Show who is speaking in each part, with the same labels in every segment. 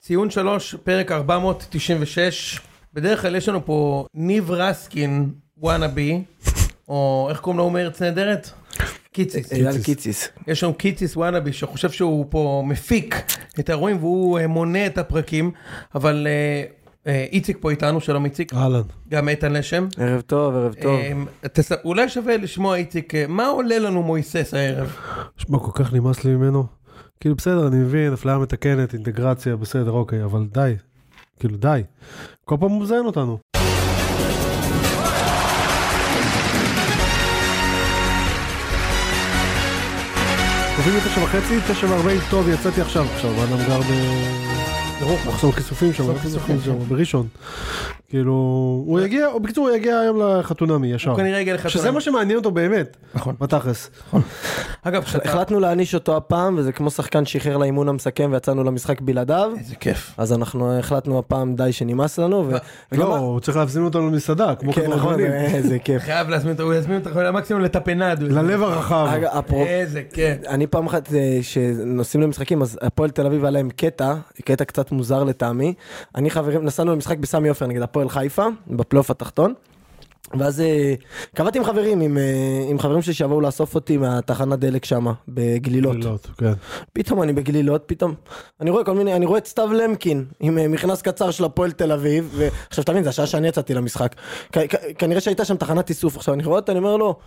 Speaker 1: ציון 3, פרק 496. בדרך כלל יש לנו פה ניב רסקין וואנאבי, או איך קוראים לו הוא מארץ נהדרת?
Speaker 2: אה,
Speaker 1: קיציס.
Speaker 3: אייל קיציס.
Speaker 1: יש לנו קיציס וואנאבי שחושב שהוא פה מפיק את האירועים והוא אה, מונה את הפרקים, אבל אה, אה, איציק פה איתנו, שלום איציק,
Speaker 2: אהלן.
Speaker 1: גם איתן לשם.
Speaker 3: ערב טוב, ערב טוב.
Speaker 1: אה, תס... אולי שווה לשמוע איציק, אה, מה עולה לנו מויסס הערב?
Speaker 2: שמע, כל כך נמאס לי ממנו. כאילו, בסדר, אני מבין, אפליה מתקנת, אינטגרציה, בסדר, אוקיי, אבל די. כאילו, די. כל פעם הוא מזיין אותנו. קובעים לי תשע וחצי, תשע וארבעים, טוב, יצאתי עכשיו. עכשיו, האדם גר ב... מחסום כיסופים שם,
Speaker 1: מחסום
Speaker 2: כיסופים
Speaker 1: כיסופים
Speaker 2: שם, בראשון. כאילו, הוא יגיע, או בקיצור, הוא יגיע היום לחתונמי ישר.
Speaker 1: הוא כנראה יגיע לחתונמי.
Speaker 2: שזה מה שמעניין אותו באמת,
Speaker 1: נכון.
Speaker 2: בתכלס.
Speaker 1: אגב, שאתה...
Speaker 3: החלטנו להעניש אותו הפעם, וזה כמו שחקן שחרר לאימון המסכם ויצאנו למשחק בלעדיו,
Speaker 1: איזה כיף.
Speaker 3: אז אנחנו החלטנו הפעם די שנמאס לנו, ו... וגם-
Speaker 2: לא, הוא צריך להזמין אותנו למסעדה, כמו
Speaker 3: כן, נכון,
Speaker 2: כדורגלנים.
Speaker 3: איזה כיף.
Speaker 1: חייב להזמין אותו, הוא יזמין אותך למקסימום לטפנד.
Speaker 2: ללב הרחב.
Speaker 3: אגב, אפרופו...
Speaker 2: אה.
Speaker 1: איזה כיף.
Speaker 3: אני פעם אחת, אה, שנוסעים למשחקים, אז הפועל תל אביב היה להם קטע, קטע קצת מוזר לטעמי. אני חברים, נסענו למשחק בסמי עופר נגד הפועל חיפה, בפלייאוף התחתון. ואז אה, קבעתי עם חברים, עם, אה, עם חברים שלי שיבואו לאסוף אותי מהתחנת דלק שמה, בגלילות.
Speaker 2: לילות, כן.
Speaker 3: פתאום אני בגלילות, פתאום, אני רואה כל מיני, אני רואה את סתיו למקין עם אה, מכנס קצר של הפועל תל אביב, ועכשיו תבין, זה השעה שאני יצאתי למשחק. כ- כ- כנראה שהייתה שם תחנת איסוף, עכשיו אני רואה אותה, אני אומר לו,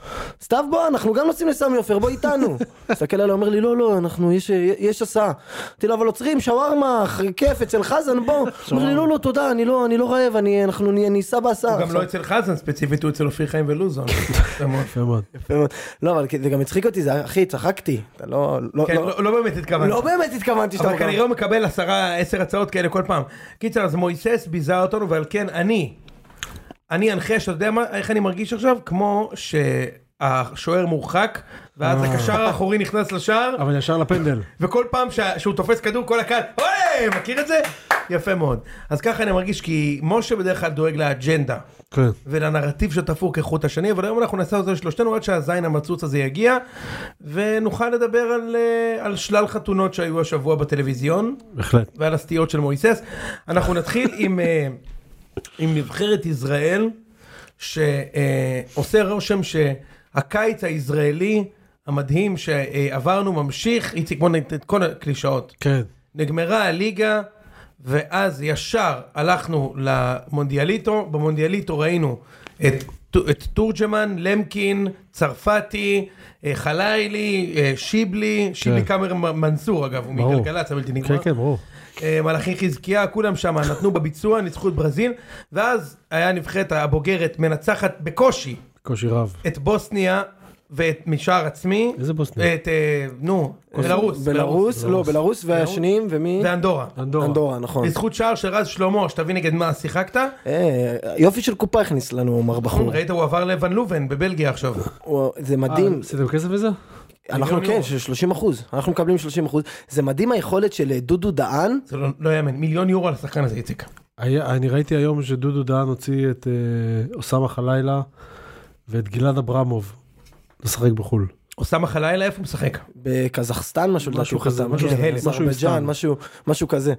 Speaker 3: סתיו בוא, אנחנו גם נוסעים לסמי עופר, בוא איתנו. מסתכל עליו, אומר לי, לא, לא, אנחנו, יש, יש הסעה. אמרתי לו, אבל עוצרים, שווארמה, אחרי כיף, אצל חזן, בוא. אומר לי, לא, לא, תודה, אני לא, אני לא רעב, אני, אנחנו, אני אני אסע בהסעה.
Speaker 1: הוא גם
Speaker 3: עכשיו-
Speaker 1: לא אצל חזן ספציפית, הוא אצל אופיר חיים ולוזון. יפה מאוד.
Speaker 2: יפה כן, מאוד.
Speaker 3: יפה מאוד. לא, אבל זה גם הצחיק אותי, זה, אחי, צחקתי. אתה לא, לא,
Speaker 1: כן,
Speaker 3: לא,
Speaker 1: לא- לא באמת התכוונת.
Speaker 3: לא באמת התכוונתי שאתה...
Speaker 1: אבל כנראה הוא מקבל עשרה, עשר הצעות כאלה כל פעם. קיצר, אז מויסס ביזה אותנו, ועל כן אני, אני אנחה שאתה יודע מה- איך אני מרגיש עכשיו? כמו שהשוער מורחק, ואז
Speaker 3: אה.
Speaker 1: הקשר האחורי נכנס לשער,
Speaker 2: אבל ישר לפנדל.
Speaker 1: וכל פעם שה- שהוא תופס כדור, כל הקהל, אוי, מכיר את זה? יפה מאוד. אז ככה אני מרגיש, כי משה בדרך כלל דואג לאג'נדה.
Speaker 2: כן.
Speaker 1: ולנרטיב שתפור כחוט השני, אבל היום אנחנו נעשה את זה לשלושתנו עד שהזין המצוץ הזה יגיע, ונוכל לדבר על, אה, על שלל חתונות שהיו השבוע בטלוויזיון,
Speaker 2: בהחלט.
Speaker 1: ועל הסטיות של מויסס. אנחנו נתחיל עם, אה, עם נבחרת ישראל, שעושה רושם שהקיץ הישראלי המדהים שעברנו ממשיך, איציק בוא ניתן את כל הקלישאות.
Speaker 2: כן.
Speaker 1: נגמרה הליגה, ואז ישר הלכנו למונדיאליטו, במונדיאליטו ראינו את, את תורג'מן, למקין, צרפתי, אה, חליילי, אה, שיבלי, שיבלי
Speaker 2: כן.
Speaker 1: קאמר מ- מנסור אגב, הוא
Speaker 2: ברור.
Speaker 1: מגלגלצ הבלתי נגמר,
Speaker 2: כן, כן, ברור.
Speaker 1: אה, מלאכי חזקיה, כולם שם נתנו בביצוע, ניצחו את ברזיל, ואז היה נבחרת הבוגרת מנצחת בקושי
Speaker 2: קושי רב.
Speaker 1: את בוסניה. ואת משער עצמי,
Speaker 2: איזה בוסניה?
Speaker 1: את, אה, נו, בלרוס,
Speaker 3: אוקיי. בלרוס, לא, בלרוס והשניים ומי?
Speaker 1: ואנדורה.
Speaker 2: אנדורה.
Speaker 3: אנדורה, נכון.
Speaker 1: בזכות שער של רז שלמה, שתבין נגד מה שיחקת.
Speaker 3: אה, יופי של קופה הכניס לנו מר בחור.
Speaker 1: ראית, הוא עבר לוון לובן בבלגיה עכשיו.
Speaker 3: הוא- זה
Speaker 2: אה,
Speaker 3: מדהים,
Speaker 2: עשיתם כסף בזה?
Speaker 3: אנחנו
Speaker 1: מיליון
Speaker 3: כן,
Speaker 1: יורו.
Speaker 3: של 30 אחוז, אנחנו מקבלים 30 אחוז. זה מדהים היכולת של אה, דודו דהן,
Speaker 1: זה לא- לא יאמן, מיליון יורו על השחקן הזה, איציק.
Speaker 2: היה- אני ראיתי היום שדודו דהן הוציא את אה, אוסאמה חלילה ואת גלעד אברמוב לשחק בחו"ל.
Speaker 1: אוסאמה חלילה, איפה הוא משחק?
Speaker 3: בקזחסטן משהו, לדעתי
Speaker 2: משהו
Speaker 3: הוא
Speaker 2: כזה,
Speaker 3: חתם,
Speaker 2: משהו
Speaker 3: כן,
Speaker 2: כזה,
Speaker 3: כן,
Speaker 2: משהו עם
Speaker 3: אזרבייג'ן,
Speaker 2: סתם.
Speaker 3: משהו- משהו כזה.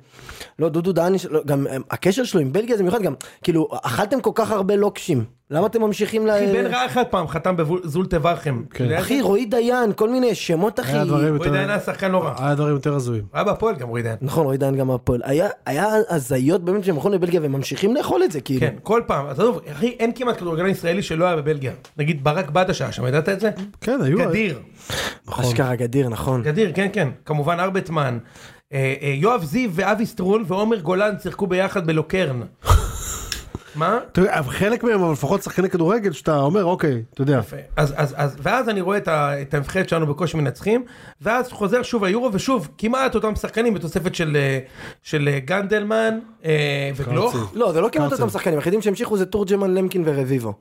Speaker 3: לא, דודו דהן, יש לו- גם אה, הקשר שלו עם בלגיה זה מיוחד, גם כאילו, אכלתם כל כך הרבה לוקשים, למה אתם ממשיכים ל...
Speaker 1: אחי, בן רע אחד פעם חתם בזולטה ורחם.
Speaker 2: כן.
Speaker 3: אחי, רועי דיין, כל מיני שמות אחי.
Speaker 2: היה דברים
Speaker 1: רועי
Speaker 2: יותר... אה.
Speaker 1: דיין היה שחקן לא רע.
Speaker 2: היה דברים יותר הזויים.
Speaker 1: היה בהפועל גם רועי דיין.
Speaker 3: נכון, רועי דיין גם הפועל. היה- היה הזיות באמת שהם הולכים לבלגיה והם ממשיכים לאכול את זה, כאילו.
Speaker 1: כן, כל פעם. אז עזוב, אחי, אין כמעט כדורגלן ישראלי שלא היה בבלגיה. נגיד ברק בדש היה שם, ידעת את זה?
Speaker 2: כן, היו...
Speaker 1: גדיר.
Speaker 3: אשכרה גדיר, נכון.
Speaker 1: גדיר, כן, כן. כמובן ארבטמן. אה, אה, יואב זיו ואבי סטרול ועומר גולן שיחקו ביחד בלוקרן. מה?
Speaker 2: אתה יודע, אבל חלק מהם, אבל לפחות שחקני כדורגל, שאתה אומר, אוקיי, אתה יודע.
Speaker 1: יפה. אז, אז, אז, ואז אני רואה את ה- את הנבחרת שלנו בקושי מנצחים, ואז חוזר שוב היורו, ושוב, כמעט אותם שחקנים בתוספת של, אה, של אה, גנדלמן אה, וגלוך,
Speaker 2: קרצי.
Speaker 3: לא, זה לא כמעט
Speaker 2: קרצב.
Speaker 3: אותם שחקנים, היחידים שהמשיכו זה טורג'מן, למקין ורביבו.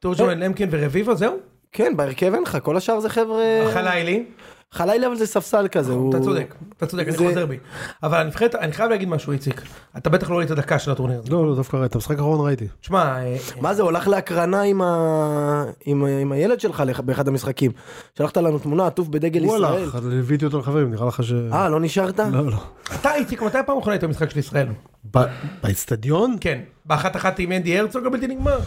Speaker 1: תורג'מן, למקין ורביבו, זהו?
Speaker 3: כן, בהרכב אין לך, כל השאר זה חבר'ה...
Speaker 1: חלילי,
Speaker 3: חלילה אבל זה ספסל כזה.
Speaker 1: נכון, אתה
Speaker 3: הוא-
Speaker 1: צודק, אתה צודק, אני
Speaker 3: זה-
Speaker 1: חוזר בי. אבל הנבחרת, אני חייב להגיד משהו, איציק. אתה בטח לא ראית דקה של הטורניר הזה.
Speaker 2: לא, לא, דווקא ראיתי. את המשחק האחרון ראיתי.
Speaker 1: תשמע, אה,
Speaker 3: מה זה, הוא הלך להקרנה עם, ה... עם, ה- עם הילד שלך לח- באחד המשחקים. שלחת לנו תמונה עטוף בדגל
Speaker 2: הוא
Speaker 3: ישראל.
Speaker 2: הלך, אז ליוויתי אותו לחברים, נראה לך ש...
Speaker 3: אה, לא נשארת?
Speaker 2: לא, לא.
Speaker 1: אתה, איציק, מתי הפעם האחרונה היית במשחק של ישראל?
Speaker 2: ב- באצטדיון?
Speaker 1: כן, באחת אחת עם אנדי הרצוג הבלתי נגמר.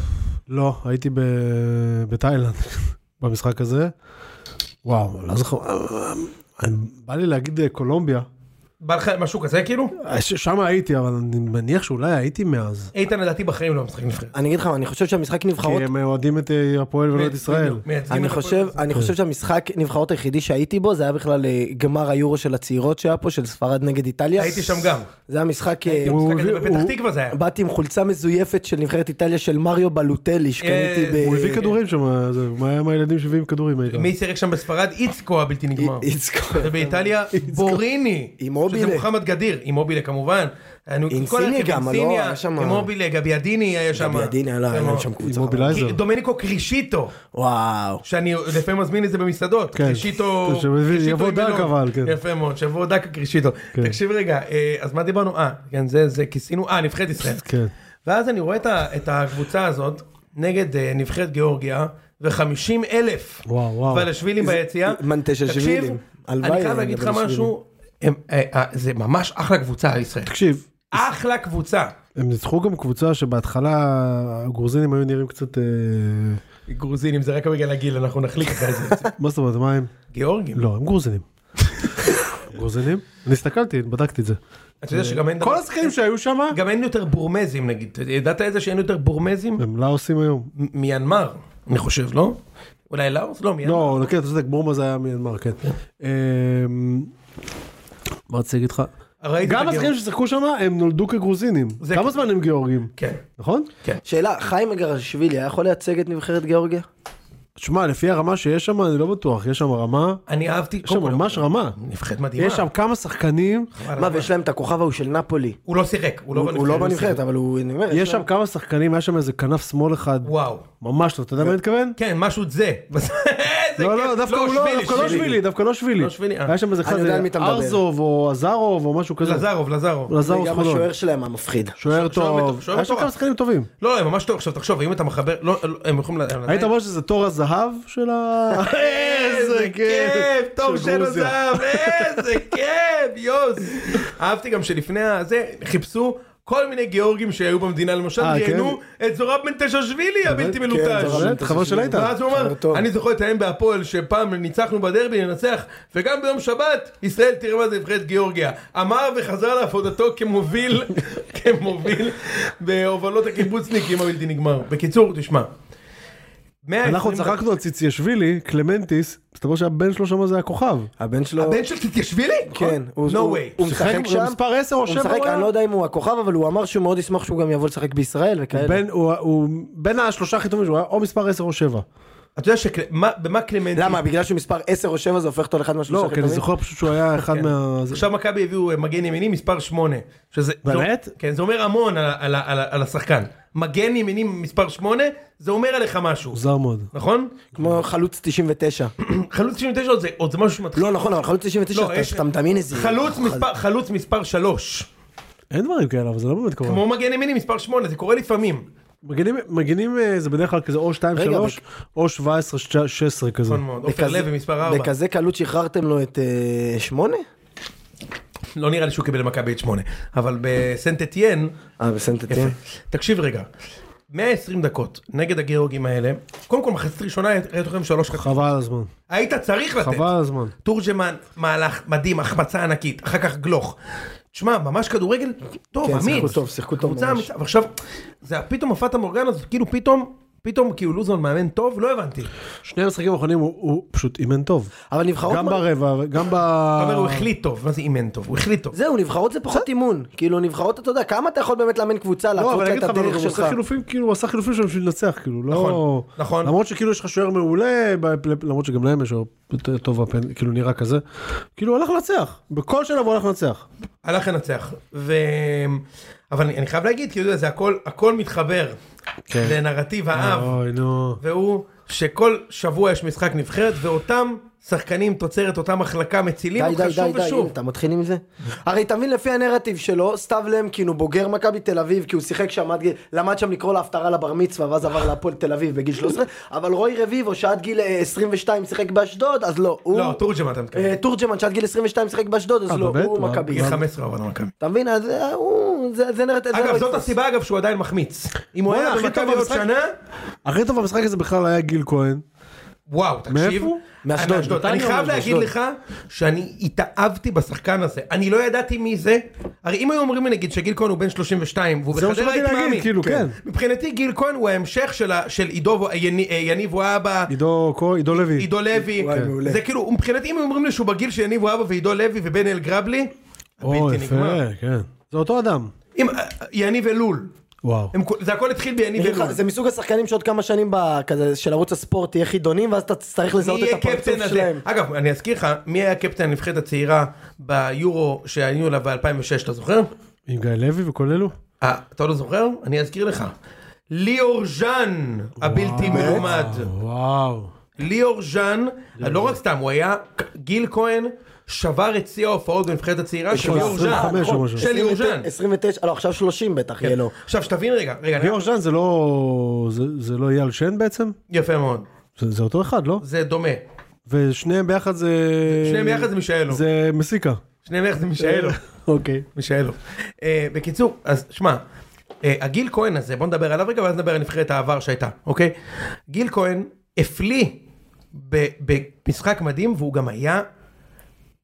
Speaker 2: לא, הייתי ב- בתאילנד במשחק הזה. וואו, לא זוכר. אני- בא לי להגיד אה, קולומביה. אה,
Speaker 1: בא לך משהו כזה כאילו?
Speaker 2: ש- שם הייתי, אבל אני מניח שאולי הייתי מאז.
Speaker 1: איתן לדעתי בחיים לא משחק נבחרת.
Speaker 3: אני אגיד לך, מה, אני חושב שהמשחק
Speaker 2: כי
Speaker 3: נבחרות...
Speaker 2: הם אוהדים את אה, הפועל ולא את
Speaker 1: בדיוק,
Speaker 2: ישראל.
Speaker 1: מייצגים
Speaker 3: אני
Speaker 1: את הפועל
Speaker 3: חושב,
Speaker 1: באר
Speaker 3: אני חושב שהמשחק נבחרות היחידי שהייתי בו זה היה בכלל אה, גמר היורו של הצעירות שהיה פה, של ספרד נגד איטליה.
Speaker 1: שבע. הייתי שם גם.
Speaker 3: זה היה משחק, אה,
Speaker 1: הוא-
Speaker 2: הביא-
Speaker 1: בפתח
Speaker 2: הוא-
Speaker 1: תקווה זה היה.
Speaker 3: באתי עם חולצה מזויפת של נבחרת איטליה של מריו בלוטלי, שקניתי
Speaker 1: אה,
Speaker 3: ב...
Speaker 2: הוא הביא כדורים שם, אה, זה- מה היה עם הילדים שהביאים כדורים? אה, היית?
Speaker 1: מי שיחק שם בספרד? איצקו הבלתי נגמר.
Speaker 3: איצקו.
Speaker 1: ובאיטליה בוריני.
Speaker 3: אימובילה.
Speaker 1: שזה מוחמד גדיר. עם מובילה כמובן. היינו-
Speaker 3: אינסיני
Speaker 1: כל ההרכב,
Speaker 3: גם,
Speaker 1: אינסיני,
Speaker 3: לא, היה שם-
Speaker 1: עם מובילה, גביאדיני היה שם.
Speaker 3: גביאדיני, לא, היה לה- היה להם שם קבוצה.
Speaker 2: עם מובילאיי. אייזר.
Speaker 1: דומניקו קרישיטו,
Speaker 3: וואו.
Speaker 1: שאני לפעמים מזמין את זה במסעדות.
Speaker 2: כן.
Speaker 1: קרישיטו...
Speaker 2: טוב, שמביא-
Speaker 1: קרישיטו
Speaker 2: יבוא
Speaker 1: עם
Speaker 2: דק
Speaker 1: מילון.
Speaker 2: אבל, כן.
Speaker 1: יפה מאוד, שיבוא דק קרישיטו.
Speaker 2: כן.
Speaker 1: תקשיב רגע, אה, אז מה דיברנו? אה, כן, זה, זה, כיסינו, אה, נבחרת ישראל.
Speaker 2: כן.
Speaker 1: ואז אני רואה את ה- את הקבוצה הזאת נגד אה, נבחרת גיאורגיה, ו-50 אלף
Speaker 2: וואו, וואו.
Speaker 1: פלשווילים ביציאה.
Speaker 3: מנטששווילים.
Speaker 1: תקשיב,
Speaker 3: הלוואי
Speaker 1: אני
Speaker 3: היה
Speaker 1: חייב להגיד לך
Speaker 3: לבלשווילים.
Speaker 1: משהו, הם, אה, אה, זה ממש אחלה קבוצה, ישראל.
Speaker 2: תקשיב,
Speaker 1: אחלה קבוצה.
Speaker 2: הם ניצחו גם קבוצה שבהתחלה הגרוזינים היו נראים קצת... אה,
Speaker 1: גרוזינים זה רק בגלל הגיל, אנחנו נחליק אחרי זה.
Speaker 2: מה זאת אומרת, מה הם?
Speaker 1: גיאורגים.
Speaker 2: לא, הם גרוזינים. גרוזינים? אני הסתכלתי, בדקתי את זה.
Speaker 1: אתה יודע שגם אין דבר-
Speaker 2: כל השחקנים שהיו שם,
Speaker 1: גם אין יותר בורמזים נגיד, ידעת את זה שאין יותר בורמזים?
Speaker 2: הם לאוסים היום.
Speaker 1: מ- מיינמר, אני חושב, לא? אולי לאוס? לא, מיינמר.
Speaker 2: לא, כן, אתה צודק, בורמה זה היה מיינמר, כן. אמ, מה רציתי להגיד לך?
Speaker 1: ראיתי את
Speaker 2: גם
Speaker 1: הגיאור-
Speaker 2: השחקנים ששיחקו שם, הם נולדו כגרוזינים.
Speaker 1: זה-
Speaker 2: כמה זמן הם גיאורגים?
Speaker 1: כן.
Speaker 2: נכון?
Speaker 3: שאלה, חיים אגרשווילי היה יכול לייצג את נבחרת גיאורגיה?
Speaker 2: תשמע, לפי הרמה שיש שם, אני לא בטוח, יש שם רמה,
Speaker 1: אני אהבתי,
Speaker 2: יש שם
Speaker 1: לא.
Speaker 2: ממש רמה.
Speaker 1: נבחרת מדהימה.
Speaker 2: יש שם כמה שחקנים,
Speaker 1: וואלה,
Speaker 3: מה, ויש להם את הכוכב ההוא של נפולי.
Speaker 1: הוא לא שיחק, הוא אה, לא
Speaker 3: הוא הוא לא
Speaker 1: בנבחרת.
Speaker 3: בנבחרת, אבל הוא... אני אומר,
Speaker 2: יש
Speaker 3: להם-
Speaker 2: שם כמה שחקנים, היה שם איזה כנף שמאל אחד,
Speaker 1: וואו.
Speaker 2: ממש לא, אתה יודע מה אני מתכוון?
Speaker 1: כן, משהו זה. איזה כיף.
Speaker 2: לא, לא, דווקא הוא לא, דווקא לא שבילי, דווקא לא שבילי.
Speaker 1: לא שבילי, אה.
Speaker 2: היה שם איזה
Speaker 3: אני
Speaker 2: אחד,
Speaker 3: יודע על מי
Speaker 2: זה
Speaker 3: אתה מדבר.
Speaker 2: ארזוב או עזרוב או משהו כזה.
Speaker 1: לזרוב, לזרוב.
Speaker 2: לזרוב
Speaker 3: גם
Speaker 2: חולון.
Speaker 3: השוער שלהם המפחיד.
Speaker 2: שוער טוב.
Speaker 1: שוער
Speaker 2: היה שם
Speaker 1: מטורף.
Speaker 2: כמה שחקנים טובים.
Speaker 1: לא, הם ממש טוב. עכשיו תחשוב, אם אתה מחבר, לא, לא, הם יכולים... ל-
Speaker 2: היית אומר שזה תור הזהב של ה...
Speaker 1: איזה כיף, טוב שלו
Speaker 2: גרוזיה.
Speaker 1: זהב, איזה כיף, יוס. אהבתי גם שלפני הזה, חיפשו כל מיני גיאורגים שהיו במדינה, למשל
Speaker 2: אה,
Speaker 1: ראיינו את זורב מנטששווילי הבלתי
Speaker 3: כן,
Speaker 1: מלוטש.
Speaker 3: זורב
Speaker 2: באמת? חבר של איתן.
Speaker 1: ואז הוא אמר,
Speaker 3: חבר טוב.
Speaker 1: אני זוכר את האם בהפועל שפעם ניצחנו בדרבי, ננצח, וגם ביום שבת, ישראל תראה מה זה נבחרת גיאורגיה. אמר וחזר לעבודתו כמוביל, כמוביל, בהובלות הקיבוצניקים הבלתי נגמר. בקיצור, תשמע. 120
Speaker 2: אנחנו צחקנו על ציציאשווילי, קלמנטיס, מסתבר שהבן שלו שם זה היה כוכב.
Speaker 3: הבן שלו...
Speaker 1: הבן של תתיישבי לי?
Speaker 3: כן. הוא-
Speaker 1: No
Speaker 3: הוא-
Speaker 1: way.
Speaker 3: הוא משחק
Speaker 2: הוא
Speaker 3: שם.
Speaker 2: מספר 10 או
Speaker 3: הוא
Speaker 2: 7
Speaker 3: משחק, אני לא יודע אם הוא הכוכב, אבל הוא אמר שהוא מאוד ישמח שהוא גם יבוא לשחק בישראל וכאלה.
Speaker 2: בין, הוא, הוא בין השלושה הכי טובים שהוא היה או מספר 10 או 7.
Speaker 1: אתה יודע שבמה קלמנטי...
Speaker 3: למה? בגלל שהוא מספר 10 או 7 זה הופך אותו לאחד מהשלושה
Speaker 2: לא, כי אני
Speaker 3: הכי טובים?
Speaker 2: זוכר פשוט שהוא היה אחד מה... לא, זה-
Speaker 1: כן. עכשיו מכבי הביאו אה, מגן ימיני מספר 8. שזה,
Speaker 2: באמת?
Speaker 1: זה, כן, זה אומר המון על, ה- על, ה- על, ה- על השחקן. מגן ימיני מספר 8, זה אומר עליך משהו.
Speaker 2: מוזר מאוד.
Speaker 1: נכון?
Speaker 3: כמו חלוץ 99.
Speaker 1: חלוץ 99 עוד זה, עוד זה משהו שמתחיל.
Speaker 3: לא, נכון, אבל חלוץ 99,
Speaker 1: לא,
Speaker 3: אתה-
Speaker 2: אה,
Speaker 1: יש-
Speaker 3: אתה מדמיין איזה...
Speaker 1: חלוץ מספר, חלוץ מספר 3.
Speaker 2: אין דברים כאלה, אבל זה לא באמת קורה.
Speaker 1: כמו מגן ימיני מספר 8, זה קורה לפעמים. נכון
Speaker 2: מגינים, מגינים אה, זה בדרך כלל כזה או 2-3
Speaker 3: רגע,
Speaker 2: או 17-16 כזה.
Speaker 1: נכון מאוד. עופר
Speaker 3: בכזה-
Speaker 1: לוי מספר 4.
Speaker 3: בכזה קלות שחררתם לו את אה, שמונה?
Speaker 1: לא נראה לי שהוא קיבל למכבי את 8. אבל בסנטטיין,
Speaker 3: אה, בסנטטים.
Speaker 1: יפה. תקשיב רגע, 120 דקות נגד הגיאורגים האלה, קודם כל מחצית ראשונה ראיתי לכם שלוש חצי,
Speaker 2: חבל על הזמן.
Speaker 1: היית צריך לתת,
Speaker 2: חבל על הזמן.
Speaker 1: תורג'מן מהלך מדהים, החמצה ענקית, אחר כך גלוך. תשמע, ממש כדורגל טוב,
Speaker 3: כן,
Speaker 1: אמיץ.
Speaker 3: שיחקו טוב, שיחקו טוב
Speaker 1: קבוצה
Speaker 3: ממש.
Speaker 1: אמיצה, ועכשיו, זה פתאום הפטה מורגנה הזאת, כאילו פתאום, פתאום כאילו לוזון מאמן טוב, לא הבנתי. אתה
Speaker 2: שני המשחקים האחרונים הוא, הוא פשוט אימן טוב.
Speaker 3: אבל נבחרות... לא-
Speaker 2: גם
Speaker 3: מ-
Speaker 2: ברבע, גם ב...
Speaker 1: אומר, הוא החליט טוב, מה זה אימן טוב? הוא החליט טוב.
Speaker 3: זהו, נבחרות זה פחות אימון. כאילו, נבחרות, אתה יודע, כמה אתה יכול באמת לאמן קבוצה,
Speaker 2: לא,
Speaker 3: להפוך
Speaker 2: אבל
Speaker 3: לה
Speaker 2: אני
Speaker 3: את
Speaker 2: אגיד לך, אבל
Speaker 3: הדרך
Speaker 2: הוא
Speaker 3: שלך?
Speaker 2: עשה חילופים, כאילו הוא עשה חילופים שלו בשביל לנצח, כאילו, לא...
Speaker 1: נכון, נכון.
Speaker 2: למרות שכאילו יש לך שוער מעולה, ב- למרות שגם להם יש יותר טוב, הפן- כאילו נראה כזה. כאילו הוא הלך לנצח, בכל שלב הוא הלך לנצח.
Speaker 1: הלך לנצח. ו... אבל אני, אני חייב להגיד, כאילו, זה הכל, הכל מתחבר
Speaker 2: כן.
Speaker 1: לנרטיב האב.
Speaker 2: אוי, נו.
Speaker 1: והוא שכל שבוע יש משחק נבחרת ואותם שחקנים תוצרת אותה מחלקה מצילים
Speaker 3: די,
Speaker 1: אותך
Speaker 3: די, די,
Speaker 1: שוב
Speaker 3: די, אם
Speaker 1: ושוב.
Speaker 3: אתה מתחיל עם זה? הרי אתה מבין לפי הנרטיב שלו, סתיו למקין הוא בוגר מכבי תל אביב, כי הוא שיחק שם, עד גיל- למד שם לקרוא להפטרה לבר מצווה, ואז עבר להפועל תל אביב בגיל 13, אבל רוי רביבו שעד גיל אה, 22 שיחק באשדוד, אז לא, הוא...
Speaker 1: לא, תורג'מן אתה מתכוון.
Speaker 3: אה, תורג'מן שעד גיל 22 שיחק באשדוד, אז
Speaker 2: אה,
Speaker 3: לא,
Speaker 2: באמת?
Speaker 3: הוא
Speaker 2: מה,
Speaker 1: בגיל
Speaker 3: מכבי.
Speaker 1: 15 עבר למכבי.
Speaker 3: אתה מבין? אז אה, הוא... זה זה נרטיב... זה
Speaker 1: אגב,
Speaker 3: לא
Speaker 1: זאת
Speaker 3: יתפוס.
Speaker 1: הסיבה אגב שהוא עדיין מחמיץ. אם הוא
Speaker 2: בואנה,
Speaker 1: היה
Speaker 2: הכי
Speaker 1: במכבי
Speaker 2: טוב
Speaker 1: עוד
Speaker 2: במשחק.
Speaker 1: שנה,
Speaker 2: הכי טוב במשחק הזה בכלל היה גיל כהן.
Speaker 1: וואו, תקשיב.
Speaker 2: מאיפה?
Speaker 3: מאשדוד.
Speaker 1: אני
Speaker 3: נתניה
Speaker 1: חייב
Speaker 3: או
Speaker 1: להגיד
Speaker 3: מאשדוד?
Speaker 1: לך שאני התאהבתי בשחקן הזה. אני לא ידעתי מי זה. הרי אם היו אומרים לי נגיד שגיל כהן הוא בן 32 והוא
Speaker 2: זהו
Speaker 1: בחדרה
Speaker 2: שבאתי
Speaker 1: הייתי
Speaker 2: להגיד,
Speaker 1: מאמין.
Speaker 2: כאילו, כן.
Speaker 1: מבחינתי גיל כהן הוא ההמשך של ה- של עידו ו- יני- אה, יניב והבה.
Speaker 2: עידו כה- עידו לוי.
Speaker 1: עידו לוי,
Speaker 3: כן. וואי, מעולה.
Speaker 1: זה כאילו, מבחינתי אם היו אומרים לי שהוא בגיל של יניב והבה ועידו לוי ובן אל גרבלי,
Speaker 2: או,
Speaker 1: בלתי נגמר.
Speaker 2: יפה, כן. זה אותו אדם.
Speaker 1: אם, אה, יניב אלול,
Speaker 2: וואו.
Speaker 1: הם כו- זה הכל התחיל ביניב
Speaker 3: נראה
Speaker 1: אלול.
Speaker 3: לך, זה מסוג השחקנים שעוד כמה שנים ב- כזה של ערוץ הספורט יהיה חידונים ואז אתה תצטרך לזהות
Speaker 1: מי
Speaker 3: את
Speaker 1: יהיה קפטן
Speaker 3: הפרצוף
Speaker 1: הזה?
Speaker 3: שלהם.
Speaker 1: אגב, אני אזכיר לך, מי היה קפטן הנבחרת הצעירה ביורו שהיינו לה ב-2006, אתה זוכר?
Speaker 2: עם גיא לוי וכל אלו?
Speaker 1: אה, אתה לא זוכר? אני אזכיר לך. ליאור ז'אן הבלתי מלומד.
Speaker 2: וואו.
Speaker 1: ליאור ז'אן, לא רק סתם, הוא היה, גיל כהן שבר את שיא ההופעות בנבחרת הצעירה של
Speaker 2: כבר
Speaker 1: ליאור ז'אן.
Speaker 2: 25 או משהו.
Speaker 1: של ליאור ז'אן.
Speaker 3: 29, לא עכשיו 30
Speaker 1: כן.
Speaker 3: בטח יהיה לו.
Speaker 1: עכשיו שתבין רגע, רגע, אני-
Speaker 2: ליאור ז'אן זה לא... זה- זה לא אייל שן בעצם?
Speaker 1: יפה מאוד,
Speaker 2: זה זה אותו אחד, לא?
Speaker 1: זה דומה.
Speaker 2: ושניהם ביחד זה...
Speaker 1: שניהם ביחד זה מישאלו.
Speaker 2: זה מסיקה.
Speaker 1: שניהם ביחד זה מישאלו.
Speaker 2: אוקיי.
Speaker 1: מישאלו. אה, בקיצור, אז שמע, אה, הגיל כהן הזה, בוא נדבר עליו רגע ואז נדבר על נבחרת העבר שהייתה, אוקיי? גיל כהן הפליא ב- במשחק מדהים והוא גם היה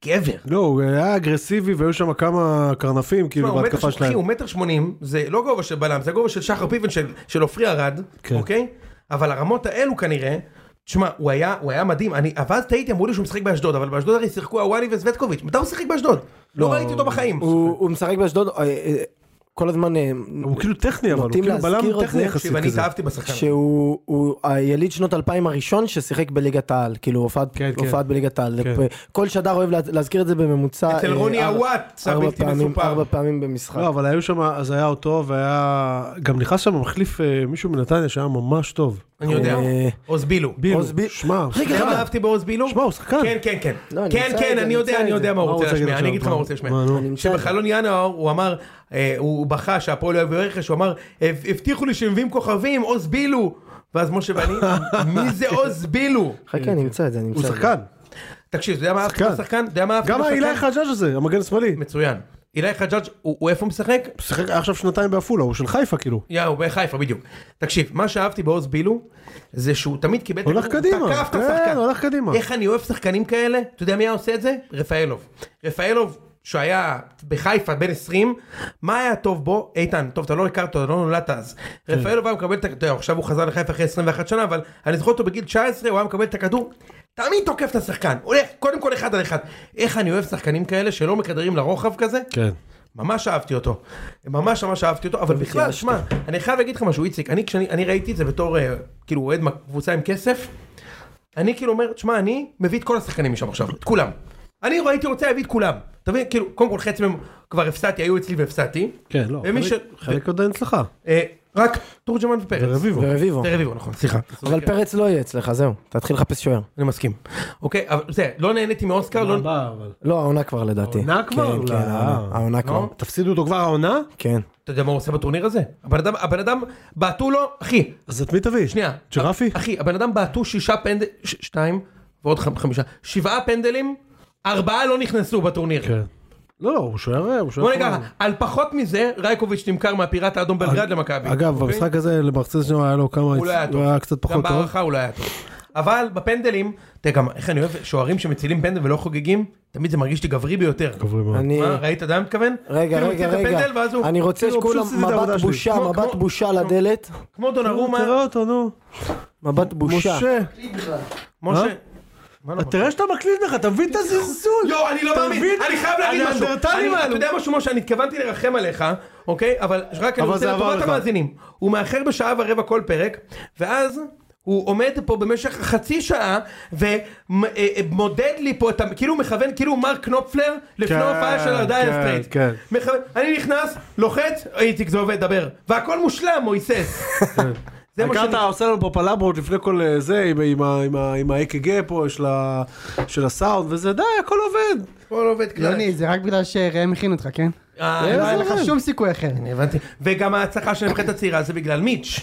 Speaker 1: גבר.
Speaker 2: לא, הוא היה אגרסיבי והיו שם כמה קרנפים
Speaker 1: תשמע,
Speaker 2: כאילו
Speaker 1: לא, הוא מטר
Speaker 2: בהתקפה
Speaker 1: שמונים,
Speaker 2: שלהם.
Speaker 1: הוא מטר שמונים, זה לא גובה של בלם, זה גובה של שחר פיבן של- של עופרי ארד,
Speaker 2: כן.
Speaker 1: אוקיי? אבל הרמות האלו כנראה, תשמע, הוא היה, הוא היה מדהים, אני, אבל אז טעיתי, אמרו לי שהוא משחק באשדוד, אבל באשדוד הרי שיחקו הוואלי וזווטקוביץ', מתי הוא שיחק באשדוד? לא ראיתי אותו בחיים.
Speaker 3: הוא הוא משחק באשדוד אה, אה, כל הזמן אה,
Speaker 2: הוא כאילו טכני אבל, הוא
Speaker 3: נוטים
Speaker 2: כאילו בלם
Speaker 3: להזכיר את
Speaker 2: טכני
Speaker 3: זה,
Speaker 2: יחסית
Speaker 1: תקשיב, אני
Speaker 2: כזה.
Speaker 1: התאהבתי בשחקן.
Speaker 3: שהוא הוא היליד שנות 2000 הראשון ששיחק בליגת העל כאילו הופעת
Speaker 2: כן, כן.
Speaker 3: הופעת בליגת העל
Speaker 2: כן.
Speaker 3: כל שדר אוהב לה- להזכיר את זה בממוצע
Speaker 1: אצל
Speaker 3: אה,
Speaker 1: רוני
Speaker 3: ארבע-
Speaker 1: עוואט, זה
Speaker 3: ארבע
Speaker 1: הבלתי
Speaker 3: פעמים-
Speaker 1: מסופר.
Speaker 3: ארבע פעמים במשחק.
Speaker 2: לא, אבל היו שם, אז היה אותו והיה... גם נכנס שם מחליף אה, מישהו מנתניה שהיה ממש טוב.
Speaker 1: אני יודע,
Speaker 3: אה,
Speaker 1: עוז בילו.
Speaker 2: בילו.
Speaker 3: עוז בי-
Speaker 2: שמע,
Speaker 3: רגע,
Speaker 1: אתה יודע מה
Speaker 3: רגע.
Speaker 1: אהבתי בעוז בילו?
Speaker 2: שמע, הוא שחקן.
Speaker 1: כן, כן, כן.
Speaker 3: לא, אני
Speaker 1: כן,
Speaker 3: אמצא את
Speaker 1: כן,
Speaker 3: זה,
Speaker 1: אני
Speaker 3: אני
Speaker 1: יודע,
Speaker 3: אמצא
Speaker 1: אני
Speaker 3: את
Speaker 1: יודע
Speaker 3: זה.
Speaker 1: מה הוא
Speaker 2: מה הוא
Speaker 1: רוצה
Speaker 2: רוצה להגיד
Speaker 1: להשמיע, אני
Speaker 2: עכשיו?
Speaker 1: אגיד לך מה הוא רוצה
Speaker 2: מה,
Speaker 1: להשמיע.
Speaker 2: נו.
Speaker 3: אני אמצא את זה.
Speaker 1: שבחלון ינואר הוא אמר, אה, הוא בכה שהפועל לא יביאו רכש, הוא אמר, "הב- הבטיחו לי שמביאים כוכבים, עוז בילו. ואז משה ואני, מי זה עוז בילו?
Speaker 3: חכה אני אמצא את זה אני אמצא
Speaker 2: כן,
Speaker 3: את
Speaker 2: הוא
Speaker 3: זה.
Speaker 2: שחקן.
Speaker 1: תקשיב, אתה יודע מה אהבתי
Speaker 2: שחקן.
Speaker 1: בשחקן? אתה יודע מה אהבתי
Speaker 2: גם
Speaker 1: בשחקן?
Speaker 2: האילי חג'אג' הזה, המגן השמאלי.
Speaker 1: מצוין. אילי חג'אג' הוא הוא איפה הוא משחק?
Speaker 2: הוא שיחק היה עכשיו שנתיים בעפולה, הוא של חיפה כאילו.
Speaker 1: יא, הוא בחיפה בדיוק. תקשיב, מה שאהבתי בעוז בילו, זה שהוא תמיד קיבל... את
Speaker 2: הולך
Speaker 1: הכדור,
Speaker 2: קדימה,
Speaker 1: הוא תקף את
Speaker 2: כן,
Speaker 1: השחקן.
Speaker 2: הולך קדימה.
Speaker 1: איך אני אוהב שחקנים כאלה, אתה יודע מי היה עושה את זה? רפאלוב. רפאלוב, שהיה בחיפה בן 20, מה היה טוב בו? איתן, טוב, אתה לא הכרת אותו, אתה לא נולדת אז.
Speaker 2: כן.
Speaker 1: רפאלוב היה מקבל את הכדור, אתה יודע, עכשיו הוא חזר לחיפה אחרי 21 שנה, אבל אני זוכר אותו בגיל 19, הוא היה מקבל את הכדור. תמיד תוקף את השחקן, הולך קודם כל אחד על אחד. איך אני אוהב שחקנים כאלה שלא מכדרים לרוחב כזה,
Speaker 2: כן.
Speaker 1: ממש אהבתי אותו. ממש ממש אהבתי אותו, אבל בכלל,
Speaker 3: התייאשת.
Speaker 1: שמע, אני חייב להגיד לך משהו, איציק, אני כשאני אני ראיתי את זה בתור, אה, כאילו, אוהד מה- קבוצה עם כסף, אני כאילו אומר, שמע, אני מביא את כל השחקנים משם עכשיו, את כולם. אני הייתי רוצה להביא את כולם. אתה מבין, כאילו, קודם כל חצי מהם כבר הפסדתי, היו אצלי והפסדתי.
Speaker 2: כן, לא.
Speaker 1: ומי
Speaker 2: חלק-
Speaker 1: ש-
Speaker 2: חלק עוד אין אצלך.
Speaker 1: אה, רק תורג'מן ופרץ.
Speaker 2: ורביבו.
Speaker 3: ורביבו.
Speaker 1: זה רביבו, נכון, סליחה. אתה צודק,
Speaker 3: אבל פרץ לא יהיה אצלך זהו תתחיל לחפש שוער.
Speaker 1: אני מסכים. אוקיי, אבל זה, לא נהניתי מאוסקר, לא...
Speaker 3: לא העונה כבר לדעתי.
Speaker 2: העונה כבר?
Speaker 3: כן, כן,
Speaker 2: לא.
Speaker 3: העונה- העונה כבר.
Speaker 2: תפסידו אותו כבר העונה?
Speaker 3: כן.
Speaker 1: אתה יודע מה הוא עושה בטורניר הזה? הבן אדם, הבן אדם, בעטו לו, אחי,
Speaker 2: אז את מי תביא?
Speaker 1: שנייה.
Speaker 2: ג'רפי?
Speaker 1: אחי, הבן אדם בעטו שישה פנדלים, שתיים, ועוד חמ- חמישה, שבעה פנדלים, ארבעה לא נכנסו בטורניר.
Speaker 2: כן. לא, לא, הוא שוער, הוא שוער.
Speaker 1: בוא נגיד
Speaker 2: חולה.
Speaker 1: ככה, על פחות מזה, רייקוביץ' נמכר מהפיראט האדום בלגרד למכבי.
Speaker 2: אגב,
Speaker 1: אוקיי?
Speaker 2: במשחק הזה למרצז שם היה לו כמה...
Speaker 1: הוא לא היה טוב.
Speaker 2: הוא היה קצת
Speaker 1: גם
Speaker 2: פחות טוב.
Speaker 1: בהערכה הוא לא היה טוב. אבל בפנדלים, תראה גם, איך אני אוהב שוערים שמצילים פנדל ולא חוגגים, תמיד זה מרגיש לי גברי ביותר.
Speaker 2: גברי מאוד.
Speaker 3: אני...
Speaker 1: מה, ראית אתה מתכוון?
Speaker 3: רגע,
Speaker 1: כאילו, הוא
Speaker 3: רגע,
Speaker 1: מוציא את
Speaker 3: רגע,
Speaker 1: הפנדל ואז הוא-
Speaker 3: אני רוצה
Speaker 2: כאילו,
Speaker 3: שכולם
Speaker 2: פשוט עשיתי את העבודה
Speaker 3: מבט
Speaker 2: שלי.
Speaker 3: בושה,
Speaker 1: כמו-
Speaker 3: מבט
Speaker 1: כמו-
Speaker 3: בושה לדלת,
Speaker 1: כמו דונרומה,
Speaker 2: תראה אותו, נו.
Speaker 3: מבט בושה.
Speaker 2: משה.
Speaker 1: משה. מה לא
Speaker 2: אתה תראה שאתה מקליט לך, אתה מבין את הזלזול.
Speaker 1: יואו, אני לא
Speaker 2: אתה
Speaker 1: מאמין,
Speaker 2: מבין?
Speaker 1: אני חייב להגיד משהו.
Speaker 2: הניאנדרטלים
Speaker 1: אני- אתה
Speaker 2: האלו.
Speaker 1: יודע משהו, משה, אני התכוונתי לרחם עליך, אוקיי? אבל רק אני
Speaker 2: אבל
Speaker 1: רוצה
Speaker 2: זה עבר
Speaker 1: לטובת
Speaker 2: לך.
Speaker 1: המאזינים. הוא מאחר בשעה ורבע כל פרק, ואז... הוא עומד פה במשך חצי שעה ומודד אה, לי פה את ה... כאילו הוא מכוון, כאילו הוא מר קנופלר לפני
Speaker 2: כן,
Speaker 1: ההופעה של הרדאי
Speaker 2: כן,
Speaker 1: הסטרייט.
Speaker 2: כן.
Speaker 1: מכוון- אני נכנס, לוחץ, איציק זה עובד, דבר. והכל מושלם, מויסס. זה מה
Speaker 2: העיקר
Speaker 1: שאני...
Speaker 2: אתה עושה לנו פה פלברות לפני כל אה, זה, עם ה- עם ה- עם ה- עם ה-AKG פה, של ה- של הסאונד, וזה, די, הכל עובד.
Speaker 1: הכל עובד כלל.
Speaker 4: יוני, זה רק בגלל שראם הכין אותך, כן?
Speaker 1: אה,
Speaker 4: לא היה
Speaker 1: הבנתי.
Speaker 4: לך שום סיכוי אחר.
Speaker 1: אני הבנתי. וגם ההצלחה של נבחרת הצעירה זה בגלל מיץ'.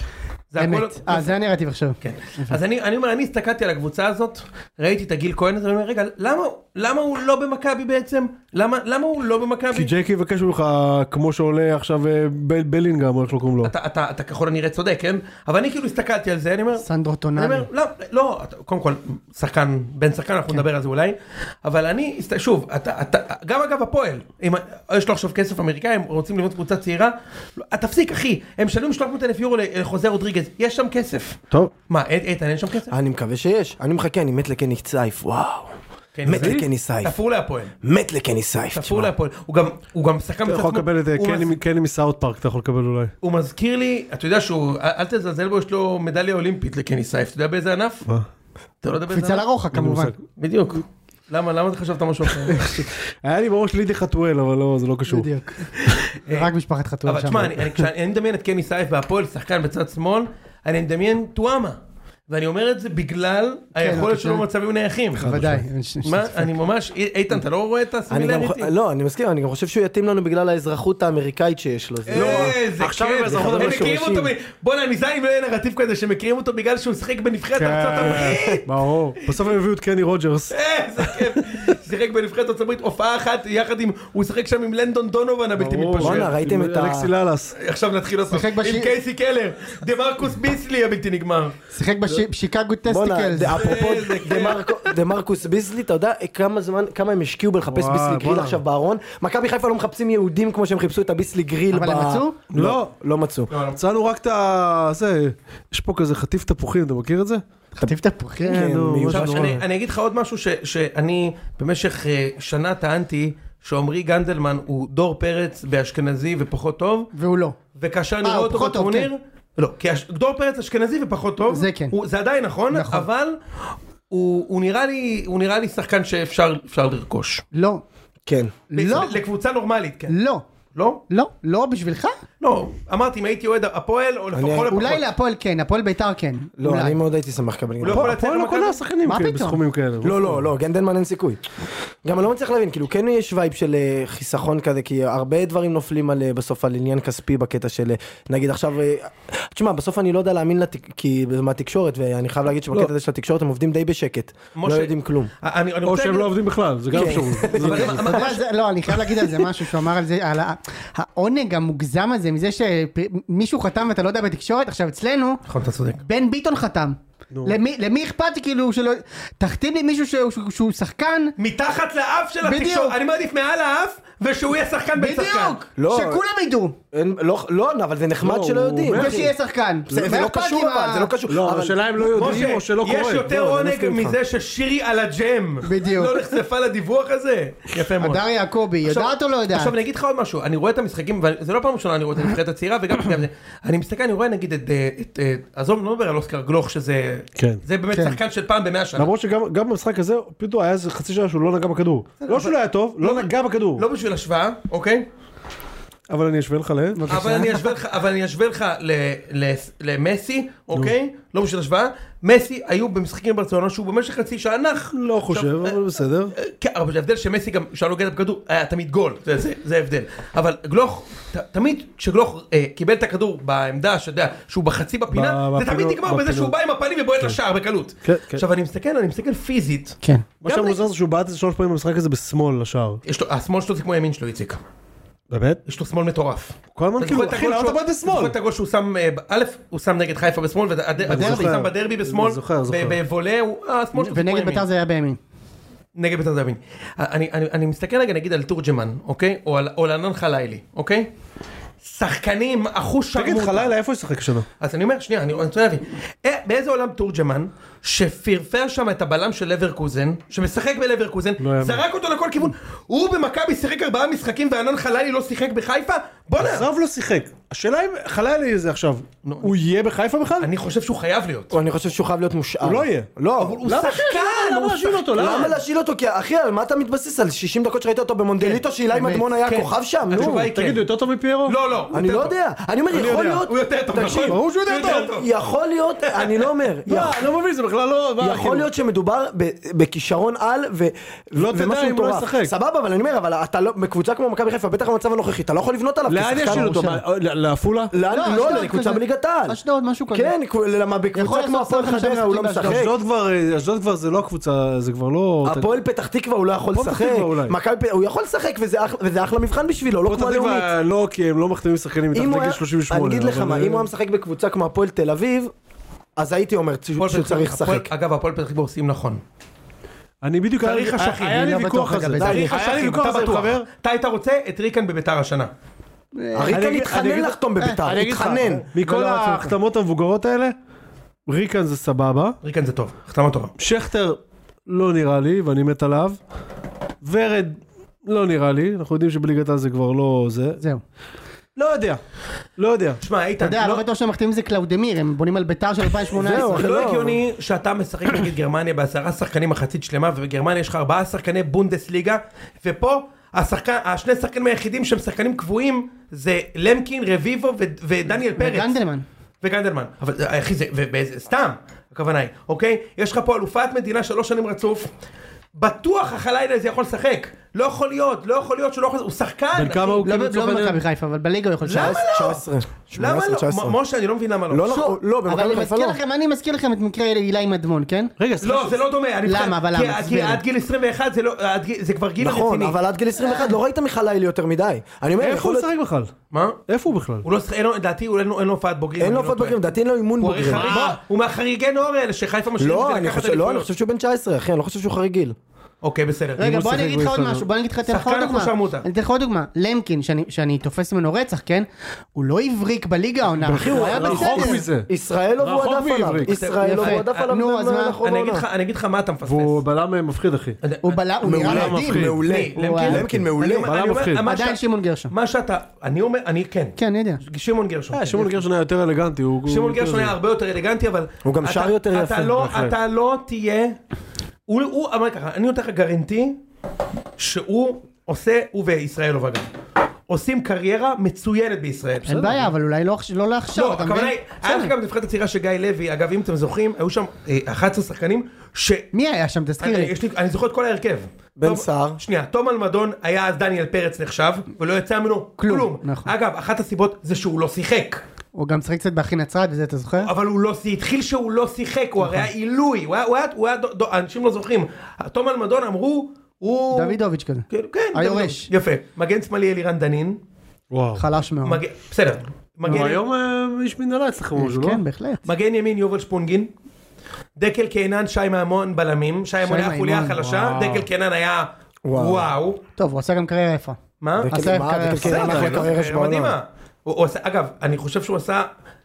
Speaker 1: זה הכל...
Speaker 4: אמת. אה, זה הנרטיב עכשיו.
Speaker 1: כן. אז אני, אני אומר, אני הסתכלתי על הקבוצה הזאת, ראיתי את הגיל כהן הזה, ואני אומר, רגע, למה, למה הוא לא במכבי בעצם? למה, למה הוא לא
Speaker 2: כי
Speaker 1: במכבי?
Speaker 2: ג'קי יבקש ממך, כמו שעולה עכשיו אה, בל- בלינגהם, או איך לא קוראים לו.
Speaker 1: אתה, אתה, אתה ככל הנראה צודק, כן? אבל אני כאילו הסתכלתי על זה, אני אומר,
Speaker 4: סנדרו
Speaker 1: אני
Speaker 4: טונאלי.
Speaker 1: אומר, לא, לא, אתה- קודם כל, שחקן, בן שחקן,
Speaker 2: כן.
Speaker 1: אנחנו נדבר על זה אולי, אבל אני, הסת- שוב, אתה, אתה, גם אגב הפועל, אם יש לו עכשיו כסף אמריקאי, הם רוצים לבנות קבוצה צעירה, לא, אה, תפסיק אחי, הם משלמים 300 אלף יורו לחוזה רודריגז, יש שם כסף.
Speaker 2: טוב. אה,
Speaker 1: מה, אי- איתן, אין שם כסף?
Speaker 3: אני מקווה שיש. אני מחכה, אני מת לקני סייף, וואו.
Speaker 1: כן,
Speaker 3: מת
Speaker 1: זה-
Speaker 3: לקני סייף.
Speaker 1: תפור להפועל,
Speaker 3: מת לקני סייף.
Speaker 1: תפור להפועל, הוא גם, הוא גם שחקן
Speaker 2: אתה
Speaker 1: מצד
Speaker 2: יכול
Speaker 1: שמאל.
Speaker 2: לקבל את אה,
Speaker 1: הוא
Speaker 2: קני-
Speaker 1: מז-
Speaker 2: קני מסאוט פארק, אתה יכול לקבל אולי.
Speaker 1: הוא מזכיר לי, אתה יודע שהוא, אל- אל תזלזל בו, יש לו מדליה אולימפית לקני סייף, אתה יודע באיזה ענף?
Speaker 2: מה?
Speaker 1: אתה לא יודע באיזה
Speaker 4: קפיצה
Speaker 1: ענף?
Speaker 4: לרוחק כמובן.
Speaker 2: מושג.
Speaker 1: בדיוק. למה, למה אתה חשבת משהו אחר?
Speaker 2: היה לי בראש לידי חתואל, אבל לא, זה לא קשור.
Speaker 4: בדיוק. זה רק משפחת חתול
Speaker 1: אבל
Speaker 4: שם.
Speaker 1: תשמע, אני- אני- כשאני אני מדמיין את קני סייף והפועל, שחקן בצד שמאל, אני מדמיין טועמה. ואני אומר את זה
Speaker 2: כן, לא,
Speaker 1: בגלל היכולת
Speaker 4: בבקשה.
Speaker 1: שלו במצבים נייחים.
Speaker 4: ודאי. אין ש-
Speaker 1: מה, אני ממש, אי- איתן, אתה לא רואה את
Speaker 3: אני גם,
Speaker 1: הסמילריטי?
Speaker 3: לא, אני מסכים, אני גם חושב שהוא יתאים לנו בגלל האזרחות האמריקאית שיש לו. זה לא רע.
Speaker 1: איזה
Speaker 2: עכשיו הם
Speaker 1: כיף,
Speaker 2: באזרחות
Speaker 1: הם מכירים
Speaker 3: השורשים.
Speaker 1: אותו, ב- בואנה, אני זין בנרטיב כזה שמכירים אותו בגלל שהוא שיחק בנבחרת ארצות הברית.
Speaker 2: כן, ברור. בסוף הם הביאו את קני רוג'רס.
Speaker 1: אה, איזה כיף, שיחק בנבחרת ארצות הברית, הופעה אחת יחד עם, הוא שיחק שם עם לנדון דונובן הבלתי
Speaker 2: ברור.
Speaker 1: מתפשר.
Speaker 3: בואנה, ראיתם
Speaker 2: עם
Speaker 3: את ה-
Speaker 2: אלכסי לאלאס.
Speaker 1: עכשיו נתחיל לעשות,
Speaker 4: שיחק
Speaker 1: עם
Speaker 4: בשיר-
Speaker 1: קייסי קלר, דה מרקוס ביסלי הבלתי נגמר.
Speaker 4: שיחק בשיקגו
Speaker 3: בואנה,
Speaker 4: טסטיקלס.
Speaker 3: דה- אפרופו דה מרקו- דה מרקוס ביסלי, אתה יודע כמה זמן, כמה הם השקיעו בלחפש
Speaker 2: וואי,
Speaker 3: ביסלי גריל
Speaker 2: בואנה.
Speaker 3: עכשיו בארון? מכבי חיפה לא מחפשים יהודים כמו שהם חיפשו את הביסלי גריל.
Speaker 4: אבל הם
Speaker 3: ב-
Speaker 4: מצאו?
Speaker 2: לא.
Speaker 3: לא מצאו.
Speaker 2: מצאנו רק את ה... זה, יש פה כזה חטיף תפוחים, אתה מכיר את זה?
Speaker 4: חטיף תפוחים.
Speaker 3: כן,
Speaker 2: נו,
Speaker 3: מיותר.
Speaker 1: עכשיו,
Speaker 2: משהו
Speaker 1: אני,
Speaker 2: נורא.
Speaker 1: אני אגיד לך עוד משהו ש, שאני במשך אה, שנה טענתי שעמרי גנדלמן הוא דור פרץ באשכנזי ופחות טוב,
Speaker 4: והוא לא.
Speaker 1: וכאשר אני
Speaker 4: אה,
Speaker 1: רואה
Speaker 4: הוא
Speaker 1: אותו
Speaker 4: פחות טוב, כן.
Speaker 1: בטורניר, לא, כי הש- דור פרץ אשכנזי ופחות טוב,
Speaker 4: זה כן.
Speaker 1: הוא, זה עדיין נכון,
Speaker 4: נכון.
Speaker 1: אבל הוא, הוא, נראה לי, הוא נראה לי שחקן שאפשר אפשר לרכוש.
Speaker 4: לא.
Speaker 3: כן.
Speaker 4: לא.
Speaker 1: לקבוצה נורמלית, כן.
Speaker 4: לא.
Speaker 1: לא?
Speaker 4: לא. לא בשבילך?
Speaker 1: לא. אמרתי, אם הייתי אוהד הפועל, או לפחות לפחות.
Speaker 4: אולי להפועל כן, הפועל ביתר כן.
Speaker 3: לא,
Speaker 4: אולי.
Speaker 3: אני מאוד הייתי שמח לקבל.
Speaker 1: הוא לא יכול לצאת
Speaker 2: הפועל לא
Speaker 1: למכבי?
Speaker 2: קונה שחקנים
Speaker 4: מה
Speaker 2: כאלה,
Speaker 4: פתאום?
Speaker 2: בסכומים כאלה.
Speaker 3: לא, לא, לא, גנדלמן אין סיכוי. גם אני לא מצליח להבין, כאילו כן יש וייב של אה, חיסכון כזה, כי הרבה דברים נופלים על, אה, בסוף על עניין כספי בקטע של, אה, נגיד עכשיו, אה, תשמע, בסוף אני לא יודע להאמין לתק- כי זה מהתקשורת, ואני חייב להגיד שבקטע הזה של התקשורת הם עובדים די בשקט, לא
Speaker 1: משה-
Speaker 3: יודעים כלום.
Speaker 1: אני, אני
Speaker 2: או
Speaker 1: רוצה
Speaker 2: שהם
Speaker 1: להגיד-
Speaker 2: לא עובדים בכלל, זה גם אפשרות.
Speaker 1: אבל זה-
Speaker 4: אתה יודע, זה- לא, אני חייב להגיד על זה משהו שהוא אמר על זה, על ה- העונג המוגזם הזה מזה שמישהו חתם ואתה לא יודע בתקשורת, עכשיו אצלנו,
Speaker 1: נכון, אתה צודק.
Speaker 4: בן ביטון חתם. למי למי אכפת כאילו שלא... תחתים לי מישהו שהוא- שהוא- שהוא שחקן?
Speaker 1: מתחת לאף של
Speaker 4: בדיוק.
Speaker 1: התקשורת, אני מעדיף מעל האף, ושהוא יהיה שחקן בן שחקן.
Speaker 4: בדיוק!
Speaker 3: לא.
Speaker 4: שכולם ידעו,
Speaker 3: אין- לא, לא, אבל זה נחמד
Speaker 2: לא,
Speaker 3: שלא
Speaker 2: הוא
Speaker 3: יודעים.
Speaker 2: אומר-
Speaker 3: אחי.
Speaker 4: ושיהיה שחקן.
Speaker 3: זה זה
Speaker 4: מה
Speaker 3: לא
Speaker 4: אכפת
Speaker 3: קשור
Speaker 4: עם
Speaker 3: אבל,
Speaker 4: ה-
Speaker 3: זה לא קשור.
Speaker 2: לא,
Speaker 3: אבל-
Speaker 2: אבל השאלה אם לא יודעים או שלא
Speaker 1: יש
Speaker 2: קורה.
Speaker 1: יותר
Speaker 3: לא, אני
Speaker 1: עונג
Speaker 3: מסכים איתך.
Speaker 1: מזה ששירי על הג'ם.
Speaker 4: בדיוק.
Speaker 1: לא נחשפה לדיווח הזה. יפה מאוד.
Speaker 4: הדר יעקבי,
Speaker 1: עכשיו-
Speaker 4: יודעת או לא יודעת?
Speaker 1: עכשיו אני אגיד לך עוד משהו, אני רואה את המשחקים, וזה לא פעם ראשונה אני רואה את הנבחרת הצעירה, וגם גם זה. אני מסתכל, אני רואה נגיד את, אה, את, אה, עזוב, לא מדבר על אוסקר גלוך, שזה,
Speaker 2: כן.
Speaker 1: זה באמת
Speaker 4: כן.
Speaker 1: שחקן של פעם במאה שנה.
Speaker 2: למרות שגם גם במשחק הזה, פתאום היה איזה חצי שעה שהוא לא נגע בכדור. לא שהוא לא היה טוב, לא נגע בכדור.
Speaker 1: לא בשביל השוואה, אוקיי?
Speaker 2: אבל אני אשווה לך ל...
Speaker 1: אבל אני אשווה לך, אבל אני אשווה לך ל- ל- למסי, אוקיי? לא בשביל השוואה. מסי היו במשחקים ברצלונה שהוא במשך חצי שעה נח.
Speaker 2: לא חושב,
Speaker 1: עכשיו,
Speaker 2: אבל בסדר.
Speaker 1: כן, אבל ההבדל שמסי גם, כשהיה נוגע בכדור, היה תמיד גול, זה- זה- זה ההבדל. אבל גלוך, ת- תמיד כשגלוך אה, קיבל את הכדור בעמדה, שאתה יודע, שהוא בחצי בפינה,
Speaker 2: ב-
Speaker 1: זה תמיד
Speaker 2: בפינות-
Speaker 1: נגמר בזה
Speaker 2: בפינות.
Speaker 1: שהוא בא עם הפנים ובועט לשער בקלות.
Speaker 2: כן, כן.
Speaker 1: עכשיו אני מסתכל, אני מסתכל פיזית,
Speaker 4: כן.
Speaker 2: מה שמוזר זה שהוא בעט איזה שלוש פעמים במשחק הזה בשמאל לשער.
Speaker 1: יש לו- השמאל שלו זה כמו הימין שלו, איציק.
Speaker 2: באמת?
Speaker 1: יש לו שמאל מטורף.
Speaker 2: כל הזמן
Speaker 1: אתה
Speaker 2: כאילו,
Speaker 1: זוכר את
Speaker 2: אחי,
Speaker 1: הגול
Speaker 2: למה אתה
Speaker 1: שהוא-
Speaker 2: בעט בשמאל?
Speaker 1: זוכר את הגול שהוא שם, אה, ב- א', הוא שם נגד חיפה בשמאל, והדרבי,
Speaker 2: זוכר.
Speaker 1: הוא שם בדרבי בשמאל,
Speaker 2: אני זוכר, זוכר.
Speaker 1: ב- בוולה, הוא- אה, השמאל שלו זה כמו
Speaker 4: ונגד
Speaker 1: ימין.
Speaker 4: ביתר זה היה בימין.
Speaker 1: נגד בית"ר זה ימין. אני, אני, אני מסתכל רגע נגיד על תורג'מן, אוקיי? או על, או על ענן חלילי, אוקיי? שחקנים, אחוש
Speaker 2: תגיד
Speaker 1: שרמוטה.
Speaker 2: לך לילה איפה הוא ישחק השנה?
Speaker 1: אז אני אומר, שנייה, אני אני רוצה להבין. אה, באיזה עולם תורג'מן, שפרפר שם את הבלם של לברקוזן, שמשחק בלברקוזן,
Speaker 2: לא יאמן.
Speaker 1: זרק אותו לכל כיוון, הוא במכבי שיחק ארבעה משחקים וענן חלילי לא שיחק בחיפה? בואנה,
Speaker 2: עזוב לא שיחק. השאלה אם חלילי זה עכשיו, הוא יהיה בחיפה בכלל?
Speaker 1: אני חושב שהוא חייב להיות.
Speaker 3: אני חושב שהוא חייב להיות מושאל.
Speaker 2: הוא לא יהיה.
Speaker 3: לא.
Speaker 1: אבל הוא
Speaker 2: למה
Speaker 1: שחקן,
Speaker 2: כן? למה
Speaker 1: הוא
Speaker 2: להשאיר אותו? למה?
Speaker 3: למה להשאיל אותו? כי אחי, על מה אתה מתבסס? על 60 דקות שראית אותו במונדליטו, שאילי
Speaker 1: באמת,
Speaker 3: מדמון היה
Speaker 1: כן.
Speaker 3: כוכב שם? נו.
Speaker 1: התשובה היא כן.
Speaker 2: תגיד, הוא יותר טוב מפיירו?
Speaker 1: לא, לא. הוא
Speaker 3: אני
Speaker 1: יותר
Speaker 3: לא
Speaker 1: טוב.
Speaker 3: יודע. אני אומר, יכול
Speaker 2: יודע.
Speaker 3: להיות...
Speaker 1: הוא יותר טוב,
Speaker 3: תקשיב,
Speaker 1: נכון?
Speaker 2: ברור שהוא יותר טוב.
Speaker 3: יכול להיות, אני לא אומר,
Speaker 2: לא,
Speaker 3: יכול-
Speaker 2: אני לא מבין, זה בכלל לא... מה, כאילו,
Speaker 3: יכול להיות שמדובר ב- בכישרון על ו...
Speaker 2: לא
Speaker 3: ו-
Speaker 2: תדע
Speaker 3: ומשהו
Speaker 2: אם הוא לא
Speaker 3: מטורף.
Speaker 2: ישחק.
Speaker 3: סבבה, אבל אני אומר, אבל אתה לא... בקבוצה כמו מכבי חיפה, בטח במצב הנוכחי, אתה לא יכול לבנות עליו.
Speaker 2: לאן
Speaker 3: כשחקן.
Speaker 2: ישאיר אותו? מה, לעפולה?
Speaker 3: לאן?
Speaker 4: לא,
Speaker 3: לא,
Speaker 4: אשדוד
Speaker 3: לקבוצה
Speaker 4: כזה.
Speaker 3: בליגת העל.
Speaker 4: אשדוד, משהו כזה.
Speaker 3: כן, למה בקבוצה
Speaker 4: יכול
Speaker 3: כמו
Speaker 4: לעשות
Speaker 3: הפועל
Speaker 4: 25
Speaker 3: חדרה הוא לא
Speaker 4: משחקים
Speaker 3: משחק.
Speaker 2: אשדוד כבר, אשדוד כבר זה לא קבוצה, זה כבר לא...
Speaker 3: הפועל פתח תקווה הוא לא יכול
Speaker 2: הפועל פתח
Speaker 3: לשחק,
Speaker 2: תקווה אולי.
Speaker 3: מכבי פ- הוא יכול לשחק וזה אח- וזה אחלה מבחן בשבילו, לא
Speaker 2: פתח
Speaker 3: כמו הלאומית.
Speaker 2: תקווה לא, כי הם לא מחתימים שחקנים מתחת
Speaker 3: אם הוא
Speaker 2: לגיל
Speaker 3: היה-
Speaker 2: 38.
Speaker 3: אני אגיד לך
Speaker 2: אבל,
Speaker 3: מה,
Speaker 2: אה,
Speaker 3: אם הוא היה משחק בקבוצה כמו הפועל תל אביב, אז הייתי אומר שהוא
Speaker 1: הפועל
Speaker 3: שהוא
Speaker 1: פתח תקווה-
Speaker 3: צריך לשחק.
Speaker 1: הפועל- אגב, הפועל פתח תקווה עושים נכון.
Speaker 2: אני בדיוק...
Speaker 1: צריך
Speaker 2: היה-
Speaker 1: אשכים,
Speaker 2: היה
Speaker 1: אני
Speaker 2: לי
Speaker 1: לא
Speaker 2: ויכוח
Speaker 4: בטוח
Speaker 2: על זה.
Speaker 4: לגבי זה.
Speaker 2: היה לי
Speaker 1: צריך
Speaker 2: ויכוח
Speaker 1: אשכים,
Speaker 2: על זה
Speaker 1: אתה
Speaker 2: עם
Speaker 1: בטוח.
Speaker 2: חבר.
Speaker 1: אתה היית רוצה את ריקן בביתר השנה.
Speaker 2: אני
Speaker 3: ריקן
Speaker 2: אגיד- אני
Speaker 3: התחנן
Speaker 2: אגיד-
Speaker 3: לחתום בביתר,
Speaker 2: אני אגיד לך,
Speaker 3: התחנן.
Speaker 2: מכל
Speaker 4: ולא רצו אותו.
Speaker 2: ההחתמות המבוגרות האלה, ריקן זה סבבה,
Speaker 1: ריקן זה טוב, החתמה טובה.
Speaker 2: שכטר לא נראה לי ואני מת עליו, ורד לא נראה לי, אנחנו יודעים שבליגת העל זה כבר לא זה,
Speaker 4: זהו.
Speaker 2: לא יודע, לא יודע.
Speaker 3: כן,
Speaker 1: תשמע, איתן,
Speaker 4: אתה יודע,
Speaker 1: לא-
Speaker 4: לא בטוח שהם מחתימים איזה קלאודמיר, הם בונים על ביתר של 2018.
Speaker 3: זהו, אחי.
Speaker 1: לא
Speaker 3: לא.
Speaker 1: הגיוני שאתה משחק נגד גרמניה בעשרה שחקנים מחצית שלמה ובגרמניה יש לך ארבעה שחקני בונדסליגה ופה השחקן, השני שחקנים היחידים שהם שחקנים קבועים זה למקין, רביבו ו- ודניאל פרץ.
Speaker 4: גנדלמן. לא-
Speaker 1: וגנדלמן. אבל אה, אחי זה, ובאיזה, סתם, הכוונה היא, אוקיי? יש לך פה אלופת מדינה שלוש שנים רצוף. בטוח החלילה הזה יכול לשחק. לא יכול להיות, לא יכול להיות שהוא לא יכול... הוא שחקן.
Speaker 2: בן כמה
Speaker 1: אחי.
Speaker 2: הוא
Speaker 4: לא
Speaker 2: כאילו,
Speaker 4: לא
Speaker 2: לצורך העניין?
Speaker 4: במכבי חיפה, אבל בליגה הוא יכול
Speaker 1: למה
Speaker 4: לשחק.
Speaker 1: לא?
Speaker 3: 19,
Speaker 1: למה
Speaker 3: 18,
Speaker 1: לא?
Speaker 3: 19.
Speaker 1: מ- משה, אני לא מבין למה לא.
Speaker 3: לא נכון, לא,
Speaker 4: אבל
Speaker 3: במכבי
Speaker 4: אני
Speaker 3: חיפה
Speaker 4: מזכיר
Speaker 3: לא.
Speaker 4: לכם, אני מזכיר לכם את מקרה אילי מדמון, כן?
Speaker 2: רגע, סליחה,
Speaker 1: לא, זה לא דומה. אני
Speaker 4: למה?
Speaker 1: מתכוון-
Speaker 4: אבל
Speaker 1: כי-
Speaker 4: למה?
Speaker 1: כי
Speaker 4: תסביר לי.
Speaker 1: עד גיל 21 זה לא... עד גיל- זה כבר גיל רציני.
Speaker 3: נכון, אבל עד גיל 21 לא ראית מחלילי יותר מדי. אני אומר,
Speaker 2: איפה
Speaker 3: יכול
Speaker 2: הוא
Speaker 3: להיות...
Speaker 2: משחק בכלל?
Speaker 1: מה?
Speaker 2: איפה הוא בכלל?
Speaker 1: הוא לא שחק... אין לו- לדעתי הוא- אין לו- אין לו הופעת בוגרים.
Speaker 3: אין
Speaker 1: אני
Speaker 3: לו
Speaker 1: לא
Speaker 3: הופעות
Speaker 1: טועה.
Speaker 3: בוגרים, לדעתי אין לו אימון
Speaker 1: הוא
Speaker 3: בוגרים.
Speaker 1: הרי חריג-
Speaker 3: מה?
Speaker 1: הוא מהחריגי נוער האלה שחיפה משאירים
Speaker 3: לא,
Speaker 1: כדי
Speaker 3: אני
Speaker 1: לקחת
Speaker 3: חושב- לא, אני
Speaker 1: אליפויות.
Speaker 3: חושב שהוא בן 19, אחי, אני לא חושב שהוא חריג גיל.
Speaker 1: אוקיי, בסדר.
Speaker 4: רגע,
Speaker 2: הוא
Speaker 4: בוא אני
Speaker 2: שיחק
Speaker 4: אגיד לך עוד
Speaker 2: בישראל.
Speaker 4: משהו, בוא אני אגיד לך, אתן לך עוד
Speaker 1: שחקן
Speaker 4: דוגמה.
Speaker 1: כמו שרמוטה.
Speaker 4: אני אתן לך עוד דוגמה. למקין, שאני- שאני תופס ממנו רצח, כן? הוא לא הבריק בליגה העונה, אחי, הוא היה
Speaker 2: רחוק
Speaker 4: בסדר.
Speaker 2: מזה.
Speaker 3: ישראלו והוא
Speaker 2: רחוק
Speaker 3: עדף עליו.
Speaker 2: מעבריק.
Speaker 3: ישראלו
Speaker 4: יפה.
Speaker 3: והוא עדף עליו.
Speaker 4: נו, אז מה?
Speaker 3: מהלך
Speaker 1: אני אגיד
Speaker 3: העונה.
Speaker 1: לך- אני אגיד לך מה אתה מפספס.
Speaker 2: והוא בלם אה, מפחיד אחי.
Speaker 4: הוא בלם, הוא נראה
Speaker 2: מעולה,
Speaker 4: מדהים.
Speaker 2: מפחיד.
Speaker 3: מעולה.
Speaker 1: אני-
Speaker 4: הוא היה-
Speaker 3: למקין מעולה.
Speaker 1: אני אומר-
Speaker 2: בלם
Speaker 1: אני אומר-
Speaker 2: מפחיד.
Speaker 1: מה
Speaker 4: עדיין
Speaker 1: ש-
Speaker 4: שמעון גרשון.
Speaker 1: מה שאתה, אני אומר, אני כן.
Speaker 4: כן, אני יודע.
Speaker 1: שמעון גרשון.
Speaker 2: אה, שמעון גרשון היה יותר אלגנטי, הוא...
Speaker 1: שמעון
Speaker 2: הוא-
Speaker 1: גרשון היה הרבה יותר אלגנטי, אבל...
Speaker 3: הוא גם
Speaker 1: אתה-
Speaker 3: שר יותר
Speaker 1: אתה
Speaker 3: יפה,
Speaker 1: לא-
Speaker 2: בהחלט.
Speaker 1: אתה לא תהיה... הוא- הוא אמר ככה, אני נותן לך גרנטי שהוא עושה, הוא וישראלוב אגב, עושים קריירה מצוינת בישראל.
Speaker 4: אין בעיה, אבל אולי לא עכש- לא לעכשיו,
Speaker 1: לא,
Speaker 4: אתה
Speaker 1: הכוונה
Speaker 4: מבין?
Speaker 1: היא, היה לך
Speaker 4: בסדר.
Speaker 1: גם את נבחרת הצעירה של גיא לוי, אגב, אם אתם זוכרים, היו שם אה, 11 שחקנים, ש...
Speaker 4: מי היה שם? תזכיר
Speaker 1: אני-
Speaker 4: לי.
Speaker 1: יש לי- אני זוכר את כל ההרכב.
Speaker 3: בן
Speaker 1: טוב,
Speaker 3: סער.
Speaker 1: שנייה, תום אלמדון היה אז דניאל פרץ נחשב, ולא יצא ממנו
Speaker 4: כלום,
Speaker 1: כלום.
Speaker 4: נכון.
Speaker 1: אגב, אחת הסיבות זה שהוא לא שיחק.
Speaker 4: הוא גם שיחק קצת באחי נצרת וזה, אתה זוכר?
Speaker 1: אבל הוא לא, זה התחיל שהוא לא שיחק, הוא הרי היה עילוי, הוא היה, הוא היה, הוא היה, דו- דו- אנשים לא זוכרים. תום אלמדון אמרו, הוא...
Speaker 4: דוידוביץ' כזה.
Speaker 1: כן, כן,
Speaker 4: היורש.
Speaker 1: דוידוביץ'. יפה. מגן שמאלי אלירן דנין.
Speaker 2: וואו.
Speaker 4: חלש מאוד.
Speaker 1: מגן- בסדר.
Speaker 2: הוא
Speaker 1: מגן-
Speaker 2: היום אה, איש מנהלה אצלכם או משהו, לא?
Speaker 4: כן, בהחלט.
Speaker 1: מגן ימין יובל שפונגין. דקל קינן, שי מהמון בלמים. שי מהמון היה
Speaker 4: מימון,
Speaker 1: חוליה חלשה,
Speaker 2: וואו.
Speaker 1: דקל קינן היה
Speaker 3: וואו.
Speaker 1: וואו.
Speaker 4: טוב, הוא עשה גם קריירה יפה.
Speaker 1: מה?
Speaker 3: וכן,
Speaker 4: עשה
Speaker 3: מה,
Speaker 4: קריירה
Speaker 3: וכן,
Speaker 4: יפה.
Speaker 3: כן,
Speaker 1: בסדר,
Speaker 3: אחלה
Speaker 1: לא?
Speaker 3: קריירה שבעולם.
Speaker 1: מדהימה. הוא- הוא עשה- אגב, אני חושב שהוא עשה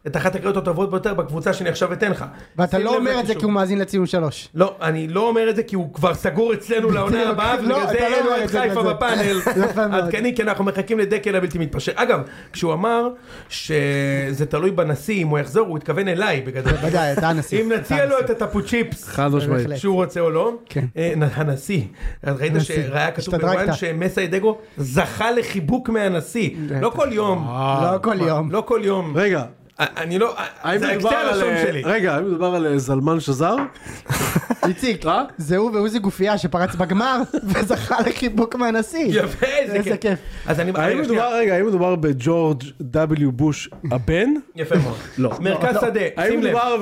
Speaker 1: את אחת הקריאות הטובות ביותר בקבוצה שאני עכשיו אתן לך.
Speaker 4: ואתה
Speaker 1: שים
Speaker 4: לא
Speaker 1: לב
Speaker 4: אומר את זה
Speaker 1: לקישור.
Speaker 4: כי הוא מאזין לציון שלוש.
Speaker 1: לא, אני לא אומר את זה כי הוא כבר סגור אצלנו לעונה
Speaker 4: בדיוק,
Speaker 1: הבאה,
Speaker 4: לא,
Speaker 1: ובגלל
Speaker 4: אתה
Speaker 1: זה
Speaker 4: לא
Speaker 1: אין לו
Speaker 4: אומר
Speaker 1: את
Speaker 4: את זה
Speaker 1: חיפה
Speaker 4: בזה.
Speaker 1: בפאנל.
Speaker 4: יפה מאוד.
Speaker 1: עדכני, כי אנחנו מחכים לדקל הבלתי מתפשר. אגב, כשהוא אמר שזה תלוי בנשיא, אם הוא יחזור, הוא התכוון אליי בגדול.
Speaker 4: בוודאי, אתה הנשיא.
Speaker 1: אם נציע
Speaker 4: אתה
Speaker 1: לו
Speaker 4: הנשיא.
Speaker 1: את הטאפו צ'יפס.
Speaker 2: חד משמעית.
Speaker 4: בהחלט.
Speaker 1: שהוא רוצה או לא,
Speaker 4: כן.
Speaker 1: אה, נ- הנשיא, אז ראית
Speaker 4: הנשיא.
Speaker 1: שהיה כתוב
Speaker 4: השתדרגת.
Speaker 1: ברוואן שמסה ידגו זכה לחיבוק מהנשיא,
Speaker 4: בטח.
Speaker 1: לא כל יום,
Speaker 4: לא כל יום.
Speaker 1: לא כל יום,
Speaker 2: רגע,
Speaker 1: אני לא,
Speaker 2: האם
Speaker 1: זה
Speaker 2: מדובר
Speaker 1: הקצה
Speaker 2: על...
Speaker 1: הלשון
Speaker 2: אה,
Speaker 1: שלי,
Speaker 2: רגע, האם מדובר על אה, זלמן שזר?
Speaker 4: איציק,
Speaker 2: אה?
Speaker 4: זה הוא ועוזי גופייה שפרץ בגמר וזכה לחיבוק מהנשיא.
Speaker 1: יפה,
Speaker 4: איזה כיף.
Speaker 1: אז אני,
Speaker 2: האם
Speaker 1: רגע, שנייה.
Speaker 2: מדובר, רגע, האם מדובר בג'ורג' W. בוש הבן?
Speaker 1: יפה מאוד.
Speaker 2: לא.
Speaker 1: מרכז שדה,
Speaker 2: האם
Speaker 1: שים לב.
Speaker 2: מדובר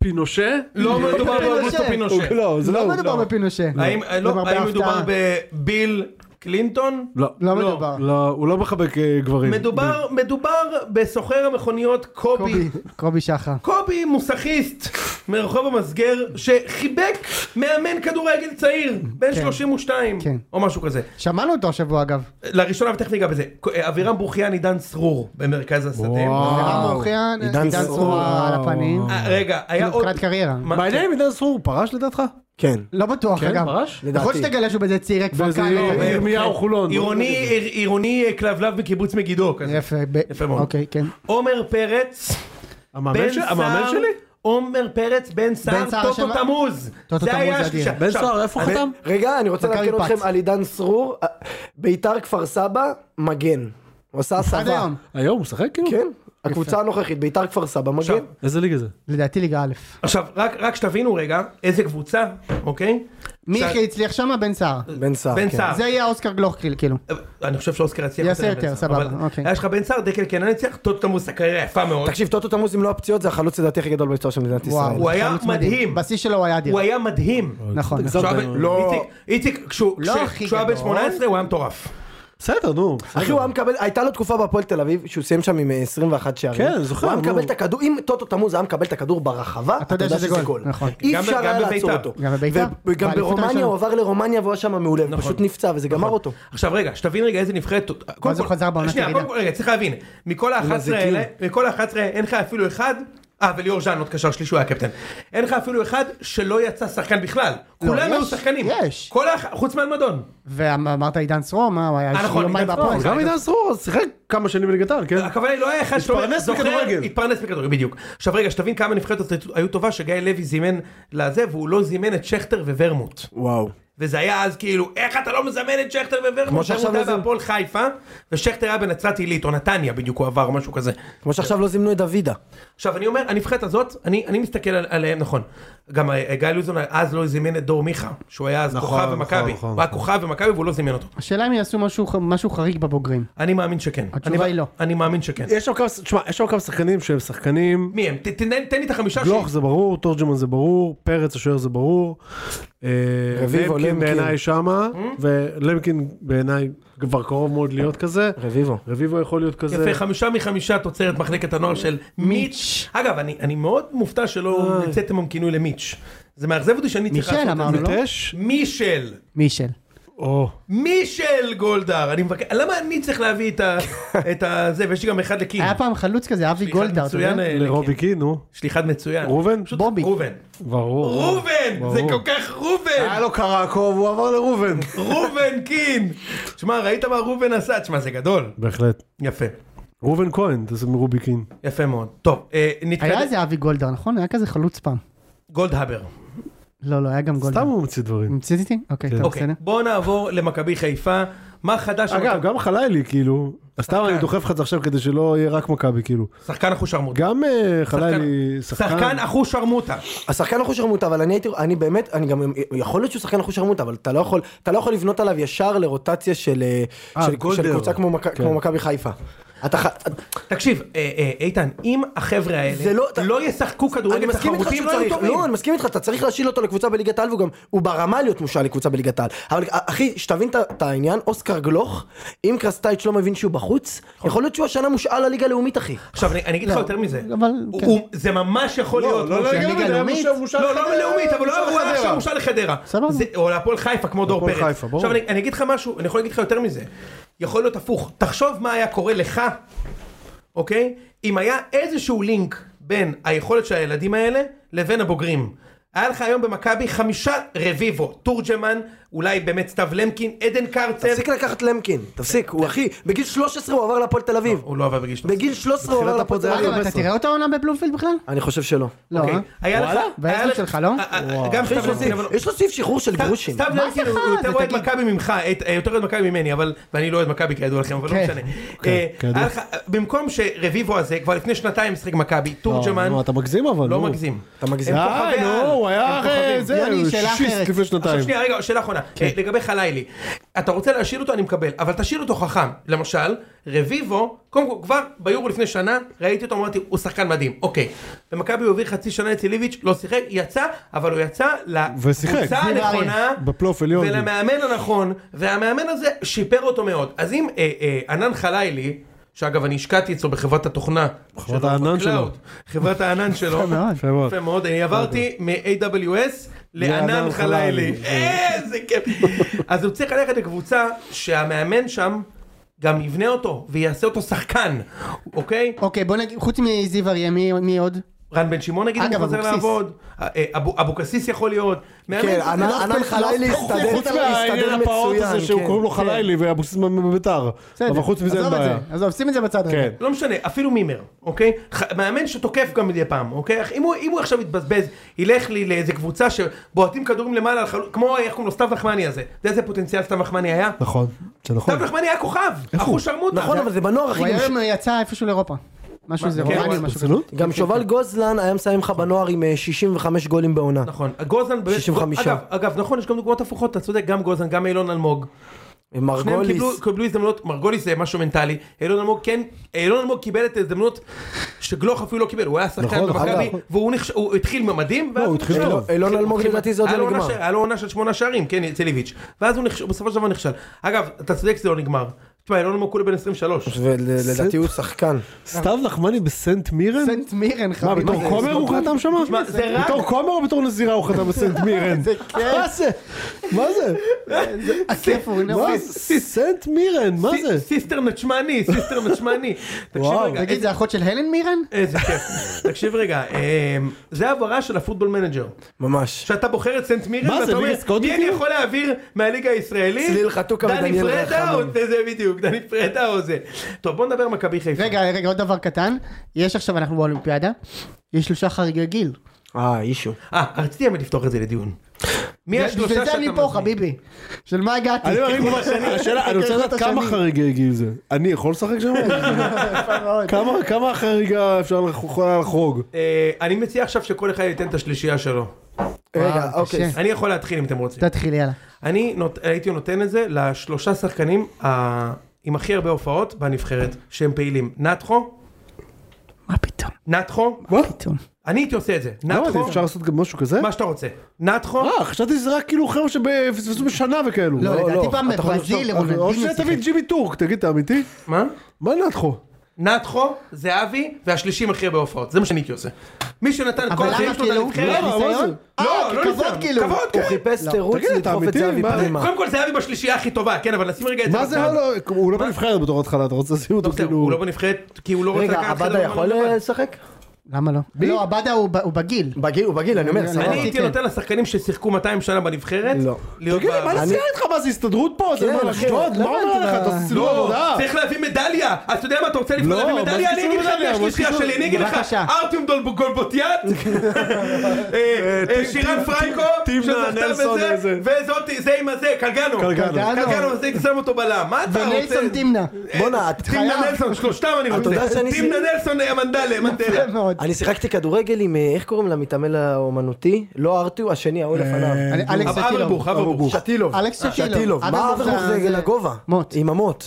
Speaker 2: בפינושה?
Speaker 1: לא מדובר
Speaker 4: מדובר
Speaker 1: באוגוסטו
Speaker 4: בפינושה.
Speaker 1: פינושה.
Speaker 2: לא, זה
Speaker 4: לא
Speaker 2: לא...
Speaker 4: מדובר בפינושה.
Speaker 1: האם לא,
Speaker 4: למרבה
Speaker 1: האם מדובר
Speaker 4: ההפתעה.
Speaker 1: בביל קלינטון?
Speaker 2: לא.
Speaker 4: לא מדובר.
Speaker 2: לא, הוא לא מחבק אה, גברים.
Speaker 1: מדובר מדובר בסוחר המכוניות קובי.
Speaker 4: קובי, קובי שחר.
Speaker 1: קובי מוסכיסט מרחוב המסגר שחיבק מאמן כדורגל צעיר בן
Speaker 4: כן.
Speaker 1: 32
Speaker 4: כן.
Speaker 1: או משהו כזה.
Speaker 4: שמענו אותו השבוע אגב.
Speaker 1: לראשונה ותכף ניגע בזה. אבירם ברוכיאן עידן סרור במרכז השדה.
Speaker 2: וואו.
Speaker 4: רם אורחיאן,
Speaker 3: עידן
Speaker 4: עידן
Speaker 3: צרור.
Speaker 4: צרור על הפנים.
Speaker 1: אה, רגע היה
Speaker 4: כאילו
Speaker 1: עוד.
Speaker 4: מבחינת קריירה.
Speaker 1: מה- כן.
Speaker 2: מעניין אם עידן סרור פרש לדעתך?
Speaker 3: כן.
Speaker 4: לא בטוח,
Speaker 5: כן,
Speaker 4: אגב.
Speaker 5: פרש?
Speaker 4: יכול
Speaker 3: לדעתי.
Speaker 4: להיות שתגלה שהוא בזה צעירי כפר
Speaker 2: וזה
Speaker 4: קאנו.
Speaker 1: אה,
Speaker 2: ירמיהו
Speaker 1: כן.
Speaker 2: חולון.
Speaker 1: עירוני עיר- עירוני אה, כלבלב מקיבוץ מגידו כזה.
Speaker 4: יפה, ב-
Speaker 1: יפה מאוד.
Speaker 4: אוקיי, כן.
Speaker 1: עומר פרץ,
Speaker 2: המאמן
Speaker 1: בן
Speaker 2: שלי?
Speaker 1: סער,
Speaker 2: המאמן שלי?
Speaker 1: עומר פרץ, בן סער,
Speaker 4: בן סער
Speaker 1: טוטו
Speaker 4: השם-
Speaker 1: תמוז.
Speaker 4: טוטו
Speaker 1: זה
Speaker 4: תמוז
Speaker 1: היה
Speaker 4: אדיר.
Speaker 1: השלישה.
Speaker 5: בן
Speaker 1: עכשיו,
Speaker 5: סער, איפה הוא
Speaker 1: אני-
Speaker 5: חתם?
Speaker 3: רגע, אני רוצה
Speaker 4: מכבי
Speaker 3: לעדכן
Speaker 4: פת.
Speaker 3: אתכם על עידן סרור, אה, ביתר כפר סבא, מגן. הוא עשה הסבה.
Speaker 4: עד היום,
Speaker 2: היום הוא משחק כאילו?
Speaker 3: כן, הקבוצה הנוכחית, ביתר כפר סבא,
Speaker 1: עכשיו,
Speaker 3: מגן.
Speaker 2: איזה ליגה זה?
Speaker 4: לדעתי ליגה א'.
Speaker 1: עכשיו, רק רק שתבינו רגע, איזה קבוצה, אוקיי?
Speaker 4: מי
Speaker 1: עכשיו-
Speaker 4: שהצליח שם? בן סער.
Speaker 3: בן סער.
Speaker 1: בן
Speaker 3: כן.
Speaker 1: סער.
Speaker 4: זה יהיה האוסקר גלוכקריל, כאילו.
Speaker 1: אני חושב שאוסקר יצליח
Speaker 4: יעשה
Speaker 1: יותר מבן
Speaker 4: יותר,
Speaker 1: סער,
Speaker 4: סבבה,
Speaker 1: אבל
Speaker 4: אוקיי.
Speaker 1: היה לך בן סער, דקל קנן הצליח, טוטו תמוז, הקריירה יפה מאוד.
Speaker 3: תקשיב, טוטו תמוז אם לא הפציעות זה החלוץ לדעתי הכי גדול בהיסטוריה של מדינת ישראל.
Speaker 1: הוא היה
Speaker 4: חלוץ
Speaker 1: מדהים.
Speaker 4: בשיא שלו הוא היה אדיר.
Speaker 1: הוא היה מדהים.
Speaker 4: נכון.
Speaker 1: כשהוא היה בן-
Speaker 3: לא.
Speaker 1: איציק, איציק, כשהוא
Speaker 4: לא
Speaker 1: כש-
Speaker 4: הכי
Speaker 1: כשהוא היה בן
Speaker 4: גדול.
Speaker 1: 18 הוא היה מטורף.
Speaker 2: בסדר, נו.
Speaker 3: אחי, הוא היה מקבל, הייתה לו תקופה בהפועל תל אביב שהוא סיים שם עם אה, 21 שערים.
Speaker 2: כן, אני זוכר,
Speaker 3: הוא היה
Speaker 2: נו.
Speaker 3: מקבל את הכדור, אם טוטו תמוז היה מקבל את הכדור ברחבה, אתה יודע שזה גול.
Speaker 4: נכון.
Speaker 3: אי
Speaker 1: גם-
Speaker 3: אפשר
Speaker 1: גם
Speaker 3: היה
Speaker 1: בביתר.
Speaker 3: לעצור אותו.
Speaker 4: גם בביתר.
Speaker 3: וגם
Speaker 4: באליפות
Speaker 3: ברומניה,
Speaker 4: הראשונה.
Speaker 3: הוא עבר לרומניה והוא היה שם מעולה, הוא
Speaker 1: נכון.
Speaker 3: פשוט נפצע וזה גמר אותו.
Speaker 1: עכשיו רגע, שתבין רגע איזה נבחרת... קודם
Speaker 4: הוא
Speaker 1: כל-
Speaker 4: חזר בעונת
Speaker 1: שנייה,
Speaker 4: ירידה?
Speaker 1: קודם כל, רגע, צריך להבין, מכל ה-11 האלה, מכל ה-11 אין לך אפילו אחד, אה וליאור ז'אן עוד קשר שלישי הוא היה קפטן, אין לך אפילו אחד שלא יצא שחקן בכלל,
Speaker 4: לא,
Speaker 1: כולם
Speaker 4: יש,
Speaker 1: היו שחקנים,
Speaker 4: יש.
Speaker 1: כל האח- חוץ מאלמדון,
Speaker 4: ואמרת עידן סרור, מה, הוא היה
Speaker 1: אה, נכון,
Speaker 4: יומיים
Speaker 1: עידן סרור,
Speaker 4: בהפועל.
Speaker 1: גם
Speaker 2: גם עידן סרור אז שיחק כמה שנים בליגת העל, כן?
Speaker 1: הכוונה היא לא היה אחד שלא...
Speaker 2: התפרנס
Speaker 1: זוכר,
Speaker 2: מכדורגל.
Speaker 1: התפרנס מכדורגל, בדיוק. עכשיו רגע, שתבין כמה נבחרת היו טובה שגיא לוי זימן לזה, והוא לא זימן את שכטר וורמוט.
Speaker 3: וואו.
Speaker 1: וזה היה אז כאילו, איך אתה לא מזמן את שכטר וורמוט?
Speaker 3: כמו שעכשיו
Speaker 1: וורמוט היה
Speaker 3: לא זימן.
Speaker 1: בהפועל חיפה, ושכטר היה בנצרת עילית, או נתניה בדיוק, הוא עבר, או משהו כזה.
Speaker 3: כמו שעכשיו לא זימנו את דוידה.
Speaker 1: עכשיו אני אומר, הנבחרת הזאת, אני, אני מסתכל על, עליהם נכון. גם אה, גיא לוזון אז לא זימן את דור מיכה, שהוא היה אז
Speaker 2: נכון,
Speaker 1: כוכב
Speaker 2: נכון,
Speaker 1: ומכבי.
Speaker 2: נכון,
Speaker 1: הוא היה
Speaker 2: נכון.
Speaker 1: כוכב ומכבי והוא לא זימן אותו.
Speaker 4: השאלה אם יעשו משהו ח- משהו חריג בבוגרים.
Speaker 1: אני מאמין שכן.
Speaker 4: התשובה
Speaker 1: אני,
Speaker 4: היא לא.
Speaker 1: אני מאמין שכן.
Speaker 2: יש שם כמה, תשמע, יש שם כמה שחקנים שהם שחקנים,
Speaker 1: מי הם? ת, תן, תן לי את החמישה
Speaker 2: גלוך זה ברור, תורג'מן זה ברור, פרץ השוער זה ברור, אה,
Speaker 3: רביבו,
Speaker 2: למקין
Speaker 3: למקין.
Speaker 2: בעיניי שמה, ולמקין בעיניי כבר קרוב מאוד להיות כזה,
Speaker 3: רביבו.
Speaker 2: רביבו יכול להיות כזה,
Speaker 1: יפה, חמישה מחמישה תוצרת מחלקת הנוער של מיץ'. אגב, אני, אני מאוד מופתע שלא יצאתם עם כינוי למיץ'. זה מאכזב אותי שאני צריך
Speaker 4: מישל אמרנו,
Speaker 1: את זה.
Speaker 4: לא?
Speaker 2: נטש,
Speaker 1: מישל.
Speaker 4: מישל.
Speaker 2: או,
Speaker 1: מישל גולדהר. אני מבקש, למה אני צריך להביא את ה... את ה... זה, ויש לי גם אחד לקין.
Speaker 4: היה פעם חלוץ כזה, אבי
Speaker 1: שליחת
Speaker 4: גולדהר. אתה יודע?
Speaker 1: מצוין, אה, לקין.
Speaker 2: לרובי קין, נו,
Speaker 1: שליחת מצוין.
Speaker 2: ראובן,
Speaker 1: פשוט
Speaker 4: בובי.
Speaker 1: ראובן.
Speaker 2: ברור,
Speaker 1: ראובן! זה
Speaker 2: ברור.
Speaker 1: כל כך
Speaker 4: אה, לא.
Speaker 1: ראובן!
Speaker 2: לו קרקוב, הוא עבר לראובן,
Speaker 1: ראובן קין! תשמע, ראית מה ראובן עשה? תשמע, זה גדול.
Speaker 2: בהחלט,
Speaker 1: יפה.
Speaker 2: ראובן כהן, זה מרובי קין,
Speaker 1: יפה מאוד. טוב, אה,
Speaker 4: היה
Speaker 1: נתקדם.
Speaker 4: איזה אבי גולדהר, נכון? היה כזה חלוץ פעם.
Speaker 1: גולדהבר.
Speaker 4: לא, לא, היה גם גולדהר.
Speaker 2: סתם הוא ממציא דברים,
Speaker 4: המצאת איתי? אוקיי, טוב,
Speaker 1: אוקיי,
Speaker 4: בסדר.
Speaker 1: בואו נעבור למכבי חיפה. מה חדש?
Speaker 2: אגב, גם חלילי, כאילו, אז סתם אני דוחף לך את זה עכשיו כדי שלא יהיה רק מכבי, כאילו,
Speaker 1: שחקן אחושרמוטה.
Speaker 2: גם אה, חלילי, שחקן,
Speaker 1: שחקן אחושרמוטה.
Speaker 3: השחקן אחושרמוטה, אבל אני הייתי, אני באמת, אני גם, יכול להיות שהוא שחקן אחושרמוטה, אבל אתה לא יכול, אתה לא יכול לבנות עליו ישר לרוטציה של, אה,
Speaker 2: אה,
Speaker 3: של,
Speaker 2: גולדר.
Speaker 3: של קבוצה כמו מכ- כמו מכבי חיפה. אתה, ח-
Speaker 1: תקשיב, אה, אה, איתן, אם החבר'ה
Speaker 3: זה
Speaker 1: האלה
Speaker 3: לא-
Speaker 1: לא ישחקו
Speaker 3: אני
Speaker 1: כדורגל
Speaker 3: מסכים איתך
Speaker 1: תחרותי, הם
Speaker 3: שהוא
Speaker 1: לא יהיו
Speaker 3: צריך,
Speaker 1: טובים.
Speaker 3: לא, אני מסכים איתך, אתה צריך להשאיל אותו לקבוצה בליגת העל, והוא גם, הוא ברמה להיות מושל לקבוצה בליגת העל. אבל אה, אחי, שתבין את ה- את העניין, אוסקר גלוך, אם קרסטייץ' לא מבין שהוא בחוץ, יכול להיות שהוא השנה מושאל לליגה הלאומית, אחי.
Speaker 1: עכשיו, אני- אני אגיד לך
Speaker 4: לא,
Speaker 1: יותר מזה.
Speaker 4: אבל
Speaker 1: הוא-
Speaker 4: כן.
Speaker 1: הוא- זה ממש יכול להיות.
Speaker 4: לא,
Speaker 1: משה.
Speaker 4: גם הליגה הלאומית?
Speaker 1: לא, לא בלאומית, אבל הוא היה- הוא היה עכשיו מושל לחדרה.
Speaker 4: סבבה.
Speaker 1: זה- או להפועל חיפה כמו דור
Speaker 2: להפועל
Speaker 1: פרץ.
Speaker 2: חיפה, ברור.
Speaker 1: עכשיו אני אני אגיד לך משהו, אני יכול להגיד לך יותר מזה. יכול להיות הפוך. תחשוב מה היה קורה לך, אוקיי? אם היה איזשהו לינק בין היכולת של הילדים האלה לבין הבוגרים. היה לך היום במכבי חמישה רביבו, תורג'מן, אולי באמת סתיו למקין, עדן קרצב.
Speaker 3: תפסיק לקחת למקין, תפסיק, הוא אחי, בגיל 13 הוא עבר להפועל תל אביב.
Speaker 1: הוא לא עבר בגיל שלוש.
Speaker 3: בגיל 13 הוא עבר
Speaker 2: בתחילת
Speaker 3: להפועל תל
Speaker 2: הפודקאסט.
Speaker 3: אביב.
Speaker 4: אגב, אתה תראה אותו העונה בבלומפילד בכלל?
Speaker 3: אני חושב שלא.
Speaker 4: לא, אה?
Speaker 1: אוקיי. היה לך,
Speaker 4: וואלה?
Speaker 1: היה
Speaker 4: והאצבע
Speaker 1: לך-
Speaker 4: שלך, לא?
Speaker 1: אה, אה, גם סתיו למקין, אבל...
Speaker 3: יש לו סעיף שחרור של גרושים.
Speaker 1: סתיו
Speaker 4: מה
Speaker 1: למקין
Speaker 4: זה
Speaker 1: הוא
Speaker 4: חרא?
Speaker 1: יותר
Speaker 4: זה
Speaker 1: אוהד
Speaker 4: תגיד.
Speaker 1: מכבי ממך, את- אה, יותר אוהד מכבי ממני, אבל, ואני לא אוהד מכבי כידוע לכם, אבל לא
Speaker 4: כן.
Speaker 1: משנה.
Speaker 2: כן,
Speaker 1: אה,
Speaker 2: כידוע.
Speaker 1: היה לך- במקום שרביבו הזה, כבר לפני שנתיים משחק מכבי, תורג'מן,
Speaker 2: נו, לא, אתה מגזים אבל,
Speaker 1: לא
Speaker 2: נו.
Speaker 1: מגזים.
Speaker 3: אתה מגזים.
Speaker 1: הם
Speaker 2: די,
Speaker 1: כוכבי
Speaker 2: נו,
Speaker 1: על.
Speaker 2: הוא היה
Speaker 1: הם
Speaker 2: אחרי
Speaker 1: כוכבים.
Speaker 2: זה,
Speaker 4: יוני,
Speaker 2: הוא
Speaker 4: שאלה
Speaker 2: שיסט
Speaker 4: אחרת.
Speaker 2: לפני
Speaker 1: עכשיו
Speaker 2: שנתיים. כן.
Speaker 1: שנייה, רגע, שאלה אחרונה. אה, לגבי חלילי, אתה רוצה להשאיר אותו, אני מקבל, אבל תשאיר אותו חכם. למשל, רביבו, קודם כל, כבר ביורו לפני שנה, ראיתי אותו, אמרתי, הוא שחקן מדהים, אוקיי. במכבי הוא העביר חצי שנה אצל איביץ', לא שיחק, יצא, אבל הוא יצא
Speaker 2: ושיחק.
Speaker 1: לקבוצה
Speaker 4: זה
Speaker 1: הנכונה,
Speaker 2: בפלייאוף עליון.
Speaker 1: ולמאמן הנכון, והמאמן הזה שיפר אותו מאוד. אז אם אה, אה, ענן חלילי, שאגב, אני השקעתי אצלו בחברת התוכנה.
Speaker 2: חברת
Speaker 1: שלו,
Speaker 2: הענן שלו.
Speaker 1: בקלאוד, חברת הענן שלו.
Speaker 4: יפה מאוד.
Speaker 2: יפה מאוד.
Speaker 1: יפה מאוד, אני עברתי מ-AWS לענן
Speaker 2: לענן
Speaker 1: חלילי.
Speaker 2: חלילי.
Speaker 1: איזה כיף. אז הוא צריך ללכת לקבוצה שהמאמן שם גם יבנה אותו ויעשה אותו שחקן, אוקיי?
Speaker 4: אוקיי, בוא נגיד, חוץ מזיו אריה, מי- מי עוד?
Speaker 1: רן בן שמעון נגיד, אם הוא
Speaker 4: אגב,
Speaker 1: חוזר
Speaker 4: אבוקסיס.
Speaker 1: לעבוד, אה, אה, אבו- אבוקסיס יכול להיות, מאמן
Speaker 3: כן,
Speaker 1: צריך
Speaker 3: ענן-
Speaker 1: לדעת
Speaker 3: ענן
Speaker 1: כל-
Speaker 3: חלילי
Speaker 1: לא-
Speaker 3: הסתדר.
Speaker 2: חוץ מהעניין
Speaker 3: הסתדר
Speaker 2: הפעוט
Speaker 3: מצוין,
Speaker 2: הזה
Speaker 3: כן,
Speaker 2: שהוא קוראים לו
Speaker 3: כן.
Speaker 2: חלילי ואבוקסיס בביתר.
Speaker 4: בסדר,
Speaker 2: אבל חוץ מזה אין
Speaker 4: עזוב את
Speaker 2: בעיה.
Speaker 4: זה, עזוב, שים את זה בצד. רגע.
Speaker 2: כן.
Speaker 1: לא משנה, אפילו מימר, אוקיי? ח- מאמן שתוקף גם מדי פעם, אוקיי? אך אם הוא, אם הוא עכשיו יתבזבז, ילך לי לאיזה קבוצה שבועטים כדורים למעלה, על חלו- כמו איך קוראים לו סתיו נחמני הזה. אתה יודע איזה פוטנציאל סתיו נחמני היה?
Speaker 2: נכון, זה נכון.
Speaker 1: סתיו נחמני היה כוכב, אחושרמוטה.
Speaker 3: נכון, אבל זה בנוער, אחי.
Speaker 4: הוא
Speaker 3: גם ש-
Speaker 4: היום יצא איפשהו לאירופה. משהו זה
Speaker 1: כן,
Speaker 4: רומני,
Speaker 1: הוא-
Speaker 4: משהו כזה.
Speaker 2: ברצינות?
Speaker 3: גם שובל גוזלן היה מסיים לך בנוער עם אה, 65 גולים בעונה.
Speaker 1: נכון, גוזן, באמת-
Speaker 3: 65.
Speaker 1: אגב, אגב, נכון, יש גם דוגמאות הפוכות, אתה צודק, גם גוזן, גם אילון אלמוג. שניהם
Speaker 3: מרגוליס.
Speaker 1: קיבלו, קיבלו הזדמנויות, מרגוליס זה משהו מנטלי, אילון אלמוג כן, אילון אלמוג קיבל את ההזדמנות שגלוך אפילו לא קיבל, הוא היה שחקן
Speaker 2: נכון,
Speaker 1: במכבי,
Speaker 2: נכון.
Speaker 1: והוא נכש- הוא התחיל במדים, ואז
Speaker 2: הוא התחיל
Speaker 1: נכשל. אוקיי,
Speaker 2: טוב.
Speaker 3: אילון אלמוג לדעתי זה עוד
Speaker 1: היה
Speaker 3: לא
Speaker 1: לו עונה
Speaker 3: נגמר.
Speaker 1: ש- היה לו עונה של שמונה שערים, כן, אצל איביץ', ואז הוא נכשל, בסופו של דבר נכשל. אגב, אתה צודק שזה לא נגמר. תשמע, אילון אלמוג כולה בן 23.
Speaker 3: ולדעתי הוא שחקן.
Speaker 2: סתיו נחמני בסנט מירן?
Speaker 4: סנט מירן
Speaker 2: מה,
Speaker 4: חביבי.
Speaker 2: בתור כומר הוא חתם שם?
Speaker 1: תשמע, זה רק-
Speaker 2: בתור כומר או בתור נזירה הוא חתם בסנט מירן?
Speaker 4: זה כן.
Speaker 2: מה זה? מה זה?
Speaker 4: הכיף הוא אוקיי.
Speaker 2: מה
Speaker 4: נאור.
Speaker 2: זה? סנט מירן, מה
Speaker 1: סי-
Speaker 2: זה?
Speaker 1: סיסטר נצ'מני, סיסטר נצ'מני. תקשיב
Speaker 2: וואו.
Speaker 1: רגע,
Speaker 4: תגיד, זה אחות של הלן מירן?
Speaker 1: איזה כיף. תקשיב רגע, אמ, זה העברה של הפוטבול מנג'ר.
Speaker 3: ממש.
Speaker 1: שאתה בוחר את סנט מירן,
Speaker 2: מה זה,
Speaker 1: ואתה אומר,
Speaker 2: ליגה סקוטית
Speaker 1: מי אני
Speaker 2: כאילו?
Speaker 1: יכול להעביר מהליגה הישראלית?
Speaker 3: צליל חתוקה
Speaker 1: דני
Speaker 3: ודניאל
Speaker 1: פרדה או
Speaker 3: רחמים.
Speaker 1: זה, זה בדיוק, דני פרדה או זה. טוב, בוא נדבר מכבי חיפה.
Speaker 4: רגע, רגע, עוד דבר קטן. יש עכשיו, אנחנו באולימפיאדה. יש שלושה חריגי גיל.
Speaker 3: אה, אישו.
Speaker 1: אה, רציתי באמת לפתוח את זה לדיון. מי השלושה
Speaker 4: בשביל
Speaker 1: שאתה
Speaker 4: זה אני פה,
Speaker 1: מזמין?
Speaker 4: חביבי. של מה הגעתי?
Speaker 2: אני אומר, אם- השאלה, אני רוצה לדעת כמה חריגי הגיעו זה. אני יכול לשחק שם? כמה- כמה חריגה אפשר לח- יכולה לחרוג?
Speaker 1: אה, אני מציע עכשיו שכל אחד ייתן את השלישייה שלו.
Speaker 3: רגע,
Speaker 4: וואו,
Speaker 3: אוקיי.
Speaker 4: קשה.
Speaker 1: אני יכול להתחיל אם אתם רוצים.
Speaker 4: תתחיל, יאללה.
Speaker 1: אני נות... הייתי נותן את זה לשלושה שחקנים ה... עם הכי הרבה הופעות בנבחרת, שהם פעילים. נתחו,
Speaker 4: מה פתאום?
Speaker 1: נתחו,
Speaker 2: מה?
Speaker 4: פתאום.
Speaker 1: אני הייתי עושה את זה.
Speaker 4: לא,
Speaker 2: למה
Speaker 1: נתחו,
Speaker 2: לא, אפשר לעשות גם משהו כזה?
Speaker 1: מה שאתה רוצה. נתחו,
Speaker 2: אה, חשבתי שזה רק כאילו חבר'ה שפספסו בשנה וכאלו.
Speaker 4: לא,
Speaker 3: לא,
Speaker 4: לדעתי
Speaker 3: לא,
Speaker 4: פעם
Speaker 3: אתה יכול
Speaker 4: בברזיל,
Speaker 3: לחשוב-
Speaker 4: רונלדינו
Speaker 2: עוד שנייה
Speaker 4: שיחק.
Speaker 2: תביא את ג'ימי טורק, תגיד, אתה אמיתי?
Speaker 1: מה?
Speaker 2: מה נתחו?
Speaker 1: נתחו, זהבי, והשלישים הכי הרבה הופעות, זה מה שאני הייתי עושה. מי שנתן את
Speaker 4: אבל
Speaker 1: כל החיים
Speaker 4: למה
Speaker 1: שלו את
Speaker 4: כאילו?
Speaker 1: הנבחרת,
Speaker 2: למה? מה זה?
Speaker 4: ניסיון?
Speaker 1: לא, לא
Speaker 4: כבוד
Speaker 1: ניסיון,
Speaker 4: כאילו.
Speaker 1: כבוד,
Speaker 3: הוא
Speaker 1: כן.
Speaker 3: חיפש תירוץ
Speaker 2: תגיד, אתה
Speaker 3: לדחוף את
Speaker 2: אמיתי?
Speaker 3: זהבי
Speaker 2: מה-
Speaker 3: פנימה.
Speaker 1: קודם כל זהבי בשלישייה הכי טובה, כן, אבל נשים רגע את זה
Speaker 2: מה זה
Speaker 1: בצד.
Speaker 2: הלו? הוא לא בנבחרת בתור התחלה, אתה רוצה לשים
Speaker 1: לא,
Speaker 2: אותו
Speaker 1: בסדר, הוא לא
Speaker 2: כאילו...
Speaker 1: בנבחרת, כי הוא לא רוצה
Speaker 3: רגע,
Speaker 1: לקחת
Speaker 3: עבדה
Speaker 1: חדר
Speaker 3: יכול
Speaker 1: לבד.
Speaker 3: אה, לשחק?
Speaker 4: למה לא? לא, עבדה הוא ב- הוא בגיל.
Speaker 3: בגיל, הוא בגיל, אני אומר,
Speaker 4: אני-
Speaker 1: אני
Speaker 3: סבבה.
Speaker 1: הייתי נותן לשחקנים ששיחקו 200 שנה בנבחרת,
Speaker 3: לא.
Speaker 1: להיות
Speaker 2: תגיד,
Speaker 1: ב-
Speaker 2: מה
Speaker 3: אני-
Speaker 2: נסגר איתך? מה זה הסתדרות פה? זה
Speaker 3: כן,
Speaker 2: מה,
Speaker 3: אחי,
Speaker 2: אשדוד?
Speaker 3: למה
Speaker 2: מה אומר
Speaker 3: אתה-
Speaker 2: לך? אתה עושה סידור
Speaker 1: לא,
Speaker 2: עבודה?
Speaker 1: צריך להביא מדליה, אז אתה יודע מה, אתה רוצה לפני
Speaker 2: לא,
Speaker 1: להביא
Speaker 2: מה זה
Speaker 1: מדליה, אני
Speaker 2: קשור
Speaker 1: אגיד לך,
Speaker 2: למדליה?
Speaker 1: מי
Speaker 2: אבל
Speaker 1: השלישייה
Speaker 2: קשור.
Speaker 1: שלי, אני אגיד לך,
Speaker 4: בבקשה.
Speaker 1: ארטיום דולגולבוטיאט, אה, שירן פרייקו,
Speaker 2: טימנה,
Speaker 1: שזכתה
Speaker 2: נלסון,
Speaker 1: בזה,
Speaker 2: איזה-
Speaker 1: וזאתי, זה עם הזה, קלגנו,
Speaker 2: קלגנו.
Speaker 1: קלגנו, אז הייתי שם אותו בלם, מה אתה רוצה?
Speaker 4: ונייסון טימנה.
Speaker 3: בואנה, את-
Speaker 1: טימנה
Speaker 4: חייב.
Speaker 1: נלסון, שלושתם אני
Speaker 3: יודע
Speaker 1: רוצה,
Speaker 3: שאני-
Speaker 1: טימנה נלסון אה, מנדלה, מנדלה,
Speaker 4: יפה מאוד.
Speaker 3: אני שיחקתי כדורגל עם, אה, איך קוראים למתעמל האומנותי? לא ארטיו, השני, ההוא
Speaker 1: אה,
Speaker 3: לפניו.
Speaker 4: אני- אלכס
Speaker 1: אבל
Speaker 4: שטילוב.
Speaker 1: אברבוך, אברבוך,
Speaker 3: שטילוב.
Speaker 4: אלכס שטילוב.
Speaker 3: אה, שטילוב. מה
Speaker 4: אברבוך
Speaker 3: אברבוך
Speaker 4: זה-
Speaker 3: זה לגובה?
Speaker 4: מוט.
Speaker 3: עם המוט.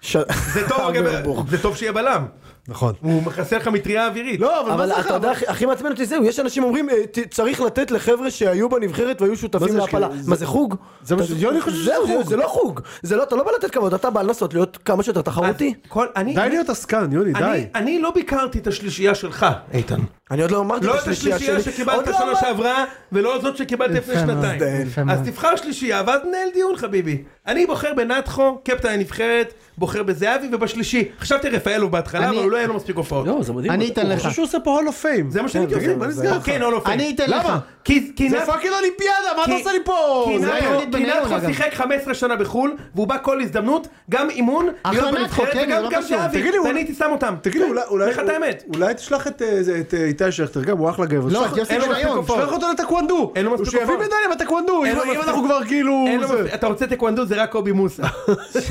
Speaker 3: ש-
Speaker 1: זה טוב, אגב,
Speaker 3: אברבוך.
Speaker 1: זה טוב שיהיה בלם,
Speaker 2: נכון.
Speaker 1: הוא מחסל לך מטריה אווירית,
Speaker 2: לא, אבל מה
Speaker 3: אבל
Speaker 2: זה
Speaker 3: אתה
Speaker 2: לך?
Speaker 3: יודע, הכי- הכי מעצבן אותי זהו, יש אנשים אומרים, אה, ת- צריך לתת לחבר'ה שהיו בנבחרת והיו
Speaker 2: מה
Speaker 3: שותפים
Speaker 2: זה,
Speaker 3: להפלה.
Speaker 2: כאילו,
Speaker 3: מה זה חוג?
Speaker 2: זה מה
Speaker 3: אתה-
Speaker 2: ש- יוני חושב שזה
Speaker 3: זהו,
Speaker 2: חוג.
Speaker 3: זה לא חוג. זה לא, אתה לא בא לתת כבוד, אתה בא לנסות להיות כמה שיותר תחרותי.
Speaker 1: כל- אני-
Speaker 2: די להיות עסקן, יוני,
Speaker 1: אני-
Speaker 2: די.
Speaker 1: אני לא ביקרתי את השלישייה שלך, איתן.
Speaker 3: אני עוד לא אמרתי
Speaker 1: לא את השלישייה שקיבלת
Speaker 3: עוד לא
Speaker 1: שנה
Speaker 3: אמרתי.
Speaker 1: שעברה, ולא זאת שקיבלת לפני
Speaker 4: יפה מאוד,
Speaker 1: שנתיים.
Speaker 4: יפה
Speaker 1: אז
Speaker 4: מאוד.
Speaker 1: תבחר שלישייה, ואז ננהל דיון חביבי. אני בוחר בנתחו, קפטן הנבחרת, בוחר בזהבי, ובשלישי. חשבתי רפאלוב בהתחלה,
Speaker 4: אני-
Speaker 1: אבל הוא לא היה לו מספיק הופעות.
Speaker 2: זה מדהים.
Speaker 4: אני אתן
Speaker 2: הוא
Speaker 4: לך.
Speaker 2: חושב שהוא עושה פה הול אוף פיים.
Speaker 1: זה מה שאני
Speaker 3: כן,
Speaker 1: עושה.
Speaker 3: זה-
Speaker 1: מה
Speaker 3: זה-
Speaker 1: נסגר
Speaker 3: זה-
Speaker 1: לך? כן, או לא
Speaker 4: אני אתן לך.
Speaker 1: למה? כי כי
Speaker 2: זה
Speaker 1: נת-
Speaker 2: פאקינג אולימפיאדה, מה אתה
Speaker 1: כי-
Speaker 2: עושה לי פה?
Speaker 1: כי
Speaker 4: זה
Speaker 1: נתחו-
Speaker 4: יהודית
Speaker 1: כי
Speaker 4: בניון,
Speaker 1: נתחו
Speaker 4: אגב.
Speaker 1: שיחק 15 שנה בחו"ל, והוא בא כל הזדמנות, גם אימון,
Speaker 4: אחלה
Speaker 1: להיות
Speaker 4: נתחו,
Speaker 1: בנבחרת,
Speaker 4: כן,
Speaker 1: וגם
Speaker 4: זה לא
Speaker 1: גם
Speaker 4: קשור.
Speaker 1: זהבי.
Speaker 2: תגיד לי,
Speaker 1: ואני
Speaker 2: אולי-
Speaker 1: הייתי שם אותם.
Speaker 2: תגיד לי, אולי- אולי...
Speaker 1: לך את האמת.
Speaker 2: אולי תשלח את אה, זה- את, אה, איתי שכטר, גם הוא אחלה גבר.
Speaker 4: לא,
Speaker 2: תשלח-
Speaker 4: את יוסי
Speaker 1: אין לו מספיק
Speaker 4: בניון.
Speaker 1: הופעות.
Speaker 2: שלח אותו לטקוונדו.
Speaker 1: אין לו מספיק
Speaker 2: שיביא
Speaker 1: הופעות.
Speaker 2: מדליה בטקוונדו,
Speaker 1: אין
Speaker 2: אם
Speaker 1: לו
Speaker 2: אם
Speaker 1: מספיק-
Speaker 2: אנחנו כבר כאילו...
Speaker 1: אין לו
Speaker 2: זה.
Speaker 1: מספיק- אתה רוצה טקוונדו זה רק קובי מוסה.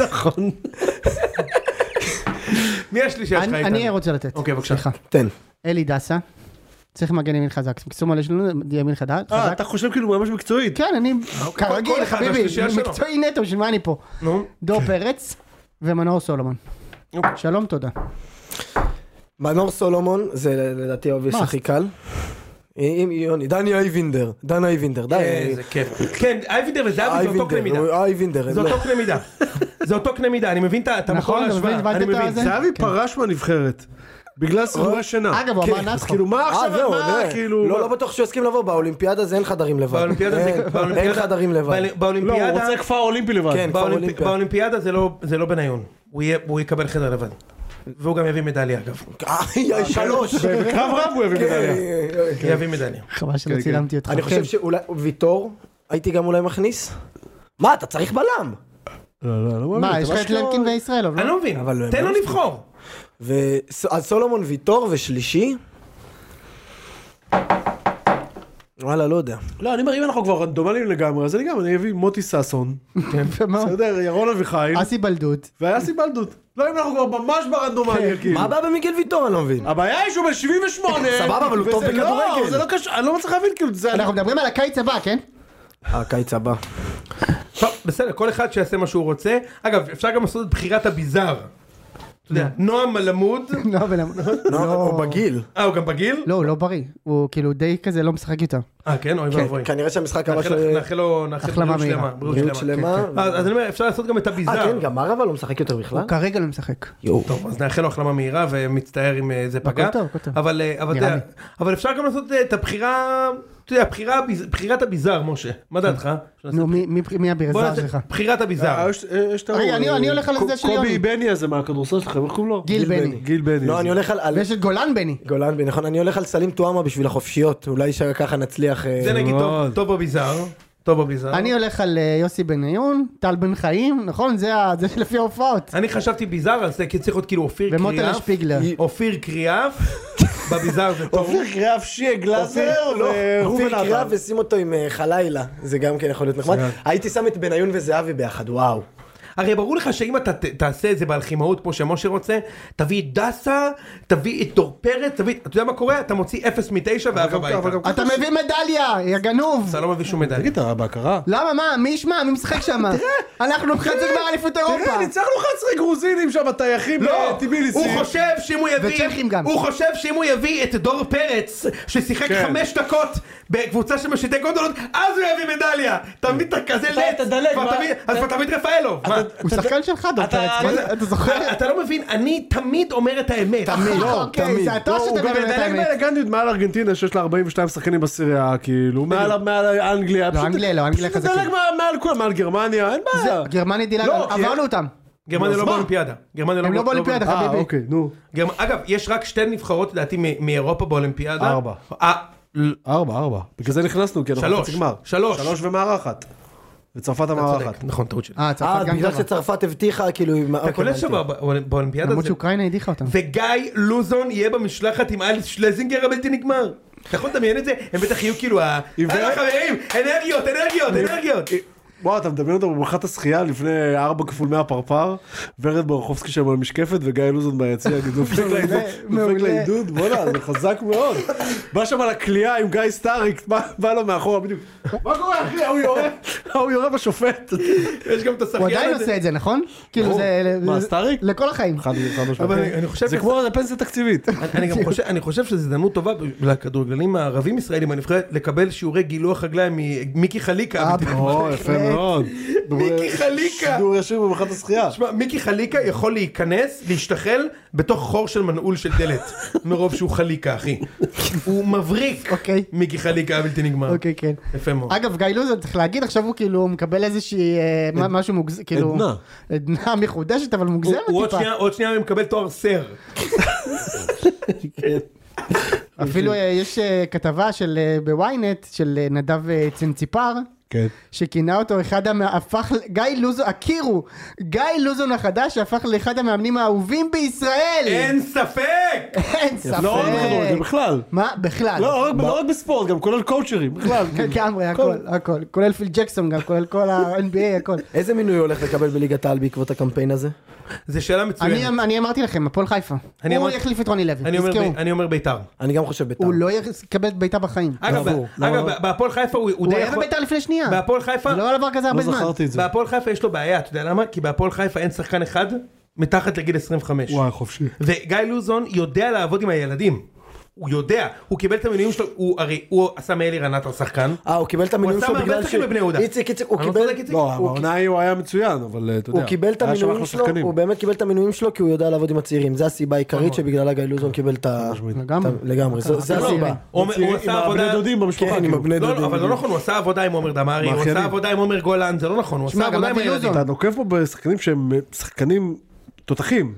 Speaker 2: נכון.
Speaker 1: מי השלישייה שלך
Speaker 4: אני-
Speaker 1: איתן?
Speaker 4: אני רוצה לתת.
Speaker 1: אוקיי, בבקשה.
Speaker 4: סליחה.
Speaker 3: תן.
Speaker 4: אלי דסה. צריך מגן ימין חזק. מקסום יש לנו ימין חזק.
Speaker 2: אה, אתה חושב כאילו ממש מקצועית.
Speaker 4: כן, אני
Speaker 1: אוקיי, כל
Speaker 4: כרגיל,
Speaker 1: אחד
Speaker 4: חביבי,
Speaker 1: והשלישייה שלו.
Speaker 4: מקצועי נטו, בשביל מה אני פה?
Speaker 1: נו.
Speaker 4: דור פרץ ומנור סולומון.
Speaker 1: אוקיי.
Speaker 4: שלום, תודה.
Speaker 3: מנור סולומון, זה לדעתי אובייס
Speaker 4: מה?
Speaker 3: הכי קל. עם יוני, דני אייבינדר, דני אייבינדר, די.
Speaker 2: אה,
Speaker 1: איזה כיף. כן, אייבינדר וזהבי זה אותו קנה מידה.
Speaker 3: הוא- אייבינדר,
Speaker 1: זה
Speaker 3: לא.
Speaker 1: אותו קנה מידה. זה אותו קנה מידה, אני מבין את ה- את המקור
Speaker 4: נכון, אתה מבין,
Speaker 1: להשוואה.
Speaker 4: הבנת
Speaker 1: אני
Speaker 4: את
Speaker 1: מבין.
Speaker 4: הזה?
Speaker 2: זהבי
Speaker 4: כן.
Speaker 2: פרש מהנבחרת. בגלל סידורי שינה.
Speaker 4: אגב, הוא
Speaker 3: כן,
Speaker 4: אמר
Speaker 3: אז
Speaker 4: נתחו.
Speaker 2: כאילו מה
Speaker 3: אה,
Speaker 2: עכשיו,
Speaker 3: זהו,
Speaker 2: מה
Speaker 3: זה-
Speaker 2: כאילו...
Speaker 3: לא, לא בטוח שהוא יסכים לבוא, באולימפיאדה זה אין חדרים לבד.
Speaker 1: באולימפיאדה זה-
Speaker 3: אה, אין- אין
Speaker 1: באולימפיאדה-
Speaker 3: חדרים לבד.
Speaker 1: באול-
Speaker 2: לא, הוא
Speaker 1: באולימפיאדה...
Speaker 2: רוצה כפר אולימפי לבד.
Speaker 3: כן.
Speaker 1: באולימפ-
Speaker 3: אולימפיה.
Speaker 1: באולימפיאדה זה לא- זה לא בניון. הוא יהיה- הוא יקבל חדר לבד. והוא גם יביא מדליה אגב.
Speaker 3: איי, שלוש. אה,
Speaker 5: בקרב רב הוא הביא מדליה.
Speaker 3: כן.
Speaker 1: יביא מדליה.
Speaker 4: חבל שלא
Speaker 5: כן,
Speaker 4: צילמתי אותך.
Speaker 3: אני
Speaker 4: כן.
Speaker 3: חושב שאולי, ויטור, הייתי גם אולי מכניס. מה, אתה צריך בלם.
Speaker 2: לא, לא, לא מאמין.
Speaker 4: מה,
Speaker 2: אתה
Speaker 4: יש לך
Speaker 2: ממש
Speaker 4: את
Speaker 2: לא-
Speaker 4: למקין וישראלוב, לא?
Speaker 1: אני לא מבין,
Speaker 3: אבל הם
Speaker 1: תן
Speaker 3: לא
Speaker 1: לו
Speaker 3: מספיק.
Speaker 1: לבחור.
Speaker 3: ו- אז סולומון ויטור ושלישי? וואלה, לא יודע.
Speaker 2: לא, אני אומר, אם אנחנו כבר רנדומליים לגמרי, אז אני גם, אני אביא מוטי ששון,
Speaker 4: ומה?
Speaker 2: בסדר, ירון אביחיל,
Speaker 4: כן, אסי בלדות.
Speaker 2: ואסי בלדות. לא, אם אנחנו כבר ממש ברנדומליה, כאילו.
Speaker 3: מה הבעיה במיגל ויטור, אני לא מבין.
Speaker 2: הבעיה היא שהוא בן 78.
Speaker 3: סבבה, אבל הוא טוב
Speaker 2: וזה-
Speaker 3: בכדורגל.
Speaker 2: לא, זה לא קשור, אני לא מצליח להבין, כאילו, זה...
Speaker 4: אנחנו מדברים על הקיץ הבא, כן?
Speaker 3: הקיץ הבא.
Speaker 1: טוב, בסדר, כל אחד שיעשה מה שהוא רוצה. אגב, אפשר גם לעשות את בחירת הביזאר. אתה יודע, נועם מלמוד,
Speaker 4: לא, אבל...
Speaker 3: לא, הוא בגיל.
Speaker 1: אה, הוא גם בגיל?
Speaker 4: לא, הוא לא בריא. הוא כאילו די כזה לא משחק איתו.
Speaker 1: אה, כן, אוי
Speaker 3: כן,
Speaker 1: ואבוי.
Speaker 3: כנראה שהמשחק הבא
Speaker 1: נאחל לך-
Speaker 3: של...
Speaker 1: נאחל לו, נאחל
Speaker 4: החלמה
Speaker 1: בריאות
Speaker 4: מהירה.
Speaker 1: שלמה, בריאות
Speaker 3: בריאות
Speaker 1: שלמה. כן,
Speaker 3: שלמה.
Speaker 1: אז אז אני אומר, אפשר לעשות גם את
Speaker 3: אה,
Speaker 1: הביזאר.
Speaker 3: כן, גמר אבל הוא משחק יותר בכלל?
Speaker 4: הוא כרגע לא משחק.
Speaker 3: יואו.
Speaker 1: אוקיי. טוב, אז נאחל לו החלמה מהירה ומצטער אם אה, זה פגע.
Speaker 4: הכל טוב, הכל טוב.
Speaker 1: אבל, אה, אבל,
Speaker 4: נראה
Speaker 1: אתה-
Speaker 4: לי.
Speaker 1: אבל אפשר גם לעשות אה, את הבחירה, אתה יודע, הבחירה הביז- בחירת הביזאר, משה. מה דעתך?
Speaker 4: נו, מי- מי-
Speaker 1: לא
Speaker 4: מי
Speaker 1: בוא
Speaker 4: הבירזר
Speaker 1: נעשה
Speaker 4: שלך?
Speaker 1: בחירת
Speaker 2: אה,
Speaker 1: הביזאר.
Speaker 2: יש- אה, יש את
Speaker 4: רגע,
Speaker 2: ההוא,
Speaker 4: אני-
Speaker 2: אה,
Speaker 4: אני הולך על
Speaker 2: קו-
Speaker 4: זה של
Speaker 2: קובי
Speaker 4: יוני.
Speaker 2: בני הזה מהכדורסל שלכם, איך קוראים לו?
Speaker 4: גיל בני.
Speaker 2: גיל בני.
Speaker 3: לא,
Speaker 2: זה.
Speaker 3: אני הולך על... על-
Speaker 4: ויש את גולן בני.
Speaker 3: גולן, נכון, אני הולך על סלים טועמה בשביל החופשיות, אולי שככה נצליח... אה,
Speaker 1: זה נגיד טוב-
Speaker 2: מאוד.
Speaker 1: טוב בביזאר. טוב בביזאר.
Speaker 4: אני הולך על אה, יוסי בניון, טל בן חיים, נכון? זה ה- זה לפי ההופעות.
Speaker 1: אני חשבתי ביזאר על זה, כי צריך להיות כאילו אופיר
Speaker 4: ומוטל
Speaker 1: קריאף.
Speaker 4: שפיגלר.
Speaker 1: אופיר קריאף, בביזאר זה טוב.
Speaker 2: אופיר קריאף, שיה גלאזר,
Speaker 3: לא,
Speaker 2: וראובן
Speaker 3: אופיר קרב
Speaker 2: עטר.
Speaker 3: ושים אותו עם אה, חלילה, זה גם כן יכול להיות נחמד. הייתי שם את בניון וזהבי ביחד, וואו.
Speaker 1: הרי ברור לך שאם אתה ת- תעשה את זה בהלחימאות כמו שמשה רוצה, תביא את דסה, תביא את דור פרץ, תביא, אתה יודע מה קורה? אתה מוציא 0 מ-9 ואף הביתה.
Speaker 2: אבל גם-
Speaker 4: אתה מביא מדליה, יא גנוב!
Speaker 1: אתה לא מביא שום מדליה.
Speaker 2: תגיד, אתה בהכרה?
Speaker 4: למה, מה? מי ישמע? מי משחק שם? אנחנו חצי גמר אליפות
Speaker 2: תראה,
Speaker 4: אירופה.
Speaker 2: ניצחנו 11 גרוזינים שם, הטייחים אה,
Speaker 1: לא,
Speaker 2: בטיביליסי.
Speaker 1: הוא חושב שאם הוא יביא,
Speaker 4: וצ'כים גם.
Speaker 1: הוא חושב שאם הוא יביא את דור פרץ, ששיחק
Speaker 2: כן.
Speaker 1: חמש דקות בקבוצה של משיטי גונדולות, אז הוא יביא מדליה. אתה מבין, אתה כזה לט,
Speaker 3: תדלג,
Speaker 1: כבר
Speaker 3: מה?
Speaker 1: תביא- אז כבר תביא את רפאלוב. מה?
Speaker 4: הוא שחקן שלך, דור פרץ, מה זה- אתה זוכר?
Speaker 1: לא, אתה לא מבין, אני תמיד אומר את האמת.
Speaker 4: אוקיי, זה אתה
Speaker 2: לא, הוא
Speaker 4: שאתה
Speaker 2: גם
Speaker 4: מבין את
Speaker 2: מדלג
Speaker 4: האמת.
Speaker 2: באלגנטיות מעל ארגנטינה שיש לה 42 שחקנים בסירייה, כאילו, מעל מעל אנגליה. פשוט-
Speaker 4: אנגליה לא, אנגליה
Speaker 2: פשוט
Speaker 4: חזקים.
Speaker 2: מדלג מעל- מעל כולם, מעל גרמניה, אין בעיה.
Speaker 4: גרמניה דילג,
Speaker 2: לא, כי-
Speaker 4: עברנו אותם.
Speaker 1: גרמניה
Speaker 2: אז
Speaker 1: לא
Speaker 2: מה?
Speaker 1: באולימפיאדה. גרמניה
Speaker 4: הם לא באולימפיאדה,
Speaker 2: אה,
Speaker 4: חביבי.
Speaker 2: אוקיי, נו.
Speaker 1: גרמ- אגב, יש רק שתי נבחרות לדעתי מ- מאירופה באולימפיאדה.
Speaker 2: ארבע.
Speaker 1: אה, ל-
Speaker 2: ארבע, ארבע. בגלל זה נכנסנו, כי אנחנו
Speaker 1: שלוש,
Speaker 2: חצי גמר.
Speaker 1: שלוש.
Speaker 2: שלוש ומארחת. וצרפת המארחת.
Speaker 1: צודק, נכון, טעות שלי.
Speaker 4: לא, אה,
Speaker 3: אה,
Speaker 4: צרפת גם
Speaker 3: בגלל
Speaker 4: גרמניה.
Speaker 3: שצרפת הבטיחה, כאילו... עם-
Speaker 1: אתה
Speaker 3: אוקיי,
Speaker 1: קולט
Speaker 3: הבנתי.
Speaker 1: שבאולימפיאדה
Speaker 4: למרות
Speaker 1: זה...
Speaker 4: שאוקראינה הדיחה אותם.
Speaker 1: וגיא לוזון יהיה במשלחת עם אליס שלזינגר הבלתי נגמר. אתה יכול לדמיין את זה? הם בטח יהיו כאילו ה... יאללה חברים, אנרגיות, אנרגיות, אנרגיות.
Speaker 2: וואו, אתה מדמיין אותו בבריכת השחייה לפני 4 כפול 100 פרפר, ורד בורחובסקי שם על משקפת וגיא לוזון ביציע, כאילו, דופק לעידוד, דופק
Speaker 4: מעולה.
Speaker 2: לעידוד, בואנה, זה חזק מאוד. בא שם על הקליעה עם גיא סטאריק, מה- בא לו מאחורה בדיוק. מה קורה אחי, ההוא יורה, ההוא יורה בשופט.
Speaker 1: יש גם את
Speaker 4: הוא
Speaker 1: השחיין
Speaker 4: עדיין
Speaker 1: הזה.
Speaker 4: עושה את זה, נכון? כאילו זה...
Speaker 2: מה, סטאריק?
Speaker 4: לכל החיים.
Speaker 2: חד- חד משמעית.
Speaker 1: לא. אבל אני- אני חושב
Speaker 2: אוקיי. זה
Speaker 1: שזה-
Speaker 2: כמו פנסיה תקציבית.
Speaker 1: אני- אני גם חושב, אני חושב שזו הזדמנות טובה ב- לכדורגלנים הערבים ישראלים הנבחרת לקבל שיעורי גילוח רגליים ממיקי חליקה.
Speaker 4: אה,
Speaker 1: הבלתי נגמר.
Speaker 2: או, יפה מאוד.
Speaker 1: אה, מיקי חליקה.
Speaker 2: שידור ישיר בבריכת השחייה.
Speaker 1: תשמע, מיקי חליקה יכול להיכנס, להשתחל, בתוך חור של מנעול של דלת. מרוב שהוא חליקה, אחי. הוא מבריק.
Speaker 4: אוקיי.
Speaker 1: מיקי חליקה הבלתי נגמר.
Speaker 4: אוקיי, כן.
Speaker 1: יפה מאוד.
Speaker 4: אגב, גיא לוזון, צריך להגיד, עכשיו הוא כאילו מקבל איזושהי... אה, מה- משהו מוגזם, כאילו...
Speaker 2: עדנה.
Speaker 4: עדנה מחודשת, אבל
Speaker 1: הוא
Speaker 4: מוגזמת
Speaker 1: הוא עוד
Speaker 4: טיפה.
Speaker 1: שנייה- עוד שנייה הוא מקבל תואר סר.
Speaker 4: אפילו אה, יש אה, כתבה של אה, בוויינט, של אה, נדב אה, צנציפר.
Speaker 2: כן.
Speaker 4: שכינה אותו אחד המ... הפך... ל- גיא לוזון, הכירו, גיא לוזון החדש שהפך לאחד המאמנים האהובים בישראל!
Speaker 1: אין ספק!
Speaker 4: אין ספק!
Speaker 2: לא רק
Speaker 3: אה,
Speaker 2: בכדורגל, בכלל.
Speaker 4: מה? בכלל. כן.
Speaker 2: לא רק- לא רק בספורט, גם כולל קואוצ'רים, בכלל.
Speaker 4: לגמרי, הכל, הכל. כולל פיל ג'קסון גם, כולל כל ה-NBA, הכל.
Speaker 3: איזה מינוי הולך לקבל בליגת העל בעקבות הקמפיין הזה?
Speaker 1: זו שאלה
Speaker 4: אני,
Speaker 1: מצוינת.
Speaker 4: אני אמרתי לכם, הפועל חיפה.
Speaker 1: אני
Speaker 4: הוא
Speaker 1: אמרתי-
Speaker 4: יחליף את רוני
Speaker 1: אני
Speaker 4: לוי,
Speaker 1: אומר
Speaker 4: תזכרו.
Speaker 1: בי- אני אומר ביתר.
Speaker 3: אני גם חושב בית"ר.
Speaker 4: הוא לא יקבל בעיטה בחיים.
Speaker 1: אגב,
Speaker 3: ברור,
Speaker 1: ב- אגב, ב- בהפועל חיפה הוא הוא
Speaker 4: לא, הוא
Speaker 1: די
Speaker 4: היה
Speaker 1: יכול...
Speaker 4: בביתר לפני שנייה.
Speaker 1: בהפועל חיפה?
Speaker 4: זה לא עבר כזה הרבה
Speaker 2: לא
Speaker 4: זמן.
Speaker 2: זכרתי את זה.
Speaker 1: בהפועל חיפה יש לו בעיה, אתה יודע למה? כי בהפועל חיפה אין שחקן אחד מתחת לגיל 25.
Speaker 2: וואי, חופשי.
Speaker 1: וגיא לוזון יודע לעבוד עם הילדים. הוא יודע, הוא קיבל את המינויים שלו, הוא הרי, הוא עשה מאלי רנטר שחקן.
Speaker 3: אה, הוא קיבל את המינוי
Speaker 1: עשה
Speaker 3: שלו
Speaker 1: מהרבה
Speaker 3: בגלל ש...
Speaker 1: שחקנים בבני יהודה.
Speaker 3: איציק, איציק, הוא
Speaker 1: אני לא
Speaker 3: קיבל...
Speaker 1: צודק, איציק?
Speaker 2: לא,
Speaker 3: הוא-
Speaker 2: בעונה ההיא הוא היה מצוין, אבל אה, אתה יודע.
Speaker 3: הוא קיבל את
Speaker 2: היה שם
Speaker 3: המינויים
Speaker 2: אחלה
Speaker 3: שלו,
Speaker 2: שחקנים.
Speaker 3: הוא באמת קיבל את המינויים שלו כי הוא יודע לעבוד עם הצעירים, זו הסיבה העיקרית שבגללה גיא לוזון קיבל את ה...
Speaker 4: לגמרי.
Speaker 3: את ה- לגמרי, זו- זו
Speaker 4: לא,
Speaker 3: הסיבה.
Speaker 1: הוא
Speaker 2: עם
Speaker 1: הוא עשה עבודה...
Speaker 2: הבני דודים במשפחה.
Speaker 3: כן, עם
Speaker 2: כאילו.
Speaker 3: הבני
Speaker 1: לא, לא,
Speaker 3: דודים.
Speaker 1: אבל לא נכון, הוא עשה עבודה עם עומר דמארי, הוא
Speaker 2: מאחיינים.
Speaker 1: עשה עבודה עם עומר גולן, זה לא נכון, הוא
Speaker 4: שמע,
Speaker 1: עשה
Speaker 4: גם
Speaker 1: עבודה עם
Speaker 4: אבי
Speaker 1: הילדים.
Speaker 4: לוזון.
Speaker 2: אתה נוקב פה בשחקנים שהם אה, שחקנים תותחים.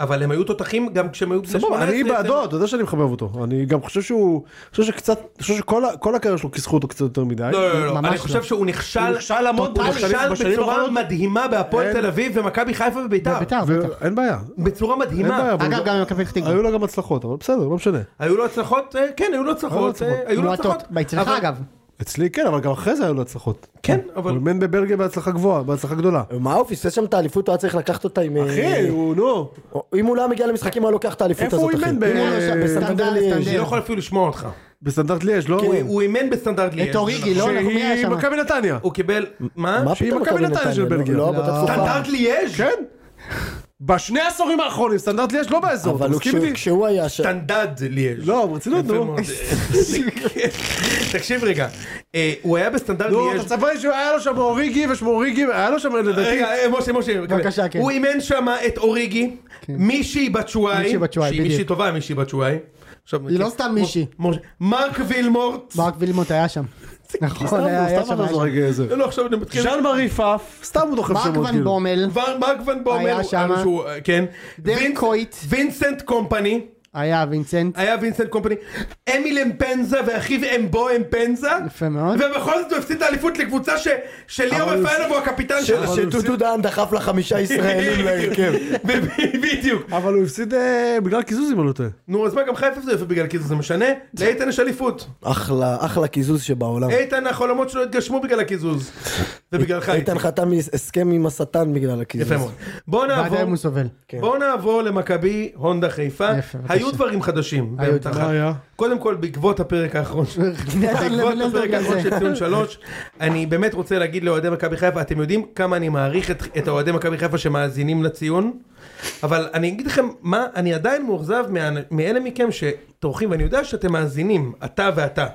Speaker 1: אבל הם היו תותחים גם כשהם היו בני
Speaker 2: סבבה, אני
Speaker 1: 18,
Speaker 2: בעדו, אתה יודע שאני מחבב אותו. אני גם חושב שהוא, אני חושב שקצת, אני חושב שכל ה- כל הקריירה שלו כיסחו אותו קצת יותר מדי.
Speaker 1: לא, לא, לא,
Speaker 4: ממש
Speaker 1: אני חושב
Speaker 4: לא.
Speaker 1: שהוא נכשל,
Speaker 2: הוא נכשל המון,
Speaker 1: הוא
Speaker 2: הוא
Speaker 1: נכשל
Speaker 2: בשנים- בשנים
Speaker 1: בצורה
Speaker 2: האחרונות.
Speaker 1: מדהימה בהפועל
Speaker 2: אין.
Speaker 1: תל אביב ומכבי חיפה וביתר,
Speaker 4: בביתר, בטח.
Speaker 2: ואין בעיה.
Speaker 1: בצורה
Speaker 2: אין בעיה,
Speaker 1: מדהימה,
Speaker 2: אבל
Speaker 4: אגב,
Speaker 2: הוא-
Speaker 4: גם עם מכבי פתח תקווה.
Speaker 2: היו לו גם הצלחות, אבל בסדר, לא משנה.
Speaker 1: היו לו הצלחות, אה, כן היו לו הצלחות,
Speaker 2: הצלחות.
Speaker 1: אה, היו לו
Speaker 4: מועטות.
Speaker 1: הצלחות,
Speaker 4: אצלך
Speaker 1: אבל-
Speaker 4: אגב.
Speaker 2: אצלי כן, אבל גם אחרי זה היו לו הצלחות.
Speaker 1: כן, אבל-
Speaker 2: הוא אימן בבלגיה בהצלחה גבוהה, בהצלחה גדולה.
Speaker 3: מה הוא פספס שם את האליפות, הוא היה צריך לקחת אותה עם... אה,
Speaker 2: אחי, הוא, נו.
Speaker 3: אם הוא לא היה מגיע למשחקים, הוא היה לוקח את האליפות
Speaker 2: איפה
Speaker 3: הזאת,
Speaker 2: הוא
Speaker 3: אחי.
Speaker 2: אימן? ב-
Speaker 4: אם הוא היה נוסע בסטנדר
Speaker 3: סטנדר ליאז'.
Speaker 1: אה, אני לא
Speaker 4: לסטנדר.
Speaker 1: יכול אפילו לשמוע אותך,
Speaker 2: בסטנדרט ליאז', לא?
Speaker 3: כן.
Speaker 1: הוא אימן בסטנדרט ליאל,
Speaker 4: את אוריגי, לא? אנחנו- מי היה
Speaker 2: שהיא
Speaker 4: שם?
Speaker 2: מכבי נתניה.
Speaker 1: הוא קיבל, מה?
Speaker 3: מה
Speaker 2: שהיא
Speaker 3: פתאום
Speaker 2: מכבי נתניה של
Speaker 3: לא-
Speaker 2: בלגיה.
Speaker 3: לא,
Speaker 2: לא.
Speaker 3: באותה תקופה.
Speaker 4: אה.
Speaker 1: סטנדרט ליאז'
Speaker 2: כן. בשני העשורים האחרונים, סטנדרט ליאז' לא באזור, אתה
Speaker 3: אבל הוא-
Speaker 2: מסכים
Speaker 3: כשהוא-
Speaker 2: איתי?
Speaker 3: כשהוא היה שם...
Speaker 1: סטנדרט ליאז'
Speaker 2: לא, ברצינות,
Speaker 1: יפה
Speaker 2: נו.
Speaker 1: מאוד. תקשיב רגע, אה, הוא היה בסטנדרט
Speaker 2: נו,
Speaker 1: ליאז'
Speaker 2: אתה צפה שהיה לו שם אוריגי ושמוריגי, היה לו שם לדעתי.
Speaker 1: רגע, אה, משה, משה,
Speaker 4: בבקשה, כן.
Speaker 1: הוא אימן שם את אוריגי, מישהי בת שואי,
Speaker 4: מישהי בת שואי,
Speaker 1: שהיא מישהי
Speaker 4: בדיוק.
Speaker 1: טובה, מישהי בת שואי. עכשיו,
Speaker 4: היא לא
Speaker 1: כן,
Speaker 4: סתם
Speaker 1: מ-
Speaker 4: מישהי.
Speaker 1: משה- מרק וילמורט,
Speaker 4: ברק וילמוט היה שם. נכון,
Speaker 2: סתם,
Speaker 4: היה היה
Speaker 2: סתם
Speaker 4: שם.
Speaker 2: אתה
Speaker 4: היה
Speaker 2: זורק
Speaker 4: שם.
Speaker 2: איזה.
Speaker 1: לא, לא, עכשיו אני מתחיל,
Speaker 2: ז'אן מארי פאף, סתם הוא דוחף
Speaker 4: ברק
Speaker 2: שמות
Speaker 4: ון
Speaker 2: כאילו.
Speaker 4: בומל,
Speaker 1: ור- מרק ון בומר,
Speaker 4: היה
Speaker 1: הוא-
Speaker 4: שמה.
Speaker 1: שהוא, אה, כן,
Speaker 4: דרק
Speaker 1: וינס-
Speaker 4: קויט,
Speaker 1: וינסנט קומפני,
Speaker 4: היה וינסנט.
Speaker 1: היה וינסנט קומפני, אמיל אמפנזה ואחיו אמבו אמפנזה,
Speaker 4: יפה מאוד.
Speaker 1: ובכל זאת הוא הפסיד את האליפות לקבוצה ש- שליאור
Speaker 3: אבל-
Speaker 1: רפאלוב הוא הקפיטן שלה.
Speaker 3: שדודו דהן דחף לחמישה ישראלים להרכב.
Speaker 1: בדיוק.
Speaker 2: אבל הוא הפסיד אה, בגלל קיזוז אם אני לא טועה.
Speaker 1: נו אז מה גם חיפה זה יפה בגלל קיזוז זה משנה? לאיתן יש אליפות.
Speaker 3: אחלה, אחלה קיזוז שבעולם.
Speaker 1: איתן החלומות שלו התגשמו בגלל הקיזוז. ובגלל חיפה.
Speaker 3: איתן חתם הסכם עם השטן בגלל הקיזוז.
Speaker 1: יפה מאוד. בואו
Speaker 4: ועד היום
Speaker 1: נעבור.
Speaker 4: הוא סובל.
Speaker 3: כן.
Speaker 1: בואו נעבור למכבי הונדה חיפה,
Speaker 4: יפה, בבקשה.
Speaker 1: היו דברים חדשים,
Speaker 4: היו
Speaker 1: בהבטחה.
Speaker 2: מה היה?
Speaker 1: קודם כל בעקבות הפרק האחרון, ש- בעקבות
Speaker 4: לזלזל
Speaker 1: הפרק האחרון
Speaker 4: בזה.
Speaker 1: של ציון שלוש, אני באמת רוצה להגיד לאוהדי מכבי חיפה, אתם יודעים כמה אני מעריך את- את האוהדי מכבי חיפה שמאזינים לציון, אבל אני אגיד לכם מה, אני עדיין מאוכזב מהאנ- מאלה מכם שטורחים, ואני יודע שאתם מאזינים, אתה ואתה.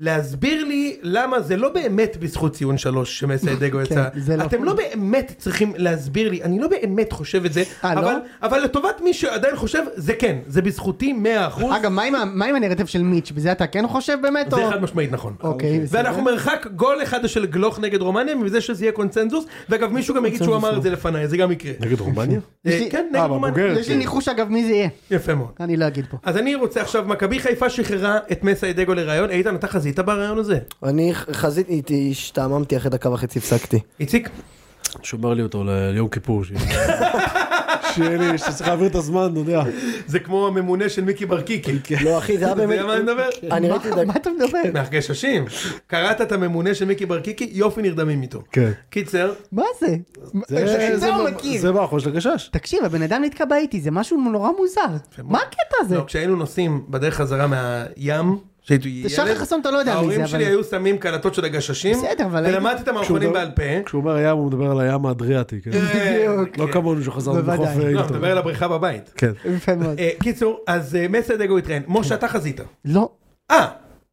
Speaker 1: להסביר לי למה זה לא באמת בזכות ציון שלוש שמסי דגו יצא.
Speaker 4: זה לא.
Speaker 1: אתם לא באמת צריכים להסביר לי, אני לא באמת חושב את זה,
Speaker 4: אה, לא?
Speaker 1: אבל, אבל לטובת מי שעדיין חושב, זה כן, זה בזכותי 100%.
Speaker 4: אגב, מה עם ה- מה עם הנרטיב של מיץ'? בזה אתה כן חושב באמת?
Speaker 1: זה
Speaker 4: או-
Speaker 1: חד משמעית נכון.
Speaker 4: אוקיי, בסדר.
Speaker 1: ואנחנו מרחק גול אחד של גלוך נגד רומניה מזה שזה יהיה קונצנזוס, ואגב מישהו גם יגיד שהוא אמר
Speaker 4: לא.
Speaker 1: את זה לפניי, זה גם יקרה.
Speaker 2: נגד רומניה?
Speaker 1: אה,
Speaker 4: יש לי-
Speaker 1: כן, נגד
Speaker 2: אה,
Speaker 1: רומניה.
Speaker 2: בבוגרת.
Speaker 4: יש לי ניחוש אגב מי זה יהיה.
Speaker 1: יפה מאוד.
Speaker 4: אני לא אגיד פה.
Speaker 1: אז אני רוצה עכשיו, מכבי חיפה שחררה את מסי דגו לראיון, איתן אתה חזית ברעיון הזה?
Speaker 3: אני חזיתי, השתעממתי אחרי דקה וחצי, הפסקתי.
Speaker 1: איציק?
Speaker 2: שומר לי אותו ליום כיפור. שיהיה לי, שצריך להעביר את הזמן, אתה יודע.
Speaker 1: זה כמו הממונה של מיקי ברקיקי.
Speaker 3: לא אחי, זה היה
Speaker 1: אתה
Speaker 3: באמת...
Speaker 1: יודע כן. מה אני מדבר?
Speaker 3: אני
Speaker 4: מה
Speaker 3: ראיתי דקה...
Speaker 4: מה אתה מדבר?
Speaker 1: מהחגששים. קראת את הממונה של מיקי ברקיקי, יופי נרדמים איתו.
Speaker 2: כן.
Speaker 1: קיצר,
Speaker 4: מה זה?
Speaker 2: זה-
Speaker 1: לא
Speaker 4: זה הוא
Speaker 2: זה-
Speaker 4: מכיר.
Speaker 2: זה באחוז של הגשש.
Speaker 4: תקשיב, הבן אדם נתקע באיטי, זה משהו נורא מוזר. מה הקטע הזה?
Speaker 1: לא, כשהיינו נוסעים בדרך חזרה מהים, כשהייתי ילד,
Speaker 4: שחר חסון, אתה לא יודע מי זה,
Speaker 1: ההורים
Speaker 4: אבל-
Speaker 1: שלי היו שמים קלטות של הגששים,
Speaker 4: בסדר, אבל הייתי-
Speaker 1: ולמדתי את המערכונים
Speaker 2: כשהוא- לא-
Speaker 1: בעל פה. אה,
Speaker 2: כשהוא אומר ים, הוא מדבר על הים האדריאטי. כן?
Speaker 4: בדיוק.
Speaker 2: לא כמונו שחזרנו
Speaker 4: בוודאי.
Speaker 2: מחוף
Speaker 1: לא,
Speaker 2: אילטון.
Speaker 1: אתה מדבר על הבריכה בבית.
Speaker 2: כן.
Speaker 4: יפה מאוד.
Speaker 1: אה, קיצור, אז אה, מסי דגו התראיין. משה, אתה חזית.
Speaker 4: לא.
Speaker 1: אה,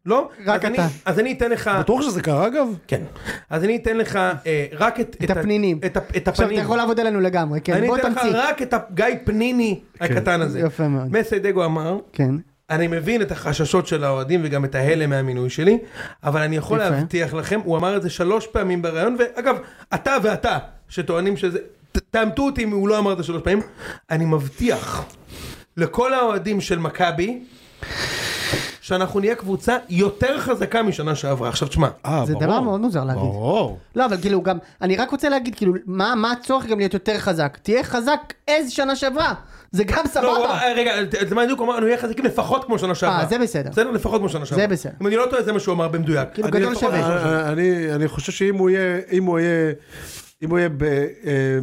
Speaker 1: לא?
Speaker 4: רק
Speaker 1: אז אני-
Speaker 4: אתה.
Speaker 1: אז אני אתן לך...
Speaker 2: בטוח שזה קרה אגב?
Speaker 1: כן. אז אני אתן לך אה, רק את...
Speaker 4: את הפנינים.
Speaker 1: את ה- את
Speaker 4: עכשיו, אתה
Speaker 1: הפנים.
Speaker 4: יכול לעבוד עלינו לגמרי, כן,
Speaker 1: אני
Speaker 4: בוא
Speaker 1: אתן לך
Speaker 4: תמציא.
Speaker 1: רק את הגיא פניני הקטן הזה.
Speaker 4: יפה מאוד.
Speaker 1: מסי דגו אמר,
Speaker 4: כן.
Speaker 1: אני מבין את החששות של האוהדים וגם את ההלם מהמינוי שלי, אבל אני יכול
Speaker 4: יפה.
Speaker 1: להבטיח לכם, הוא אמר את זה שלוש פעמים בריאיון, ואגב, אתה ואתה, שטוענים שזה, ת- תעמתו אותי אם הוא לא אמר את זה שלוש פעמים, אני מבטיח לכל האוהדים של מכבי, שאנחנו נהיה קבוצה יותר חזקה משנה שעברה. עכשיו תשמע,
Speaker 2: אה,
Speaker 4: זה
Speaker 2: ברור.
Speaker 4: דבר מאוד מוזר להגיד.
Speaker 2: ברור.
Speaker 4: לא, אבל כאילו גם, אני רק רוצה להגיד, כאילו, מה מה הצורך גם להיות יותר חזק? תהיה חזק איזה שנה שעברה. זה גם
Speaker 1: לא, הוא
Speaker 4: סבבה.
Speaker 1: אמר- רגע, ת- זה מה בדיוק הוא אמר, אנחנו נהיה חזקים לפחות כמו שנה שעברה.
Speaker 4: אה, זה בסדר.
Speaker 1: בסדר, לפחות כמו שנה שעברה.
Speaker 4: בסדר.
Speaker 1: אם אני לא טועה, זה מה שהוא אמר במדויק.
Speaker 4: כאילו,
Speaker 1: אני לא-
Speaker 4: גדול
Speaker 1: לפחות-
Speaker 4: שווה.
Speaker 2: אני- אה, אני- אני חושב שאם הוא יהיה, אם הוא יהיה, אם הוא יהיה ב- אה,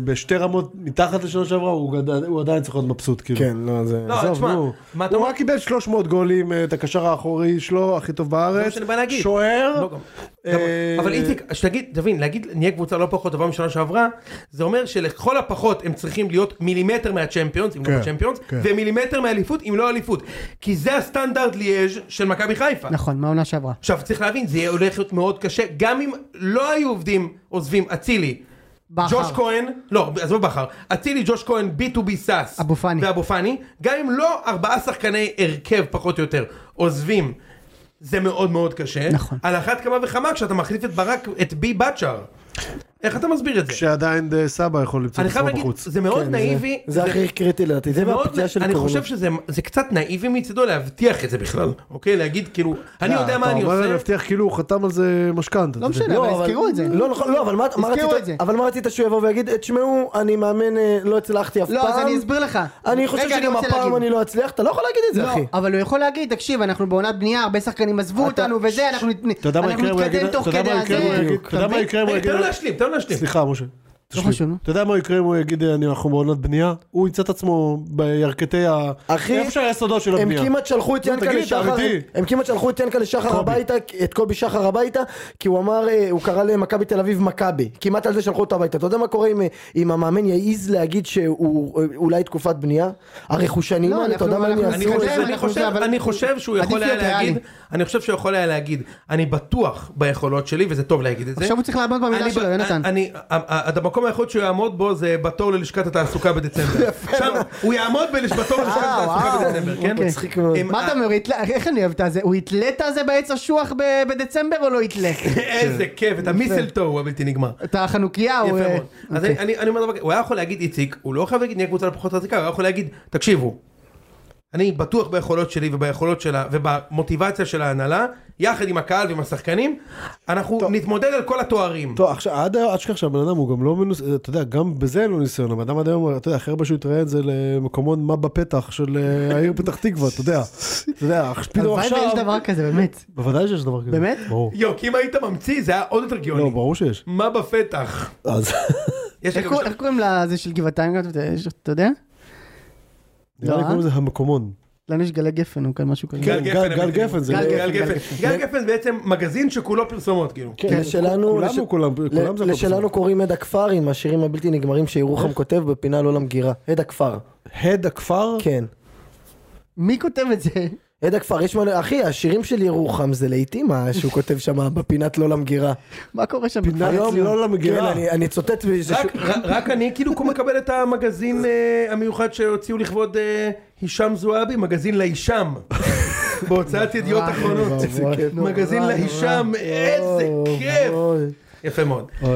Speaker 2: בשתי רמות מתחת לשנה שעברה, הוא גד- הוא עדיין צריך להיות מבסוט, כאילו.
Speaker 3: כן, לא, זה...
Speaker 1: לא,
Speaker 2: עזוב,
Speaker 1: תשמע,
Speaker 2: נו.
Speaker 1: מה אתה
Speaker 2: הוא
Speaker 1: אומר?
Speaker 2: רק קיבל 300 גולים, אה, את הקשר האחורי שלו, הכי טוב
Speaker 1: זה מה
Speaker 2: בארץ.
Speaker 1: שאני בא להגיד.
Speaker 2: שוער.
Speaker 1: לא, גם-
Speaker 2: אה,
Speaker 1: גם- אבל איציק, שתגיד, תבין, להגיד נהיה קבוצה לא פחות טובה משנה שעברה, זה אומר שלכל הפחות הם צריכים להיות מילימטר מהצ'מפיונס, אם לא
Speaker 2: כן,
Speaker 1: בצ'מפיונס,
Speaker 2: כן.
Speaker 1: ומילימטר מאליפות, אם לא אליפות. כי זה הסטנדרט ליאז' של מכבי חיפה.
Speaker 4: נכון, מהעונה שעברה.
Speaker 1: עכשיו צריך להבין, זה יהיה הולך להיות מאוד קשה, גם אם לא היו עובדים עוזבים, אצילי.
Speaker 4: בכר.
Speaker 1: ג'וש כהן, לא, עזוב בכר, אצילי, ג'וש כהן, B2B סאס.
Speaker 4: אבו פאני.
Speaker 1: ואבו פאני, גם אם לא ארבעה שחקני הרכב פחות או יותר עוזבים, זה מאוד מאוד קשה.
Speaker 4: נכון.
Speaker 1: על אחת כמה וכמה כשאתה מחליף את ברק, את בי בצ'אר. איך אתה מסביר את זה?
Speaker 2: כשעדיין אה, סבא יכול למצוא
Speaker 1: אני
Speaker 2: את
Speaker 1: חייב
Speaker 2: עצמו
Speaker 1: להגיד,
Speaker 2: בחוץ.
Speaker 1: זה מאוד
Speaker 3: כן,
Speaker 1: נאיבי.
Speaker 3: זה הכי קריטי לדעתי, זה
Speaker 1: מאוד,
Speaker 3: והפציעה של
Speaker 1: אני
Speaker 3: קורונה.
Speaker 1: חושב שזה זה קצת נאיבי מצדו להבטיח את זה בכלל, אוקיי? להגיד כאילו, אני יודע מה אני
Speaker 2: אתה אומר,
Speaker 1: עושה,
Speaker 2: אני מבטיח כאילו הוא חתם על זה משכנתה.
Speaker 4: לא משנה,
Speaker 3: לא,
Speaker 4: אבל יזכרו את זה.
Speaker 3: לא, נכון, לא, אבל מה- מה
Speaker 4: יזכרו
Speaker 3: רצית-
Speaker 4: את זה.
Speaker 3: אבל מה רצית שהוא יבוא ויגיד, תשמעו, אני מאמן, אה, לא הצלחתי אף פעם.
Speaker 4: לא, אז אני אסביר לך.
Speaker 3: אני חושב
Speaker 4: רגע,
Speaker 3: שגם
Speaker 4: רוצה
Speaker 3: הפעם
Speaker 4: להגיד.
Speaker 3: אני לא אצליח, אתה לא יכול להגיד את זה,
Speaker 4: לא,
Speaker 3: אחי.
Speaker 4: אבל הוא יכול להגיד, תקשיב, אנחנו בעונת בנייה, הרבה שחקנים עזבו
Speaker 3: אתה-
Speaker 4: אותנו וזה, אנחנו נת-
Speaker 5: אתה יודע מה יקרה אם
Speaker 4: אנחנו
Speaker 5: הוא יגיד...
Speaker 4: נתקדם
Speaker 5: אתה
Speaker 4: תוך
Speaker 5: יודע
Speaker 4: כדי
Speaker 5: מה יקרה אם הוא
Speaker 4: הזה.
Speaker 5: יגיד- אתה יודע מה
Speaker 4: מבין?
Speaker 5: יקרה אם הוא
Speaker 1: רגע,
Speaker 5: יגיד...
Speaker 3: כאילו-
Speaker 1: תן לו להשלים, תן לו להשלים.
Speaker 2: סליחה, משה. תשלים.
Speaker 4: חשוב, נו.
Speaker 2: אתה יודע מה יקרה אם הוא יגיד, "אני- אנחנו בעונת בנייה? הוא ימצא את עצמו בירכתי ה...
Speaker 3: אחי,
Speaker 2: איפה שהיסודות של
Speaker 3: הם
Speaker 2: הבנייה.
Speaker 3: כמעט שלחו את
Speaker 2: לא,
Speaker 3: ינקה
Speaker 2: תגיד לי,
Speaker 3: לשחר,
Speaker 2: אתה אמיתי?
Speaker 3: הם כמעט שלחו את ינקה לשחר
Speaker 2: קובי.
Speaker 3: הביתה, את קובי שחר הביתה, כי הוא אמר, אה, הוא קרא למכבי תל אביב מכבי, כמעט על זה שלחו אותו הביתה. אתה יודע מה קורה אם, אה, אם המאמן יעז להגיד שהוא אה, אולי תקופת בנייה? הרכושנים
Speaker 4: לא,
Speaker 3: האלה, אתה יודע מה הם
Speaker 4: אנחנו-
Speaker 1: אני
Speaker 4: סיכוי,
Speaker 1: חושב-
Speaker 3: יעשו?
Speaker 4: אנחנו
Speaker 1: אני
Speaker 4: זה,
Speaker 1: חושב-
Speaker 4: אבל-
Speaker 1: אני חושב שהוא
Speaker 4: עדיף
Speaker 1: יכול היה
Speaker 4: להיות ריאלי.
Speaker 1: להגיד, אני חושב שהוא יכול היה להגיד, אני בטוח ביכולות שלי, וזה טוב להגיד את זה.
Speaker 4: עכשיו הוא צריך לעמוד במילה
Speaker 1: אני ב-
Speaker 4: שלו, יונתן.
Speaker 1: אני, ה- ה- המקום היחיד שהוא יעמוד בו זה בתור ללשכת התעסוקה בדצמבר. שם, הוא יעמוד בלש- בתור ללשכת
Speaker 4: אה,
Speaker 1: התעסוקה
Speaker 4: וואו.
Speaker 1: בדצמבר, כן?
Speaker 4: אוקיי.
Speaker 3: מצחיק מאוד.
Speaker 1: אם-
Speaker 4: מה אתה אומר, הוא התלה- איך אני אוהב את הזה? הוא יתלה את הזה בעץ אשוח ב- בדצמבר או לא יתלה?
Speaker 1: איזה כיף, את המיסלטו הבלתי נגמר.
Speaker 4: את החנוכיה, הוא...
Speaker 1: יפה
Speaker 2: אוקיי.
Speaker 4: אה,
Speaker 1: מאוד. אז אני- אני אני אומר דבר כזה, הוא היה יכול להגיד איציק, הוא לא חייב להגיד נהיה קבוצה לפחות חזקה, הוא היה יכול להגיד, תקשיבו, אני בטוח ביכולות שלי וביכולות שלה ובמוטיבציה של ההנהלה, יחד עם הקהל ועם השחקנים, אנחנו נתמודד על כל התוארים.
Speaker 2: טוב, עכשיו, עד היום, אל תשכח שהבן אדם הוא גם לא מנוס... אתה יודע, גם בזה אין לו ניסיון. הבן אדם עד היום, אתה יודע, הכי הרבה שהוא התראיין זה למקומון מה בפתח של אה, העיר פתח תקווה, אתה יודע. אתה יודע, אך- פתאום
Speaker 4: הלוואי
Speaker 2: עכשיו...
Speaker 4: ויש דבר כזה, באמת.
Speaker 2: בוודאי שיש דבר כזה.
Speaker 4: באמת?
Speaker 2: ברור.
Speaker 1: יו, כי אם היית ממציא זה היה עוד יותר
Speaker 2: לא,
Speaker 1: גאוני.
Speaker 2: ברור שיש.
Speaker 1: מה בפתח?
Speaker 2: אז...
Speaker 1: יש לי
Speaker 4: איך
Speaker 1: גם
Speaker 4: קורא-
Speaker 1: שם-
Speaker 4: איך קוראים לזה של גבעתיים? גם, אתה- יש- אתה יודע?
Speaker 2: נראה לי
Speaker 4: אה?
Speaker 2: קוראים לזה המקומון.
Speaker 4: לנו יש גלי גפן או כאן משהו כזה.
Speaker 2: כן,
Speaker 1: כן.
Speaker 2: גל- גל
Speaker 1: הבלתי
Speaker 2: גפן זה-
Speaker 1: נגמר.
Speaker 4: גל
Speaker 1: גל
Speaker 4: גפן,
Speaker 1: גפן. גל גפן בעצם מגזין שכולו פרסומות, כאילו.
Speaker 3: כן, לשלנו,
Speaker 2: כולם
Speaker 3: לש-
Speaker 2: הוא כולם, כולם זה... אה?
Speaker 3: ל- לשלנו קוראים עד הכפר עם השירים הבלתי נגמרים שירוחם כותב בפינה לא למגירה. עד הכפר,
Speaker 2: הד הכפר?
Speaker 3: כן.
Speaker 4: מי כותב את זה?
Speaker 3: עד הכפר, יש מלא, אחי, השירים של ירוחם זה לעיתים מה שהוא כותב שם בפינת לא למגירה.
Speaker 4: מה קורה שם?
Speaker 2: היום לא
Speaker 3: כן,
Speaker 2: למגירה.
Speaker 3: אני- אני צוטט, וזה
Speaker 1: רק-
Speaker 3: ש-
Speaker 1: ר- רק אני כאילו כמו מקבל את המגזין אה, המיוחד שהוציאו לכבוד אה, הישאם זועבי, מגזין להישאם.
Speaker 2: נכון.
Speaker 1: בהוצאת ידיעות
Speaker 2: לא
Speaker 1: אחרונות. מגזין להישאם, איזה כיף. יפה מאוד. אה,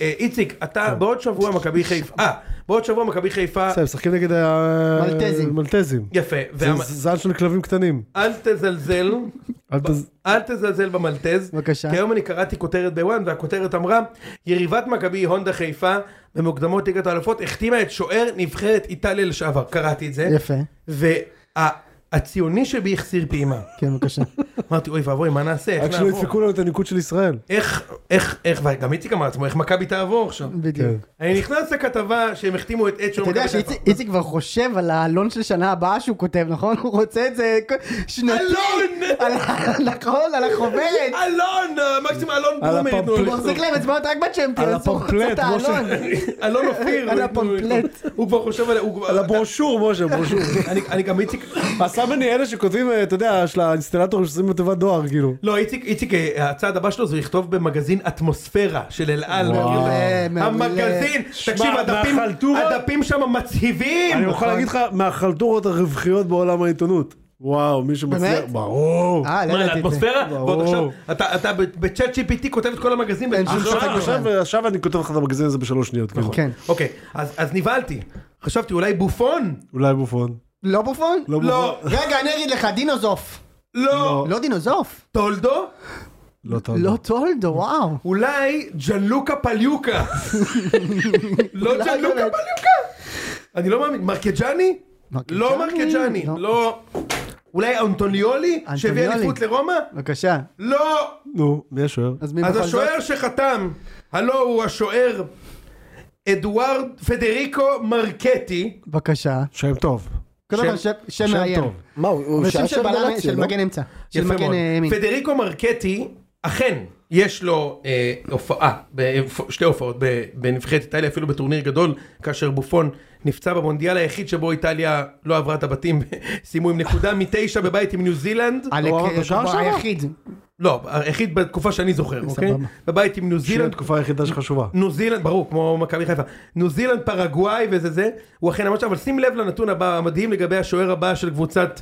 Speaker 1: אה, איציק, אתה בעוד שבוע מכבי חיפה, אה, בעוד שבוע מכבי חיפה,
Speaker 2: כן. בסדר, אה, משחקים נגד ה-
Speaker 4: מלטזים.
Speaker 2: מלטזים.
Speaker 1: יפה,
Speaker 2: זה
Speaker 1: והמ-
Speaker 2: זן של כלבים קטנים.
Speaker 1: אל תזלזל,
Speaker 2: אל תז-
Speaker 1: אל תזלזל במלטז.
Speaker 4: בבקשה.
Speaker 1: כי היום אני קראתי כותרת בוואן, והכותרת אמרה, יריבת מכבי הונדה חיפה במוקדמות ליגת האלופות החתימה את שוער נבחרת איטליה לשעבר. קראתי את זה.
Speaker 4: יפה.
Speaker 1: והציוני שבי החסיר פעימה.
Speaker 4: כן, בבקשה.
Speaker 1: אמרתי, אוי ואבוי, מה נעשה?
Speaker 2: רק
Speaker 1: איך
Speaker 2: שלא
Speaker 1: נעבור? אה,
Speaker 2: ידפקו לנו את הניקוד של ישראל.
Speaker 1: איך, איך, איך, וגם איציק אמר לעצמו, איך מכבי תעבור עכשיו?
Speaker 4: בדיוק.
Speaker 1: אני נכנס לכתבה שהם החתימו את עד
Speaker 4: אתה
Speaker 1: שוער
Speaker 4: יודע
Speaker 1: מכבי חיפה.
Speaker 4: שאיציק כבר חושב על העלון של שנה הבאה שהוא כותב, נכון? הוא רוצה את זה כל- שנתי.
Speaker 1: אלון!
Speaker 4: על ה- נכון, על החוברת.
Speaker 1: אלון, מקסימום אלון
Speaker 2: על
Speaker 1: בלומר ייתנו
Speaker 2: הפמפלט.
Speaker 4: הוא
Speaker 1: לכתוב.
Speaker 4: מחזיק להם אצבעות רק בצ'מפיונס. הוא רוצה
Speaker 2: הפמפלט,
Speaker 4: את
Speaker 2: משה.
Speaker 4: העלון.
Speaker 1: אלון אופיר,
Speaker 4: על
Speaker 1: ייתנו לכתוב.
Speaker 4: הפמפלט.
Speaker 1: הוא כבר חושב על... הוא כבר-
Speaker 2: על הברושור, משה, ברושור.
Speaker 1: אני- אני גם איציק...
Speaker 2: הסאמני אלה שכותבים, אה, אתה יודע, של האינסטלטורים שעושים בתיבת דואר, כאילו.
Speaker 1: לא, איציק, איציק, אה, הצעד הבא שלו זה לכתוב במגזין אטמוספירה של אל על.
Speaker 4: מעולה, מעולה.
Speaker 1: המגזין,
Speaker 2: שמע,
Speaker 1: תקשיב, הדפים-
Speaker 2: מהחלטורה-
Speaker 1: הדפים שם מצהיבים.
Speaker 2: אני יכול להגיד לך, מהחלטורות הרווחיות בעולם העיתונות. וואו, מישהו מצליח,
Speaker 4: באמת?
Speaker 2: ברור.
Speaker 4: אה, לא
Speaker 1: מה,
Speaker 4: ידעתי את זה.
Speaker 1: לאטמוספירה?
Speaker 2: ברור.
Speaker 1: ועוד עכשיו, אתה- אתה ב- בצ'אט GPT כותב את כל המגזין.
Speaker 4: אין
Speaker 1: בתשעה
Speaker 4: שום
Speaker 1: שעות.
Speaker 4: ספק.
Speaker 2: עכשיו- עכשיו- עכשיו אני כותב לך את המגזין הזה בשלוש שניות, כאילו.
Speaker 4: כן.
Speaker 1: אוקיי, אז אז נבהלתי. חשבתי אולי בופון?
Speaker 2: אולי בופון.
Speaker 4: לא בופון?
Speaker 2: לא בופון.
Speaker 4: רגע, אני אגיד לך, דינוזוף.
Speaker 1: לא.
Speaker 4: לא דינוזוף.
Speaker 1: טולדו?
Speaker 2: לא טוב.
Speaker 4: לא טולדו, וואו.
Speaker 1: אולי ג'לוקה פליוקה. לא
Speaker 4: אולי
Speaker 1: ג'לוקה
Speaker 4: באמת.
Speaker 1: פליוקה? אני לא מאמין. מרקג'ני?
Speaker 4: מרקג'ני?
Speaker 1: לא מרקג'ני.
Speaker 4: לא.
Speaker 1: לא. אולי אנטוניולי? שהביא
Speaker 4: אנטוניולי.
Speaker 1: אליפות לרומא?
Speaker 4: בבקשה.
Speaker 1: לא.
Speaker 2: נו, מי השוער?
Speaker 4: אז מי
Speaker 1: אז
Speaker 4: בכל זאת?
Speaker 1: השוער שחתם, הלו הוא השוער אדוארד פדריקו מרקטי.
Speaker 4: בבקשה.
Speaker 2: שם טוב.
Speaker 4: קודם כל
Speaker 1: שם-
Speaker 4: שם- שם
Speaker 2: שם
Speaker 4: מאיים.
Speaker 2: טוב.
Speaker 3: מה, הוא- הוא
Speaker 4: ושם
Speaker 3: שעה
Speaker 4: של
Speaker 3: של
Speaker 4: בלם,
Speaker 3: גלציה,
Speaker 4: של
Speaker 3: לא?
Speaker 4: מגן אמצע. של
Speaker 1: יפה
Speaker 4: מגן
Speaker 1: מאוד.
Speaker 4: אה, ימין.
Speaker 1: פדריקו מרקטי, אכן, יש לו אה, הופעה, ב- שתי הופעות ב- בנבחרת איטליה, אפילו בטורניר גדול, כאשר בופון נפצע במונדיאל היחיד שבו איטליה לא עברה את הבתים, סיימו עם נקודה מתשע בבית עם ניו זילנד.
Speaker 4: עלק,
Speaker 2: הוא אמר את השער
Speaker 4: אה,
Speaker 2: שם?
Speaker 4: היחיד.
Speaker 1: לא, היחיד בתקופה שאני זוכר, אוקיי? בבית עם ניו
Speaker 2: שהיא
Speaker 1: זילנד,
Speaker 2: התקופה היחידה שחשובה.
Speaker 1: ניו זילנד, ברור, כמו מכבי חיפה. ניו זילנד, פרגוואי וזה זה, הוא אכן אמר שם, אבל שים לב לנתון הבא, המדהים לגבי השוער הבא של קבוצת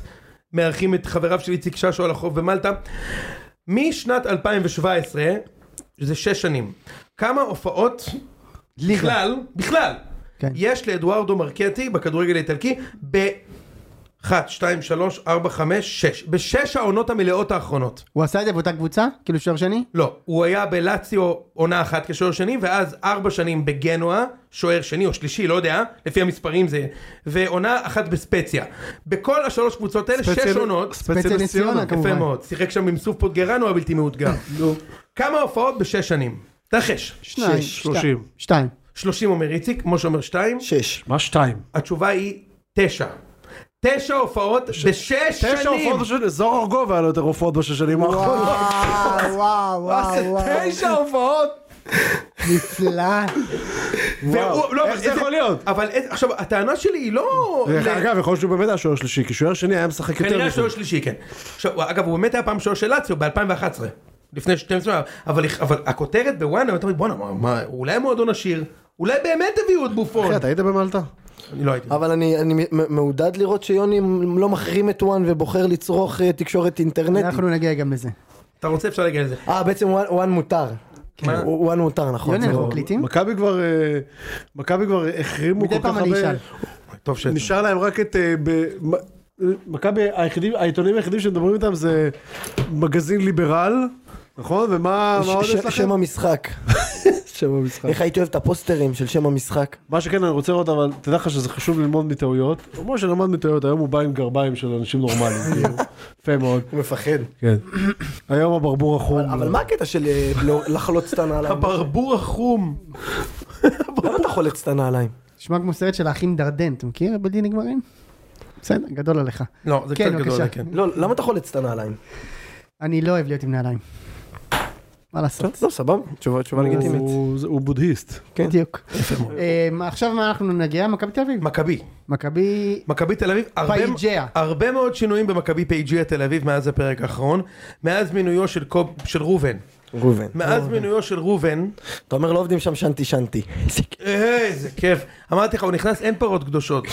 Speaker 1: מארחים את חבריו של איציק ששו על החוף במלטה. משנת 2017, שזה שש שנים, כמה הופעות
Speaker 4: ליגה.
Speaker 1: בכלל, בכלל,
Speaker 4: כן.
Speaker 1: יש לאדוארדו מרקטי בכדורגל האיטלקי ב... 1, 2, 3, 4, 5, 6. בשש העונות המלאות האחרונות.
Speaker 4: הוא עשה את זה באותה קבוצה? כאילו שוער שני?
Speaker 1: לא, הוא היה בלציו עונה אחת כשוער שני, ואז ארבע שנים בגנואה, שוער שני או שלישי, לא יודע, לפי המספרים זה, ועונה אחת בספציה. בכל השלוש קבוצות האלה,
Speaker 5: לא-
Speaker 1: שש עונות,
Speaker 4: ספציה נס ציונה,
Speaker 1: יפה
Speaker 4: כמובן.
Speaker 1: מאוד, שיחק שם עם סוף פוטגרנו הבלתי מאותגר. כמה הופעות בשש שנים? תחש.
Speaker 4: שניים.
Speaker 3: שש,
Speaker 4: שתיים.
Speaker 5: שלושים.
Speaker 4: שתיים.
Speaker 1: 30 אומר איציק, משה אומר 2,
Speaker 3: שש.
Speaker 5: מה שתיים?
Speaker 1: התשובה היא 9. 9 הופעות בשש
Speaker 5: תשע
Speaker 1: שנים.
Speaker 5: הופעות בשביל זוהר ארגוב היה לו יותר הופעות בשש שנים האחרונות.
Speaker 4: וואו, אה, וואו, וואו, וואו.
Speaker 5: תשע הופעות?
Speaker 4: נפלא.
Speaker 1: והוא- לא, אבל
Speaker 5: איך זה
Speaker 1: איזה-
Speaker 5: יכול להיות?
Speaker 1: אבל איזה- עכשיו, הטענה שלי היא לא...
Speaker 5: דרך
Speaker 1: ל-
Speaker 5: אגב, יכול להיות שהוא באמת היה שוער שלישי, כי שוער שני היה משחק יותר
Speaker 1: כנראה
Speaker 5: מזה.
Speaker 1: שוער שלישי, כן. עכשיו, הוא- אגב, הוא באמת היה פעם שוער של לאציו ב-2011. לפני 12 שנה, אבל, אבל הכותרת בוואנה, אתה אומר, בואנה, מה- מה, אולי הם מועדון עשיר, אולי באמת הביאו את בופון.
Speaker 5: אחי, אתה היית במלטה?
Speaker 1: אני לא הייתי.
Speaker 3: אבל אני, אני מ- מעודד לראות שיוני לא מחרים את וואן ובוחר לצרוך אה, תקשורת אינטרנטית.
Speaker 4: אנחנו נגיע גם לזה.
Speaker 1: אתה רוצה, אפשר להגיע לזה.
Speaker 3: אה, בעצם וואן- וואן מותר.
Speaker 1: מה?
Speaker 3: וואן- וואן מותר, נכון.
Speaker 4: יוני,
Speaker 3: זה
Speaker 4: אנחנו
Speaker 3: לא-
Speaker 4: מקליטים?
Speaker 5: כן, מכבי כבר אה, מכבי כבר החרימו
Speaker 4: מדי
Speaker 5: כל כך
Speaker 4: פעם אני
Speaker 5: הרבה.
Speaker 4: אשאל.
Speaker 1: טוב ש...
Speaker 5: נשאר להם רק את... אה, ב- מ- מכבי, היחידים- העיתונים היחידים שמדברים איתם זה מגזין ליברל, נכון? ומה מה עוד
Speaker 3: ש-
Speaker 5: יש
Speaker 3: ש-
Speaker 5: לכם?
Speaker 3: שם המשחק.
Speaker 5: שם המשחק.
Speaker 3: איך הייתי אוהב את הפוסטרים של שם המשחק.
Speaker 5: מה שכן אני רוצה לראות אבל תדע לך שזה חשוב ללמוד מטעויות. משה למד מטעויות היום הוא בא עם גרביים של אנשים נורמליים. כאילו. יפה מאוד.
Speaker 3: הוא מפחד.
Speaker 5: כן. היום הברבור החום.
Speaker 3: אבל מה הקטע של אה, לא- לחלוץ את הנעליים?
Speaker 1: הברבור החום.
Speaker 3: למה אתה חולץ את הנעליים?
Speaker 4: נשמע כמו סרט של האחים דרדן, אתה מכיר בלתי נגמרים? בסדר, גדול עליך.
Speaker 1: לא, זה
Speaker 4: כן,
Speaker 1: קצת גדול,
Speaker 4: בבקשה.
Speaker 1: זה כן.
Speaker 3: לא, למה אתה חולץ את הנעליים?
Speaker 4: אני לא אוהב להיות עם נעליים. מה לעשות?
Speaker 3: לא, סבבה. תשובה תשובה לגיטימית.
Speaker 5: הוא- הוא בודהיסט.
Speaker 3: כן.
Speaker 4: בדיוק. אמ, עכשיו מה אנחנו נגיע? מכבי תל אביב.
Speaker 1: מכבי.
Speaker 4: מכבי...
Speaker 1: מכבי תל אביב, הרבה,
Speaker 4: פייג'יה.
Speaker 1: הרבה מאוד שינויים במכבי פייג'יה תל אביב מאז הפרק האחרון, מאז מינויו של, קוב, של ראובן,
Speaker 3: ראובן.
Speaker 1: מאז מינויו של ראובן,
Speaker 3: אתה אומר לא עובדים שם שנתי שנתי.
Speaker 1: איזה כיף. אמרתי לך, הוא נכנס, אין פרות קדושות.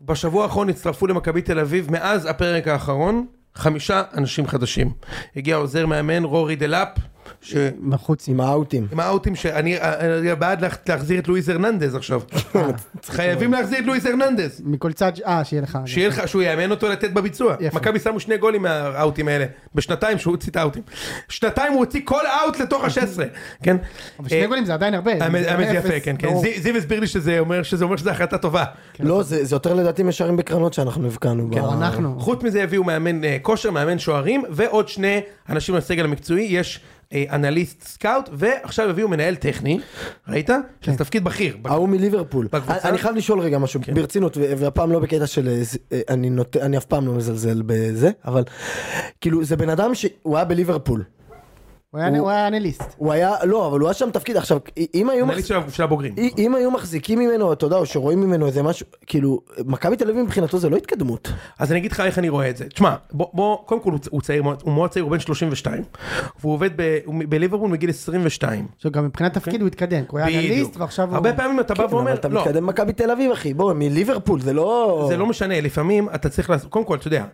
Speaker 1: בשבוע האחרון הצטרפו למכבי תל אביב, מאז הפרק האחרון, חמישה אנשים חדשים. הגיע עוזר מאמן, רורי דלאפ, ש...
Speaker 4: בחוץ.
Speaker 3: עם האאוטים.
Speaker 1: עם האאוטים שאני אני בעד לה- להחזיר את לואיז הרננדז עכשיו. חייבים להחזיר את לואיז הרננדז.
Speaker 4: מכל צד... אה, שיהיה לך.
Speaker 1: שיהיה לך, שהוא יאמן אותו לתת בביצוע.
Speaker 4: יפה.
Speaker 1: מכבי שמו שני גולים מהאאוטים האלה. בשנתיים שהוא הוציא את האאוטים. שנתיים הוא הוציא כל אאוט לתוך ה-16. כן?
Speaker 4: אבל שני
Speaker 1: אה,
Speaker 4: גולים זה עדיין הרבה.
Speaker 1: האמת האמת זה יפה,
Speaker 4: אפס,
Speaker 1: כן, כן.
Speaker 4: ברור.
Speaker 1: זיו- זיו הסביר לי שזה אומר שזה אומר שזו החלטה טובה.
Speaker 3: לא, זה זה יותר לדעתי משערים בקרנות שאנחנו הבקענו. ב-
Speaker 4: אנחנו.
Speaker 1: אה, חוץ מזה הביאו מאמן אה, כושר, מאמן שוערים, ועוד שני אנשים לסגל המקצועי, יש אה, אנליסט סקאוט, ועכשיו הביאו מנהל טכני, ראית? שזה תפקיד בכיר. בכיר.
Speaker 3: ההוא מליברפול.
Speaker 1: בקבוצה? כן.
Speaker 3: אני- אני חייב לשאול רגע משהו, ברצינות, ו- והפעם לא בקטע של... אה, ז- אה, אני נות- אני אף פעם לא מזלזל בזה, אבל כאילו זה בן אדם שהוא היה בליברפול.
Speaker 4: הוא היה- הוא היה אנליסט.
Speaker 3: הוא היה, לא, אבל הוא היה שם תפקיד, עכשיו, אם היו... מחז-
Speaker 1: אנליסט של- של הבוגרים.
Speaker 3: אם- אם היו מחזיקים ממנו, אתה יודע, או שרואים ממנו איזה משהו, כאילו, מכבי תל אביב מבחינתו זה לא התקדמות.
Speaker 1: אז אני אגיד לך איך אני רואה את זה. תשמע, בוא, בוא קודם כל הוא, צ- הוא צעיר, מאוד- הוא מאוד צעיר, הוא בן 32. והוא עובד ב- הוא מ- בליברפול מגיל 22.
Speaker 4: עכשיו גם מבחינת תפקיד הוא התקדם. הוא היה אנליסט
Speaker 1: אוקיי. בדיוק.
Speaker 4: ועכשיו הוא...
Speaker 1: הרבה פעמים אתה בא
Speaker 3: כן,
Speaker 1: ואומר,
Speaker 3: אבל אתה
Speaker 1: לא,
Speaker 3: מתקדם מכבי תל אביב, אחי, בוא, מליברפול, זה לא...
Speaker 1: זה לא משנה, לפעמים אתה צריך לעשות, קודם כל, אתה יודע,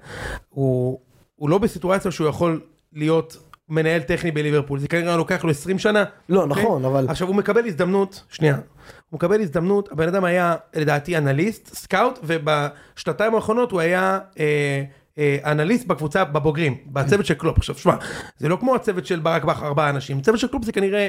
Speaker 1: הוא, הוא לא בסיטואציה שהוא יכול להיות מנהל טכני בליברפול, זה כנראה לוקח לו 20 שנה.
Speaker 3: לא,
Speaker 1: אוקיי?
Speaker 3: נכון, אבל-
Speaker 1: עכשיו, הוא מקבל הזדמנות, שנייה, הוא מקבל הזדמנות, הבן אדם היה, לדעתי, אנליסט, סקאוט, ובשנתיים האחרונות הוא היה... אה, אה, אנליסט בקבוצה בבוגרים, בצוות של קלופ. עכשיו, שמע, זה לא כמו הצוות של ברק בכר, ארבעה אנשים, צוות של קלופ זה כנראה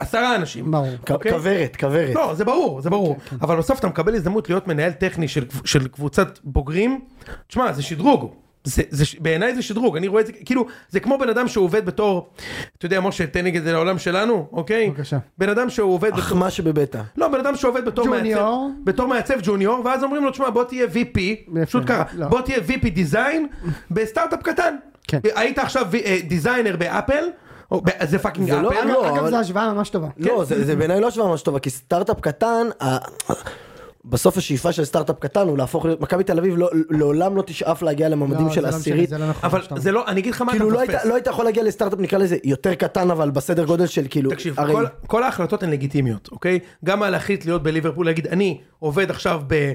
Speaker 1: עשרה אנשים.
Speaker 4: ברור.
Speaker 3: כ-
Speaker 1: אוקיי?
Speaker 3: כוורת, כוורת.
Speaker 1: לא, זה ברור, זה ברור.
Speaker 4: כן,
Speaker 1: אבל בסוף אתה מקבל הזדמנות להיות מנהל טכני של, של קבוצת בוגרים. תשמע, זה שדרוג. זה, זה, בעיניי זה שדרוג, אני רואה את זה, כאילו, זה כמו בן אדם שעובד בתור, אתה יודע, משה, תן לי את זה לעולם שלנו, אוקיי?
Speaker 4: בבקשה.
Speaker 1: בן אדם שעובד בתור,
Speaker 3: אחמה שבביתה.
Speaker 1: לא, בן אדם שעובד בתור
Speaker 4: ג'וניור.
Speaker 1: מעצב, בתור מעצב ג'וניור, ואז אומרים לו, תשמע, בוא תהיה VP, פשוט ככה,
Speaker 4: לא.
Speaker 1: בוא תהיה VP דיזיין בסטארט-אפ קטן.
Speaker 4: כן.
Speaker 1: היית עכשיו אה, דיזיינר באפל, או, ב- זה פאקינג
Speaker 3: זה לא-
Speaker 1: אפל.
Speaker 3: לא,
Speaker 4: אגב,
Speaker 3: אבל-
Speaker 4: זו השוואה ממש טובה.
Speaker 3: לא, זה זה בעיניי לא השוואה ממש טובה, כי סטארט-אפ קטן, ה- בסוף השאיפה של סטארט-אפ קטן הוא להפוך להיות, מכבי תל אביב לא- לעולם לא תשאף להגיע לממדים
Speaker 4: לא,
Speaker 3: של
Speaker 4: זה לא משנה,
Speaker 3: עשירית.
Speaker 4: זה לא נכון.
Speaker 1: אבל
Speaker 4: שאתה אומר.
Speaker 1: זה לא, אני אגיד לך מה אתה
Speaker 3: כאילו לא היית-
Speaker 1: מפספס.
Speaker 3: לא היית יכול להגיע לסטארט-אפ נקרא לזה יותר קטן אבל בסדר גודל של כאילו,
Speaker 1: תקשיב,
Speaker 3: הרי-
Speaker 1: כל, כל ההחלטות הן לגיטימיות, אוקיי? גם להחליט להיות בליברפול, להגיד, אני עובד עכשיו ב... אה,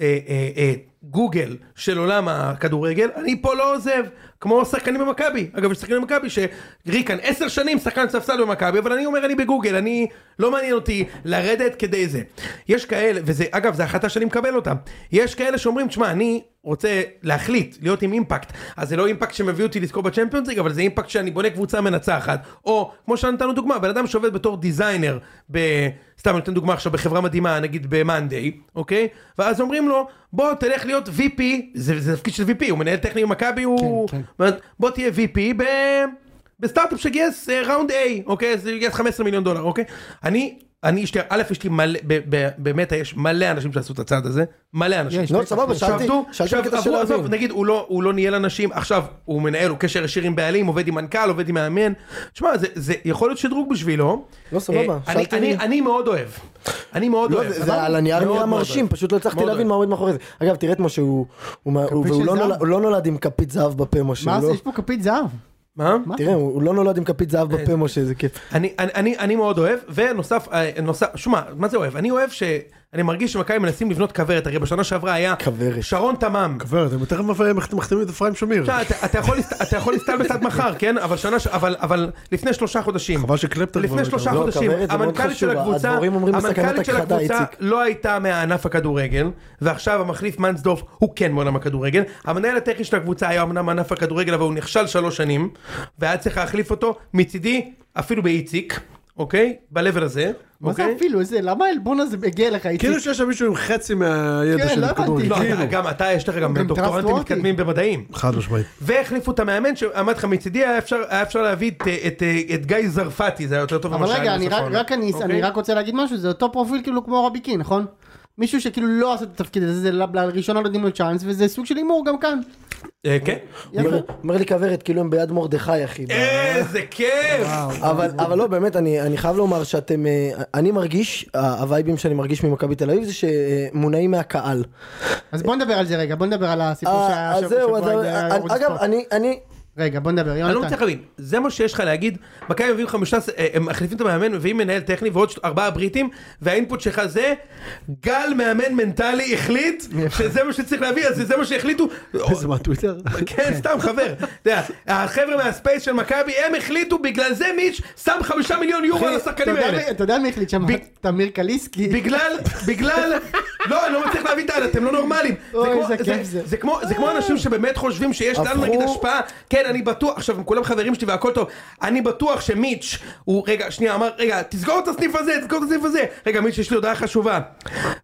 Speaker 1: אה, אה, גוגל של עולם הכדורגל, אני פה לא עוזב, כמו שחקנים במכבי. אגב, יש שחקנים במכבי שריקן עשר שנים שחקן ספסל במכבי, אבל אני אומר אני בגוגל, אני, לא מעניין אותי לרדת כדי זה. יש כאלה, וזה, אגב, זו החלטה שאני מקבל אותה. יש כאלה שאומרים, תשמע, אני רוצה להחליט, להיות עם אימפקט. אז זה לא אימפקט שמביא אותי לזכור בצ'מפיונס ליג, אבל זה אימפקט שאני בונה קבוצה מנצחת. או, כמו שנתנו דוגמה, בן אדם שעובד בתור דיזיינר, ב... סתם אני נותן דוגמה עכשיו, בחברה מדהימה, נגיד ב-Monday, אוקיי? ואז אומרים לו, בוא תלך להיות VP, זה, זה תפקיד של VP, הוא מנהל טכני במכבי, הוא...
Speaker 4: כן.
Speaker 1: אומרת, בוא תהיה VP ב... בסטארט-אפ שגייס אה, ראונד A, אוקיי? אז הוא גייס 15 מיליון דולר, אוקיי? אני, אני, יש לי, א', יש לי מלא, ב- ב- במטא יש מלא אנשים שעשו את הצעד הזה, מלא אנשים.
Speaker 4: יש.
Speaker 3: לא, סבבה, שאלתי,
Speaker 1: שעבדו,
Speaker 3: שאלתי בקטע של
Speaker 1: שעברו, עזוב,
Speaker 3: להבין.
Speaker 1: נגיד הוא לא, הוא לא ניהל אנשים, עכשיו הוא מנהל, הוא קשר ישיר עם בעלים, עובד עם מנכ"ל, עובד עם מאמן. תשמע, זה, זה יכול להיות שדרוג בשבילו.
Speaker 3: לא, סבבה,
Speaker 1: אה, אני,
Speaker 3: שאלתי-
Speaker 1: אני, אני מאוד אוהב. אני מאוד
Speaker 3: לא,
Speaker 1: אוהב.
Speaker 3: זה- זה
Speaker 1: סבבה?
Speaker 3: על הנייר
Speaker 1: מאוד
Speaker 3: נראה
Speaker 1: מאוד
Speaker 3: מרשים,
Speaker 1: אוהב.
Speaker 3: פשוט לא הצלחתי
Speaker 1: מאוד
Speaker 3: להבין מה עומד מאחורי זה. אגב, תראה את משה, הוא- הוא מה- הוא-
Speaker 4: כפית
Speaker 3: והוא
Speaker 4: של
Speaker 3: לא
Speaker 4: זהב.
Speaker 3: נולד- הוא לא נולד עם כפית זהב בפה, משה.
Speaker 4: מה
Speaker 3: הוא
Speaker 4: זה?
Speaker 3: לא-
Speaker 4: יש פה כפית זהב.
Speaker 1: מה?
Speaker 4: מה?
Speaker 3: תראה, הוא הוא לא נולד עם כפית זהב בפה, משה, זה כיף.
Speaker 1: אני, אני, אני, אני מאוד אוהב, ונוסף, אה, נוסף, שמע, מה זה אוהב? אני אוהב ש... אני מרגיש שמכבי מנסים לבנות כוורת, הרי בשנה שעברה היה
Speaker 3: כוורת.
Speaker 1: שרון תמם.
Speaker 5: עובר, אתם יותר מפ- מחתימים את אפרים שמיר.
Speaker 1: עכשיו, אתה, אתה יכול להסת- אתה יכול להסתלבט עד מחר, כן? אבל שנה, ש- אבל, אבל לפני שלושה חודשים.
Speaker 5: חבל שקלפטר
Speaker 1: לפני
Speaker 5: כבר
Speaker 1: שלושה
Speaker 5: לא,
Speaker 1: חודשים,
Speaker 3: כוורת זה מאוד
Speaker 1: המנכ"לית של
Speaker 3: חשוב,
Speaker 1: הקבוצה,
Speaker 3: הדבורים אומרים
Speaker 1: המנכ"לית
Speaker 3: בסכנת
Speaker 1: של
Speaker 3: הכחדה,
Speaker 1: הקבוצה
Speaker 3: איציק.
Speaker 1: לא הייתה מהענף הכדורגל, ועכשיו המחליף מנסדורף הוא כן מעולם הכדורגל. המנהל הטכני של הקבוצה היה אמנם מענף הכדורגל, אבל הוא נכשל שלוש שנים, והיה צריך להחליף אותו מצידי, אפילו באיציק, אוקיי? ב-level הזה,
Speaker 4: מה זה
Speaker 1: אוקיי?
Speaker 4: אפילו? איזה- למה העלבון הזה הגיע לך איציק?
Speaker 5: כאילו שיש שם מישהו עם חצי מהידע
Speaker 4: כן,
Speaker 5: של
Speaker 4: לא הבנתי.
Speaker 5: הכדורגל.
Speaker 1: לא,
Speaker 5: כאילו.
Speaker 1: אתה- גם אתה, יש לך גם
Speaker 4: גם
Speaker 1: דוקטורנטים
Speaker 4: טרנספורטי.
Speaker 1: מתקדמים במדעים.
Speaker 5: חד משמעית.
Speaker 1: והחליפו את המאמן שאמרתי לך מצידי היה אפשר, היה אפשר להביא את, את, את גיא זרפתי זה היה יותר טוב
Speaker 4: אבל
Speaker 1: ממה שהיה
Speaker 4: רגע, אני
Speaker 1: בסוף
Speaker 4: רק-
Speaker 1: העונה.
Speaker 4: רק אני
Speaker 1: אוקיי?
Speaker 4: אני רק רוצה להגיד משהו, זה אותו פרופיל כאילו כמו רובי קין, נכון? מישהו שכאילו לא עשה את התפקיד הזה, זה ל- לראשונה לא נותנים לו צ'אנס, וזה סוג של הימור גם כאן.
Speaker 1: אה, כן
Speaker 4: יפה.
Speaker 3: אומר- אומר לי כוורת, כאילו הם ביד מרדכי, אחי.
Speaker 1: אה, איזה כיף
Speaker 3: אבל, אבל לא, באמת, אני, אני חייב לומר שאתם, אה, אני מרגיש, ה- הווייבים שאני מרגיש ממכבי תל אביב זה שמונעים מהקהל.
Speaker 4: אז בוא נדבר על זה רגע, בוא נדבר על הסיפור
Speaker 3: אה,
Speaker 4: שהיה
Speaker 3: אז זהו, אז
Speaker 4: עם, אה,
Speaker 3: אה,
Speaker 4: ערוץ
Speaker 3: אגב,
Speaker 4: הספורט.
Speaker 3: אני, אני,
Speaker 4: רגע, בוא נדבר,
Speaker 1: אני לא
Speaker 4: יונתן.
Speaker 1: מצליח להבין זה מה שיש לך להגיד מכבי מביאים חמישה אה, הם מחליפים את המאמן מביאים מנהל טכני ועוד ש- ארבעה בריטים והאינפוט שלך זה גל מאמן מנטלי החליט שזה מה שצריך להביא אז זה מה שהחליטו
Speaker 5: זה מהטוויטר?
Speaker 1: כן, סתם חבר. אתה יודע, החבר'ה מהספייס של מכבי, הם החליטו, בגלל זה מיץ' שם חמישה מיליון יורו על
Speaker 4: אתה
Speaker 1: השחקנים
Speaker 4: יודע
Speaker 1: האלה.
Speaker 4: מי- אתה יודע מי החליט שם?
Speaker 1: ב-
Speaker 4: תמיר קליסקי.
Speaker 1: בגלל, בגלל, לא, אני לא מצליח להבין את ה... אתם לא נורמלים. זה
Speaker 4: אוי,
Speaker 1: כמו-
Speaker 4: איזה כיף
Speaker 1: זה-
Speaker 4: זה.
Speaker 1: זה כמו- זה כמו אנשים שבאמת חושבים שיש לנו
Speaker 3: הפכו-
Speaker 1: נגיד השפעה. כן, אני בטוח, עכשיו הם כולם חברים שלי והכל טוב. אני בטוח שמיץ' הוא, רגע, שנייה, אמר, רגע, תסגור את הסניף הזה, תסגור את הסניף הזה. רגע, מיץ', יש לי הודעה חשובה.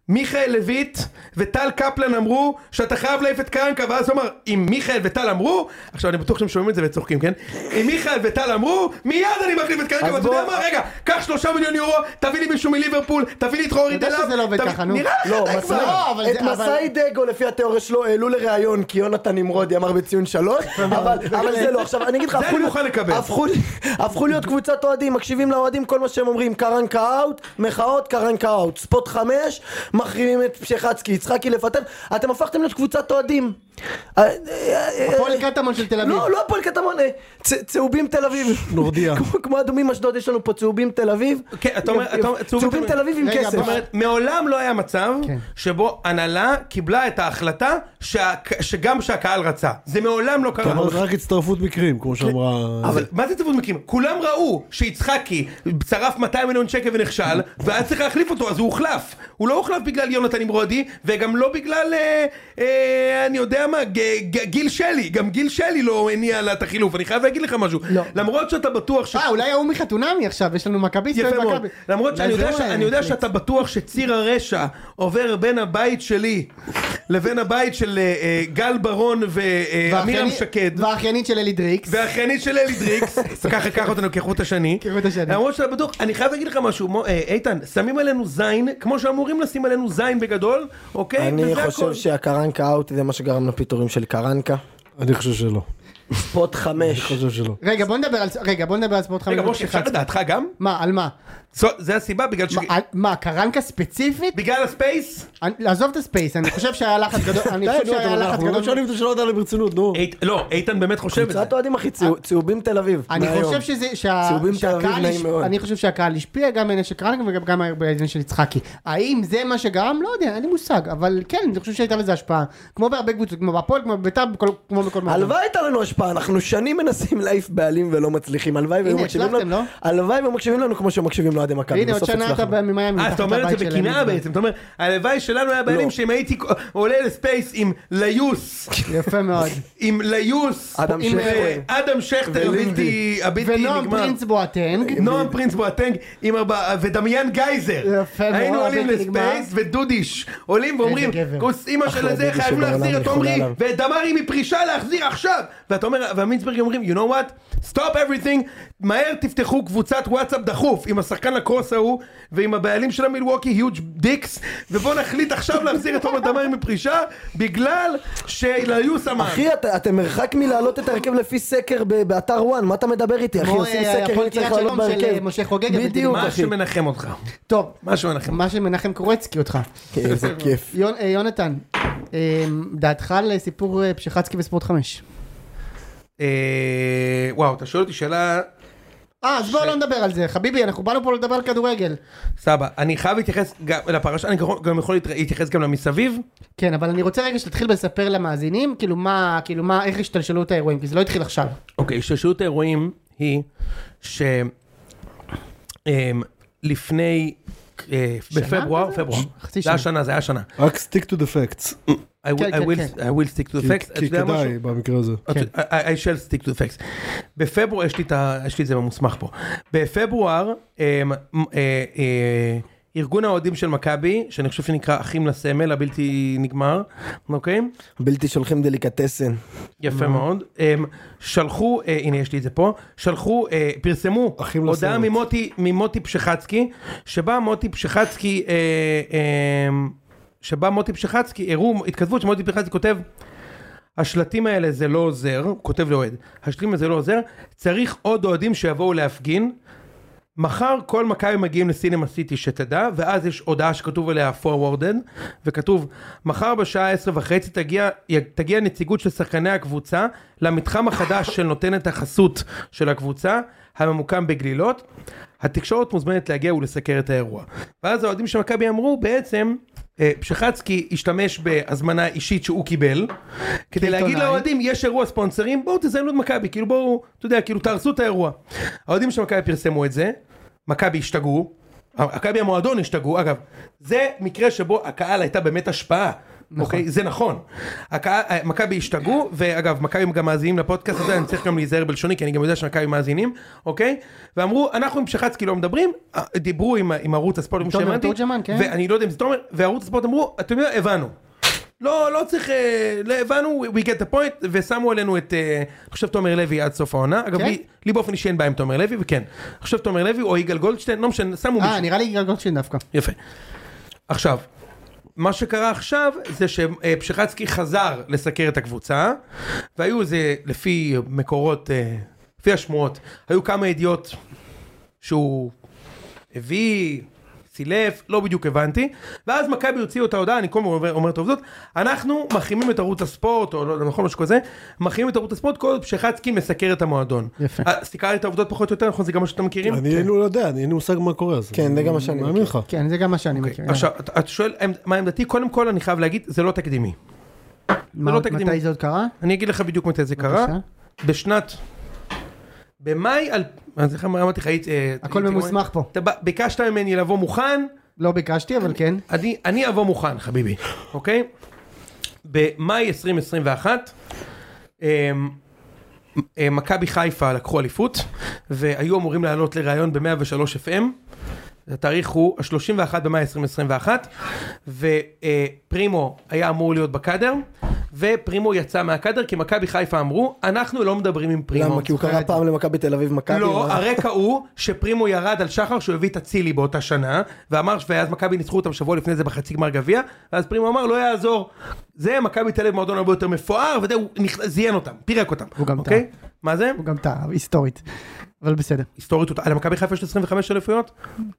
Speaker 1: מיכאל לויט וטל קפלן אמרו שאתה חייב להעיף את קרנקה, ואז הוא אמר, אם מיכאל וטל אמרו, עכשיו אני בטוח שהם שומעים את זה וצוחקים, כן? אם מיכאל וטל אמרו, מיד אני מחליף את קרנקה,
Speaker 3: אז
Speaker 1: ואתה יודע
Speaker 3: בוא-
Speaker 1: מה, רגע, קח שלושה מיליון יורו, תביא לי מישהו מליברפול, תביא לי את חורי
Speaker 4: אתה יודע
Speaker 1: דלאב,
Speaker 4: שזה לא עובד
Speaker 1: תביא-
Speaker 4: ככה, נו.
Speaker 1: נראה לך,
Speaker 3: לא,
Speaker 1: אתה
Speaker 3: מסעי,
Speaker 1: כבר-
Speaker 4: לא, אבל זה-
Speaker 3: את מסעי דגו לפי התיאוריה שלו העלו לראיון כי יונתן נמרודי אמר בציון שלוש, אבל אבל זה לא, עכשיו אני אגיד לך,
Speaker 1: זה
Speaker 3: הפכו
Speaker 1: אני
Speaker 3: להיות-
Speaker 1: מוכן לקבל.
Speaker 3: הפכו- הפכו להיות קבוצת אוהדים, מקשיבים לאוהדים כל מה שהם אומרים, קרנקה אאוט, מחאות, קרנקה אאוט, ספוט חמש, מחרימים את פשחצקי, יצחקי לפטר, אתם הפכתם להיות קבוצת אוהדים. אה, אה, אה,
Speaker 4: הפועל קטמון של תל אביב.
Speaker 3: לא, לא הפועל קטמון, אה, צ- צהובים תל אביב.
Speaker 5: נורדיה.
Speaker 3: כמו- כמו אדומים אשדוד, יש לנו פה צהובים תל אביב.
Speaker 1: כן, אתה אומר- אתה אומר- צהובים
Speaker 3: צהובים
Speaker 1: תל-
Speaker 3: תל אביב עם
Speaker 4: רגע,
Speaker 3: כסף.
Speaker 4: בוא-
Speaker 1: זאת אומרת, מעולם לא היה מצב
Speaker 4: כן.
Speaker 1: שבו הנהלה קיבלה את ההחלטה שה- שגם שהקהל רצה. זה מעולם לא
Speaker 5: אתה
Speaker 4: כן,
Speaker 1: קרה.
Speaker 5: אומר, זה רק הצטרפות מקרים, כמו שאמרה...
Speaker 1: אבל מה זה ציוות מקרים? כולם ראו שיצחקי שרף 200 מיליון שקל ונכשל, והיה צריך להחליף אותו, אז הוא הוחלף. הוא לא הוחלף בגלל יונתן נמרודי, וגם לא בגלל, אה, אה, אני יודע מה, ג, ג, גיל שלי. גם גיל שלי לא הניע לה את החילוף, אני חייב להגיד לך משהו.
Speaker 4: לא.
Speaker 1: למרות שאתה בטוח ש...
Speaker 4: אה, אולי ההוא מחתונמי עכשיו, יש לנו מכביסט
Speaker 1: יפה מאוד.
Speaker 4: ומכבי.
Speaker 1: למרות שאני
Speaker 4: אולי
Speaker 1: יודע,
Speaker 4: זה
Speaker 1: ש...
Speaker 4: אולי
Speaker 1: אני יודע
Speaker 4: החליט.
Speaker 1: שאתה בטוח שציר הרשע עובר בין הבית שלי לבין הבית של אה, אה, גל ברון ואמירם
Speaker 4: והאחיינית-
Speaker 1: שקד.
Speaker 4: והאחיינית של אלי דריקס.
Speaker 1: והאחיינית של אלי דריקס, ככה קח אותנו כחוט השני.
Speaker 4: כחוט השני.
Speaker 1: למרות שאתה בטוח, אני חייב להגיד לך משהו, מו- אה, איתן, שמים עלינו זין, כמו שאמורים לשים עלינו זין בגדול, אוקיי?
Speaker 3: אני
Speaker 1: וזה
Speaker 3: חושב
Speaker 1: הכל.
Speaker 3: שהקרנקה אאוט זה מה שגרם לפיטורים של קרנקה.
Speaker 5: אני חושב שלא.
Speaker 3: ספוט
Speaker 5: אני
Speaker 3: חמש.
Speaker 5: חושב שלא.
Speaker 4: רגע, בוא נדבר על... רגע, בוא נדבר על ספורט חמש.
Speaker 1: רגע,
Speaker 4: דקות
Speaker 1: משה,
Speaker 4: אחד.
Speaker 1: אפשר לדעתך גם?
Speaker 4: מה, על מה?
Speaker 1: זו- זה הסיבה בגלל ש...
Speaker 4: מה, אה- על- מה, קרנקה ספציפית?
Speaker 1: בגלל הספייס?
Speaker 4: אני- לעזוב את הספייס, אני חושב שהיה לחץ גדול, אני
Speaker 5: די,
Speaker 4: חושב
Speaker 5: נו,
Speaker 4: שהיה
Speaker 5: אתם-
Speaker 4: לחץ
Speaker 5: אנחנו לא
Speaker 4: גדול.
Speaker 5: שואלים את השאלות האלה ברצינות, נו.
Speaker 1: אית- לא, איתן באמת חושב את זה.
Speaker 3: קבוצת אוהדים אחי, צהוב- צהובים תל אביב.
Speaker 4: אני
Speaker 3: מהיום.
Speaker 4: חושב שזה, שה-
Speaker 3: צהובים תל אביב
Speaker 4: שהקהל,
Speaker 3: נעים
Speaker 4: הש-
Speaker 3: מאוד.
Speaker 4: אני חושב שהקהל השפיע גם בעניין של קרנק וגם גם בעניין של יצחקי. האם זה מה שגרם? לא יודע, אין לי מושג, אבל כן, אני חושב שהייתה לזה השפעה. כמו בהרבה קבוצות, כמו בהפועל, כמו בביתר, בכל- כמו בכל מקום.
Speaker 3: הלוואי הייתה לנו השפעה, אנחנו שנים מנסים להעיף בעלים ולא מצליחים, הלוואי והיו
Speaker 4: הנה,
Speaker 3: מקשיבים
Speaker 4: הצלחתם,
Speaker 3: לנו,
Speaker 4: לא?
Speaker 3: הלוואי והיו מקשיבים לנו כמו שמקשיבים לאוהדי מכבי,
Speaker 4: והנה, עוד
Speaker 3: בסוף
Speaker 4: שנה אתה
Speaker 3: הצלחנו.
Speaker 4: ממיאמי,
Speaker 1: אה, אז אתה אומר את זה בקנאה בעצם, אתה אומר, הלוואי שלנו היה
Speaker 4: לא.
Speaker 1: בעלים שאם הייתי עולה לספייס עם ליוס,
Speaker 4: יפה מאוד.
Speaker 1: עם ליוס,
Speaker 3: אדם
Speaker 1: עם,
Speaker 3: שכטר.
Speaker 1: אה, אדם שכטר הבלתי הבלתי
Speaker 4: ונועם
Speaker 1: נגמר,
Speaker 4: פרינץ בואטנג.
Speaker 1: נועם פרינס בואטנג עם ארבע- אה, ודמיאן גייזר,
Speaker 4: יפה מאוד,
Speaker 1: היינו עולים
Speaker 4: הבלתי נגמר.
Speaker 1: לספייס ודודיש, עולים ואומרים,
Speaker 4: איזה גבר.
Speaker 1: כוס אימא של
Speaker 3: אחלה
Speaker 1: הזה
Speaker 3: דודיש
Speaker 1: חייבים
Speaker 3: שבעולם,
Speaker 1: להחזיר את
Speaker 3: אני חולה
Speaker 1: עומרי
Speaker 3: עליו.
Speaker 1: ואת דמארי מפרישה להחזיר עכשיו, ואתה אומר, והמינסברג אומרים, you know what, stop everything, מהר תפתחו קבוצת וואטסאפ דחוף עם השחקן הקרוס ההוא ועם הבעלים של המילווקי היוג' דיקס, ובוא נחליט עכשיו להחזיר את עומר דמארי מפרישה, בגלל שליוס אמר,
Speaker 3: אחי, אתה- אתם מרחק מלהעלות את ההרכב לפי סקר ב- באתר וואן, מה אתה מדבר איתי, אחי,
Speaker 4: כמו,
Speaker 3: עושים
Speaker 4: אה,
Speaker 3: סקר,
Speaker 4: הפועל
Speaker 3: אני צריך
Speaker 4: קריית
Speaker 3: לעלות
Speaker 4: שלום של,
Speaker 3: בהרכב.
Speaker 4: אה, משה חוגג, אבל
Speaker 3: בדיוק,
Speaker 1: מה
Speaker 3: אחי.
Speaker 1: שמנחם אותך,
Speaker 4: טוב,
Speaker 1: מה שמנחם,
Speaker 4: מה שמנחם קורצקי אותך.
Speaker 3: איזה כיף.
Speaker 4: יונ- אה, יונתן, אה, דעתך על סיפור אה, פשיחצקי וספורט חמש.
Speaker 1: אה, וואו, אתה שואל אותי שאלה...
Speaker 4: אה, אז בואו לא נדבר על זה, חביבי, אנחנו באנו פה לדבר על כדורגל.
Speaker 1: סבבה, אני חייב להתייחס גם לפרשה, אני יכול- גם יכול להתר- להתייחס גם למסביב.
Speaker 4: כן, אבל אני רוצה רגע שתתחיל בלספר למאזינים, כאילו מה, כאילו מה, איך השתלשלו את האירועים, כי זה לא התחיל עכשיו.
Speaker 1: אוקיי, השתלשלות האירועים היא שלפני, בפברואר,
Speaker 4: כזה?
Speaker 1: פברואר,
Speaker 4: חצי
Speaker 1: זה היה
Speaker 4: שנה.
Speaker 1: שנה, זה היה שנה.
Speaker 5: רק stick to the facts.
Speaker 1: I will-
Speaker 4: כן,
Speaker 1: I
Speaker 4: כן,
Speaker 1: will-
Speaker 4: כן.
Speaker 1: I will stick to the
Speaker 5: כי-
Speaker 1: facts. אתה
Speaker 5: כי
Speaker 1: יודע משהו?
Speaker 5: כדאי במקרה הזה.
Speaker 1: אתה- I I shall stick to the facts. בפברואר, יש לי את ה- יש לי את זה במוסמך פה. בפברואר, אמ, מ- אה, אה, ארגון האוהדים של מכבי, שאני חושב שנקרא אחים לסמל, הבלתי נגמר, אוקיי?
Speaker 3: בלתי שולחים דליקטסן.
Speaker 1: יפה מאוד. הם שלחו, אה, הנה יש לי את זה פה, שלחו, אה, פרסמו
Speaker 5: אחים
Speaker 1: הודעה
Speaker 5: לסרט.
Speaker 1: ממוטי, ממוטי פשחצקי, שבה מוטי פשחצקי, אה, אה, שבה מוטי פשחצקי, הראו התכתבות שמוטי פשחצקי כותב, השלטים האלה זה לא עוזר, הוא כותב לאוהד, השלטים האלה זה לא עוזר, צריך עוד אוהדים שיבואו להפגין. מחר כל מכבי מגיעים לסינמה סיטי שתדע, ואז יש הודעה שכתוב עליה forwarded, וכתוב, מחר בשעה עשרה וחצי תגיע, תגיע נציגות של שחקני הקבוצה למתחם החדש של נותנת החסות של הקבוצה, הממוקם בגלילות. התקשורת מוזמנת להגיע ולסקר את האירוע. ואז האוהדים של מכבי אמרו, בעצם, אה, פשחצקי השתמש בהזמנה אישית שהוא קיבל, כדי להגיד
Speaker 4: כעיתונאי.
Speaker 1: לאוהדים, אוהדים, יש אירוע ספונסרים, בואו תזיינו את מכבי, כאילו בואו, אתה יודע, כאילו תהרסו את האירוע. האוהדים של מכבי פרסמו את זה, מכבי השתגעו, מכבי המועדון השתגעו, אגב, זה מקרה שבו הקהל הייתה באמת השפעה. אוקיי, זה נכון. הקהל- אה, מכבי השתגעו, ואגב, מכבי גם מאזינים לפודקאסט הזה, אני צריך גם להיזהר בלשוני, כי אני גם יודע שמכבי מאזינים, אוקיי? ואמרו, אנחנו עם שחצקי לא מדברים, אה, דיברו עם ה- עם ערוץ הספורט, עם
Speaker 4: תומר
Speaker 1: שהבנתי,
Speaker 4: תורג'מן, כן.
Speaker 1: ואני לא יודע אם זה תומר, וערוץ הספורט אמרו, אתם יודעים, הבנו. לא, לא צריך, אה, לא הבנו, we get the point, ושמו עלינו את, אה, אני חושב תומר לוי עד סוף העונה, אגב,
Speaker 4: כן?
Speaker 1: לי- לי באופן אישי אין בעיה עם תומר לוי, וכן, אני חושב תומר לוי או יגאל גולדשטיין, לא משנה, שמו
Speaker 4: אה,
Speaker 1: מישהו,
Speaker 4: נראה לי יגאל גולדשטיין דווקא.
Speaker 1: יפה. עכשיו, מה שקרה עכשיו זה שפשחצקי חזר לסקר את הקבוצה, והיו איזה, לפי מקורות, אה, לפי השמועות, היו כמה ידיעות שהוא הביא, סילף, לא בדיוק הבנתי. ואז מכבי הוציאו את ההודעה, אני כל הזמן אומר, אומר את העובדות, אנחנו מחרימים את ערוץ הספורט, או לא יודע, נכון, משהו כזה, מחרימים את ערוץ הספורט כל עוד פשחצקי מסקר את המועדון.
Speaker 4: יפה.
Speaker 1: אה, סיקרתי את העובדות פחות או יותר, נכון? זה גם מה שאתם מכירים?
Speaker 5: אני אין לי- לא יודע, אני אין לי מושג מה קורה. אז
Speaker 3: כן, זה גם מה שאני
Speaker 5: אני מאמין
Speaker 3: מכיר.
Speaker 5: לך.
Speaker 4: כן, זה גם מה שאני מכיר.
Speaker 1: אוקיי, עכשיו, אתה- אתה שואל מה עמדתי? קודם כל אני חייב להגיד, זה לא תקדימי.
Speaker 4: מה-
Speaker 1: זה לא תקדימי.
Speaker 4: מתי זה עוד קרה?
Speaker 1: אני אגיד לך בדיוק מתי זה קרה.
Speaker 4: בבקשה.
Speaker 1: בשנת... במאי... אל- אז איך אמרתי לך? היית, אה,
Speaker 4: הכל
Speaker 1: הייתי-
Speaker 4: ממוסמך פה.
Speaker 1: אתה בא- ביקשת ממני לבוא מוכן,
Speaker 4: לא ביקשתי, אבל כן.
Speaker 1: אני, אני אבוא מוכן, חביבי, אוקיי? במאי 2021, אמ, אה, מכבי חיפה לקחו אליפות, והיו אמורים לעלות לראיון ב-103 FM. התאריך הוא אה, ה-31 במאי 2021, ופרימו היה אמור להיות בקאדר, ופרימו יצא מהקאדר, כי מכבי חיפה אמרו, אנחנו לא מדברים עם פרימו.
Speaker 3: למה? כי הוא קרא פעם למכבי תל אביב מכבי?
Speaker 1: לא,
Speaker 3: מה?
Speaker 1: הרקע הוא שפרימו ירד על שחר שהוא הביא את אצילי באותה שנה, ואמר, ואז מכבי ניצחו אותם שבוע לפני זה בחצי גמר גביע, ואז פרימו אמר, לא יעזור. זה מכבי תל אביב מועדון הרבה יותר מפואר, וזה, הוא נכ- זיין אותם, פירק אותם.
Speaker 4: הוא גם
Speaker 1: אוקיי? מה זה?
Speaker 4: הוא גם טעה, היסטורית. אבל בסדר.
Speaker 1: היסטורית, הוא טעה. למכבי חיפה יש 25 אליפויות?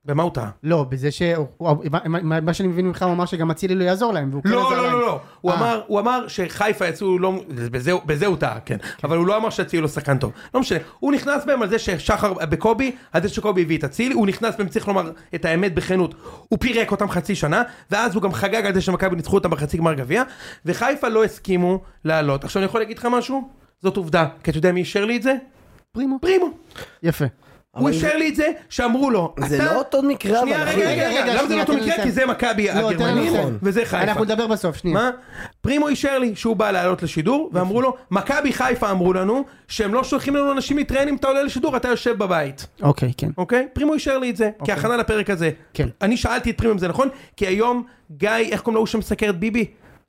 Speaker 1: במה הוא טעה?
Speaker 4: לא, בזה ש... הוא- מה- מה מה שאני מבין ממך, הוא אמר שגם אצילי לא יעזור להם. והוא כן
Speaker 1: לא,
Speaker 4: עזר
Speaker 1: לא,
Speaker 4: להם.
Speaker 1: לא, לא. הוא
Speaker 4: אה.
Speaker 1: אמר, הוא אמר שחיפה יצאו לא... בזה, הוא- בזה הוא טעה, כן. אבל הוא לא אמר שאצילי לא שחקן טוב. לא משנה. הוא נכנס בהם על זה ששחר בקובי, על זה שקובי הביא את אצילי, הוא נכנס בהם, צריך לומר את האמת בכנות. הוא פירק אותם חצי שנה, ואז הוא גם חגג על זה שמכבי ניצחו אותם בחצי גמר גביע, וחיפה לא הסכימו לעלות. עכשיו אני יכול להגיד לך משהו? זאת עובדה. כי אתה יודע מי אישר לי את זה?
Speaker 4: פרימו.
Speaker 1: פרימו.
Speaker 4: יפה.
Speaker 1: הוא
Speaker 3: אבל
Speaker 1: אישר לי את זה שאמרו לו.
Speaker 3: זה
Speaker 1: אתה-
Speaker 3: לא אותו מקרה,
Speaker 1: שנייה,
Speaker 3: אבל,
Speaker 1: רגע,
Speaker 3: אחי.
Speaker 1: רגע,
Speaker 4: רגע,
Speaker 1: רגע, למה זה
Speaker 4: שנייה,
Speaker 1: לא אותו
Speaker 4: תן לי
Speaker 1: מקרה?
Speaker 4: לסיים.
Speaker 1: כי זה מכבי
Speaker 4: לא, תן לנו
Speaker 1: הגרמנים,
Speaker 4: לסיים.
Speaker 1: וזה חיפה.
Speaker 4: אנחנו נדבר בסוף, שנייה.
Speaker 1: מה? פרימו אישר לי שהוא בא לעלות לשידור, ואמרו לו, מכבי חיפה אמרו לנו, שהם לא שולחים לנו אנשים להתראיין אם אתה עולה לשידור, אתה יושב בבית,
Speaker 4: אוקיי, כן. אוקיי.
Speaker 1: אוקיי? פרימו אישר לי את זה, כהכנה לפרק הזה.
Speaker 4: כן.
Speaker 1: אני שאלתי את פרימו אם זה נכון, כי היום גיא, איך קוראים לו הוא שמסקר את ביבי?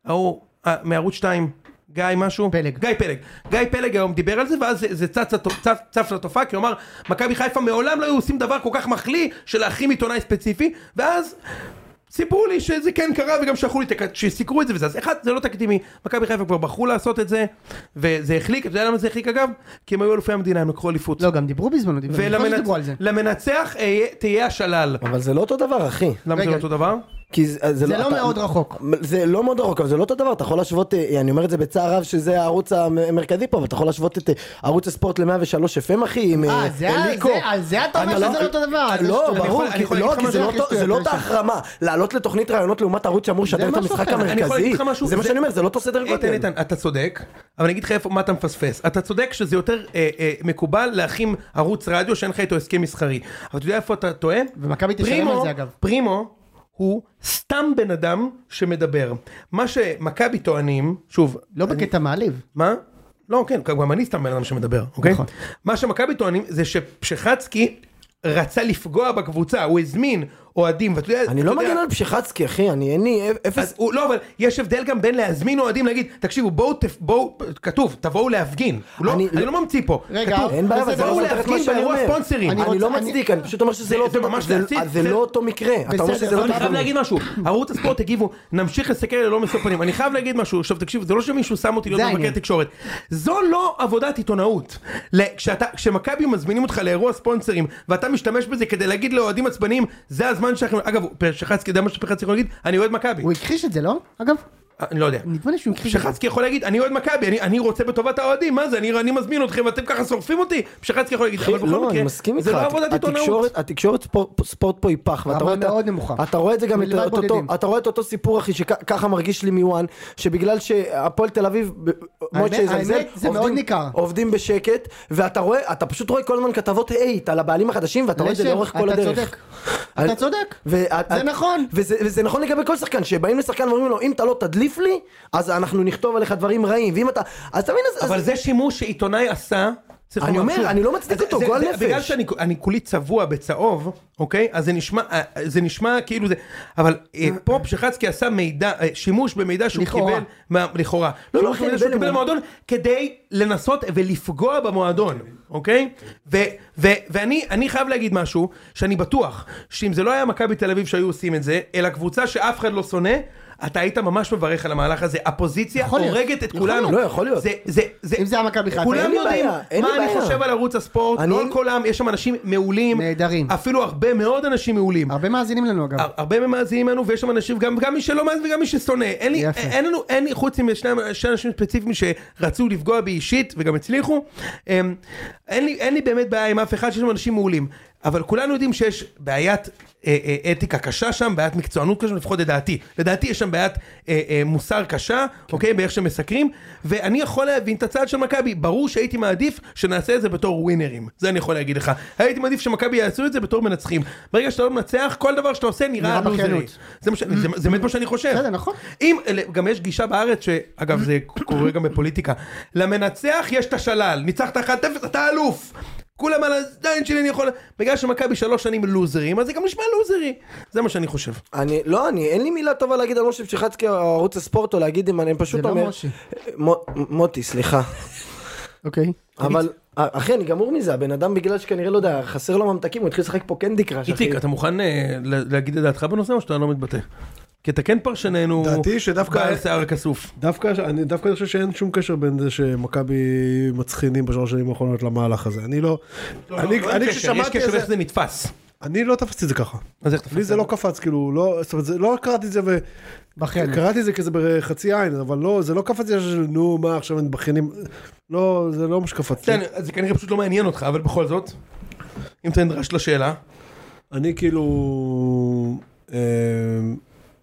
Speaker 1: ההוא, אה, מערוץ 2. גיא משהו?
Speaker 4: פלג.
Speaker 1: גיא פלג. גיא פלג היום דיבר על זה, ואז זה- זה צץ, לתו- צף, צף לתופעה, כי הוא אמר, מכבי חיפה מעולם לא היו עושים דבר כל כך מחליא של להחרים עיתונאי ספציפי, ואז סיפרו לי שזה כן קרה וגם שלחו לי, תק- שסיקרו את זה וזה, אז אחד, זה לא תקדימי, מכבי חיפה כבר בחרו לעשות את זה, וזה החליק, אתה יודע למה זה החליק אגב? כי הם היו אלופי המדינה, הם לקחו אליפות.
Speaker 4: לא, גם דיברו בזמנו, דיברו אני זוכר שדיברו על זה.
Speaker 1: לא, ולמנצח אה, תהיה השלל.
Speaker 3: אבל זה לא אותו דבר, אחי.
Speaker 1: למה זה
Speaker 4: רגע.
Speaker 1: לא אותו דבר?
Speaker 3: כי זה,
Speaker 4: זה לא
Speaker 3: אתה-
Speaker 4: מאוד רחוק.
Speaker 3: זה לא מאוד רחוק, אבל זה לא אותו דבר, אתה יכול להשוות, אה, אני אומר את זה בצער רב שזה הערוץ המרכזי פה, אבל אתה יכול להשוות את אה, ערוץ הספורט 103 FM אחי, עם
Speaker 4: אה,
Speaker 3: אה,
Speaker 4: זה- זה- על זה אתה אומר
Speaker 3: אני
Speaker 4: שזה לא אותו דבר, אז זה
Speaker 3: לא,
Speaker 4: שטויות.
Speaker 3: ברור,
Speaker 1: אני יכול-
Speaker 3: כי-
Speaker 1: אני יכול
Speaker 3: לא,
Speaker 1: להגיד לך
Speaker 3: כי זה לא
Speaker 1: משהו?
Speaker 3: אותו-
Speaker 4: הכי
Speaker 3: זה לא
Speaker 4: שטויות,
Speaker 3: אותה
Speaker 4: זה
Speaker 3: החרמה, לעלות לתוכנית רעיונות לעומת ערוץ שאמור לשדר את
Speaker 4: משהו
Speaker 3: המשחק
Speaker 4: אחר. אני
Speaker 1: אני יכול
Speaker 3: המרכזי,
Speaker 1: להגיד לך משהו?
Speaker 3: זה מה שאני אומר, זה לא אותו סדר
Speaker 1: איתן,
Speaker 3: גודל.
Speaker 1: איתן, אתה צודק, אבל אני אגיד לך איפה, מה אתה מפספס. אתה צודק שזה יותר אה, אה, מקובל להכין ערוץ רדיו שאין לך איתו הסכם מסחרי. אבל אתה יודע איפה אתה טועה?
Speaker 4: ומכבי תשלם
Speaker 1: פרימו-
Speaker 4: על זה, אגב.
Speaker 1: פרימו הוא סתם בן אדם שמדבר. מה שמכבי טוענים, שוב,
Speaker 4: לא בקטע מעליב.
Speaker 1: מה? לא, כן, גם אני סתם בן אדם שמדבר, אוקיי?
Speaker 4: נכון.
Speaker 1: מה שמכבי טוענים זה ש- שחצקי רצה לפגוע בקבוצה, הוא הזמין אוהדים, ואתה יודע...
Speaker 3: אני
Speaker 1: אתה
Speaker 3: לא
Speaker 1: יודע-
Speaker 3: מגן על פשיחצקי אחי, אני אין לי
Speaker 1: אז
Speaker 3: אפס,
Speaker 1: הוא, לא, אבל יש הבדל גם בין להזמין אוהדים להגיד, תקשיבו, בואו, תפ- בואו, כתוב, תבואו להפגין. הוא לא, אני,
Speaker 3: אני-
Speaker 1: לא ממציא פה.
Speaker 4: רגע,
Speaker 1: כתוב,
Speaker 3: אין בעיה, אבל זה
Speaker 1: בואו
Speaker 3: לא סותר את מה
Speaker 1: להפגין
Speaker 3: שאני
Speaker 1: ואני רואה
Speaker 3: אומר.
Speaker 1: ספונסרים.
Speaker 3: אני
Speaker 4: רוצה-
Speaker 3: לא
Speaker 4: אני-
Speaker 3: מצדיק, אני פשוט אומר שזה
Speaker 1: זה-
Speaker 3: לא
Speaker 1: זה
Speaker 3: אותו-
Speaker 1: ממש
Speaker 3: זה-
Speaker 1: להציג,
Speaker 3: זה
Speaker 1: בסדר.
Speaker 3: לא אותו מקרה, אתה אומר
Speaker 4: בסדר,
Speaker 3: שזה לא
Speaker 1: אבל
Speaker 3: אותו
Speaker 1: אני
Speaker 4: אותו
Speaker 1: חייב
Speaker 4: דבר.
Speaker 1: להגיד משהו, ערוץ הספורט הגיבו, נמשיך לסקר ללא משוא פנים, אני חייב להגיד משהו, עכשיו תקשיב, זה לא שמישהו שם אותי להיות
Speaker 4: זה
Speaker 1: מבקר
Speaker 4: העניין.
Speaker 1: תקשורת, זו לא עבודת עיתונאות, ל- כשאתה- כשמכבי מזמינים אותך לאירוע ספונסרים, ואתה משתמש בזה כדי להגיד לאוהדים עצבניים, זה הזמן שלכם, אגב, פרשחצקי, יודע מה שפרשחצקי יכול להגיד? אני אוהד מכבי,
Speaker 4: הוא הכחיש את זה, לא? אגב,
Speaker 1: אני לא יודע,
Speaker 4: נדמה לי שהוא הכחיש את זה.
Speaker 1: פשחצקי יכול להגיד, אני אוהד מכבי, אני, אני רוצה בטובת האוהדים, מה זה, אני, אני מזמין אתכם ואתם ככה שורפים אותי? פשחצקי יכול להגיד, אבל בכל
Speaker 3: לא,
Speaker 1: מקרה,
Speaker 3: אני מסכים איתך.
Speaker 1: זה לא
Speaker 3: הת-
Speaker 1: עבודת עיתונאות.
Speaker 3: התקשורת- התקשורת ספור- ספורט פה היא פח. ואתה
Speaker 4: רמה
Speaker 3: רואה את ה-
Speaker 4: מאוד נמוכה.
Speaker 3: אתה רואה את זה גם, את-
Speaker 4: מלבד
Speaker 3: את אותו-
Speaker 4: בודדים.
Speaker 3: אתה רואה את אותו סיפור, אחי, שככה מרגיש לי מיואן, שבגלל שהפועל תל אביב, ב- מוישה
Speaker 4: האמת-
Speaker 3: יזלזל,
Speaker 4: האמת, זה מאוד
Speaker 3: עובדים-
Speaker 4: ניכר.
Speaker 3: עובדים בשקט, ואתה רואה, אתה פשוט רואה כל הזמן כתבות אייט על הבעלים החדשים, ואתה רואה את זה
Speaker 4: לשם,
Speaker 3: לאורך כל
Speaker 4: אתה
Speaker 3: הדרך.
Speaker 4: צודק.
Speaker 3: אני-
Speaker 4: אתה צודק.
Speaker 3: וה-
Speaker 4: זה
Speaker 3: ה-
Speaker 4: נכון.
Speaker 3: וזה, וזה נכון לגבי כל שחקן, שבאים לשחקן ואומרים לו, אם אתה לא תדליף לי, אז אנחנו נכתוב עליך דברים רעים, ואם אתה... אז אתה מבין, אז-
Speaker 1: אבל
Speaker 3: אז-
Speaker 1: זה שימוש שעיתונאי עשה. צריך
Speaker 3: אני
Speaker 1: לומר
Speaker 3: אומר,
Speaker 1: שוב.
Speaker 3: אני לא מצדיק
Speaker 1: זה-
Speaker 3: אותו,
Speaker 1: זה-
Speaker 3: גועל
Speaker 1: זה-
Speaker 3: נפש.
Speaker 1: בגלל שאני אני כולי צבוע בצהוב, אוקיי? אז זה נשמע, אה, זה נשמע כאילו זה, אבל אה, פה פשחצקי עשה מידע, אה, שימוש במידע שהוא
Speaker 4: לכאורה.
Speaker 1: קיבל, מה- לכאורה, לא, לא,
Speaker 3: אחי,
Speaker 1: במידע שהוא
Speaker 3: בין אם
Speaker 1: קיבל
Speaker 3: הוא-
Speaker 1: במועדון, כדי לנסות ולפגוע במועדון, אוקיי? ו- ו- ואני אני חייב להגיד משהו, שאני בטוח, שאם זה לא היה מכבי תל אביב שהיו עושים את זה, אלא קבוצה שאף אחד לא שונא, אתה היית ממש מברך על המהלך הזה, הפוזיציה
Speaker 4: יכול להיות.
Speaker 1: הורגת את
Speaker 4: יכול
Speaker 1: כולנו.
Speaker 3: להיות. לא, יכול להיות.
Speaker 1: זה- זה- זה-
Speaker 4: אם זה היה מכבי חיפה.
Speaker 1: כולם
Speaker 3: אין לי
Speaker 1: יודעים
Speaker 3: בעיה, אין
Speaker 1: מה
Speaker 3: לי
Speaker 1: אני
Speaker 3: בעיה.
Speaker 1: חושב על ערוץ הספורט,
Speaker 3: אני-
Speaker 1: לא על כל העם, יש שם אנשים מעולים.
Speaker 4: נהדרים.
Speaker 1: אפילו הרבה מאוד אנשים מעולים.
Speaker 4: הרבה מאזינים לנו, אגב.
Speaker 1: הר- הרבה מהם מאזינים לנו ויש שם אנשים, גם, גם מי שלא מאזין וגם מי ששונא. אין לי,
Speaker 4: יפה.
Speaker 1: אין לנו, אין לי, חוץ משני שני אנשים ספציפיים שרצו לפגוע בי אישית וגם הצליחו, אמ, אין לי, אין לי באמת בעיה עם אף אחד שיש שם אנשים מעולים. אבל כולנו יודעים שיש בעיית אה, אה, אתיקה קשה שם, בעיית מקצוענות קשה, לפחות לדעתי. לדעתי יש שם בעיית אה, אה, מוסר קשה, אוקיי, באיך שמסקרים, ואני יכול להבין את הצד של מכבי. ברור שהייתי מעדיף שנעשה את זה בתור ווינרים, זה אני יכול להגיד לך. הייתי מעדיף שמכבי יעשו את זה בתור מנצחים. ברגע שאתה לא מנצח, כל דבר שאתה עושה נראה לא
Speaker 4: נראה
Speaker 1: לוזרי.
Speaker 4: בכיינות.
Speaker 1: זה מה ש- זה- זה באמת מה שאני חושב.
Speaker 4: בסדר, נכון.
Speaker 1: אם, גם יש גישה בארץ, שאגב זה קורה גם בפוליטיקה, למנצח יש את השלל, ניצחת 1-0, אתה אלוף. כולם על הזין שלי, אני יכול... בגלל שמכבי שלוש שנים לוזרים, אז זה גם נשמע לוזרי. זה מה שאני חושב.
Speaker 3: אני, לא, אני, אין לי מילה טובה להגיד על משה פשיחצקי או ערוץ הספורט, או להגיד אם אני פשוט
Speaker 4: זה לא
Speaker 3: אומר...
Speaker 4: משה.
Speaker 3: מו- מוטי, סליחה.
Speaker 4: אוקיי.
Speaker 3: אבל, אה, אחי, אני גמור מזה, הבן אדם בגלל שכנראה, לא יודע, חסר לו ממתקים, הוא התחיל לשחק פה קנדי קראש, אחי.
Speaker 1: איציק, אתה מוכן אה, ל- להגיד את דעתך בנושא, או שאתה לא מתבטא? כי אתה כן פרשננו...
Speaker 2: דעתי שדווקא-
Speaker 1: בעל שיער כסוף.
Speaker 2: דווקא, אני דווקא אני חושב שאין שום קשר בין זה שמכבי מצחינים בשלוש שנים האחרונות למהלך הזה. אני לא,
Speaker 1: לא,
Speaker 2: אני
Speaker 1: לא,
Speaker 2: אני
Speaker 1: אין קשר,
Speaker 2: כששמעתי
Speaker 1: יש
Speaker 2: את
Speaker 1: קשר
Speaker 2: זה,
Speaker 1: איך זה נתפס.
Speaker 2: אני לא תפסתי את זה ככה.
Speaker 1: אז איך תפסת?
Speaker 2: לי זה לא קפץ, כאילו, לא, זאת אומרת, זה- לא קראתי את זה ו...
Speaker 4: בחן.
Speaker 2: קראתי את זה כזה בחצי עין, אבל לא, זה לא קפץ לי של נו, מה עכשיו מתבכיינים. לא, זה לא מה שקפץ לי.
Speaker 1: כן, אז זה כנראה פשוט לא מעניין אותך, אבל בכל זאת, אם אתה נדרש לשאלה,
Speaker 2: אני כאילו, אה,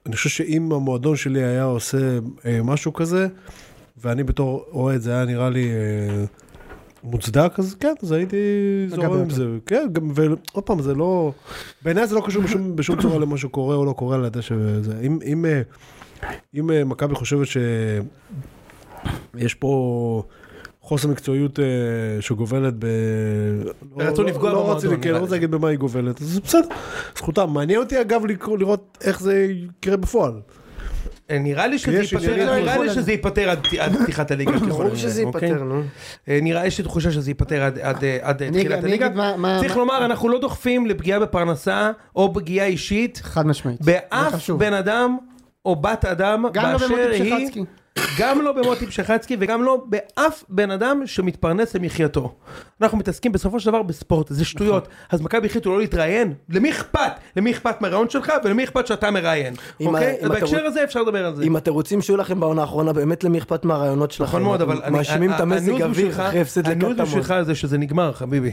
Speaker 2: אני חושב שאם המועדון שלי היה עושה אה, משהו כזה, ואני בתור אוהד זה היה נראה לי אה, מוצדק, אז כן, אז הייתי זורם עם זה. כן, גם, ועוד פעם, זה לא, בעיניי זה לא קשור בשום, בשום צורה למה שקורה או לא קורה על הדשא וזה. אם, אם, אה, אם אה, מכבי חושבת שיש פה... חוסר מקצועיות אה, שגובלת ב...
Speaker 1: רצו
Speaker 2: לא-
Speaker 1: לפגוע
Speaker 2: לא
Speaker 1: במועדון,
Speaker 2: רציתי, כן,
Speaker 1: נראה
Speaker 2: לא
Speaker 1: לי.
Speaker 2: רוצה להגיד במה היא גובלת, אז בסדר, זכותם. מעניין אותי אגב לקרוא- לראות איך זה יקרה בפועל.
Speaker 1: אה, נראה לי שזה
Speaker 2: יש
Speaker 1: ייפתר,
Speaker 2: עניינים
Speaker 1: נראה
Speaker 2: כמו
Speaker 1: לי
Speaker 4: כל-
Speaker 1: שזה ייפתר עד עד פתיחת הליגה. ככל
Speaker 3: ברור
Speaker 1: הנראה,
Speaker 3: שזה
Speaker 1: אוקיי?
Speaker 3: ייפתר, נו.
Speaker 1: אה, נראה, יש לי תחושה שזה ייפתר עד- עד אה, עד אה,
Speaker 4: אני
Speaker 1: תחילת
Speaker 4: אגיד- אני
Speaker 1: הליגה.
Speaker 4: אגיד מה- מה-
Speaker 1: צריך
Speaker 4: מה-
Speaker 1: לומר, אנחנו לא דוחפים לפגיעה בפרנסה או פגיעה אישית
Speaker 4: חד משמעית. זה
Speaker 1: באף
Speaker 4: חשוב.
Speaker 1: בן אדם או בת אדם
Speaker 4: גם לא
Speaker 1: באשר
Speaker 4: במוטי
Speaker 1: היא,
Speaker 4: פשחצקי.
Speaker 1: גם לא במוטי פשחצקי וגם לא באף בן אדם שמתפרנס למחייתו. אנחנו מתעסקים בסופו של דבר בספורט,
Speaker 4: נכון.
Speaker 1: זה שטויות. אז מכבי החליטו לא להתראיין? למי אכפת? למי אכפת מהרעיון שלך ולמי אכפת שאתה מראיין?
Speaker 3: אם ה-
Speaker 1: אוקיי?
Speaker 3: אם
Speaker 1: אז
Speaker 3: אתה
Speaker 1: בהקשר
Speaker 3: רוצ-
Speaker 1: הזה אפשר לדבר על זה.
Speaker 3: עם התירוצים שהיו לכם בעונה האחרונה, באמת למי אכפת מהרעיונות שלכם?
Speaker 1: נכון מאוד, אבל אני-
Speaker 3: מאשימים
Speaker 1: ה-
Speaker 3: את
Speaker 1: ה-
Speaker 3: המזג
Speaker 1: הנוז
Speaker 3: אוויר
Speaker 1: בשבילך-
Speaker 3: אחרי הפסד
Speaker 1: הנוז
Speaker 3: לקטמון.
Speaker 1: בשבילך זה שזה נגמר, חביבי.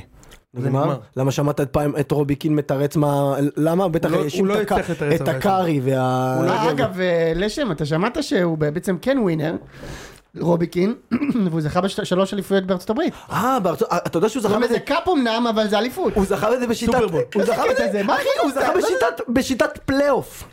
Speaker 4: לא,
Speaker 1: זה
Speaker 3: נגמר?
Speaker 1: נגמר.
Speaker 3: למה שמעת את פעם את רובי קין מתרץ מה... למה? בטח
Speaker 1: הוא לא-
Speaker 3: האשים
Speaker 1: הוא לא
Speaker 3: את הק-
Speaker 1: יצטרך לתרץ
Speaker 3: את
Speaker 1: הרבה לא-
Speaker 3: הקארי וה...
Speaker 4: אה, אגב, אה, לשם, אתה שמעת שהוא בעצם כן ווינר, רובי קין, והוא זכה בשלוש אליפויות בארצות הברית.
Speaker 3: אה, בארצות... אה, אתה יודע שהוא
Speaker 1: לא,
Speaker 3: זכה
Speaker 4: קוראים
Speaker 3: בזה?
Speaker 4: לזה קאפ אמנם, אבל זה אליפות.
Speaker 3: הוא זכה בזה בשיטת...
Speaker 1: סופרבול.
Speaker 3: הוא
Speaker 4: איזה
Speaker 3: זכה
Speaker 4: קטע
Speaker 3: בזה,
Speaker 4: זה? מה
Speaker 3: אחי,
Speaker 4: הקטע?
Speaker 3: הוא זכה
Speaker 4: לא-
Speaker 3: בשיטת- בשיטת פלייאוף.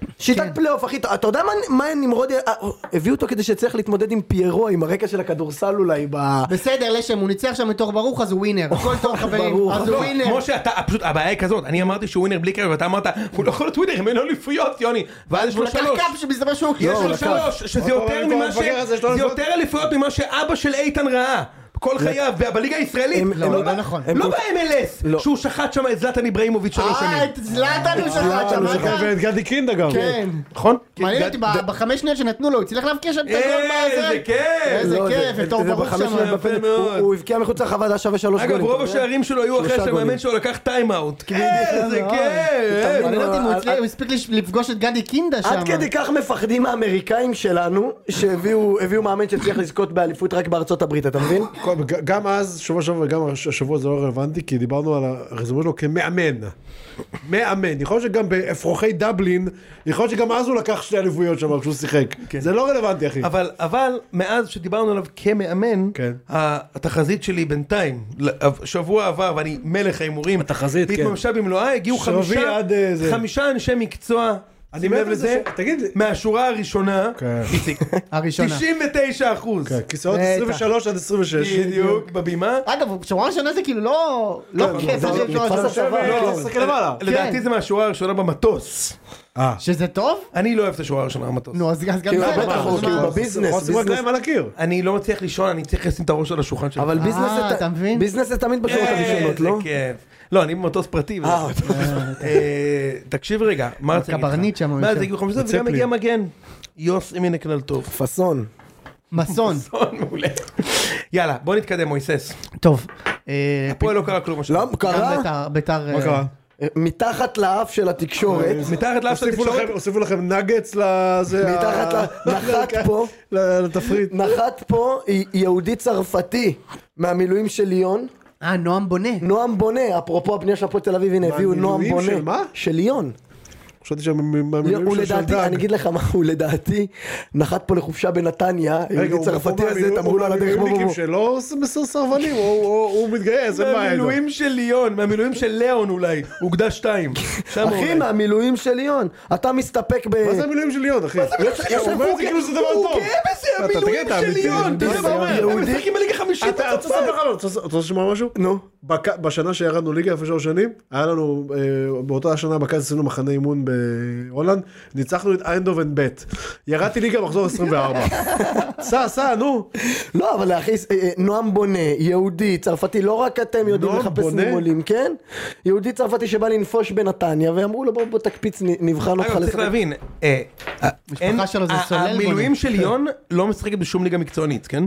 Speaker 1: כן.
Speaker 3: שיטת פלייאוף, אחי, אתה- אתה יודע מה- מה נמרודי... אה, הביאו אותו כדי שיצליח להתמודד עם פיירו, עם הרקע של הכדורסל אולי ב...
Speaker 4: בסדר, לשם, הוא ניצח שם מתור ברוך, אז הוא ווינר. הכל טוב, חברים.
Speaker 3: ברוך.
Speaker 4: אז הוא
Speaker 3: לא,
Speaker 4: ווינר.
Speaker 1: משה, אתה, פשוט, הבעיה היא כזאת, אני אמרתי שהוא ווינר בלי קרב, ואתה אמרת, הוא לא יכול להיות ווינר, אם אין לו אליפויות, יוני. ואז יש
Speaker 4: הוא
Speaker 1: לו
Speaker 4: לקח
Speaker 1: שלוש.
Speaker 4: קאפ שמסתבר שהוא...
Speaker 1: יש
Speaker 4: לא, הוא
Speaker 1: לו
Speaker 4: לקח.
Speaker 1: שלוש, שזה יותר ממה ש... זה יותר אליפויות ממה שאבא של איתן ראה. כל חייו, ב- בליגה הישראלית.
Speaker 3: הם- הם
Speaker 4: לא
Speaker 3: ב-
Speaker 4: נכון.
Speaker 3: הם
Speaker 1: לא
Speaker 3: כל-
Speaker 1: ב-MLS,
Speaker 3: לא.
Speaker 1: שהוא שחט שם את זלאטן איברהימוביץ' שלוש
Speaker 4: אה,
Speaker 1: שנים.
Speaker 4: את זלאטן הוא שחט, שמעת?
Speaker 2: ואת גדי קינדה גם.
Speaker 4: כן.
Speaker 1: נכון?
Speaker 4: מעניין
Speaker 1: גד-
Speaker 4: אותי, ב- בחמש שניות שנתנו לו, הוא הצליח להבקיע שם את הגול
Speaker 1: אה,
Speaker 4: בזה.
Speaker 1: איזה כיף.
Speaker 4: איזה
Speaker 3: לא,
Speaker 4: כיף,
Speaker 3: זה-
Speaker 4: את אור
Speaker 3: זה
Speaker 4: ברוך
Speaker 3: בחמש
Speaker 4: שם.
Speaker 3: שניות בפנדל.
Speaker 1: יפה מאוד.
Speaker 3: הוא- הוא הבקיע מחוץ לרחבה, זה היה שווה שלוש גולים.
Speaker 1: אגב, רוב
Speaker 3: אתה יודע?
Speaker 1: השערים שלו היו אחרי
Speaker 3: שלושה
Speaker 1: שהמאמן
Speaker 3: גולים. כן, נכון.
Speaker 1: שלו לקח טיים-אאוט. כאילו, איזה כיף.
Speaker 4: מעניין אותי אם הוא
Speaker 3: עד-
Speaker 4: הצליח- הוא הספיק לש- לפגוש את גדי קינדה שם.
Speaker 3: עד כדי כך מפחדים האמריקאים שלנו, שהביאו הביאו מאמן שהצליח לזכות באליפות רק בארצות הברית, אתה מבין?
Speaker 2: כל- ג- גם אז, שבוע שעבר וגם הש- השבוע זה לא רלוונטי, כי דיברנו על הרזומה שלו כמאמן. מאמן. יכול להיות שגם באפרוחי דבלין, יכול להיות שגם אז הוא לקח שתי אליפויות שם כשהוא שיחק.
Speaker 3: כן.
Speaker 2: זה לא רלוונטי, אחי.
Speaker 1: אבל, אבל מאז שדיברנו עליו כמאמן,
Speaker 2: כן.
Speaker 1: ה- התחזית שלי בינתיים, ל- שבוע עבר ואני מלך ההימורים,
Speaker 2: התחזית, כן.
Speaker 1: התממשה במלואה, הגיעו
Speaker 2: שרבי
Speaker 1: חמישה,
Speaker 2: עד, אה, זה.
Speaker 1: חמישה אנשי מקצוע,
Speaker 2: אני
Speaker 1: שים
Speaker 2: מת
Speaker 1: לב
Speaker 2: על זה
Speaker 1: לזה,
Speaker 2: ש- תגיד,
Speaker 1: מהשורה הראשונה,
Speaker 2: כן.
Speaker 1: איציק,
Speaker 4: הראשונה.
Speaker 1: 99 אחוז,
Speaker 2: כן, כיסאות
Speaker 4: בטח.
Speaker 2: 23 עד 26.
Speaker 1: בדיוק, בבימה,
Speaker 4: אגב, שורה ראשונה זה כאילו לא... לא כיף.
Speaker 3: זה-
Speaker 4: זה-
Speaker 3: זה-
Speaker 4: זה-
Speaker 3: נתפס הצבא.
Speaker 2: לא,
Speaker 1: לא,
Speaker 2: לא, תסתכל למעלה.
Speaker 1: לדעתי זה מהשורה הראשונה במטוס,
Speaker 2: אה.
Speaker 4: שזה טוב?
Speaker 1: אני לא אוהב את השורה הראשונה במטוס,
Speaker 4: נו, אז אז גם
Speaker 3: כאילו,
Speaker 4: זה...
Speaker 3: בטח,
Speaker 4: בטח,
Speaker 3: הוא
Speaker 4: אז
Speaker 3: כאילו
Speaker 4: מה?
Speaker 3: בביזנס,
Speaker 2: חוסר
Speaker 3: ביזנס.
Speaker 2: רגליים על הקיר.
Speaker 1: אני לא מצליח לישון, אני צריך לשים את הראש על השולחן שלי,
Speaker 3: אבל ביזנס
Speaker 4: אה,
Speaker 3: זה...
Speaker 4: אתה מבין?
Speaker 3: ביזנס זה תמיד בשעות הראשונות,
Speaker 1: אה, איזה
Speaker 3: לא?
Speaker 1: כן, כיף. לא, אני במטוס פרטי. וזה-
Speaker 3: אה,
Speaker 1: אה, תקשיב רגע, מה רציתי להגיד לך?
Speaker 4: הקברניט שם, הוא
Speaker 1: ואז
Speaker 4: יושב.
Speaker 1: הגיעו חמישה וגם
Speaker 2: צפלין.
Speaker 1: הגיע מגן. יוס מן הכלל טוב.
Speaker 3: פאסון.
Speaker 4: מסון.
Speaker 1: טוב, מעולה. יאללה, בוא נתקדם מויסס.
Speaker 4: טוב. אה,
Speaker 1: פה לא קרה כלום השנה.
Speaker 3: למה? קרה?
Speaker 4: גם ביתר- ביתר...
Speaker 3: כן.
Speaker 2: מה
Speaker 4: אה,
Speaker 2: קרה?
Speaker 3: מתחת לאף של התקשורת,
Speaker 2: אה.
Speaker 1: מתחת לאף של
Speaker 2: הוסיפו
Speaker 1: התקשורת.
Speaker 2: לכם- הוסיפו לכם נגץ לזה...
Speaker 3: מתחת
Speaker 2: ה-
Speaker 3: ל... נחת פה,
Speaker 2: כן. ל- לתפריט.
Speaker 3: נחת פה י- יהודי צרפתי מהמילואים של ליון,
Speaker 4: אה, נועם בונה.
Speaker 3: נועם בונה, אפרופו הפנייה של הפועל תל אביב, הנה הביאו נועם
Speaker 2: מהמילואים
Speaker 3: בונה.
Speaker 2: של מה?
Speaker 3: של ליון.
Speaker 2: חשבתי שהמילואים
Speaker 3: לא, הוא
Speaker 2: שלו של
Speaker 3: לדעתי,
Speaker 2: דג.
Speaker 3: אני אגיד לך מה, הוא לדעתי נחת פה לחופשה בנתניה, יהודי
Speaker 2: הוא-
Speaker 3: צרפתי
Speaker 2: הוא
Speaker 3: הזה,
Speaker 2: מהמילואי-
Speaker 3: תמרו לו על
Speaker 2: הוא
Speaker 3: הדרך בוא בוא
Speaker 2: מהמילואימניקים
Speaker 3: בוא.
Speaker 2: שלא מסר סרבנים, הוא- הוא הוא מתגייס, אין בעיה. איתו.
Speaker 1: מהמילואים של ליאון, מהמילואים של ליאון אולי, אוגדה 2. שם הוא
Speaker 3: אחי,
Speaker 1: אולי.
Speaker 3: מהמילואים של ליון, אתה מסתפק ב...
Speaker 2: מה זה המילואים של ליאון, אחי?
Speaker 3: אה, יש- יש-
Speaker 2: הוא אומר את זה כאילו זה דבר
Speaker 1: הוא
Speaker 2: טוב.
Speaker 1: גאה בזה,
Speaker 2: אתה
Speaker 1: המילואים
Speaker 2: תגיד, אתה
Speaker 1: של
Speaker 2: אמיתי,
Speaker 1: ליאון, אתה יודע מה הוא אומר? הם
Speaker 3: יהודי?
Speaker 1: משחקים בליגה חמישית
Speaker 2: אתה רוצה
Speaker 1: בצרפת.
Speaker 2: לספר לך, אתה רוצה- אתה רוצה לשמוע משהו?
Speaker 3: נו.
Speaker 2: בק- בשנה שירדנו ליגה לפני שלוש שנים, היה לנו, אה, באותה השנה בקיץ עשינו מחנה אימון בהולנד, ניצחנו את איינדובן בית. ירדתי ליגה מחזור 24. סע, סע, נו.
Speaker 3: לא, אבל אחי, אה, אה, נועם בונה, יהודי, צרפתי, לא רק אתם יודעים
Speaker 2: נועם
Speaker 3: לחפש
Speaker 2: בונה?
Speaker 3: נימולים, כן? יהודי צרפתי שבא לנפוש בנתניה, ואמרו לו בוא בוא תקפיץ, נ- נבחן אותך
Speaker 1: אגב, צריך
Speaker 3: לשחק.
Speaker 1: להבין, אה, אין-
Speaker 4: שלו זה
Speaker 1: ה-
Speaker 4: סולל בונים.
Speaker 1: המילואים
Speaker 3: כן.
Speaker 1: של ליאון לא משחקת בשום ליגה מקצוענית, כן?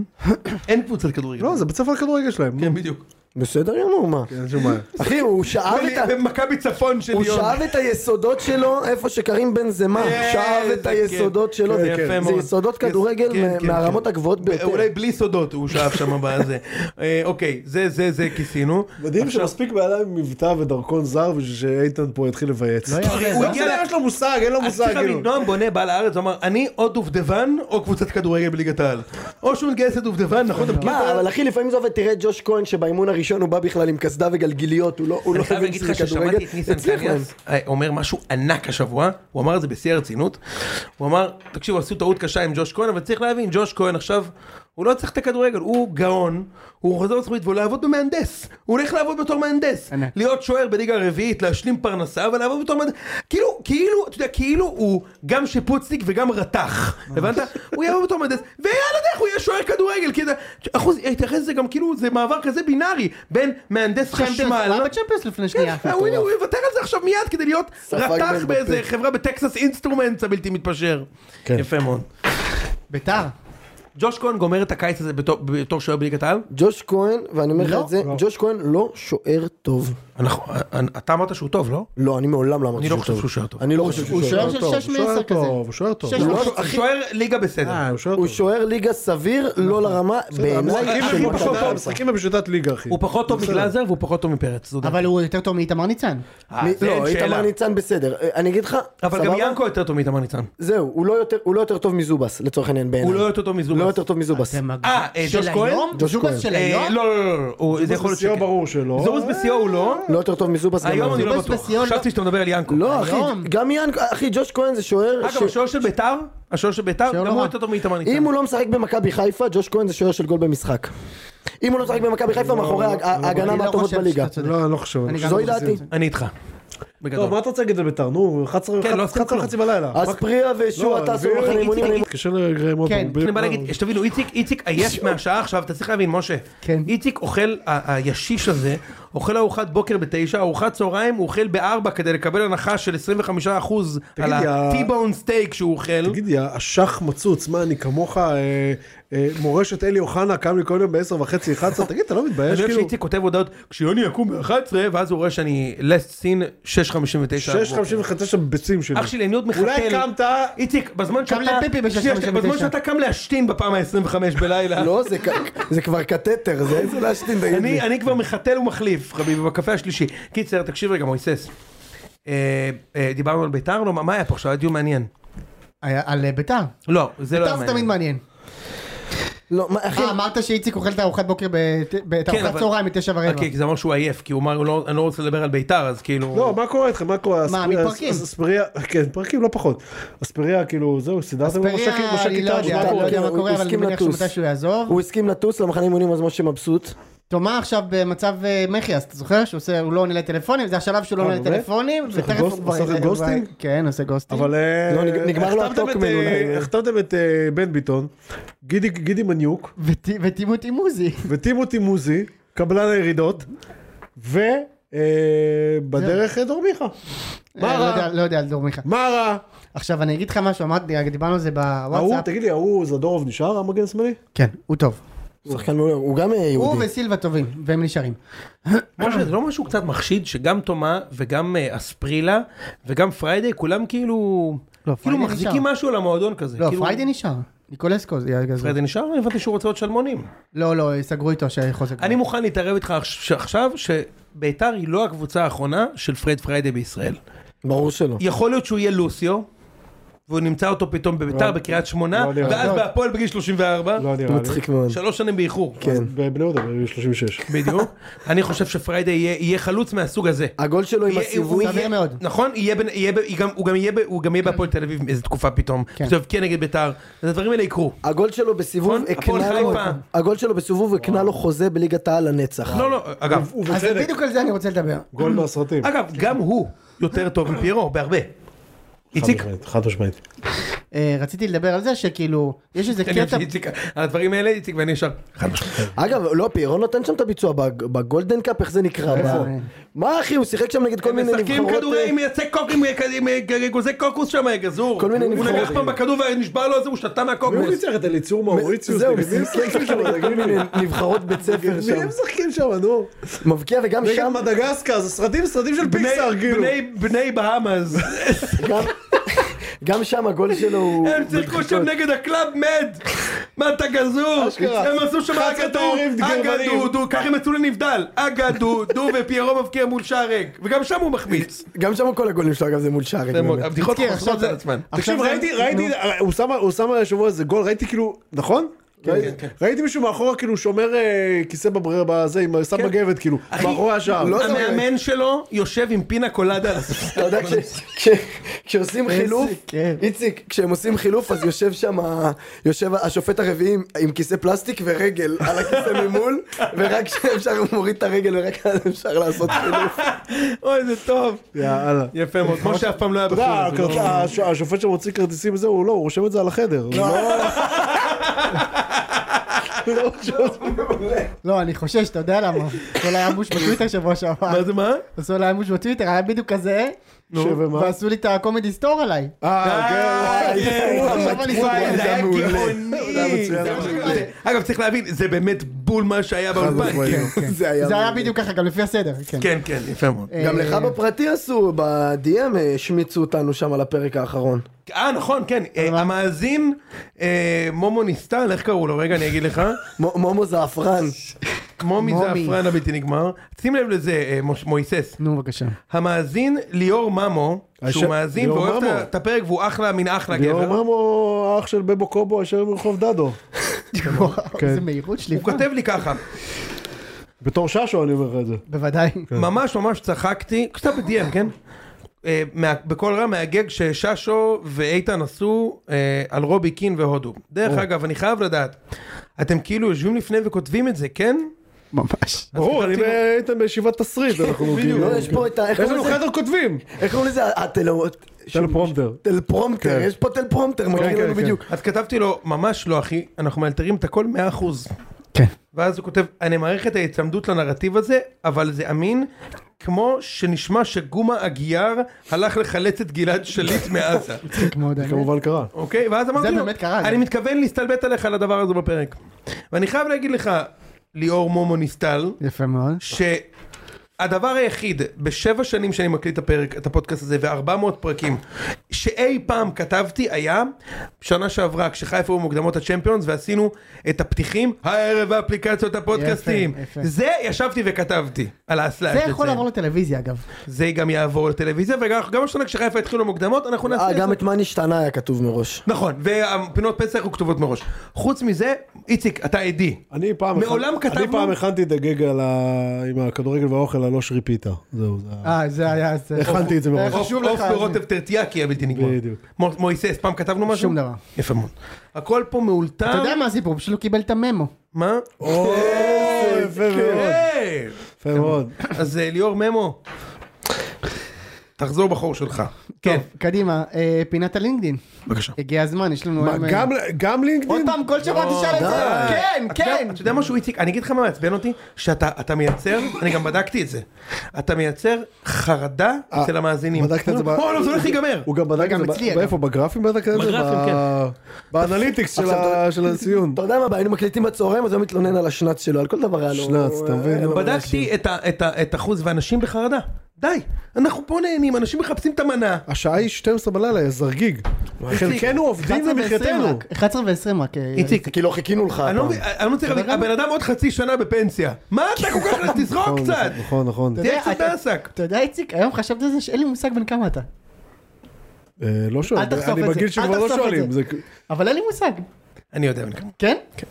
Speaker 1: אין קבוצת כדורגל.
Speaker 2: לא, זה בית ספר לכדורגל שלהם. נו. כן,
Speaker 1: כן, בדיוק.
Speaker 3: בסדר גמור, מה?
Speaker 1: כן.
Speaker 2: אין שום בעיה.
Speaker 3: אחי, הוא שאב את ה...
Speaker 1: במכבי לא, צפון של
Speaker 3: הוא
Speaker 1: ליאון.
Speaker 3: שאב את היסודות שלו איפה שקרים בן זמה,
Speaker 1: כן,
Speaker 3: שאב את
Speaker 1: כן,
Speaker 3: היסודות שלו,
Speaker 1: כן,
Speaker 3: זה-
Speaker 1: יפה
Speaker 3: זה
Speaker 1: מאוד.
Speaker 3: יסודות
Speaker 1: כן,
Speaker 3: כדורגל
Speaker 1: כן,
Speaker 3: מ-
Speaker 1: כן,
Speaker 3: מהרמות
Speaker 1: כן.
Speaker 3: הגבוהות ביותר.
Speaker 1: אולי בלי סודות הוא שאב שם בזה. אה, אוקיי, זה, זה, זה כיסינו.
Speaker 2: מדהים שמספיק בעלה עם מבטא ודרכון זר בשביל שאיתן פה יתחיל לבייץ.
Speaker 4: לא יעזור.
Speaker 1: הוא הגיע ל-
Speaker 2: יש לו מושג, אין לו
Speaker 3: לא
Speaker 1: אז
Speaker 2: מושג.
Speaker 1: צריך
Speaker 2: כאילו.
Speaker 1: להבין, נועם בונה בא לארץ, הוא אמר, אני או דובדבן או קבוצת כדורגל בליגת העל. או שהוא מתגייס לדובדבן, נכון? אתה מכיר את
Speaker 3: מה,
Speaker 1: ה-
Speaker 3: אבל אחי, לפעמים זה עובד, תראה את ג'וש כהן שבאימון הראשון הוא בא בכלל עם קסדה וגלגיליות, הוא לא הוא לא
Speaker 1: אני חייב
Speaker 3: הבין
Speaker 1: להגיד
Speaker 3: שזה
Speaker 1: לך ששמעתי
Speaker 3: כדורגל.
Speaker 1: את ניסן
Speaker 3: הצליח להם.
Speaker 1: קניאס אה, אומר משהו ענק השבוע, הוא אמר את זה בשיא הרצינות, הוא אמר, תקשיבו עשו טעות קשה עם ג'וש כהן, אבל צריך להבין, ג'וש כהן עכשיו, הוא לא צריך את הכדורגל, הוא גאון, הוא חוזר לצחוק והוא לעבוד במהנדס, הוא הולך לעבוד בתור מהנדס,
Speaker 4: ענק.
Speaker 1: להיות שוער בליגה הרביעית, להשלים פרנסה, אבל לעבוד בתור מהנדס, כאילו, כאילו, אתה יודע, כאילו הוא גם שיפוצניק וגם רתח, הבנת? הוא יעבוד בתור מהנדס, ויאללה דרך הוא יהיה שוער כדורגל, כי זה, אחוז, התייחס לזה גם כאילו, זה מעבר כזה בינארי, בין מהנדס
Speaker 4: צ'מפיונס, הוא
Speaker 1: חשמל,
Speaker 4: היה בצ'מפיונס לפני שנייה.
Speaker 1: כן, הוא הוא יוותר על זה עכשיו מיד כדי להיות
Speaker 3: ספג
Speaker 1: רתח
Speaker 3: בן
Speaker 1: באיזה
Speaker 3: בפה.
Speaker 1: חברה בטקסס אינסטרומנטס הבלתי מתפשר. יפה מאוד.
Speaker 4: ביתר.
Speaker 1: ג'וש כהן גומר את הקיץ הזה בתור- בתור שוער בליגת העל?
Speaker 3: ג'וש כהן, ואני אומר לך
Speaker 4: לא,
Speaker 3: את זה, ג'וש כהן לא שוער טוב.
Speaker 1: אנחנו- אה, אתה אמרת שהוא טוב, לא?
Speaker 3: לא, אני מעולם לא אמרתי
Speaker 1: אני לא חושב שהוא שוער טוב.
Speaker 3: אני לא חושב שהוא
Speaker 2: הוא
Speaker 3: שוער
Speaker 2: שוער
Speaker 4: של
Speaker 2: טוב,
Speaker 4: שש
Speaker 2: הוא שוער
Speaker 4: מעשר כזה.
Speaker 2: טוב, הוא שוער טוב.
Speaker 4: שש
Speaker 1: הוא
Speaker 4: מעשר.
Speaker 1: לא- הוא שוער ליגה בסדר.
Speaker 2: אה, הוא שוער
Speaker 3: הוא
Speaker 2: טוב.
Speaker 3: שוער ליגה סביר, לא לרמה, בעיניי,
Speaker 2: המשחקים
Speaker 3: של
Speaker 2: הם
Speaker 3: מכבי
Speaker 2: פחות טוב,
Speaker 3: חיפה.
Speaker 2: משחקים הם בשיטת ליגה, אחי.
Speaker 1: הוא פחות טוב
Speaker 2: בסדר.
Speaker 1: מגלאזר והוא פחות טוב מפרץ. זו דעתי.
Speaker 4: אבל הוא יותר טוב מאיתמר ניצן.
Speaker 1: אה,
Speaker 3: מי-
Speaker 1: זה אין
Speaker 3: לא, איתמר
Speaker 1: שאלה.
Speaker 3: ניצן בסדר. אה, אני אגיד לך,
Speaker 1: אבל גם
Speaker 3: סבבה?
Speaker 1: ינקו יותר טוב מאיתמר ניצן.
Speaker 3: זהו, הוא לא יותר- הוא לא יותר טוב מזובס, לצורך העניין, בעיניי.
Speaker 1: הוא לא יותר טוב מזובס.
Speaker 3: לא יותר טוב מזובס.
Speaker 4: אתם מג-
Speaker 1: אה, אה, ג'וש
Speaker 4: של
Speaker 1: כהן?
Speaker 4: היום?
Speaker 3: ג'וש
Speaker 4: זובס
Speaker 3: כהן.
Speaker 4: של
Speaker 1: אה,
Speaker 4: היום?
Speaker 1: לא, לא, לא, לא, הוא- זה יכול להיות
Speaker 2: בשיאו
Speaker 1: שכן.
Speaker 2: ברור שלא.
Speaker 1: זובס בשיאו הוא לא.
Speaker 3: לא יותר טוב מזובס. גם
Speaker 1: היום אני לא
Speaker 4: זובס
Speaker 1: בטוח.
Speaker 4: בשיאו לא-
Speaker 1: חשבתי שאתה מדבר על ינקו.
Speaker 3: לא, אחי,
Speaker 4: היום.
Speaker 3: גם ינקו, אחי, ג'וש כהן זה שוער, ש-
Speaker 1: אגב, השוער של ביתר, השוער של ביתר,
Speaker 4: שוער
Speaker 1: גם
Speaker 4: לא
Speaker 1: הוא
Speaker 4: רע.
Speaker 1: יותר טוב מאיתמר ניצן.
Speaker 3: אם הוא לא משחק במכבי חיפה, ג'וש כהן זה שוער של גול במשחק. אם הוא לא משחק במכבי חיפה, מאחורי הה- ההגנה
Speaker 4: אני לא
Speaker 3: מהטובות
Speaker 4: חושב
Speaker 3: בליגה.
Speaker 4: שאתה צודק.
Speaker 2: לא, אני לא חושב. אני
Speaker 4: אני
Speaker 2: חושב
Speaker 4: גם
Speaker 3: זוהי
Speaker 4: לא חושב
Speaker 3: דעתי.
Speaker 4: שזה.
Speaker 1: אני איתך.
Speaker 2: טוב,
Speaker 1: בגדול.
Speaker 2: מה אתה רוצה להגיד על בית"ר? נו, 11
Speaker 1: כן, לא עשיתם
Speaker 2: וחצי-
Speaker 1: כלום.
Speaker 2: חצי בלילה.
Speaker 3: אז פריה ושועה טסו
Speaker 2: בדיוק.
Speaker 3: למחנה אימונים. אני-
Speaker 2: קשה לרגעים עוד
Speaker 4: כן,
Speaker 2: פעם, בלי-
Speaker 1: אני בא להגיד, שתבינו, איציק, איציק עייף מהשעה עכשיו, אתה צריך להבין, משה.
Speaker 4: כן.
Speaker 1: איציק אוכל, ה- הישיש הזה, אוכל ארוחת בוקר בתשע, ארוחת צהריים, הוא אוכל בארבע כדי לקבל הנחה של 25% על
Speaker 2: תגיד לי, ה-
Speaker 1: ה-T-Bone סטייק שהוא אוכל.
Speaker 2: תגיד, יא אשח מצוץ, מה, אני כמוך, אה, אה, מורשת אלי אוחנה קם לי כל יום ב-10 וחצי, 11, תגיד, אתה לא
Speaker 1: אני
Speaker 2: מתבייש,
Speaker 1: אוהב
Speaker 2: כאילו?
Speaker 1: שאיציק כותב הודעות, כשיוני יקום ב-11, ואז הוא רואה שאני לסט סין 6.59.
Speaker 2: 6.59 ביצים שלי.
Speaker 1: אח שלי, אני עוד מחכה.
Speaker 2: אולי
Speaker 1: ל-
Speaker 2: קמת...
Speaker 1: איציק, בזמן שאתה...
Speaker 4: לפיפי ב-
Speaker 1: שנייה,
Speaker 4: 6:59.
Speaker 1: בזמן שאתה קם להשתין בפעם ה-25 בלילה.
Speaker 3: לא, זה כ- זה כבר קטטר, זה איזה להשתין, תגיד לי.
Speaker 1: אני, אני כבר מחתל ומחליף, חביבי, בקפה השלישי. קיצר, תקשיב רגע, מויסס. אה, אה, דיברנו על ביתר? לא, מה- מה היה פה עכשיו? היה דיון מעניין.
Speaker 4: היה- על אה, ביתר.
Speaker 1: לא, זה לא היה
Speaker 4: ביתר זה תמיד
Speaker 1: מעניין.
Speaker 4: מעניין.
Speaker 3: לא, מה, אחי,
Speaker 4: אה, אמרת שאיציק אוכל את הארוחת בוקר, בת- את
Speaker 1: כן,
Speaker 4: הארוחת
Speaker 1: אבל-
Speaker 4: צהריים בתשע ורבע.
Speaker 1: אוקיי, כי זה אמר שהוא עייף, כי הוא אמר, "הוא לא- אני לא רוצה לדבר על ביתר, אז כאילו...
Speaker 2: לא, מה קורה איתכם? מה קורה?
Speaker 4: מה,
Speaker 2: אספריה-
Speaker 4: מתפרקים?
Speaker 2: אס- אספריה, כן, מתפרקים לא פחות. אספריה, כאילו, זהו, סידרתם לו
Speaker 4: אספריה,
Speaker 2: משק- משק
Speaker 4: אני לא
Speaker 2: איתה,
Speaker 4: יודע,
Speaker 2: מה
Speaker 4: אני לא
Speaker 2: קורה?
Speaker 4: יודע מה
Speaker 3: הוא- הוא
Speaker 4: קורה, אבל אני
Speaker 3: הסכים
Speaker 4: מניח
Speaker 3: לטוס.
Speaker 4: שמתישהו יעזוב.
Speaker 3: הוא הסכים לטוס למחנה אימונים, אז משה מבסוט.
Speaker 4: תומה עכשיו במצב אה, מחי, אז אתה זוכר שהוא עושה, הוא לא עונה לטלפונים, זה השלב שהוא לא
Speaker 2: אה,
Speaker 4: עונה
Speaker 2: באמת?
Speaker 4: לטלפונים,
Speaker 2: עושה
Speaker 4: ותכף
Speaker 2: גוסט-
Speaker 4: הוא כבר...
Speaker 2: עושה
Speaker 4: הוא-
Speaker 2: גוסטינג?
Speaker 4: כן, עושה גוסטינג.
Speaker 2: אבל אה,
Speaker 3: לא, נג- נגמר לו
Speaker 2: החתמתם
Speaker 3: הטוקמן
Speaker 2: את, אה,
Speaker 3: אולי.
Speaker 2: החתמתם את אה, בן ביטון, גידי- גידי מניוק,
Speaker 4: וט- וטימותי מוזי.
Speaker 2: וטימותי מוזי, קבלן הירידות, ו... אה, בדרך אה, דור מיכה. מה
Speaker 4: אה, לא
Speaker 2: רע?
Speaker 4: יודע- לא יודע על דור מיכה.
Speaker 2: מה רע?
Speaker 4: עכשיו אני אגיד לך משהו, אמרתי, דיברנו על זה
Speaker 2: ההוא,
Speaker 4: בוואטסאפ.
Speaker 2: תגיד לי, ההוא זדורוב נשאר המגן השמאלי?
Speaker 4: כן, הוא טוב.
Speaker 3: הוא שחקן מעולה, הוא גם אה,
Speaker 4: הוא
Speaker 3: יהודי.
Speaker 4: וסילבה טובים, והם נשארים.
Speaker 1: משה, זה לא משהו קצת מחשיד שגם תומה וגם אה, אספרילה וגם פריידי, כולם כאילו...
Speaker 4: לא,
Speaker 1: כאילו
Speaker 4: פריידי
Speaker 1: מחזיקים
Speaker 4: נשאר.
Speaker 1: משהו על המועדון כזה.
Speaker 4: לא,
Speaker 1: כאילו-
Speaker 4: פריידי נשאר. ניקולסקו זה יעזור.
Speaker 1: פריידי נשאר? אני הבנתי שהוא רוצה עוד שלמונים.
Speaker 4: לא, לא, סגרו איתו שחוזק.
Speaker 1: אני מוכן להתערב איתך עכש- עכשיו שביתר היא לא הקבוצה האחרונה של פרד פריידי בישראל.
Speaker 3: ברור שלא.
Speaker 1: יכול להיות שהוא יהיה לוסיו, והוא נמצא אותו פתאום בביתר, בקריית שמונה,
Speaker 2: לא נראה.
Speaker 1: ואז
Speaker 2: לא.
Speaker 1: בהפועל בגיל 34,
Speaker 2: לא נראה לי.
Speaker 3: מצחיק מאוד.
Speaker 1: שלוש שנים באיחור.
Speaker 3: כן.
Speaker 2: בבני יהודה, ב-36.
Speaker 1: בדיוק. אני חושב שפריידי יהיה- יהיה חלוץ מהסוג הזה.
Speaker 3: הגול שלו עם
Speaker 1: יהיה- הוא
Speaker 3: הסיבוב,
Speaker 1: יהיה-
Speaker 4: סביר מאוד.
Speaker 1: נכון, יהיה בין- יהיה ב- היא גם- הוא גם יהיה ב- הוא גם יהיה בהפועל תל אביב איזה תקופה פתאום.
Speaker 4: כן.
Speaker 1: עכשיו כן נגד ביתר, אז הדברים האלה יקרו.
Speaker 3: הגול שלו בסיבוב
Speaker 1: נכון? הפועל
Speaker 3: הקנה לו,
Speaker 1: חיפה.
Speaker 3: הגול שלו בסיבוב הקנה לו חוזה בליגת העל לנצח.
Speaker 1: לא, לא, אגב,
Speaker 4: אז בדיוק על זה אני רוצה לדבר.
Speaker 2: גול מהסרטים.
Speaker 1: אגב, גם הוא יותר טוב מפיירו, בהרבה. איציק,
Speaker 2: חד משמעית, חד משמעית.
Speaker 4: אה, רציתי לדבר על זה שכאילו, יש איזה
Speaker 1: אני אוהב
Speaker 4: קטע...
Speaker 1: שאיציק, על הדברים האלה, איציק ואני ישר, חד משמעית.
Speaker 3: אגב, לא, פיירון נותן שם את הביצוע בג- בגולדן קאפ, איך זה נקרא? ב- מה אחי, הוא שיחק שם נגד כל
Speaker 1: הם
Speaker 3: מיני
Speaker 1: משחקים
Speaker 3: נבחרות... אה,
Speaker 1: כדורים, מייצא קוק עם- עם עם- גוזי קוקוס שם, אה, גזור.
Speaker 3: כל מיני
Speaker 1: הוא
Speaker 3: נבחרות.
Speaker 1: נגח פעם בכדור ונשבע לו, אז הוא שתה
Speaker 2: הוא
Speaker 1: מהקוקוס.
Speaker 2: ניצח את אליצור מאוריציוס.
Speaker 3: זהו,
Speaker 2: נגד מי הם
Speaker 3: כן,
Speaker 2: משחקים
Speaker 3: כן,
Speaker 2: שם?
Speaker 3: כל
Speaker 2: תגיד לי.
Speaker 3: מיני נבחרות בית ספר
Speaker 2: מי הם
Speaker 3: שם.
Speaker 2: משחקים שם, נו?
Speaker 3: מבקיע וגם
Speaker 2: נגד
Speaker 3: שם,
Speaker 2: מדגסקר, זה סרטים, סרטים של
Speaker 1: בני-
Speaker 2: פיקסאר, כאילו.
Speaker 1: בני- בני בהאמאז.
Speaker 3: גם- גם שם הגול שלו הוא...
Speaker 1: הם שיחקו שם נגד הקלאב מד. מה אתה גזור?
Speaker 2: אשכרה.
Speaker 1: הם עשו שם
Speaker 2: חצי
Speaker 1: אגדו,
Speaker 2: תיירים גרמנים.
Speaker 1: אגדו, דו, ככה הם יצאו לנבדל. אגדו, דו ופיירו מבקיע מול שער ריק. וגם שם הוא מחמיץ.
Speaker 3: גם שם כל הגולים שלו, אגב, זה מול שערים. באמת.
Speaker 1: הבדיחות
Speaker 4: כן, עכשיו
Speaker 1: חוזרות
Speaker 4: זה-
Speaker 1: על עצמן.
Speaker 2: תקשיב,
Speaker 4: עכשיו זה-
Speaker 2: ראיתי, ראיתי, אה, הוא שם- הוא שם השבוע איזה גול, ראיתי כאילו, נכון? ראיתי- ראיתי מישהו מאחורה כאילו שומר אה, כיסא בברר בזה, עם- שם בגבת כאילו,
Speaker 1: אחי,
Speaker 2: מאחורי השער.
Speaker 3: לא- זה-
Speaker 1: המאמן שלו יושב עם פינה קולדה. על הספסל.
Speaker 3: אתה יודע, כש- כש- כשעושים חילוף,
Speaker 4: כן.
Speaker 3: איציק, כשהם עושים חילוף, אז יושב שם, ה- יושב השופט הרביעי עם- עם כיסא פלסטיק ורגל על הכיסא ממול, ורק כשאפשר הוא מוריד את הרגל ורק אז אפשר לעשות חילוף.
Speaker 1: אוי, זה טוב.
Speaker 2: יאללה.
Speaker 1: יפה מאוד, כמו שאף פעם לא היה
Speaker 2: אתה יודע,
Speaker 1: בחו"ל.
Speaker 2: הכרט- הש- השופט שמוציא כרטיסים זה, הוא לא, הוא רושם את זה על החדר.
Speaker 4: לא, אני חושש, אתה יודע למה. כל היה אמוש בטוויטר שבוע שעבר.
Speaker 1: מה זה מה?
Speaker 4: עשו עליי אמוש בטוויטר, היה בדיוק כזה,
Speaker 2: שמה?
Speaker 4: ועשו לי את הקומדי סטור עליי.
Speaker 2: אה,
Speaker 1: אה,
Speaker 2: כן,
Speaker 1: כן,
Speaker 2: וואי.
Speaker 1: וואי,
Speaker 4: אבל
Speaker 1: וואי,
Speaker 4: זה
Speaker 1: זה היה
Speaker 3: היה מעולה.
Speaker 1: גאוני.
Speaker 2: זה היה מצוין.
Speaker 1: זה היה מעולה. אגב, צריך להבין, זה באמת בול מה שהיה באולפן.
Speaker 2: משמעית.
Speaker 1: כן.
Speaker 3: זה היה...
Speaker 4: זה היה
Speaker 3: מעולה.
Speaker 4: בדיוק ככה, גם לפי הסדר. כן.
Speaker 1: כן, כן, יפה מאוד.
Speaker 3: גם
Speaker 4: אה,
Speaker 3: לך בפרטי עשו, ב-DM השמיצו אותנו שם על הפרק האחרון.
Speaker 1: אה, נכון, כן. אה, המאזין, אה, מומו ניסטל, איך קראו לו? רגע, אני אגיד לך.
Speaker 3: מ- מומו זעפרן.
Speaker 1: מומי זה
Speaker 4: מומי.
Speaker 1: הפרן הבלתי נגמר. שים לב לזה, אה, מוש- מויסס.
Speaker 4: נו, בבקשה.
Speaker 1: המאזין ליאור ממו, שהוא
Speaker 2: הש-
Speaker 1: מאזין
Speaker 2: ליאור
Speaker 1: ואוהב את ה-
Speaker 2: ממו.
Speaker 1: את הפרק והוא אחלה מן אחלה
Speaker 2: ליאור
Speaker 1: גבר.
Speaker 2: ממו, אח של בבו קובו, אשר מרחוב דדו.
Speaker 4: איזה מהירות שלי.
Speaker 1: הוא כותב לי ככה,
Speaker 2: בתור ששו אני אומר לך את זה.
Speaker 4: בוודאי.
Speaker 1: ממש ממש צחקתי, כשאתה ב-DM, כן? אה, מה- בקול רם מהגג שששו ואיתן עשו אה, על רובי קין והודו. דרך אגב, אני חייב לדעת, אתם כאילו יושבים לפני וכותבים את זה, כן?
Speaker 4: ממש.
Speaker 2: ברור, אני
Speaker 1: כתבתי לו-
Speaker 2: הייתם בישיבת תסריט, אנחנו כאילו...
Speaker 3: לא, יש פה את ה... איך
Speaker 2: יש
Speaker 3: קוראים
Speaker 2: לנו
Speaker 3: לזה?
Speaker 2: חדר כותבים.
Speaker 3: איך קוראים לזה? הטלאות.
Speaker 2: טלפרומטר.
Speaker 3: טלפרומטר,
Speaker 2: כן.
Speaker 3: יש פה טלפרומטר,
Speaker 2: כן,
Speaker 3: מגיעים לנו
Speaker 2: כן.
Speaker 3: בדיוק.
Speaker 1: אז כתבתי לו, ממש לא אחי, אנחנו מאלתרים את הכל 100%.
Speaker 4: כן.
Speaker 1: ואז הוא כותב, אני מעריך את ההיצמדות לנרטיב הזה, אבל זה אמין, כמו שנשמע שגומה הגיאר הלך לחלץ את גלעד שליט מעזה.
Speaker 4: מצחיק מאוד, האמת.
Speaker 2: כמובן קרה.
Speaker 1: אוקיי? ואז אמרתי לו,
Speaker 4: באמת קרה,
Speaker 1: אני
Speaker 4: זה.
Speaker 1: מתכוון להסתלבט עליך על הדבר הזה בפרק. ואני חייב להגיד לך, ליאור מומו ניסטל,
Speaker 4: יפה מאוד.
Speaker 1: שהדבר היחיד בשבע שנים שאני מקליט את הפרק, את הפודקאסט הזה, וארבע מאות פרקים, שאי פעם כתבתי היה, שנה שעברה כשחיפה היו מוקדמות הצ'מפיונס ועשינו את הפתיחים, הערב האפליקציות הפודקאסטיים.
Speaker 4: יפה, יפה.
Speaker 1: זה ישבתי וכתבתי על האסלאש.
Speaker 4: זה יכול לעבור לטלוויזיה, אגב.
Speaker 1: זה גם יעבור לטלוויזיה, וגם השנה כשחיפה התחילו מוקדמות, אנחנו נעשה
Speaker 3: אה,
Speaker 1: את זה.
Speaker 3: גם את מה נשתנה היה כתוב מראש.
Speaker 1: נכון, והפינות פסח היו כתובות מראש. חוץ מזה, איציק, אתה עדי.
Speaker 2: אני פעם...
Speaker 1: מעולם
Speaker 2: הכנ-
Speaker 1: כתבנו-
Speaker 2: אני פעם הכנתי את הגג על ה... עם הכדורגל והאוכל הלא שריפיטה. זהו, זה... ה-
Speaker 4: אה, זה היה... זה-
Speaker 2: הכנתי את זה מראש.
Speaker 4: איך-
Speaker 1: עוף
Speaker 4: חשוב לך,
Speaker 1: עוף
Speaker 4: אז-
Speaker 1: ורוטב טרטיאקי היה בלתי נגמר.
Speaker 2: בדיוק.
Speaker 1: מו- מויסס, פעם כתבנו משהו?
Speaker 4: שום דבר.
Speaker 1: יפה מאוד. הכל פה מאולתר.
Speaker 4: אתה יודע מה הסיפור? הוא פשוט לא קיבל את הממו.
Speaker 1: מה?
Speaker 2: יפה מאוד.
Speaker 1: כן.
Speaker 2: יפה מאוד.
Speaker 1: אז אה, ליאור ממו, תחזור בחור שלך. כן.
Speaker 4: טוב, קדימה, אה, פינת הלינקדין.
Speaker 1: בבקשה.
Speaker 4: הגיע הזמן, יש לנו...
Speaker 2: מה,
Speaker 4: היום, אה,
Speaker 2: גם- גם
Speaker 4: עוד
Speaker 2: לינקדאין?
Speaker 4: פעם, כל שבוע תשאל את זה.
Speaker 1: אה, די.
Speaker 4: כן,
Speaker 1: אתה יודע-
Speaker 4: כן.
Speaker 1: אתה יודע משהו איציק, אני אגיד לך מה מעצבן אותי, שאתה אתה מייצר, אני גם בדקתי את זה, אתה מייצר חרדה
Speaker 4: אה,
Speaker 1: אצל המאזינים.
Speaker 2: בדקת את זה ב-
Speaker 1: או, לא, זה הולך להיגמר.
Speaker 2: הוא גם בדק
Speaker 4: גם
Speaker 2: את
Speaker 4: אצלי,
Speaker 2: זה,
Speaker 4: אגב.
Speaker 2: ב- באיפה? בגרפים בדק את זה?
Speaker 1: בגרפים,
Speaker 2: ב- באנליטיקס של ה- של הציון.
Speaker 3: אתה יודע מה, הבעיה, היינו מקליטים בצהריים, אז הוא היה מתלונן על השנץ שלו, על כל דבר היה לו...
Speaker 2: שנץ, אתה מבין?
Speaker 3: אה,
Speaker 2: לא,
Speaker 1: בדקתי את ה- את ה- את האחוז ואנשים בחרדה. די, אנחנו פה נהנים, אנשים מחפשים את המנה.
Speaker 2: השעה היא 12 בלילה, יא זרגיג. חלקנו עובדים
Speaker 4: 11 ו-20
Speaker 2: למחייתנו.
Speaker 4: רק, 11 ו-20 רק. אה,
Speaker 1: איציק,
Speaker 3: כאילו חיכינו לך
Speaker 1: אני לא
Speaker 3: הפעם.
Speaker 2: אה,
Speaker 1: מבין, אני לא מצליח להבין, הבן אדם עוד חצי שנה בפנסיה. מה אתה כל כך, תזרוק
Speaker 2: נכון,
Speaker 1: קצת.
Speaker 2: נכון, נכון.
Speaker 4: אתה יודע,
Speaker 1: תהיה קצת
Speaker 4: אתה-
Speaker 1: בעסק.
Speaker 4: אתה יודע איציק, היום חשבתי על זה שאין לי מושג בן כמה אתה.
Speaker 2: אה, לא שואלים,
Speaker 4: אל תחשוף
Speaker 2: אני
Speaker 4: את זה,
Speaker 2: בגיל
Speaker 4: אל
Speaker 2: שכבר לא
Speaker 4: תחשוף את
Speaker 2: שואלים.
Speaker 4: זה.
Speaker 2: זה-
Speaker 4: אבל אין לי מושג.
Speaker 1: אני יודע, אני-
Speaker 4: כן? כן.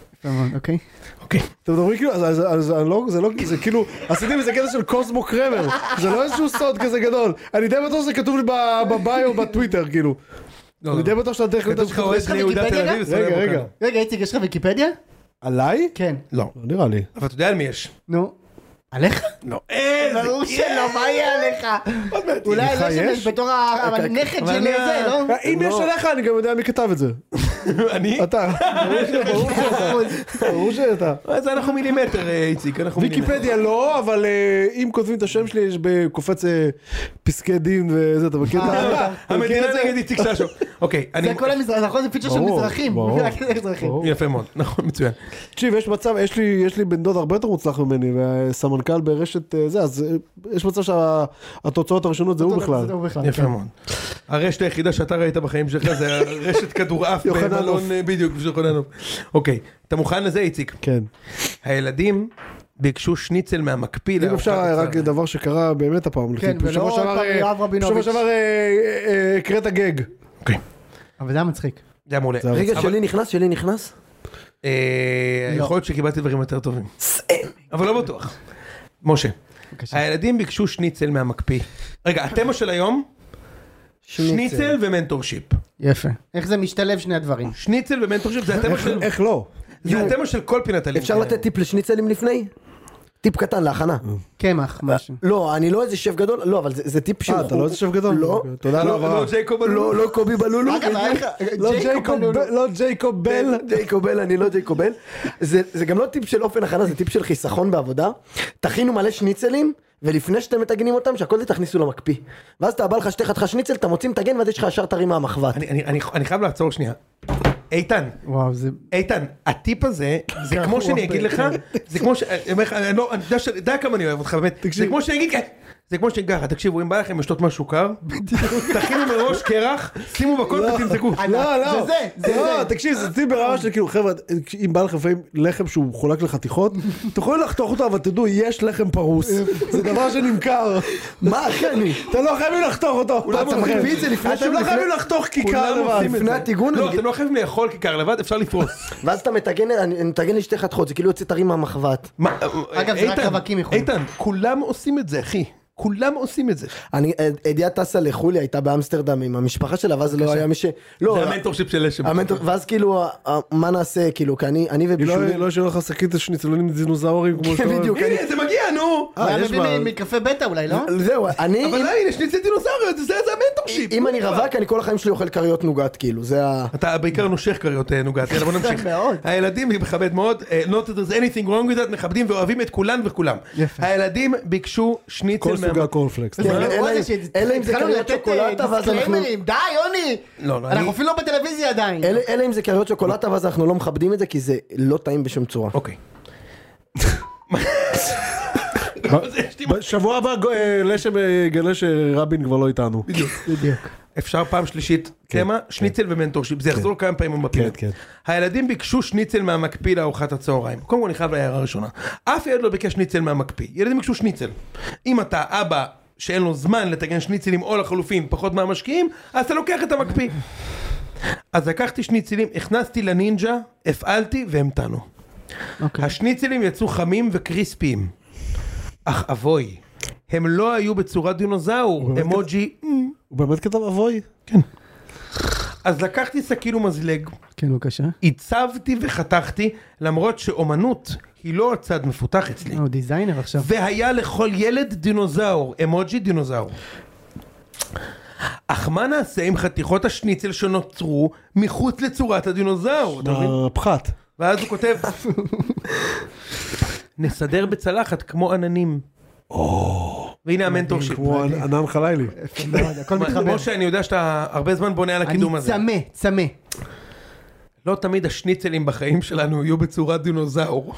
Speaker 4: אוקיי.
Speaker 1: אוקיי.
Speaker 2: אתם מדברים כאילו, אז- אז- אז אני לא- זה לא, זה כאילו, עשיתי מזה קטע של קוסמו קרמר, זה לא איזשהו סוד כזה גדול, אני די בטוח שזה כתוב לי ב- בביו בטוויטר, כאילו,
Speaker 1: לא,
Speaker 2: אני
Speaker 1: לא.
Speaker 2: די בטוח שאתה דרך
Speaker 1: כתוב
Speaker 2: לדעת
Speaker 1: לך
Speaker 2: שלך,
Speaker 1: אוהד
Speaker 4: יש לך
Speaker 1: בני יהודה
Speaker 4: ויקיפדיה
Speaker 1: תל
Speaker 4: גם?
Speaker 1: אביב. ישראל
Speaker 2: רגע, רגע,
Speaker 1: אבוקרט.
Speaker 4: רגע איציק, יש לך ויקיפדיה?
Speaker 2: עליי?
Speaker 4: כן.
Speaker 1: לא,
Speaker 2: לא נראה לי.
Speaker 1: אבל אתה יודע על מי יש.
Speaker 4: נו. עליך?
Speaker 1: לא, איזה
Speaker 4: ברור
Speaker 1: כיף.
Speaker 4: שלא, מה יהיה עליך? אולי
Speaker 2: לך
Speaker 4: לא
Speaker 2: יש?
Speaker 4: שם בתור ה- אבל נכד
Speaker 1: אבל
Speaker 4: של
Speaker 1: אני ה-
Speaker 4: זה, לא?
Speaker 2: אה, אם יש עליך, אני גם יודע מי כתב את זה.
Speaker 1: אני?
Speaker 2: אתה, ברור ש- ברור ש- ברור שאתה.
Speaker 1: אז אנחנו מילימטר, אה, איציק, אנחנו מילימטר.
Speaker 2: ויקיפדיה לא, אבל אה, אם כותבים את השם שלי, יש ב- קופץ אה, פסקי דין וזה, אתה מכיר את
Speaker 3: אה,
Speaker 2: ה- אתה מכיר
Speaker 1: המדינה
Speaker 2: את זה?
Speaker 1: נגד איציק ששו. אוקיי, אני...
Speaker 4: זה כל המזרח, נכון? זה פיצ'ר של
Speaker 2: ברור,
Speaker 4: מזרחים.
Speaker 2: ברור.
Speaker 4: מזרחים.
Speaker 2: ברור.
Speaker 1: יפה מאוד, נכון, מצוין.
Speaker 2: תקשיב, יש מצב, יש לי, יש לי בן דוד הרבה יותר מוצלח ממני, והסמנכ"ל ברשת אה, זה, אז אה, יש מצב שהתוצאות הראשונות זה הוא בכלל.
Speaker 4: זה הוא בכלל,
Speaker 1: יפה
Speaker 4: כן.
Speaker 1: מאוד. הרשת היחידה שאתה ראית בחיים שלך זה הרשת כדורעף
Speaker 2: יוחננוף.
Speaker 1: במלון, אה, בדיוק, של יוחננוף. אוקיי, אתה מוכן לזה, איציק?
Speaker 2: כן.
Speaker 1: הילדים ביקשו שניצל מהמקפיא.
Speaker 2: אם
Speaker 1: לארוחת
Speaker 2: אפשר רק
Speaker 1: הצהריים.
Speaker 2: דבר שקרה באמת הפעם,
Speaker 4: כן,
Speaker 2: לפי-
Speaker 4: ולא
Speaker 2: בשבוע
Speaker 4: עוד
Speaker 2: שעבר,
Speaker 4: פעם
Speaker 2: אה,
Speaker 4: יואב רבינוביץ'.
Speaker 2: בשבוע שעבר אה, אה, אה, הקראת גג.
Speaker 1: אוקיי,
Speaker 4: אבל זה היה מצחיק.
Speaker 1: זה היה מעולה.
Speaker 2: זה
Speaker 3: רגע,
Speaker 1: אבל-
Speaker 3: שלי נכנס, שלי נכנס?
Speaker 1: אה,
Speaker 4: לא.
Speaker 1: יכול להיות שקיבלתי דברים יותר טובים. אבל לא בטוח. משה,
Speaker 4: בבקשה.
Speaker 1: הילדים ביקשו שניצל מהמקפיא. רגע, התמה של היום, שניצל ומנטורשיפ.
Speaker 4: יפה. איך זה משתלב שני הדברים?
Speaker 1: שניצל ומנטורשיפ זה התמה של-
Speaker 2: איך לא?
Speaker 1: זה התמה של כל פינת הלימוד.
Speaker 2: כן.
Speaker 3: אפשר לתת טיפ לשניצלים לפני? טיפ קטן להכנה.
Speaker 4: קמח, משהו.
Speaker 3: לא, אני לא איזה שף גדול, לא, אבל זה זה טיפ שהוא...
Speaker 2: אה, אתה לא איזה שף גדול?
Speaker 3: לא.
Speaker 2: תודה על
Speaker 1: לא,
Speaker 2: ההבהרה.
Speaker 1: לא, ג'ייקוב
Speaker 3: לא, לא קובי בלולו.
Speaker 4: אגב, היה לך-
Speaker 3: לא
Speaker 4: ג'ייקוב
Speaker 3: ג'ייקוב
Speaker 4: בלולו.
Speaker 3: בל- לא ג'ייקוב בל. ג'ייקוב בל, אני לא ג'ייקוב בל. זה זה גם לא טיפ של אופן הכנה, זה טיפ של חיסכון בעבודה. תכינו מלא שניצלים, ולפני שאתם מתגנים אותם, שהכל זה תכניסו למקפיא. ואז אתה בא לך שתי חתיכה שניצל, אתה מוציא מתגן, ואז יש לך ישר טרי מהמחבת.
Speaker 1: אני- אני- אני- אני חייב לעצור שנייה. איתן,
Speaker 4: וואו, זה...
Speaker 1: איתן, הטיפ הזה, זה
Speaker 3: כן,
Speaker 1: כמו שאני אגיד לך, זה כמו ש... אני אומר לך, אני לא, אני יודע ש- יודע כמה אני אוהב אותך, באמת. זה כמו שאני אגיד כ- זה כמו שאני ככה, תקשיבו, אם בא לכם לשתות משהו קר, תכינו מראש קרח, שימו בכל ותמזגו.
Speaker 2: לא, לא,
Speaker 4: זה זה, זה
Speaker 2: לא,
Speaker 4: זה.
Speaker 2: תקשיב, זה טיפ ברמה של כאילו, חבר'ה, אם בא לכם לפעמים לחם שהוא חולק לחתיכות, תוכלו לחתוך אותו, אבל תדעו, יש לחם פרוס. זה דבר שנמכר.
Speaker 3: מה אחי אני?
Speaker 2: אתם לא חייבים לחתוך אותו.
Speaker 3: אתה מקפיא את זה לפני
Speaker 2: אתם לא
Speaker 3: לפני-
Speaker 2: חייבים לחתוך כיכר
Speaker 1: כולם
Speaker 2: לבד.
Speaker 1: עושים את
Speaker 3: לפני
Speaker 1: זה.
Speaker 3: הטיגון
Speaker 1: לא,
Speaker 3: אני-
Speaker 1: אתם לא חייבים לאכול כיכר לבד, אפשר לפרוס.
Speaker 3: ואז אתה מתגן, אני מתגן לשתי חתיכות, זה כאילו יוצא טרי מהמחבת.
Speaker 1: מה, אה,
Speaker 4: אגב, זה רק
Speaker 1: איתן,
Speaker 4: רווקים יכולים.
Speaker 1: איתן, כולם עושים את זה, אחי. כולם עושים את זה.
Speaker 3: אני, אדיה טסה לחו"ל, היא הייתה באמסטרדם עם המשפחה שלה, ואז לא היה מי ש... לא,
Speaker 1: זה המנטורשיפ של אשם.
Speaker 3: המנטור, ואז כאילו, ה- ה- מה נעשה, כאילו, כי אני, אני
Speaker 2: היא
Speaker 3: ובישולי,
Speaker 2: לא- לא ישאיר לך שקית שניצלונים דינוזאורים כמו שאתה...
Speaker 3: כן, בדיוק, אני,
Speaker 1: הנה, זה מגיע, נו!
Speaker 2: אה,
Speaker 4: היה
Speaker 2: יש
Speaker 4: מביא
Speaker 2: בה-
Speaker 4: מ- מקפה בטא אולי, לא?
Speaker 3: זהו, אני,
Speaker 1: אבל
Speaker 3: אם-
Speaker 1: די, הנה, שניצל דינוזאוריות, זה זה המנטורשיפ.
Speaker 3: אם אני רווק, אני כל החיים שלי אוכל כריות נוגת, כאילו, זה ה...
Speaker 1: אתה בעיקר נושך כריות אה, נוגת, יאללה בוא נמשיך.
Speaker 4: מאוד.
Speaker 1: הילדים, אני מכבד מאוד, אה, not that there's anything wrong with that, מכבדים ואוהבים את כולן וכולם.
Speaker 4: יפה.
Speaker 1: הילדים ביקשו שניצל
Speaker 2: כל
Speaker 1: מה-
Speaker 2: סוגי הקורנפלקס. אה,
Speaker 3: כן, אלא
Speaker 4: וואלה,
Speaker 3: אם-
Speaker 4: שהת-
Speaker 3: אלא אם זה
Speaker 4: התחלנו
Speaker 3: כריות
Speaker 4: לתת, אה,
Speaker 3: שוקולטה, ואז אנחנו...
Speaker 4: דיסקליימרים. די, יוני!
Speaker 1: לא, לא, אני-
Speaker 4: אנחנו אפילו לא בטלוויזיה עדיין.
Speaker 3: אלא אלא אם זה כריות שוקולטה, ואז אנחנו לא מכבדים את זה, כי זה לא טעים בשום צורה.
Speaker 1: אוקיי. יש לי-
Speaker 2: בשבוע הבא גו- אה, לשם אה, יגלה שרבין כבר לא איתנו.
Speaker 1: בדיוק. אפשר פעם שלישית, תמה, שניצל ומנטורשיפ, זה יחזור כמה פעמים בפינות.
Speaker 2: כן,
Speaker 1: הילדים ביקשו שניצל מהמקפיא לארוחת הצהריים. קודם כל אני חייב להערה הראשונה. אף ילד לא ביקש שניצל מהמקפיא, ילדים ביקשו שניצל. אם אתה אבא שאין לו זמן לטגן שניצלים או לחלופין פחות מהמשקיעים, אז אתה לוקח את המקפיא. אז לקחתי שניצלים, הכנסתי לנינג'ה, הפעלתי והמתנו.
Speaker 4: אוקיי.
Speaker 1: השניצלים יצאו חמים וקריספיים. אך אבוי, הם לא היו בצורת דינוזאור, אמוג'י
Speaker 2: הוא באמת כתב אבוי?
Speaker 1: אז לקחתי סכין ומזלג,
Speaker 4: כן, בבקשה.
Speaker 1: עיצבתי וחתכתי, למרות שאומנות היא לא הצד מפותח אצלי.
Speaker 4: הוא דיזיינר עכשיו.
Speaker 1: והיה לכל ילד דינוזאור, אמוג'י דינוזאור. אך מה נעשה עם חתיכות השניצל שנוצרו מחוץ לצורת הדינוזאור? אתה מבין?
Speaker 2: הפחת.
Speaker 1: ואז הוא כותב, נסדר בצלחת כמו עננים. והנה המנטור שלי.
Speaker 2: כמו ענן חלילי.
Speaker 4: מאוד, הכל מתחבר.
Speaker 1: משה, אני יודע שאתה הרבה זמן בונה על
Speaker 4: אני
Speaker 1: הקידום הזה.
Speaker 4: צמא, צמא.
Speaker 1: לא תמיד השניצלים בחיים שלנו יהיו בצורת דינוזאור.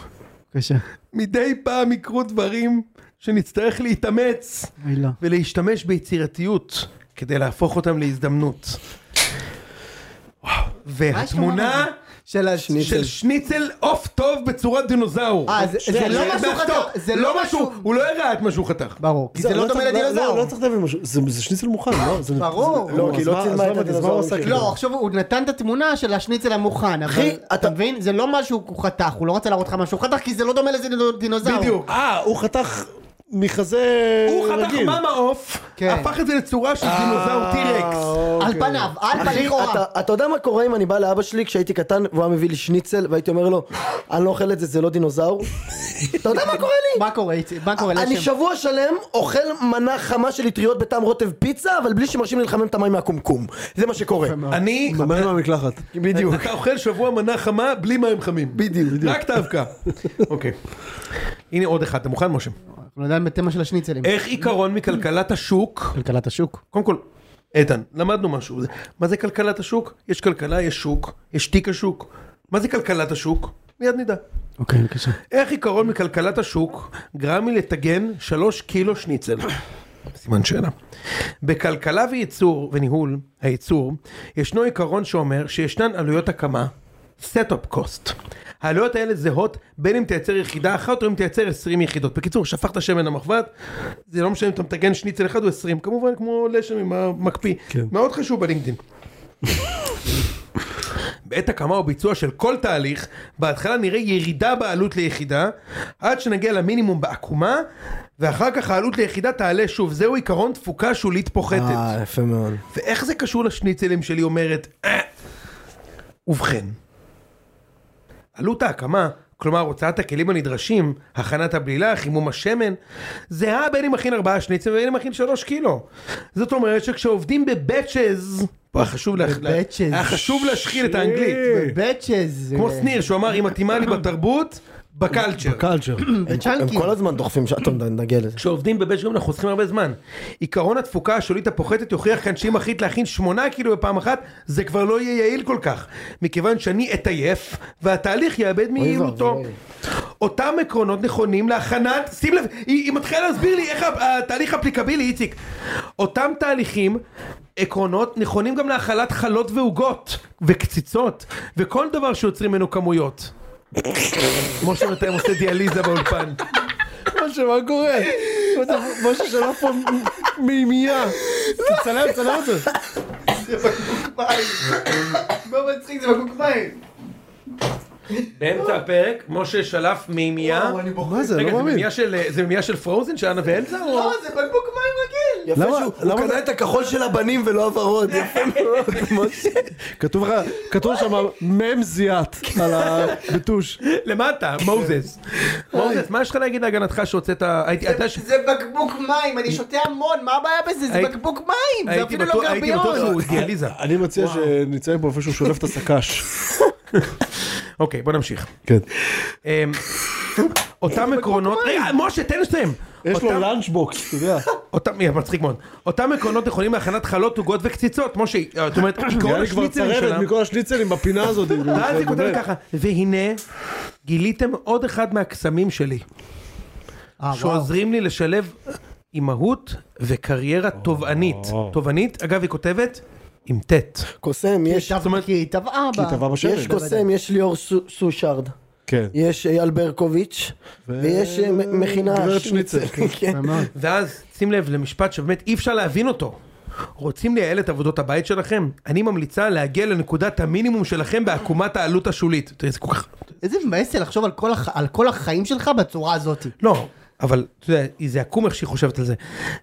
Speaker 4: בבקשה.
Speaker 1: מדי פעם יקרו דברים שנצטרך להתאמץ
Speaker 4: אוי, לא.
Speaker 1: ולהשתמש ביצירתיות כדי להפוך אותם להזדמנות. וואו. והתמונה
Speaker 4: של ה-
Speaker 3: שניצל.
Speaker 1: של שניצל עוף טוב בצורת דינוזאור.
Speaker 4: אה, זה- זה לא משהו
Speaker 1: בעוף
Speaker 4: חתך,
Speaker 1: טוב.
Speaker 4: זה לא משהו-
Speaker 1: הוא לא הראה את מה שהוא חתך.
Speaker 4: ברור, כי זה לא דומה
Speaker 2: צריך-
Speaker 4: לדינוזאור.
Speaker 2: לא, לא צריך להבין משהו, זה זה שניצל מוכן, לא? זה-
Speaker 4: ברור.
Speaker 2: זה-
Speaker 3: לא, כי
Speaker 2: אז
Speaker 3: לא
Speaker 2: מה-
Speaker 3: צילמה
Speaker 2: אז
Speaker 3: את
Speaker 2: מה- אז מה
Speaker 3: הדינוזאורים
Speaker 2: הוא עשה
Speaker 3: שלו.
Speaker 2: כאילו?
Speaker 4: לא, עכשיו הוא נתן את התמונה של השניצל המוכן, אבל
Speaker 3: אחי,
Speaker 4: אתה
Speaker 3: אתה-
Speaker 4: מבין? זה לא משהו, הוא חתך, הוא לא רצה להראות לך משהו, הוא חתך כי זה לא דומה לזה דינוזאור.
Speaker 1: בדיוק.
Speaker 2: אה, הוא חתך מחזה
Speaker 1: הוא חתך
Speaker 2: רגיל. אה,
Speaker 1: מאמה עוף,
Speaker 4: כן.
Speaker 1: הפך את זה לצורה של דינוזאור טירקס.
Speaker 4: על פניו, על פניו
Speaker 3: אוקיי. אחי,
Speaker 2: אוקיי.
Speaker 4: לכאורה.
Speaker 3: אתה- אתה יודע מה קורה אם אני בא לאבא שלי כשהייתי קטן והוא היה מביא לי שניצל והייתי אומר לו, אני לא אוכל את זה, זה לא דינוזאור? אתה יודע מה קורה לי?
Speaker 4: מה קורה, איציק? מה קורה
Speaker 3: אני
Speaker 4: לשם?
Speaker 3: שבוע שלם אוכל מנה חמה של אטריות בטעם רוטב פיצה, אבל בלי שמרשים לי לחמם את המים מהקומקום. זה מה שקורה.
Speaker 1: אני...
Speaker 2: ממן מהמקלחת.
Speaker 3: בדיוק.
Speaker 1: אתה אוכל שבוע מנה חמה בלי מים חמים.
Speaker 3: בדיוק.
Speaker 1: רק את האבקה. אוקיי. הנה עוד אחד, אתה מוכן משה?
Speaker 4: אנחנו עדיין בתמה של השניצלים.
Speaker 3: אה.
Speaker 1: איך עיקרון מכלכלת השוק
Speaker 4: כלכלת השוק.
Speaker 1: קודם כל, איתן, למדנו משהו. זה- מה זה כלכלת השוק? יש כלכלה, יש שוק, יש תיק השוק. מה זה כלכלת השוק? מיד נדע.
Speaker 4: אוקיי, בבקשה.
Speaker 1: איך עיקרון מכלכלת השוק גרם לי לטגן שלוש קילו שניצל? סימן שאלה. בכלכלה וייצור וניהול הייצור, ישנו עיקרון שאומר שישנן עלויות הקמה, setup cost. העלויות האלה זהות בין אם תייצר יחידה אחת או אם תייצר 20 יחידות. בקיצור, שפכת שמן למחבת, זה לא משנה אם אתה מטגן שניצל אחד או 20, כמובן כמו לשם עם המקפיא. כן. מאוד חשוב בלינקדאין. בעת הקמה או ביצוע של כל תהליך, בהתחלה נראה ירידה בעלות ליחידה, עד שנגיע למינימום בעקומה, ואחר כך העלות ליחידה תעלה שוב. זהו עיקרון תפוקה שולית פוחתת.
Speaker 3: אה, יפה מאוד.
Speaker 1: ואיך זה קשור לשניצלים שלי אומרת, "אה." ובכן, עלות ההקמה, כלומר הוצאת הכלים הנדרשים, הכנת הבלילה, חימום השמן, זהה בין אם מכין ארבעה שניצלים ובין אם מכין שלוש קילו. זאת אומרת שכשעובדים בבצ'ז, פה היה חשוב לה-
Speaker 4: בבצ'ז.
Speaker 1: היה חשוב להשחיל את האנגלית,
Speaker 3: אה.
Speaker 4: בצ'ז.
Speaker 1: כמו שניר שהוא אמר היא מתאימה לי בתרבות, בקלצ'ר.
Speaker 2: קלצ'ר.
Speaker 3: הם
Speaker 4: בצ'אנקים.
Speaker 3: כל הזמן דוחפים שם, טוב, נגיע לזה.
Speaker 1: כשעובדים בבית אנחנו חוסכים הרבה זמן. עיקרון התפוקה השולית הפוחתת יוכיח כאן שאם אחית להכין שמונה קילו בפעם אחת, זה כבר לא יהיה יעיל כל כך, מכיוון שאני אתעייף, והתהליך יאבד מיעילותו.
Speaker 3: ואבוי.
Speaker 1: אותם עקרונות נכונים להכנת, שים לב, היא, היא מתחילה להסביר לי איך ה- התהליך אפליקבילי, איציק. אותם תהליכים, עקרונות נכונים גם להכלת חלות ועוגות, וקציצות, וכל דבר שיוצרים ממנו כמויות. כמו שאתה עושה דיאליזה באולפן.
Speaker 2: משה, מה קורה? משה שלח פה מימייה. תצלם, תצלם את זה.
Speaker 4: לא מצחיק, זה בקוק מים.
Speaker 1: באמצע הפרק, משה שלף מימייה.
Speaker 2: מה זה,
Speaker 1: רגע,
Speaker 2: לא
Speaker 1: זה
Speaker 2: מאמין.
Speaker 1: מימייה של, אה, זה מימייה של פרוזן של אנה ואלזה? או-
Speaker 4: לא, זה בקבוק מים רגיל.
Speaker 3: יפה
Speaker 2: למה-
Speaker 3: שהוא הוא
Speaker 2: למה-
Speaker 3: קנה את הכחול של הבנים ולא הוורוד. יפה מאוד. משה.
Speaker 2: כתוב לך, כתוב שם מ"ם זיאת על הביטוש.
Speaker 1: למטה, מוזס. מוזס, מה יש לך להגיד להגנתך שהוצאת... הייתי הייתה ש-
Speaker 4: זה בקבוק מים, אני שותה המון, מה הבעיה בזה? זה
Speaker 1: הייתי-
Speaker 4: בקבוק מים, זה
Speaker 1: הייתי
Speaker 4: אפילו לא
Speaker 1: בטוח הייתי בטוח
Speaker 4: גרביון.
Speaker 1: שהוא דיאליזה.
Speaker 2: אני מציע שנצא פה איפה שהוא שולף את הסק"ש.
Speaker 1: אוקיי, בוא נמשיך.
Speaker 2: כן.
Speaker 1: אמ, אותם עקרונות... רגע, משה, תן לסיים.
Speaker 2: יש לו
Speaker 1: אותם-
Speaker 2: לאנץ' בוקס, אתה יודע.
Speaker 1: אותם, יא, מצחיק מאוד. אותם עקרונות נכונים להכנת חלות, עוגות וקציצות, משה, אה, זאת אומרת, עקרון
Speaker 2: אני כבר
Speaker 1: השניצלים
Speaker 2: צרבת
Speaker 1: שלה.
Speaker 2: מכל השניצלים בפינה הזאת.
Speaker 5: כאילו,
Speaker 1: ואז היא כותבת
Speaker 2: באמת.
Speaker 1: ככה, והנה, גיליתם עוד אחד מהקסמים שלי.
Speaker 4: אה, וואו.
Speaker 1: שעוזרים לי לשלב אימהות וקריירה תובענית. תובענית, אגב, היא כותבת עם ט'.
Speaker 3: קוסם, יש...
Speaker 4: טבע- כי היא טבעה בה.
Speaker 2: היא טבעה בשמן.
Speaker 3: יש קוסם, יש ליאור סו- סושארד,
Speaker 2: כן.
Speaker 3: יש אייל ברקוביץ', ויש אה, מ- מכינה...
Speaker 2: גברת
Speaker 3: שניצל. כן.
Speaker 1: ואז שים לב למשפט שבאמת אי אפשר להבין אותו. רוצים לייעל את עבודות הבית שלכם? אני ממליצה להגיע לנקודת המינימום שלכם בעקומת העלות השולית. תראה, זה כל כך...
Speaker 4: איזה מבאס זה לחשוב על כל הח- על כל החיים שלך בצורה הזאת.
Speaker 1: לא, אבל אתה יודע, זה עקום איך שהיא חושבת על זה.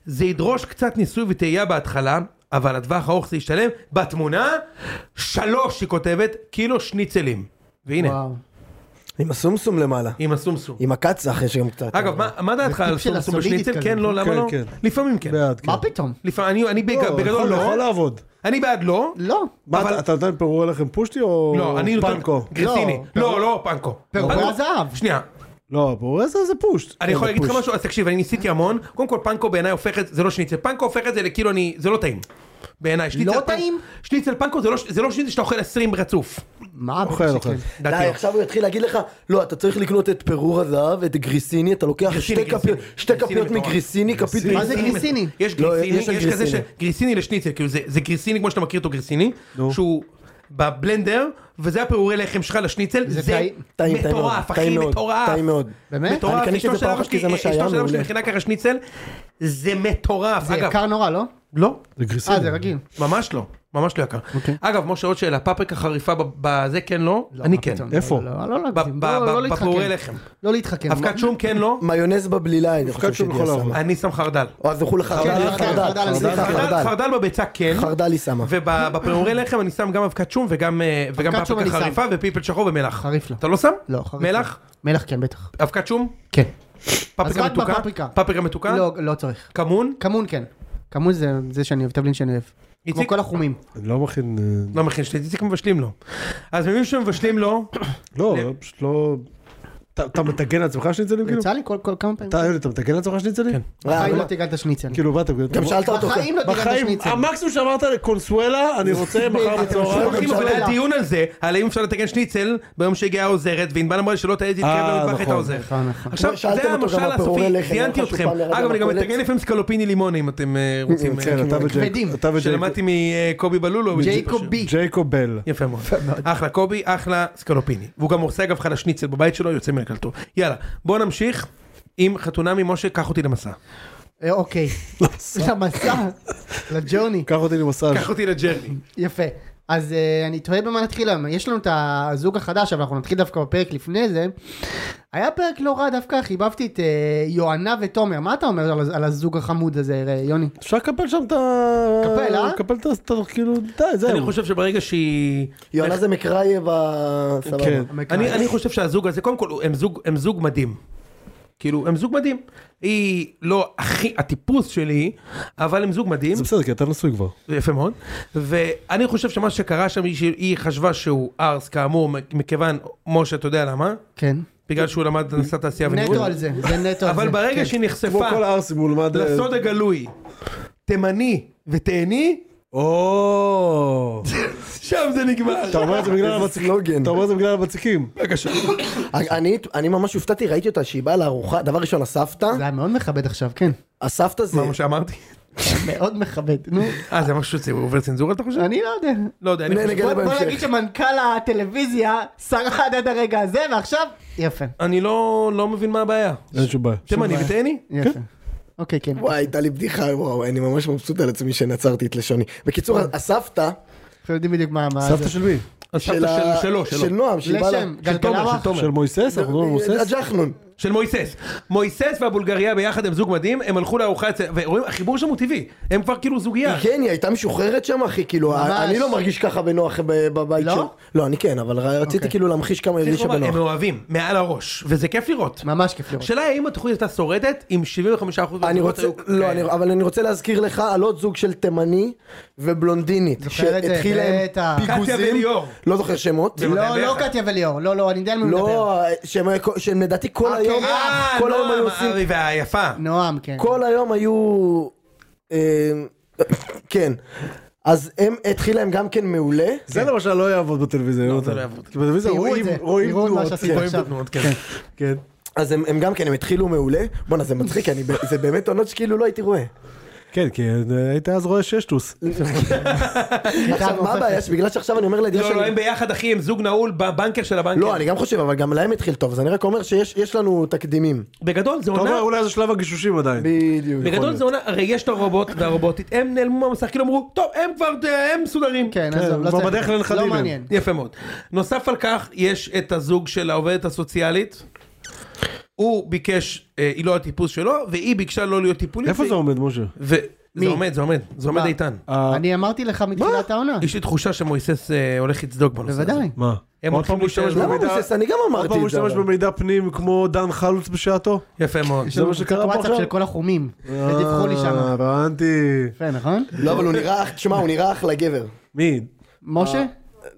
Speaker 1: זה ידרוש קצת ניסוי וטעייה בהתחלה, אבל לטווח הארוך זה ישתלם. בתמונה, שלוש, היא כותבת, קילו שניצלים. והנה,
Speaker 4: וואו.
Speaker 3: עם הסומסום למעלה.
Speaker 1: עם הסומסום.
Speaker 3: עם הקצח יש גם קצת.
Speaker 1: אגב, מה- מה דעתך על
Speaker 4: טיפ של
Speaker 1: סומסום
Speaker 4: הסולידית
Speaker 1: בשניצל?
Speaker 4: כזה.
Speaker 1: כן, לא, למה
Speaker 2: כן,
Speaker 1: לא?
Speaker 2: כן.
Speaker 1: לפעמים כן.
Speaker 2: בעד, כן.
Speaker 4: מה פתאום?
Speaker 1: לפעמים, אני- אני בג-
Speaker 2: לא,
Speaker 1: בגדול
Speaker 2: יכול- יכול
Speaker 1: לא.
Speaker 2: לעבוד.
Speaker 1: אני בעד לא.
Speaker 4: לא.
Speaker 2: מה,
Speaker 1: אבל-
Speaker 2: אתה- אתה נותן פירור לחם פושטי או
Speaker 1: לא, אני נותן...
Speaker 2: פנקו?
Speaker 1: גרסיני.
Speaker 4: לא,
Speaker 1: לא, לא פנקו.
Speaker 4: פירורי
Speaker 1: פנקו-
Speaker 4: הזהב.
Speaker 1: שנייה.
Speaker 5: לא, ברור, זה זה פושט.
Speaker 1: אני
Speaker 2: כן,
Speaker 1: יכול
Speaker 5: זה
Speaker 1: להגיד לך
Speaker 5: פושט.
Speaker 1: משהו? אז תקשיב, אני ניסיתי המון. קודם כל פנקו בעיניי הופך את זה, זה לא שניצל. פנקו הופך את זה לכאילו אני, זה לא טעים. בעיניי. שניצל פנ-
Speaker 4: טעים?
Speaker 1: שניצל פנקו זה לא- זה לא שניצל שאתה אוכל 20 רצוף.
Speaker 4: מה?
Speaker 5: אוכל,
Speaker 4: בטח
Speaker 5: אוכל.
Speaker 4: שכן.
Speaker 1: דעתי.
Speaker 3: די, עכשיו הוא יתחיל להגיד לך, לא, אתה צריך לקנות את פירור הזהב, את גריסיני, אתה לוקח
Speaker 1: גריסיני,
Speaker 3: שתי כפיות-
Speaker 1: גריסיני.
Speaker 3: שתי
Speaker 1: גריסיני
Speaker 3: כפיות
Speaker 1: מטורף.
Speaker 3: מגריסיני, כפית...
Speaker 4: מה זה גריסיני?
Speaker 1: יש
Speaker 3: לא,
Speaker 1: גריסיני,
Speaker 3: יש שם
Speaker 1: יש כזה ש...
Speaker 3: גריסיני.
Speaker 1: גריסיני לשניצל, כאילו זה- זה גריסיני כמו שאתה מכיר אותו גריסיני, שהוא בבלנדר, וזה הפירורי לחם שלך לשניצל,
Speaker 4: זה
Speaker 1: זה
Speaker 4: טעים,
Speaker 3: טעים מאוד,
Speaker 1: מטורף,
Speaker 3: טעים
Speaker 1: אחי,
Speaker 3: מאוד,
Speaker 1: מטורף.
Speaker 3: טעים מאוד.
Speaker 4: באמת?
Speaker 1: מטורף,
Speaker 3: אני קניתי
Speaker 1: אשתו
Speaker 3: את זה
Speaker 1: של
Speaker 3: פעם
Speaker 1: אבא
Speaker 3: אחת כי
Speaker 1: שלי,
Speaker 3: זה מה שהיה,
Speaker 1: אשתו של אבא שלי
Speaker 3: מעולה.
Speaker 1: מכינה ככה שניצל, זה מטורף.
Speaker 4: זה
Speaker 1: אגב,
Speaker 4: יקר נורא, לא?
Speaker 1: לא,
Speaker 5: זה גריסיני.
Speaker 4: אה, זה רגיל.
Speaker 1: ממש לא, ממש לא יקר.
Speaker 3: אוקיי.
Speaker 1: אגב, משה, עוד שאלה, פפריקה חריפה ב- בזה כן לא? אני
Speaker 4: מה
Speaker 1: כן.
Speaker 4: פתאום,
Speaker 5: איפה?
Speaker 4: לא, לא, לא
Speaker 1: ב-
Speaker 4: להגזים.
Speaker 1: ב-
Speaker 4: לא,
Speaker 1: ב-
Speaker 4: לא להתחכם.
Speaker 1: בפעורי לחם.
Speaker 4: לא להתחכם.
Speaker 1: אבקת שום כן לא?
Speaker 3: מיונז בבלילה, אני
Speaker 5: שהוא
Speaker 3: חושב שהיא
Speaker 5: בכל
Speaker 3: שמה.
Speaker 5: העולם.
Speaker 1: אני שם חרדל.
Speaker 3: או אז לכו
Speaker 4: חרדל,
Speaker 3: לחרדל,
Speaker 4: חרדל,
Speaker 3: חרדל, סליחה,
Speaker 1: חרדל-
Speaker 3: חרדל.
Speaker 1: חרדל בביצה כן.
Speaker 3: חרדל היא שמה.
Speaker 1: ובפירורי לחם אני שם גם אבקת שום וגם אה, וגם
Speaker 4: אבקת שום
Speaker 1: פפריקה
Speaker 4: אני שם.
Speaker 1: חריפה ופלפל שחור ומלח.
Speaker 4: חריף לא.
Speaker 1: אתה לא שם?
Speaker 4: לא, חריף.
Speaker 1: מלח?
Speaker 4: מלח כן, בטח.
Speaker 1: אבקת שום?
Speaker 4: כן. אז
Speaker 1: פפריקה
Speaker 4: רק
Speaker 1: מתוקה?
Speaker 4: בפפריקה.
Speaker 1: פפריקה מתוקה?
Speaker 4: לא, לא צריך.
Speaker 1: כמון?
Speaker 4: כמון כן. כמון זה זה שאני אוהב, תבלין שאני אוהב. כמו
Speaker 1: איציק?
Speaker 4: כל החומים.
Speaker 5: אני לא מכין... אה,
Speaker 1: לא מכין שלי, איציק מבשלים לו. אז ממי שמבשלים לו,
Speaker 5: לא, פשוט לא... אתה- אתה מתגן לעצמך שניצלים כאילו?
Speaker 4: יצא לי כל כל כמה פעמים.
Speaker 5: אתה יוני, אתה מתגן לעצמך שניצלים? כן.
Speaker 4: בחיים לא תיגלת שניצל.
Speaker 5: כאילו, מה אתה...
Speaker 3: גם שאלת אותו.
Speaker 4: בחיים לא תיגלת
Speaker 5: בחיים, אה,
Speaker 4: שניצל.
Speaker 5: המקסימום שאמרת לקונסואלה, אני רוצה מחר בצהריים.
Speaker 1: הולכים אבל היה דיון על זה, על האם אפשר לתקן שניצל ביום שהגיעה העוזרת, וענבל אמרה לי שלא תהיה
Speaker 5: אה,
Speaker 1: תתקרב למטבח את
Speaker 5: נכון,
Speaker 1: העוזר.
Speaker 4: נכון, נכון.
Speaker 1: עכשיו,
Speaker 3: שאלתם
Speaker 1: זה
Speaker 3: אותו
Speaker 1: המשל
Speaker 3: גם על פירורי
Speaker 1: הסופי,
Speaker 3: לחם,
Speaker 1: ציינתי
Speaker 3: אמר לך
Speaker 1: אתכם.
Speaker 3: שהוא פעם ירד
Speaker 1: אגב, אני גם
Speaker 3: מהקולט.
Speaker 1: מתקן לפעמים סקלופיני לימון, אם אתם אה, רוצים, אה,
Speaker 5: כן, אוקיי. אתה
Speaker 4: כבדים.
Speaker 5: וג'ייקוב- אתה וג'ייקוב
Speaker 1: שלמדתי מקובי בלולו.
Speaker 4: ג'ייקוב בי.
Speaker 5: ג'ייקוב בל.
Speaker 1: יפה מאוד. אחלה קובי, אחלה סקלופיני. והוא גם עושה אגב חלה שניצל בבית שלו, יוצא מן הכלתו. יאללה, בוא נמשיך עם חתונה ממשה, קח אותי למסע.
Speaker 4: אה, אוקיי.
Speaker 5: לא,
Speaker 4: למסע. לג'וני.
Speaker 5: קח אותי למסאז'.
Speaker 1: קח אותי לג'רני.
Speaker 4: יפה. אז uh, אני תוהה במה נתחיל היום. יש לנו את הזוג החדש, אבל אנחנו נתחיל דווקא בפרק לפני זה. היה פרק לא רע דווקא, חיבבתי את uh, יואנה ותומר. מה אתה אומר על, על הזוג החמוד הזה, אה, יוני?
Speaker 5: אפשר לקפל שם את ה...
Speaker 4: קפל, אה?
Speaker 5: קפל את ה... את ה- כאילו, די, זהו.
Speaker 1: אני חושב שברגע שהיא...
Speaker 3: יונה זה מקרייב ה...
Speaker 5: כן.
Speaker 3: סבבה.
Speaker 1: אני, אני חושב שהזוג הזה, קודם כל, הם זוג, הם זוג מדהים. כאילו, הם זוג מדהים. היא לא הכי הטיפוס שלי, אבל הם זוג מדהים.
Speaker 5: זה בסדר, כי אתה נשוי כבר.
Speaker 1: יפה מאוד. ואני חושב שמה שקרה שם, היא שהיא חשבה שהוא ארס, כאמור, מכיוון, משה, אתה יודע למה?
Speaker 4: כן.
Speaker 1: בגלל שהוא למד הנדסת תעשייה וניהול.
Speaker 4: נטו על זה, זה נטו על זה.
Speaker 1: אבל ברגע
Speaker 4: כן.
Speaker 1: שהיא
Speaker 5: כמו
Speaker 1: נחשפה
Speaker 5: כל הארסים, הוא למד... אה,
Speaker 1: לסוד הגלוי, תימני ותהני,
Speaker 5: או...
Speaker 1: שם זה נגמר.
Speaker 5: אתה אומר את זה בגלל
Speaker 3: איזה
Speaker 5: הבציקים.
Speaker 3: סלוגן.
Speaker 5: אתה אומר את זה בגלל הבציקים.
Speaker 1: בבקשה.
Speaker 3: אני- אני ממש הופתעתי, ראיתי אותה שהיא באה לארוחה, דבר ראשון הסבתא,
Speaker 4: זה היה מאוד מכבד עכשיו, כן.
Speaker 3: הסבתא זה...
Speaker 1: מה מה שאמרתי?
Speaker 4: מאוד מכבד. נו,
Speaker 1: אה, זה משהו שהוא עובר צנזורה, אתה חושב?
Speaker 4: אני לא יודע.
Speaker 1: לא יודע, אני
Speaker 3: נ-
Speaker 1: חושב...
Speaker 3: נגלה
Speaker 4: בוא בוא
Speaker 3: בהמשך.
Speaker 4: נגיד שמנכ"ל הטלוויזיה שרד עד הרגע הזה, ועכשיו... יפה.
Speaker 1: אני לא לא מבין מה הבעיה.
Speaker 5: אין שום בעיה.
Speaker 1: תימני ותהני?
Speaker 4: יפה. אוקיי, כן.
Speaker 3: וואי, הייתה לי בדיחה, וואו, אני ממש מבסוט על עצמי שנצרתי את לשוני. בקיצור, הסבתא
Speaker 4: אנחנו יודעים בדיוק מה... מה
Speaker 1: אה,
Speaker 5: סבתא
Speaker 4: זה.
Speaker 5: של מי?
Speaker 3: של
Speaker 1: סבתא
Speaker 3: ה-
Speaker 1: של- שלו,
Speaker 3: של
Speaker 1: שלו.
Speaker 3: נועם, שהיא באה...
Speaker 4: לשם,
Speaker 1: של תומר,
Speaker 4: גלגלרח.
Speaker 1: של תומר. אה,
Speaker 5: של מויסס? אנחנו מדברים על מויסס?
Speaker 3: הג'חנון.
Speaker 1: של מויסס. מויסס והבולגריה ביחד הם זוג מדהים, הם הלכו לארוחה אצל... ורואים, החיבור שם הוא טבעי. הם כבר כאילו
Speaker 4: אה.
Speaker 1: זוגיה.
Speaker 3: כן, היא הייתה משוחררת שם, אחי, כאילו, אני לא מרגיש ככה בנוח ב- בבית
Speaker 4: לא? אוקיי.
Speaker 3: שלו. לא, אני כן, אבל רציתי כאילו להמחיש כמה היא
Speaker 1: צריך
Speaker 3: הרגישה
Speaker 1: לומר, הם
Speaker 3: בנוח.
Speaker 1: מאוהבים, מעל הראש, וזה כיף לראות.
Speaker 4: ממש כיף לראות.
Speaker 1: השאלה היא האם התוכנית הייתה שורדת עם 75%
Speaker 3: אני
Speaker 1: מהזוגות
Speaker 3: רוצה,
Speaker 1: היו
Speaker 4: כן.
Speaker 3: לא,
Speaker 1: כאלה.
Speaker 3: אני, אבל אני רוצה להזכיר לך על עוד זוג של תימני ובלונדינית,
Speaker 4: זוכר את זה,
Speaker 3: שהתחיל להם
Speaker 4: בטח.
Speaker 1: קטיה
Speaker 3: פיגוזים,
Speaker 1: וליאור.
Speaker 3: לא זוכר שמות,
Speaker 4: לא,
Speaker 1: ביחד.
Speaker 4: לא קטיה וליאור, לא, לא, אני יודע על מי הוא מדבר.
Speaker 3: לא, שהם, שהם לדעתי כל
Speaker 4: אה,
Speaker 3: היום,
Speaker 4: כן, אה,
Speaker 3: כל היום
Speaker 1: נועם,
Speaker 3: היו עושים,
Speaker 1: לא, ארי והיפה.
Speaker 4: נועם, כן.
Speaker 3: כל היום היו, אה, כן, אז הם התחיל להם גם כן מעולה,
Speaker 5: זה למשל לא יעבוד בטלוויזיה. יונתן.
Speaker 1: זה לא יעבוד.
Speaker 5: כי בטלוויזיה
Speaker 4: תראו את
Speaker 5: רואים
Speaker 4: זה,
Speaker 5: רואים
Speaker 4: תראו את מה
Speaker 5: תנועות.
Speaker 4: שעשיתי
Speaker 5: רואים
Speaker 4: עכשיו.
Speaker 1: תנועות, כן.
Speaker 5: כן.
Speaker 3: אז הם, הם גם כן, הם התחילו מעולה, בואנה זה מצחיק, אני, ב- זה באמת עונות שכאילו לא הייתי רואה.
Speaker 5: כן, כי אה, היית אז רואה ששטוס.
Speaker 3: עכשיו מה הבעיה, שבגלל שעכשיו אני אומר לידיעה
Speaker 1: לא,
Speaker 3: שאני...
Speaker 1: לא, הם ביחד, אחי, הם זוג נעול בבנקר של הבנקר.
Speaker 3: לא, אני גם חושב, אבל גם להם התחיל טוב, אז אני רק אומר שיש יש לנו תקדימים.
Speaker 1: בגדול, זה
Speaker 5: אתה
Speaker 1: עונה...
Speaker 5: אומר, אולי זה שלב הגישושים עדיין.
Speaker 3: בדיוק.
Speaker 1: בגדול זה עונה, הרי יש את הרובוט והרובוטית, הם נעלמו מהמסך, כאילו אמרו, טוב, הם כבר, אה, הם מסודרים.
Speaker 4: כן,
Speaker 5: כן,
Speaker 4: עזוב, לא
Speaker 5: כבר
Speaker 4: צריך.
Speaker 5: בדרך לנכדים
Speaker 4: לא
Speaker 5: הם.
Speaker 4: מעניין.
Speaker 1: יפה מאוד. נוסף על כך, יש את הזוג של העובדת הסוציאלית. הוא ביקש, אה, היא לא הטיפוס שלו, והיא ביקשה לא להיות טיפולית.
Speaker 5: איפה זה עומד, משה?
Speaker 1: ו...
Speaker 4: מי?
Speaker 1: זה עומד, זה עומד, זה עומד
Speaker 4: מה?
Speaker 1: איתן.
Speaker 4: אני אמרתי לך מתחילת העונה.
Speaker 1: יש לי תחושה שמויסס אה, הולך לצדוק בנושא הזה.
Speaker 4: בוודאי.
Speaker 5: מה? עוד
Speaker 1: הם הולכים
Speaker 5: פעם הוא השתמש
Speaker 1: להישאר-
Speaker 3: למה
Speaker 5: במידע-
Speaker 3: הוא מבוסס? אני גם
Speaker 5: עוד פעם
Speaker 3: אמרתי
Speaker 5: הוא
Speaker 3: את זה.
Speaker 5: השתמש
Speaker 3: אבל.
Speaker 5: במידע פנים כמו דן חלוץ בשעתו?
Speaker 1: יפה מאוד.
Speaker 4: יש לנו
Speaker 5: מה שקרה פה
Speaker 4: קבוצת וואטסאפ
Speaker 5: עכשיו?
Speaker 4: של כל החומים. שדיווחו לי
Speaker 5: אה,
Speaker 4: שם.
Speaker 5: הבנתי.
Speaker 4: יפה, נכון?
Speaker 3: לא, אבל הוא נראה, אח- תשמע, הוא נראה אחלה גבר.
Speaker 5: מי?
Speaker 4: משה?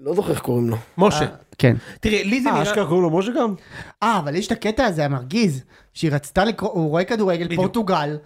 Speaker 3: לא זוכר איך קוראים לו.
Speaker 1: משה,
Speaker 4: כן.
Speaker 1: תראי, לי זה
Speaker 5: אה,
Speaker 1: נראה...
Speaker 5: אשכרה קוראים לו משה גם?
Speaker 4: אה, אבל יש את הקטע הזה המרגיז, שהיא רצתה לקרוא, הוא רואה כדורגל, פורטוגל.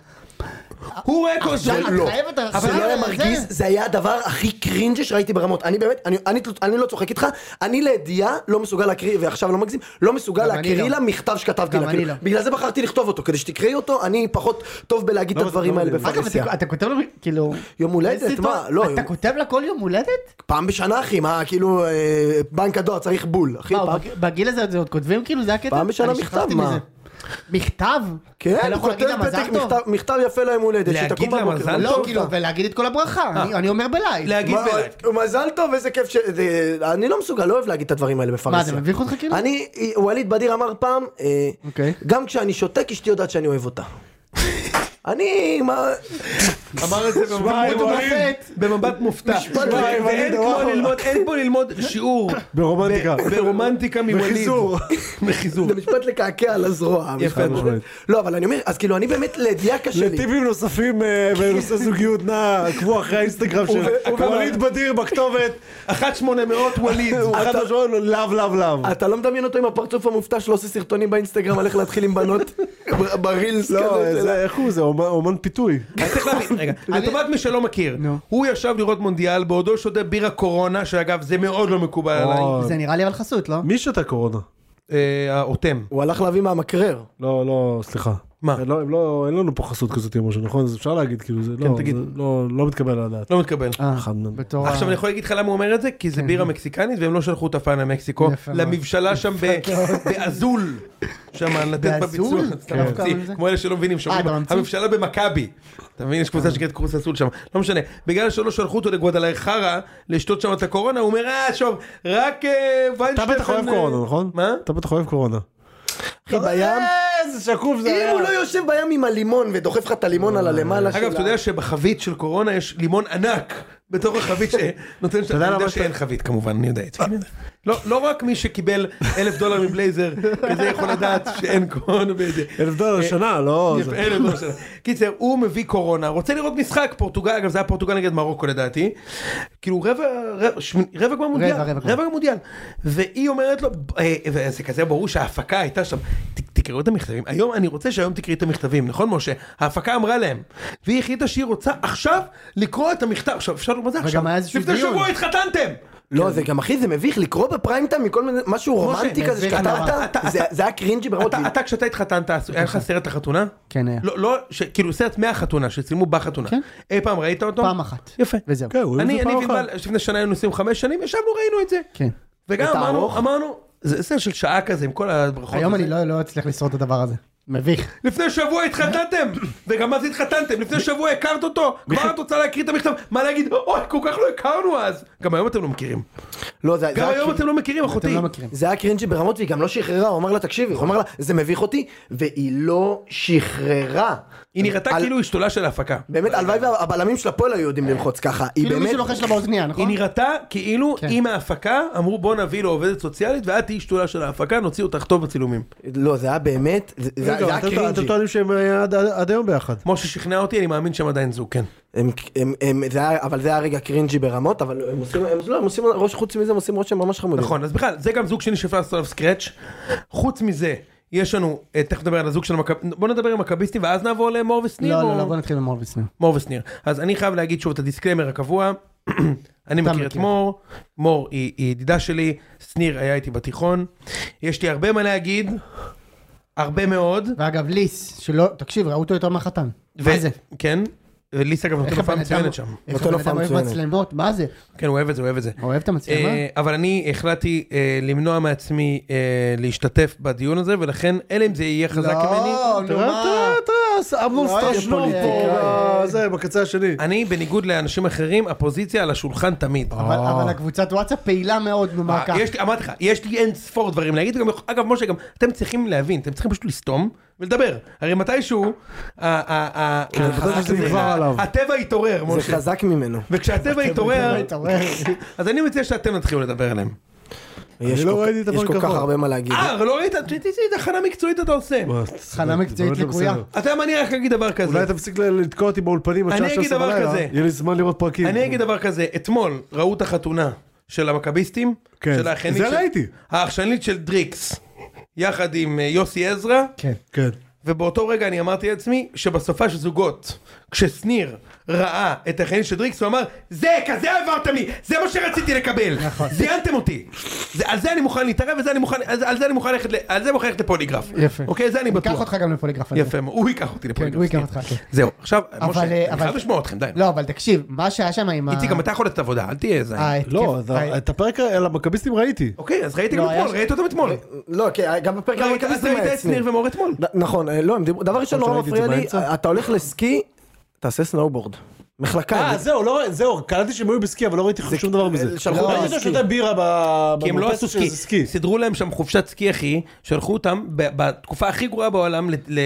Speaker 1: הוא רואה כל
Speaker 4: עכשיו
Speaker 1: זה-
Speaker 4: את
Speaker 1: לא.
Speaker 4: חייבת...
Speaker 3: אבל
Speaker 4: עכשיו
Speaker 3: לא היה
Speaker 4: אה, זה-
Speaker 3: מרגיז, זה היה הדבר הכי קרינג'י שראיתי ברמות. אני באמת, אני- אני- אני לא צוחק איתך, אני לידיעה לא מסוגל להקריא, ועכשיו לא מגזים, לא מסוגל
Speaker 4: גם אני
Speaker 3: להקריא
Speaker 4: לא.
Speaker 3: לה מכתב שכתבתי
Speaker 4: גם
Speaker 3: לה.
Speaker 4: אני
Speaker 3: כאילו.
Speaker 4: לא.
Speaker 3: בגלל זה בחרתי לכתוב אותו, כדי שתקראי אותו, אני פחות טוב בלהגיד את
Speaker 5: לא,
Speaker 3: הדברים
Speaker 5: לא
Speaker 3: האלה
Speaker 5: יודע.
Speaker 4: אגב,
Speaker 3: בפרהסיה.
Speaker 4: אתה- אתה כותב לו, כאילו...
Speaker 3: יום הולדת,
Speaker 4: איזה
Speaker 3: מה?
Speaker 4: טוב.
Speaker 3: לא,
Speaker 4: אתה
Speaker 3: יום-
Speaker 4: כותב לה כל יום הולדת?
Speaker 3: פעם בשנה אחי, מה, כאילו, אה, בנק הדואר צריך בול, אחי,
Speaker 4: מה,
Speaker 3: כן, פעם.
Speaker 4: לא, בג- בגיל הזה זה עוד כותבים כאילו? זה הקטע?
Speaker 3: פעם בשנה
Speaker 4: אני
Speaker 3: מכתב,
Speaker 4: שכחתי
Speaker 3: מה?
Speaker 4: מזה. מכתב? אתה
Speaker 3: כן,
Speaker 4: לא
Speaker 3: הוא
Speaker 4: יכול להגיד
Speaker 3: כותב
Speaker 4: לה
Speaker 3: פתק,
Speaker 4: מזל טוב?
Speaker 3: מכתב- מכתב יפה ליום הולדת,
Speaker 1: להגיד
Speaker 3: שתקום
Speaker 1: לה
Speaker 3: בבוקר.
Speaker 1: מזל
Speaker 4: לא,
Speaker 1: טוב?
Speaker 4: כאילו, ולהגיד את כל הברכה, אני- אני אומר בלייב.
Speaker 1: להגיד
Speaker 3: מה-
Speaker 1: בלייב.
Speaker 3: מזל טוב, איזה כיף ש... זה- אני לא מסוגל, לא אוהב להגיד את הדברים האלה בפרסיה.
Speaker 4: מה, זה מביך אותך כאילו?
Speaker 3: אני, ווליד בדיר אמר פעם, אה,
Speaker 4: אוקיי.
Speaker 3: גם כשאני שותק אשתי יודעת שאני אוהב אותה. אני, מה...
Speaker 1: אמר את זה במבט
Speaker 4: הוא מופת.
Speaker 1: במבט מופתע.
Speaker 3: משפט
Speaker 1: וואי,
Speaker 3: ווליד,
Speaker 1: ואין כמו
Speaker 5: וואו.
Speaker 1: ללמוד- אין כמו ללמוד שיעור
Speaker 5: ברומנטיקה.
Speaker 1: ברומנטיקה מווליד.
Speaker 5: בחיזור.
Speaker 1: מחיזור.
Speaker 3: זה משפט לקעקע על הזרוע.
Speaker 1: יפה,
Speaker 3: המשפט הזה.
Speaker 5: משמעית.
Speaker 3: לא, אבל אני אומר, אז כאילו, אני באמת לידיעה קשה לי.
Speaker 5: לטיפים נוספים אה, בנושא זוגיות, נא עקבו אחרי האינסטגרם של
Speaker 1: הוא גם-
Speaker 5: ווליד בדיר בכתובת,
Speaker 1: אחת שמונה מאות ווליד.
Speaker 5: הוא חד משמעות, לאו לאו לאו.
Speaker 3: אתה לא מדמיין אותו עם הפרצוף המופתע שלו עושה סרטונים באינסטגרם, הולך להתחיל עם בנות ב- ברילס
Speaker 5: לא,
Speaker 3: כזה.
Speaker 5: זה- איך הוא, זה אומן- אומן פיתוי.
Speaker 1: אני צריך להבין, רגע, לטובת מי שלא מכיר,
Speaker 4: נו.
Speaker 1: הוא ישב לראות מונדיאל בעודו שותה בירה קורונה, שאגב זה מאוד לא מקובל עליי,
Speaker 5: אוי.
Speaker 4: זה נראה לי אבל חסות, לא?
Speaker 5: מי שתה קורונה?
Speaker 1: אה, האוטם.
Speaker 3: הוא הלך להביא מהמקרר.
Speaker 5: לא, לא, סליחה.
Speaker 1: מה?
Speaker 5: אה, לא, הם לא- אין לנו פה חסות כזאת עם משהו, נכון? אז אפשר להגיד, כאילו, זה לא,
Speaker 1: כן, תגיד.
Speaker 5: זה לא- לא מתקבל על הדעת.
Speaker 1: לא מתקבל.
Speaker 4: אה,
Speaker 5: חמנון.
Speaker 4: בתור... ה- כן.
Speaker 1: עכשיו אני יכול להגיד לך למה הוא אומר את זה? כי זה בירה מקסיקנית והם לא שלחו אותה פאנה מקסיקו,
Speaker 4: יפה מאוד.
Speaker 1: למבשלה שם ב- באזול. שם לתת בביצוע.
Speaker 4: באזול?
Speaker 1: סתם
Speaker 4: כן.
Speaker 1: ממציא.
Speaker 4: כמה זה?
Speaker 1: כמו אלה שלא מבינים, שאומרים,
Speaker 4: אה, אתה ממציא? אה.
Speaker 1: המבשלה במכבי. אתה מבין, יש קבוצה שנקראת קורס אזול שם. לא משנה. בגלל שלא שלחו אותו לגואדלי חרא לשתות שם את הקורונה, הוא אומר, אה, שוב, רק אה,
Speaker 5: אתה
Speaker 1: ויינשטיין...
Speaker 5: בטח אוהב
Speaker 1: אה,
Speaker 5: קורונה, נכון?
Speaker 1: מה?
Speaker 5: אתה בטח אוהב קורונה.
Speaker 3: אחי, בים.
Speaker 5: איזה שקוף זה
Speaker 3: אם הוא לא יושב בים עם הלימון ודוחף לך את הלימון על הלמעלה
Speaker 1: אגב, אתה יודע שבחבית של קורונה יש לימון ענק בתוך החבית שנותן... אתה
Speaker 5: למה
Speaker 1: יודע
Speaker 5: שאתה-
Speaker 1: שאין חבית כמובן, אני יודע את זה. אני יודע. לא- לא רק מי שקיבל אלף דולר מבלייזר, כזה יכול לדעת שאין קורונה בזה.
Speaker 5: אלף דולר לשנה, לא...
Speaker 1: יפה,
Speaker 5: זה-
Speaker 1: אלף דולר שנה. קיצר, הוא מביא קורונה, רוצה לראות משחק, פורטוגל, אגב זה היה פורטוגל נגד מרוקו לדעתי, כאילו רבע, רבע, שמינ- רבע גמר מונדיאל,
Speaker 4: רבע, רבע גמר.
Speaker 1: רבע גמר מונדיאל, והיא אומרת לו, אה, וזה כזה ברור שההפקה הייתה שם, "ת- תקראו את המכתבים, היום אני רוצה שהיום תקראי את המכתבים, נכון משה? ההפקה אמרה להם, והיא החליטה שהיא רוצה עכשיו לקרוא את המכתב, עכשיו אפשר לומר זה עכשיו,
Speaker 4: וגם היה איזשהו
Speaker 1: לפני
Speaker 4: דיון.
Speaker 1: שבוע התחתנתם!
Speaker 3: לא, זה גם אחי, זה מביך לקרוא בפריים טיים מכל מיני, משהו רומנטי
Speaker 4: מביך
Speaker 3: כזה שכתבת,
Speaker 4: נורא.
Speaker 1: אתה-
Speaker 3: זה- זה היה קרינג'י ברמות.
Speaker 1: אתה, אתה כשאתה התחתנת, עשו- היה לך סרט לחתונה?
Speaker 4: לא, כן, היה.
Speaker 1: לא, לא, ש- כאילו סרט מהחתונה, שצילמו בחתונה.
Speaker 4: כן.
Speaker 1: אי פעם ראית אותו?
Speaker 4: פעם אחת.
Speaker 1: יפה.
Speaker 4: וזהו.
Speaker 5: כן, הוא אוהב את
Speaker 1: אני,
Speaker 5: זה
Speaker 1: אני
Speaker 5: פעם אחת.
Speaker 1: וענבל, לפני שנה היינו נשואים חמש שנים, ישבנו, ראינו את זה.
Speaker 4: כן.
Speaker 1: וגם
Speaker 3: אתה
Speaker 1: אמרנו,
Speaker 3: ארוך?
Speaker 1: אמרנו, זה סרט של שעה כזה, עם כל הברכות.
Speaker 4: היום
Speaker 1: וזה.
Speaker 4: אני לא לא אצליח לשרוד את הדבר הזה. מביך.
Speaker 1: לפני שבוע התחתנתם, וגם אז התחתנתם, לפני שבוע הכרת אותו, כבר את רוצה להקריא את המכתב, מה להגיד, אוי, כל כך לא הכרנו אז. גם היום אתם לא מכירים.
Speaker 3: לא, זה- זה
Speaker 1: גם
Speaker 3: היה
Speaker 1: היום
Speaker 3: קרינג'-
Speaker 1: אתם לא מכירים,
Speaker 4: אתם
Speaker 1: אחותי.
Speaker 4: לא מכירים.
Speaker 3: זה היה קרינג'י ברמות והיא גם לא שחררה, הוא אמר לה תקשיבי, הוא אמר לה זה מביך אותי, והיא לא שחררה.
Speaker 1: היא נראתה
Speaker 3: על-
Speaker 1: כאילו היא שתולה של ההפקה.
Speaker 3: באמת, הלוואי והבלמים של הפועל היו יודעים ללחוץ ככה, היא
Speaker 4: כאילו
Speaker 3: באמת,
Speaker 4: מישהו לוחש לה באוזניה, נכון?
Speaker 1: היא נראתה כאילו
Speaker 4: כן.
Speaker 1: עם ההפקה אמרו בוא נביא לו עובדת סוציאלית ואת תהיי שתולה של ההפקה נוציא אותך טוב בצילומים.
Speaker 3: לא, זה היה באמת, זה זה-
Speaker 5: רגע,
Speaker 3: זה היה
Speaker 5: אתם- אתם
Speaker 3: קרינג'י.
Speaker 5: טוענים שהם אה, עד- עד היום ביחד.
Speaker 1: משה שכנע אותי אני מאמין שהם עדיין זוג כן.
Speaker 3: הם- הם- הם- זה היה- אבל זה היה רגע קרינג'י ברמות, אבל הם עושים, הם- לא, הם עושים, ראש- חוץ מזה הם עושים רושם ממש חמודים.
Speaker 1: נכון אז בכלל זה גם זוג שני שאפשר לעשות עליו סקרץ'. חוץ מזה יש לנו אה, תכף נדבר על הזוג של מכבי בוא נדבר עם מכביסטים ואז נעבור למור ושניר.
Speaker 4: לא,
Speaker 1: או-
Speaker 4: לא, לא, בוא נתחיל עם מורביס. נו.
Speaker 1: מור ושניר. אז אני חייב להגיד שוב את הדיסקלמר הקבוע. אני
Speaker 4: אתה
Speaker 1: מכיר את
Speaker 4: מכיר.
Speaker 1: מור, מור היא היא ידידה שלי, שניר היה איתי בתיכון. יש לי הרבה מה להגיד, הרבה מאוד.
Speaker 4: ואגב, ליס, שלא, תקשיב, ראו אותו יותר מהחתן. מה זה?
Speaker 1: כן. וליסה גם נותן
Speaker 4: איך
Speaker 1: הופעה
Speaker 4: הבן אדם-
Speaker 1: מצוינת שם.
Speaker 4: איך
Speaker 3: נותן
Speaker 4: הבן
Speaker 3: הופעה
Speaker 4: אדם אוהב
Speaker 3: מצוינת.
Speaker 4: מצלמות, מה זה?
Speaker 1: כן, הוא אוהב את זה, הוא אוהב את זה.
Speaker 4: אוהב את המצלמה?
Speaker 1: אה, אבל אני החלטתי אה, למנוע מעצמי אה, להשתתף בדיון הזה, ולכן אלא אם זה יהיה חזק ממני.
Speaker 4: לא, נו
Speaker 5: תראה,
Speaker 4: מה?
Speaker 5: תראה, תראה, אמנון
Speaker 4: לא, יש
Speaker 5: סטרשנוב פה,
Speaker 4: פוליטיקאי.
Speaker 5: זה, בקצה השני.
Speaker 1: אני, בניגוד לאנשים אחרים, הפוזיציה על השולחן תמיד.
Speaker 4: אבל- אבל הקבוצת וואטסאפ פעילה מאוד, נו אה, מה
Speaker 1: אה,
Speaker 4: ככה?
Speaker 1: יש לי, אמרתי לך, יש לי אין ספור דברים להגיד, וגם, אגב, משה, גם אתם צריכים להבין, אתם צריכים פשוט לסתום ולדבר. הרי מתישהו, ה- ה- ה- ה-
Speaker 3: חזק
Speaker 1: ה-
Speaker 3: שזה
Speaker 5: נגמר
Speaker 1: ה-
Speaker 5: עליו.
Speaker 1: הטבע יתעורר,
Speaker 3: זה
Speaker 1: משה.
Speaker 3: חזק ממנו.
Speaker 1: וכשהטבע יתעורר,
Speaker 4: מתעורר.
Speaker 1: אז אני מציע שאתם תתחילו לדבר עליהם.
Speaker 3: יש
Speaker 5: לא
Speaker 3: כל-
Speaker 5: ראיתי דבר
Speaker 3: יש כל כך
Speaker 5: כזה.
Speaker 3: הרבה מה להגיד.
Speaker 1: אה, לא ראית? איזה הכנה מקצועית אתה עושה.
Speaker 4: חנה מקצועית
Speaker 5: באמת לא
Speaker 4: לקויה.
Speaker 5: בסדר.
Speaker 1: אתה יודע מה, אני רק אגיד דבר כזה.
Speaker 5: אולי תפסיק ל- לתקוע אותי באולפנים עד
Speaker 1: אני
Speaker 5: שעה
Speaker 1: אגיד
Speaker 5: 16
Speaker 1: דבר
Speaker 5: בלילה,
Speaker 1: כזה.
Speaker 4: כאילו.
Speaker 5: יהיה לי זמן לראות פרקים.
Speaker 1: אני אגיד דבר כזה, אתמול ראו את החתונה של המכביסטים,
Speaker 5: כן,
Speaker 1: של האחיינית
Speaker 5: זה
Speaker 1: של-
Speaker 5: ראיתי.
Speaker 1: האחיינית של דריקס, יחד עם אה, יוסי עזרא,
Speaker 4: כן.
Speaker 5: כן.
Speaker 1: ובאותו רגע אני אמרתי לעצמי שבסופה של זוגות, כששניר ראה את האחיינית של דריקס, הוא אמר, זה כזה העברתם לי, זה מה שרציתי לקבל,
Speaker 4: נכון.
Speaker 1: זיינתם אותי. זה, על זה אני מוכן להתערב, וזה אני מוכן- על זה- על זה אני מוכן ללכת ל- על זה אני מוכן ללכת לפוליגרף.
Speaker 4: יפה.
Speaker 1: אוקיי, זה אני בטוח.
Speaker 4: ייקח אותך גם לפוליגרף. הזה.
Speaker 1: יפה, מאוד. הוא ייקח אותי לפוליגרף.
Speaker 4: הוא ייקח
Speaker 1: שנייה.
Speaker 4: אותך, כן.
Speaker 1: זהו, עכשיו,
Speaker 4: אבל,
Speaker 1: משה,
Speaker 4: אה,
Speaker 1: אני
Speaker 4: אבל-
Speaker 1: חייב לשמוע אתכם, די.
Speaker 4: לא, אה, אבל תקשיב, מה שהיה שם עם ה...
Speaker 1: איציק, גם אתה יכול לתת עבודה, אל תהיה איזה...
Speaker 4: ההתקף-
Speaker 5: לא, אז
Speaker 4: ה-
Speaker 5: את הפרק על המכביסטים ראיתי.
Speaker 1: אוקיי, אז ראית גם
Speaker 4: לא, היה
Speaker 1: אתמול,
Speaker 4: ש-
Speaker 1: ראית אותם אתמול.
Speaker 3: לא, כי גם בפרק
Speaker 1: ראית- אז
Speaker 3: המכביסטים
Speaker 1: ראית
Speaker 3: היה
Speaker 1: את שניר ומור אתמול.
Speaker 3: ד- נכון, אה, לא, הם דיברו, דבר ראשון נורא
Speaker 5: שראיתי את
Speaker 3: מפריע
Speaker 5: זה
Speaker 3: לי,
Speaker 5: באמצע.
Speaker 3: אתה הולך לסקי, תעשה סנואובורד. מחלקה.
Speaker 5: אה,
Speaker 3: זה-
Speaker 5: זהו, לא, זהו, קלטתי שהם היו בסקי, אבל לא ראיתי שום דבר מזה.
Speaker 3: שלחו
Speaker 5: לא
Speaker 3: אותם
Speaker 5: ראיתי אותם
Speaker 3: לסקי.
Speaker 5: שותה בירה ב-
Speaker 1: כי הם לא עשו
Speaker 5: בפסטוס של
Speaker 1: סקי.
Speaker 5: איזה סקי.
Speaker 1: סידרו להם שם חופשת סקי, אחי, שלחו אותם ב- בתקופה הכי גרועה בעולם ל- ל-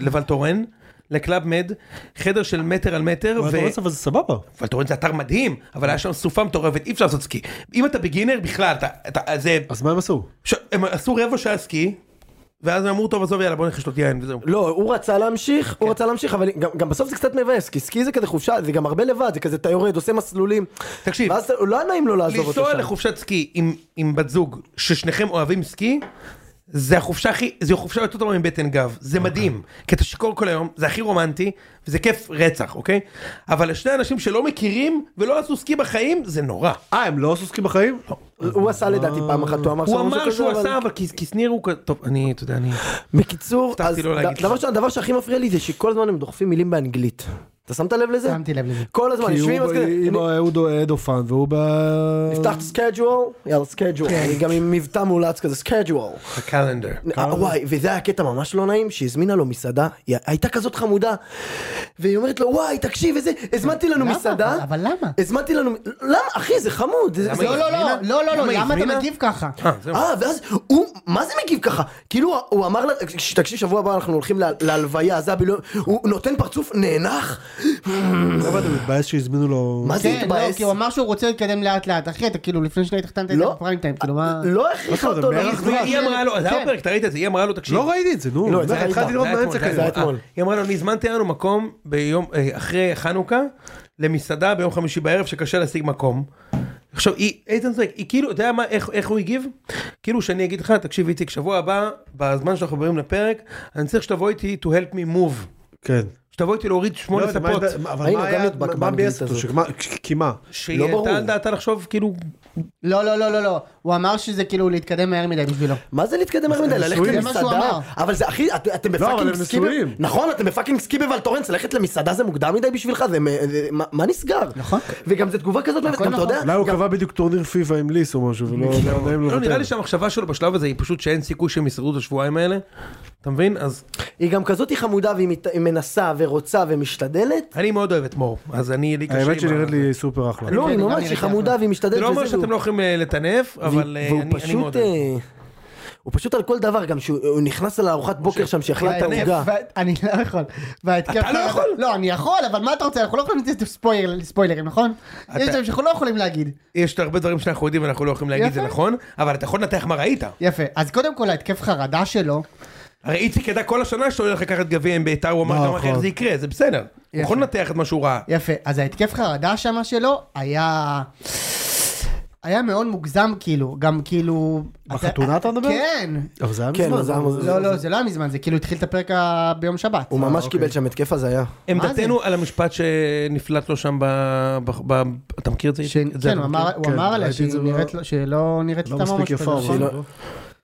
Speaker 1: לוולטורן. לקלאב מד, חדר של מטר על מטר,
Speaker 5: אבל אתה לא רואה, אבל זה סבבה.
Speaker 1: וולטורן זה אתר מדהים, אבל היה שם סופה מטורפת, אי אפשר לעשות סקי. אם אתה בגינר בכלל, אתה, אתה, זה,
Speaker 5: אז מה הם עשו?
Speaker 1: ש... הם עשו רבע שעה סקי, ואז הם אמרו, טוב עזוב יאללה בוא נשתות יין וזהו.
Speaker 3: לא, הוא רצה להמשיך,
Speaker 1: כן.
Speaker 3: הוא רצה להמשיך, אבל גם- גם בסוף זה קצת מבאס, כי סקי זה כזה חופשה, זה גם הרבה לבד, זה כזה אתה יורד, עושה מסלולים.
Speaker 1: תקשיב.
Speaker 3: ואז לא היה נעים לו לעזוב אותו
Speaker 1: לנסוע
Speaker 3: שם.
Speaker 1: לחופשת סקי עם, עם בת זוג ששניכם אוהבים סקי, זה החופשה הכי, זה החופשה יותר טובה מבטן גב, זה מדהים, כי אתה שיכור כל היום, זה הכי רומנטי, וזה כיף רצח, אוקיי? אבל לשני אנשים שלא מכירים ולא עשו סקי בחיים, זה נורא.
Speaker 5: אה, הם לא עשו סקי בחיים?
Speaker 3: הוא עשה לדעתי פעם אחת, הוא אמר שם
Speaker 1: אה. הוא
Speaker 3: משהו
Speaker 1: אמר
Speaker 3: כזה,
Speaker 1: שהוא
Speaker 3: אבל-
Speaker 1: עשה, אבל כי כי שניר הוא כזה, טוב, אני, אתה יודע, אני...
Speaker 3: בקיצור,
Speaker 1: הבטחתי
Speaker 3: אז
Speaker 1: לא להגיד
Speaker 3: ד- דבר
Speaker 1: לך.
Speaker 3: ראשון, הדבר שהכי מפריע לי זה שכל הזמן הם דוחפים מילים באנגלית. אתה שמת לב לזה?
Speaker 4: שמתי לב לזה.
Speaker 3: כל הזמן
Speaker 5: כי הוא
Speaker 3: יושבים, אז כזה,
Speaker 5: אה, עם אהוד אדו פאן, והוא ב...
Speaker 3: נפתח את הסקייג'ואל, יאללה סקייג'ואל,
Speaker 4: כן.
Speaker 3: אני גם עם מבטא מאולץ כזה סקייג'ואל.
Speaker 1: הקלנדר.
Speaker 3: אה, וואי, וזה היה קטע ממש לא נעים, שהזמינה לו מסעדה, היא הייתה כזאת חמודה, והיא אומרת לו, וואי, תקשיב, איזה, הזמנתי לנו
Speaker 4: למה?
Speaker 3: מסעדה,
Speaker 4: אבל למה?
Speaker 3: הזמנתי לנו, למה, אחי, זה חמוד. זה- זה-
Speaker 1: היא
Speaker 4: לא, לא, לא,
Speaker 1: הזמינה?
Speaker 4: לא, לא, לא,
Speaker 1: למה היא
Speaker 4: למה אתה
Speaker 1: הזמינה?
Speaker 4: מגיב ככה?
Speaker 1: אה, זהו.
Speaker 3: אה, ואז הוא, מה זה מגיב ככה? כאילו, הוא אמר לה, תקשיב, שבוע הבא אנחנו הולכים לה- להלוויה, זה הבילוי, הוא נותן פרצוף נאנח?
Speaker 5: למה אתה לא מתבאס שהזמינו לו...
Speaker 3: מה זה
Speaker 4: כן, לא,
Speaker 3: התבאס?
Speaker 4: כי הוא אמר שהוא רוצה להתקדם לאט לאט. אחי, אתה כאילו לפני שניה התחתנת את זה
Speaker 3: לא.
Speaker 4: בפריים טיים, כאילו
Speaker 1: אה,
Speaker 4: מה...
Speaker 3: לא הכריחה
Speaker 5: מה זאת
Speaker 3: אותו
Speaker 5: אומרת,
Speaker 3: להגיד,
Speaker 5: בערך
Speaker 1: והיא- היא
Speaker 4: זה-
Speaker 1: אמרה לו, זה היה
Speaker 4: כן.
Speaker 1: בפרק, אתה ראית את זה, היא אמרה לו, תקשיב.
Speaker 5: לא ראיתי את זה, נו.
Speaker 3: לא,
Speaker 5: אני
Speaker 3: זה
Speaker 5: אומר,
Speaker 3: היה
Speaker 5: התחלתי
Speaker 3: איתם.
Speaker 5: לראות
Speaker 1: זה היה
Speaker 5: מהאמצע
Speaker 1: אתמול,
Speaker 3: זה
Speaker 5: כזה.
Speaker 3: היה אתמול.
Speaker 1: אה, היא אמרה לו, אני הזמנתי לנו מקום ביום, אה, אחרי חנוכה, למסעדה ביום חמישי בערב שקשה להשיג מקום. עכשיו, היא, איתן זק, היא כאילו, אתה יודע מה, איך, איך הוא הגיב? כאילו שאני אגיד לך, תקשיב איציק, שבוע הבא, בזמן שאנחנו חברים לפרק, אני צריך שתבוא איתי to help me move.
Speaker 5: כן.
Speaker 1: שתבוא איתי להוריד שמונה
Speaker 5: לא,
Speaker 1: ספות.
Speaker 5: אבל מה- אבל
Speaker 3: היינו,
Speaker 5: מה
Speaker 3: גם
Speaker 5: היה,
Speaker 3: נדבק
Speaker 5: מה- מה
Speaker 3: באנגלית
Speaker 5: ביאס אותו?
Speaker 3: הזאת.
Speaker 5: שמה- כ- כי מה?
Speaker 1: שהיא
Speaker 3: לא
Speaker 1: הייתה
Speaker 3: ברור.
Speaker 1: על דעתה לחשוב, כאילו,
Speaker 4: לא, לא, לא, לא, לא. הוא אמר שזה כאילו להתקדם מהר מדי בשבילו.
Speaker 3: מה זה להתקדם מהר מדי? ללכת
Speaker 4: נשואים. זה מה שהוא
Speaker 3: למסעדה?
Speaker 4: אמר.
Speaker 3: אבל זה אחי, את-
Speaker 1: לא,
Speaker 3: אתם
Speaker 5: אבל
Speaker 3: בפאקינג
Speaker 5: הם
Speaker 3: סקי... ב-
Speaker 5: נשואים.
Speaker 3: נכון, אתם בפאקינג סקי בוולטורנס, ללכת למסעדה זה מוקדם מדי בשבילך? זה מ- זה- מה- מה נסגר?
Speaker 4: נכון.
Speaker 3: וגם זו תגובה כזאת, מבאסת, גם אתה
Speaker 4: נכון.
Speaker 3: יודע,
Speaker 5: אולי הוא קבע בדיוק טורניר פיפא עם ליס או משהו, ולא לא נעים לו
Speaker 1: לא נראה לי
Speaker 5: לוותר.
Speaker 1: שהמחשבה שלו בשלב הזה היא פשוט שאין סיכוי שהם ישרדו את השבועיים האלה. אתה מבין? אז
Speaker 3: היא גם כזאת היא חמודה והיא מת- היא מנסה ורוצה ומשתדלת.
Speaker 1: אני מאוד אוהב את מור, אז אני, לי קשה עם
Speaker 5: האמת
Speaker 1: ה-
Speaker 5: שנראית לי סופר אחלה.
Speaker 3: לא, היא
Speaker 4: גם
Speaker 3: ממש,
Speaker 4: אני
Speaker 3: היא
Speaker 4: ראיתי
Speaker 3: חמודה
Speaker 4: אחלה.
Speaker 3: והיא
Speaker 1: זה
Speaker 3: משתדלת.
Speaker 1: לא אומר
Speaker 3: וזה,
Speaker 1: שאתם
Speaker 3: והוא-
Speaker 1: לא יכולים אה, לטנף, אבל אה, אני
Speaker 3: והוא
Speaker 1: אני מאוד אוהב.
Speaker 3: פשוט... אה, הוא פשוט על כל דבר, גם שהוא הוא נכנס לארוחת בוקר שם שאכלה את
Speaker 4: וההתקף-
Speaker 3: העוגה.
Speaker 4: וה- אני לא יכול. וההתקף-
Speaker 1: אתה לא יכול?
Speaker 4: לא, אני יכול, אבל מה אתה רוצה? אנחנו לא יכולים לתת ספוילר- ספוילרים, נכון? יש דברים שאנחנו לא יכולים להגיד.
Speaker 1: יש הרבה דברים שאנחנו יודעים ואנחנו לא יכולים להגיד,
Speaker 4: יפה.
Speaker 1: זה נכון, אבל אתה יכול לנתח מה ראית.
Speaker 4: יפה. אז קודם כל ההתקף חרדה שלו,
Speaker 1: הרי איציק ידע כל השנה שהוא הולך לקחת גביע עם ביתר, הוא אמר גם
Speaker 5: נכון.
Speaker 1: איך זה יקרה, זה בסדר. הוא יכול לנתח את מה שהוא ראה.
Speaker 4: יפה, אז ההתקף חרדה שמה שלו היה... היה מאוד מוגזם כאילו, גם כאילו...
Speaker 5: בחתונה אתה מדבר?
Speaker 4: כן.
Speaker 5: אבל זה היה
Speaker 3: כן,
Speaker 5: מזמן.
Speaker 3: אז זה היה מוזר.
Speaker 4: לא, לא, זה לא היה מזמן, זה כאילו התחיל את הפרק ה- ביום שבת.
Speaker 3: הוא
Speaker 1: אה,
Speaker 3: ממש
Speaker 1: אוקיי.
Speaker 3: קיבל שם התקף הזיה.
Speaker 1: עמדתנו על המשפט שנפלט לו שם ב... ב- ב- אתה מכיר את זה?
Speaker 4: ש-
Speaker 1: את זה
Speaker 4: כן,
Speaker 1: אתה
Speaker 4: הוא אמר- הוא
Speaker 5: כן,
Speaker 4: אמר עליה
Speaker 5: ראיתי
Speaker 4: שהיא
Speaker 5: את זה
Speaker 4: נראית
Speaker 5: ב-
Speaker 4: לו- שלא נראית
Speaker 5: לא
Speaker 4: סתם
Speaker 5: מספיק
Speaker 4: ממש
Speaker 5: יפה,
Speaker 4: כזאת.
Speaker 5: אבל...
Speaker 3: שהיא
Speaker 5: לא-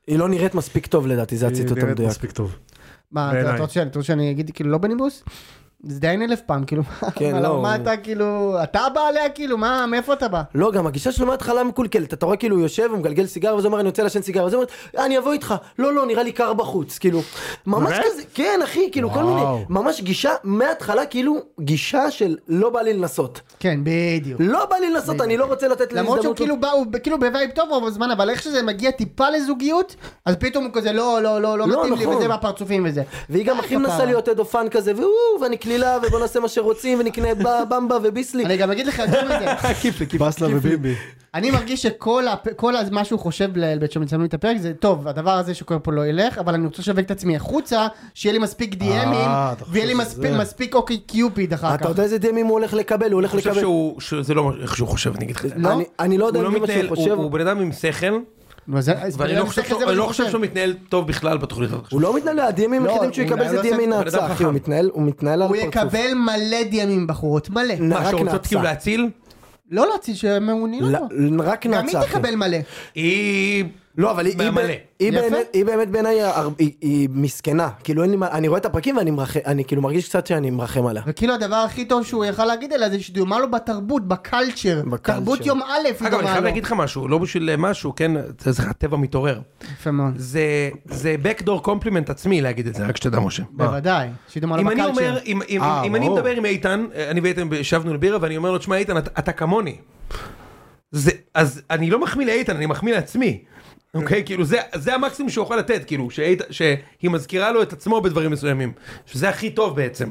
Speaker 3: היא לא נראית מספיק טוב לדעתי, זה
Speaker 5: היא
Speaker 3: הציטוט
Speaker 5: נראית
Speaker 3: המדויק.
Speaker 5: מספיק טוב.
Speaker 4: מה, אתה-
Speaker 5: בעיניי.
Speaker 4: אתה רוצה שאני- אתה רוצה שאני אגיד כאילו לא בנימוס? זה דיין אלף פעם, כאילו,
Speaker 3: כן,
Speaker 4: מה-
Speaker 3: לא,
Speaker 4: מה
Speaker 3: הוא-
Speaker 4: אתה כאילו, אתה בא עליה כאילו, מה, מאיפה אתה בא?
Speaker 3: לא, גם הגישה שלו מההתחלה מקולקלת, אתה רואה כאילו הוא יושב, הוא מגלגל סיגר, ואז הוא אומר אני רוצה לעשן סיגר, ואז הוא אומר, "אה, אני אבוא איתך, לא לא נראה לי קר בחוץ, כאילו, ממש כזה, כן אחי, כאילו כל מיני,
Speaker 5: וואו.
Speaker 3: ממש גישה מההתחלה כאילו גישה של לא בא לי לנסות,
Speaker 4: כן, בדיוק.
Speaker 3: לא בא לי לנסות, אני לא רוצה לתת לי
Speaker 4: למרות שהוא
Speaker 3: הזדמנות,
Speaker 4: כאילו בא, הוא ב- כאילו בווייב טוב רוב הזמן, אבל איך שזה מגיע טיפה לזוגיות, אז פתאום הוא כזה לא, לא, לא, לא
Speaker 3: לא,
Speaker 4: מתאים לי
Speaker 3: נכון.
Speaker 4: וזה מהפרצופים וזה.
Speaker 3: והיא גם
Speaker 4: אה,
Speaker 3: הכי
Speaker 4: כפרה.
Speaker 3: מנסה להיות עד אופן כזה, והוא, ואני קלילה, ובוא נעשה מה שרוצים, ונקנה ב- במבה וביסלי.
Speaker 4: אני גם אגיד לך יותר מזה.
Speaker 5: באסלה וביבי.
Speaker 4: אני מרגיש שכל הפ... כל הז- מה שהוא חושב ל- בית שמצלמים את הפרק זה טוב הדבר הזה שקורה פה לא ילך אבל אני רוצה לשווק את עצמי החוצה שיהיה לי מספיק דיאמים
Speaker 5: אה, אתה חושב
Speaker 4: ויהיה לי
Speaker 5: שזה
Speaker 4: מספיק,
Speaker 5: זה.
Speaker 4: מספיק אוקיי קיופיד אחר כך.
Speaker 3: אתה יודע איזה דמים הוא הולך לקבל? הוא הולך
Speaker 1: אני חושב
Speaker 3: לקבל...
Speaker 1: שהוא, שזה לא מה- איך שהוא חושב, אני אגיד לך.
Speaker 4: לא?
Speaker 3: אני- אני לא יודע
Speaker 1: הוא
Speaker 3: אם
Speaker 1: לא
Speaker 3: זה מה שהוא
Speaker 1: מתנהל,
Speaker 3: חושב.
Speaker 1: הוא הוא בן אדם עם שכל,
Speaker 4: נו, אז- אז
Speaker 1: ואני
Speaker 4: אני
Speaker 1: לא חושב
Speaker 4: מסתכל על
Speaker 1: שהוא-
Speaker 4: זה ואני
Speaker 1: אני לא חושב שהוא מתנהל טוב בכלל בתוכנית הזאת.
Speaker 3: הוא לא מתנהל, הדיאמים
Speaker 4: לא,
Speaker 3: היחידים שהוא
Speaker 4: הוא
Speaker 3: יקבל
Speaker 4: מנהל
Speaker 3: זה
Speaker 4: עסק,
Speaker 3: דיאמי
Speaker 1: הוא בן אדם
Speaker 3: נאצה, אחי,
Speaker 1: חכם.
Speaker 3: הוא מתנהל, הוא מתנהל על
Speaker 4: הוא
Speaker 3: הפרצוף.
Speaker 4: יקבל מלא דיאמים בחורות מלא.
Speaker 3: נ-
Speaker 1: מה,
Speaker 3: רק
Speaker 1: שרוצות
Speaker 3: נעצה.
Speaker 1: כאילו להציל?
Speaker 4: לא להציל שמעוניינים
Speaker 3: לא,
Speaker 4: בו.
Speaker 3: רק
Speaker 4: גם
Speaker 3: נאצה,
Speaker 4: היא
Speaker 3: אחי.
Speaker 4: תקבל מלא.
Speaker 1: היא...
Speaker 3: לא, אבל היא- היא
Speaker 1: מלא.
Speaker 3: ב- היא
Speaker 4: יפה.
Speaker 3: באמת- היא באמת בעיניי הר- היא- היא מסכנה. כאילו אין לי מה... אני רואה את הפרקים ואני מרחם, אני כאילו מרגיש קצת שאני מרחם עליה.
Speaker 4: וכאילו הדבר הכי טוב שהוא יכל להגיד עליה זה שדומה לו בתרבות, בקלצ'ר.
Speaker 3: בקלצ'ר.
Speaker 4: תרבות יום א' היא
Speaker 1: אגב, אני
Speaker 4: דומה
Speaker 1: חייב
Speaker 4: לו.
Speaker 1: להגיד לך משהו, לא בשביל משהו, כן? זה זה הטבע מתעורר.
Speaker 4: יפה מאוד.
Speaker 1: זה זה backdoor compliment עצמי להגיד את זה, רק שתדע, משה.
Speaker 4: בוודאי. שהיא דומה לו
Speaker 1: אם אני
Speaker 4: בקלצ'ר.
Speaker 1: אומר, אם- אם-
Speaker 5: אה,
Speaker 1: אם אני
Speaker 5: ברור.
Speaker 1: מדבר עם איתן, אה, אני ואיתן ישבנו לבירה, ואני אומר לו, תשמע איתן, אתה- אתה כמוני. זה, אז אני לא מחמיא לאיתן, אני מחמיא לעצמי. אוקיי? כאילו זה, זה המקסימום שהוא יכול לתת, כאילו, שאית, שהיא מזכירה לו את עצמו בדברים מסוימים. שזה הכי טוב בעצם.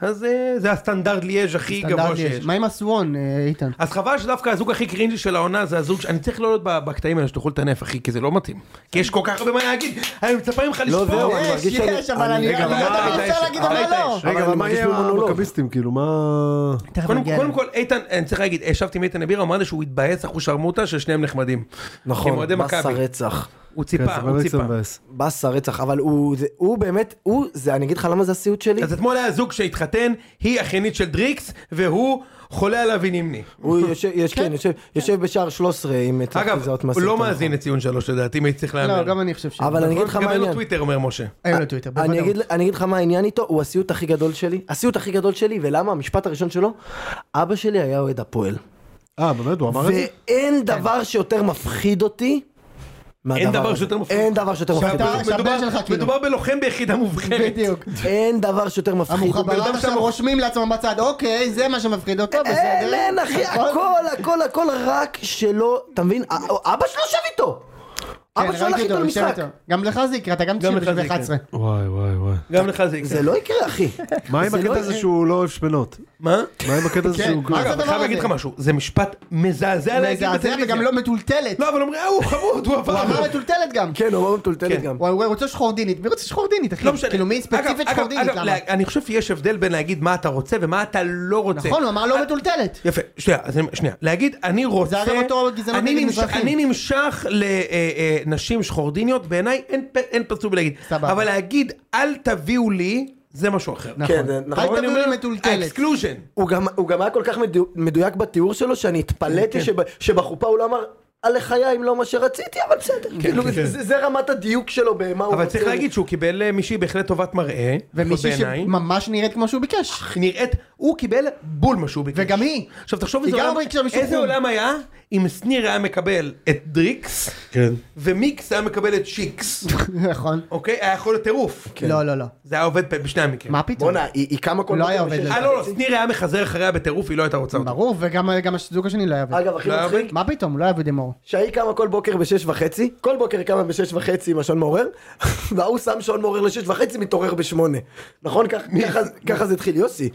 Speaker 1: אז אה, זה הסטנדרט ליאז' הכי גבוה
Speaker 4: סטנדרטי
Speaker 1: שיש.
Speaker 4: יש. מה עם הסוואן, אה, איתן?
Speaker 1: אז חבל שדווקא הזוג הכי קרינג'י של העונה זה הזוג, ש- אני צריך לא להיות ב- בקטעים האלה שתאכול את הנף אחי, כי זה לא מתאים. כי יש כל כך הרבה מה להגיד, אני מצפה ממך
Speaker 3: לא,
Speaker 1: לשפוט.
Speaker 3: זהו, אני
Speaker 4: אה, יש,
Speaker 3: מרגיש
Speaker 4: יש, אבל אני
Speaker 3: רגע,
Speaker 4: אני
Speaker 1: אבל
Speaker 4: יודע
Speaker 1: מה-
Speaker 4: מה אפשר להגיד
Speaker 1: אבל
Speaker 4: אבל
Speaker 1: אתה
Speaker 4: לא.
Speaker 1: יש.
Speaker 5: רגע, אבל מה יהיה
Speaker 2: המכביסטים, כאילו, מה...
Speaker 4: כן,
Speaker 1: קודם קודם כל, איתן, אני צריך להגיד, ישבתי עם איתן לבירה, הוא אמר לי שהוא התבאס אחושרמוטה ששניהם נחמדים. כי הם
Speaker 3: נכון,
Speaker 1: אוהדי
Speaker 3: באסה
Speaker 1: מכבי.
Speaker 3: רצח.
Speaker 1: הוא
Speaker 5: כן,
Speaker 1: ציפה,
Speaker 5: זה
Speaker 1: הוא
Speaker 3: לא
Speaker 5: באמת
Speaker 1: ציפה.
Speaker 5: מבאס.
Speaker 3: באסה רצח, אבל הוא, זה- הוא באמת, הוא, זה, אני אגיד לך למה זה הסיוט שלי?
Speaker 1: אז אתמול היה זוג שהתחתן, היא אחיינית של דריקס, והוא חולה עליו עם נימני.
Speaker 3: הוא יושב, יש, כן, יושב, יושב בשער 13 אם הצלחתי
Speaker 1: אגב,
Speaker 3: לזהות
Speaker 1: הוא
Speaker 3: מהסרטון,
Speaker 1: לא
Speaker 3: נכון.
Speaker 1: מאזין לציון שלוש לדעתי, אם הייתי צריך
Speaker 4: לא,
Speaker 1: להאמר.
Speaker 4: גם אני חושב ש...
Speaker 3: אבל אני אגיד לך
Speaker 1: גם
Speaker 3: מה
Speaker 1: אין לו
Speaker 3: העניין.
Speaker 1: טוויטר, אומר משה.
Speaker 4: אין לו לא טוויטר,
Speaker 3: אה, אני
Speaker 4: בוודאות.
Speaker 3: אגיד, אני אגיד לך מה העניין איתו, הוא הסיוט הכי גדול שלי, הסיוט הכי גדול שלי, ולמה? המשפט הראשון שלו, אבא שלי היה אוהד הפועל.
Speaker 5: אה, באמת, הוא אמר את זה?
Speaker 3: ואין דבר שיותר מפחיד אותי מהדבר
Speaker 1: אין דבר
Speaker 3: הזה.
Speaker 1: שיותר מפחיד.
Speaker 3: אין דבר שיותר מפחיד
Speaker 4: שאתה-
Speaker 3: אותי.
Speaker 4: שהבן
Speaker 1: מדובר-
Speaker 4: שלך, כאילו.
Speaker 1: מדובר בלוחם ביחידה מובחרת.
Speaker 4: בדיוק.
Speaker 3: אין דבר שיותר מפחיד אותי.
Speaker 1: בן אדם
Speaker 4: המוחברת עכשיו
Speaker 1: שם-
Speaker 4: רושמים לעצמם בצד, אוקיי, זה מה שמפחיד אותו, בסדר?
Speaker 3: אה, אין, אין אחי,
Speaker 4: נכון?
Speaker 3: הכל, הכל, הכל רק שלא, אתה מבין? א- אבא שלו יושב איתו!
Speaker 4: כן,
Speaker 3: אבא שלו הולך
Speaker 4: ראיתי
Speaker 3: איתו
Speaker 4: אותו, יושב
Speaker 3: למשחק.
Speaker 4: איתו. גם לך זה יקרה, אתה גם
Speaker 1: גם לך זה
Speaker 4: 11.
Speaker 5: וואי, וואי, וואי.
Speaker 1: גם לך זה יקרה.
Speaker 3: זה לא יקרה אחי.
Speaker 5: מה עם
Speaker 3: זה לא-
Speaker 5: הקטע הזה שהוא לא אוהב שמנות?
Speaker 1: מה?
Speaker 5: מה עם הקטע הזה
Speaker 4: כן,
Speaker 5: שהוא...
Speaker 4: מה זה
Speaker 1: אגב,
Speaker 4: הדבר
Speaker 1: אני חייב
Speaker 4: הזה?
Speaker 1: להגיד לך משהו, זה משפט מזעזע להגיד
Speaker 4: מזעזע
Speaker 1: בטלוויזיה.
Speaker 4: וגם לא מטולטלת.
Speaker 1: לא, אבל אומרים, אה, הוא חמוד, הוא
Speaker 4: הוא
Speaker 1: עבר.
Speaker 4: אמר מטולטלת גם.
Speaker 3: כן, הוא אמר מטולטלת
Speaker 1: כן.
Speaker 3: גם.
Speaker 4: הוא הוא רוצה שחורדינית, מי רוצה שחורדינית אחי?
Speaker 1: לא משנה.
Speaker 4: כאילו מי
Speaker 1: אגב,
Speaker 4: ספציפית
Speaker 1: אגב,
Speaker 4: שחורדינית,
Speaker 1: אגב,
Speaker 4: למה?
Speaker 1: לה- אני חושב שיש הבדל בין להגיד מה אתה רוצה ומה אתה לא רוצה.
Speaker 4: נכון, הוא אמר לא מטולטלת.
Speaker 1: יפה, שנייה, אז אני- שנייה, להגיד אני רוצה,
Speaker 4: זה הרי אותו גזענות
Speaker 1: אני
Speaker 4: נגד
Speaker 1: נמש-
Speaker 4: מזרחים.
Speaker 1: אני נמשך לנשים שחורדיניות, בעיניי אין פ- אין פסול בלהגיד,
Speaker 4: סבבה.
Speaker 1: אבל להגיד אל תביאו לי, זה משהו אחר.
Speaker 3: כן, זה
Speaker 4: נכון.
Speaker 3: נכון.
Speaker 4: אל
Speaker 1: אני אומר,
Speaker 4: תביאו לי מטולטלת.
Speaker 1: האקסקלוז'ן.
Speaker 3: הוא גם, הוא גם היה כל כך מדו, מדויק בתיאור שלו, שאני התפלאתי שב, שבחופה הוא לא אמר, עלה חיי אם לא מה שרציתי, אבל בסדר. כאילו,
Speaker 1: כן,
Speaker 3: זה,
Speaker 1: כן.
Speaker 3: זה, זה רמת הדיוק שלו במה הוא רוצה.
Speaker 1: אבל צריך להגיד שהוא קיבל אה, מישהי בהחלט טובת מראה,
Speaker 4: ומישהי
Speaker 1: אוקיי, בעיניי. כן.
Speaker 4: שממש נראית כמו שהוא ביקש.
Speaker 1: נראית, הוא קיבל בול מה שהוא ביקש.
Speaker 4: וגם היא.
Speaker 1: עכשיו תחשוב
Speaker 4: היא
Speaker 1: איזה
Speaker 4: גם
Speaker 1: עולם,
Speaker 4: אמרה שם מישהו
Speaker 1: איזה
Speaker 4: חום.
Speaker 1: עולם היה אם שניר היה מקבל את דריקס,
Speaker 5: כן.
Speaker 1: ומיקס היה מקבל את שיקס,
Speaker 4: נכון.
Speaker 1: אוקיי? היה יכול להיות טירוף.
Speaker 4: לא, לא, לא.
Speaker 1: זה היה עובד ב- בשני המקרים.
Speaker 4: מה פתאום?
Speaker 3: בואנה, היא, היא קמה כל
Speaker 4: לא היה
Speaker 3: מקום
Speaker 4: עובד
Speaker 3: שיש-
Speaker 1: אה לא, לא, שניר היה מחזר אחריה בטירוף, היא לא הייתה רוצה אותו.
Speaker 4: ברור, וגם גם הזוג השני לא היה עובד.
Speaker 3: אגב, הכי
Speaker 1: לא היה
Speaker 3: מצחיק,
Speaker 1: עובד?
Speaker 4: מה פתאום? לא היה עובד עם אור.
Speaker 3: שהיא קמה כל בוקר בשש וחצי, כל בוקר קמה בשש וחצי עם השעון מעורר, וההוא שם שעון מעורר לשש וחצי, מתעורר בשמונה. נכון? כך- ככה- ככה זה התחיל, יוסי.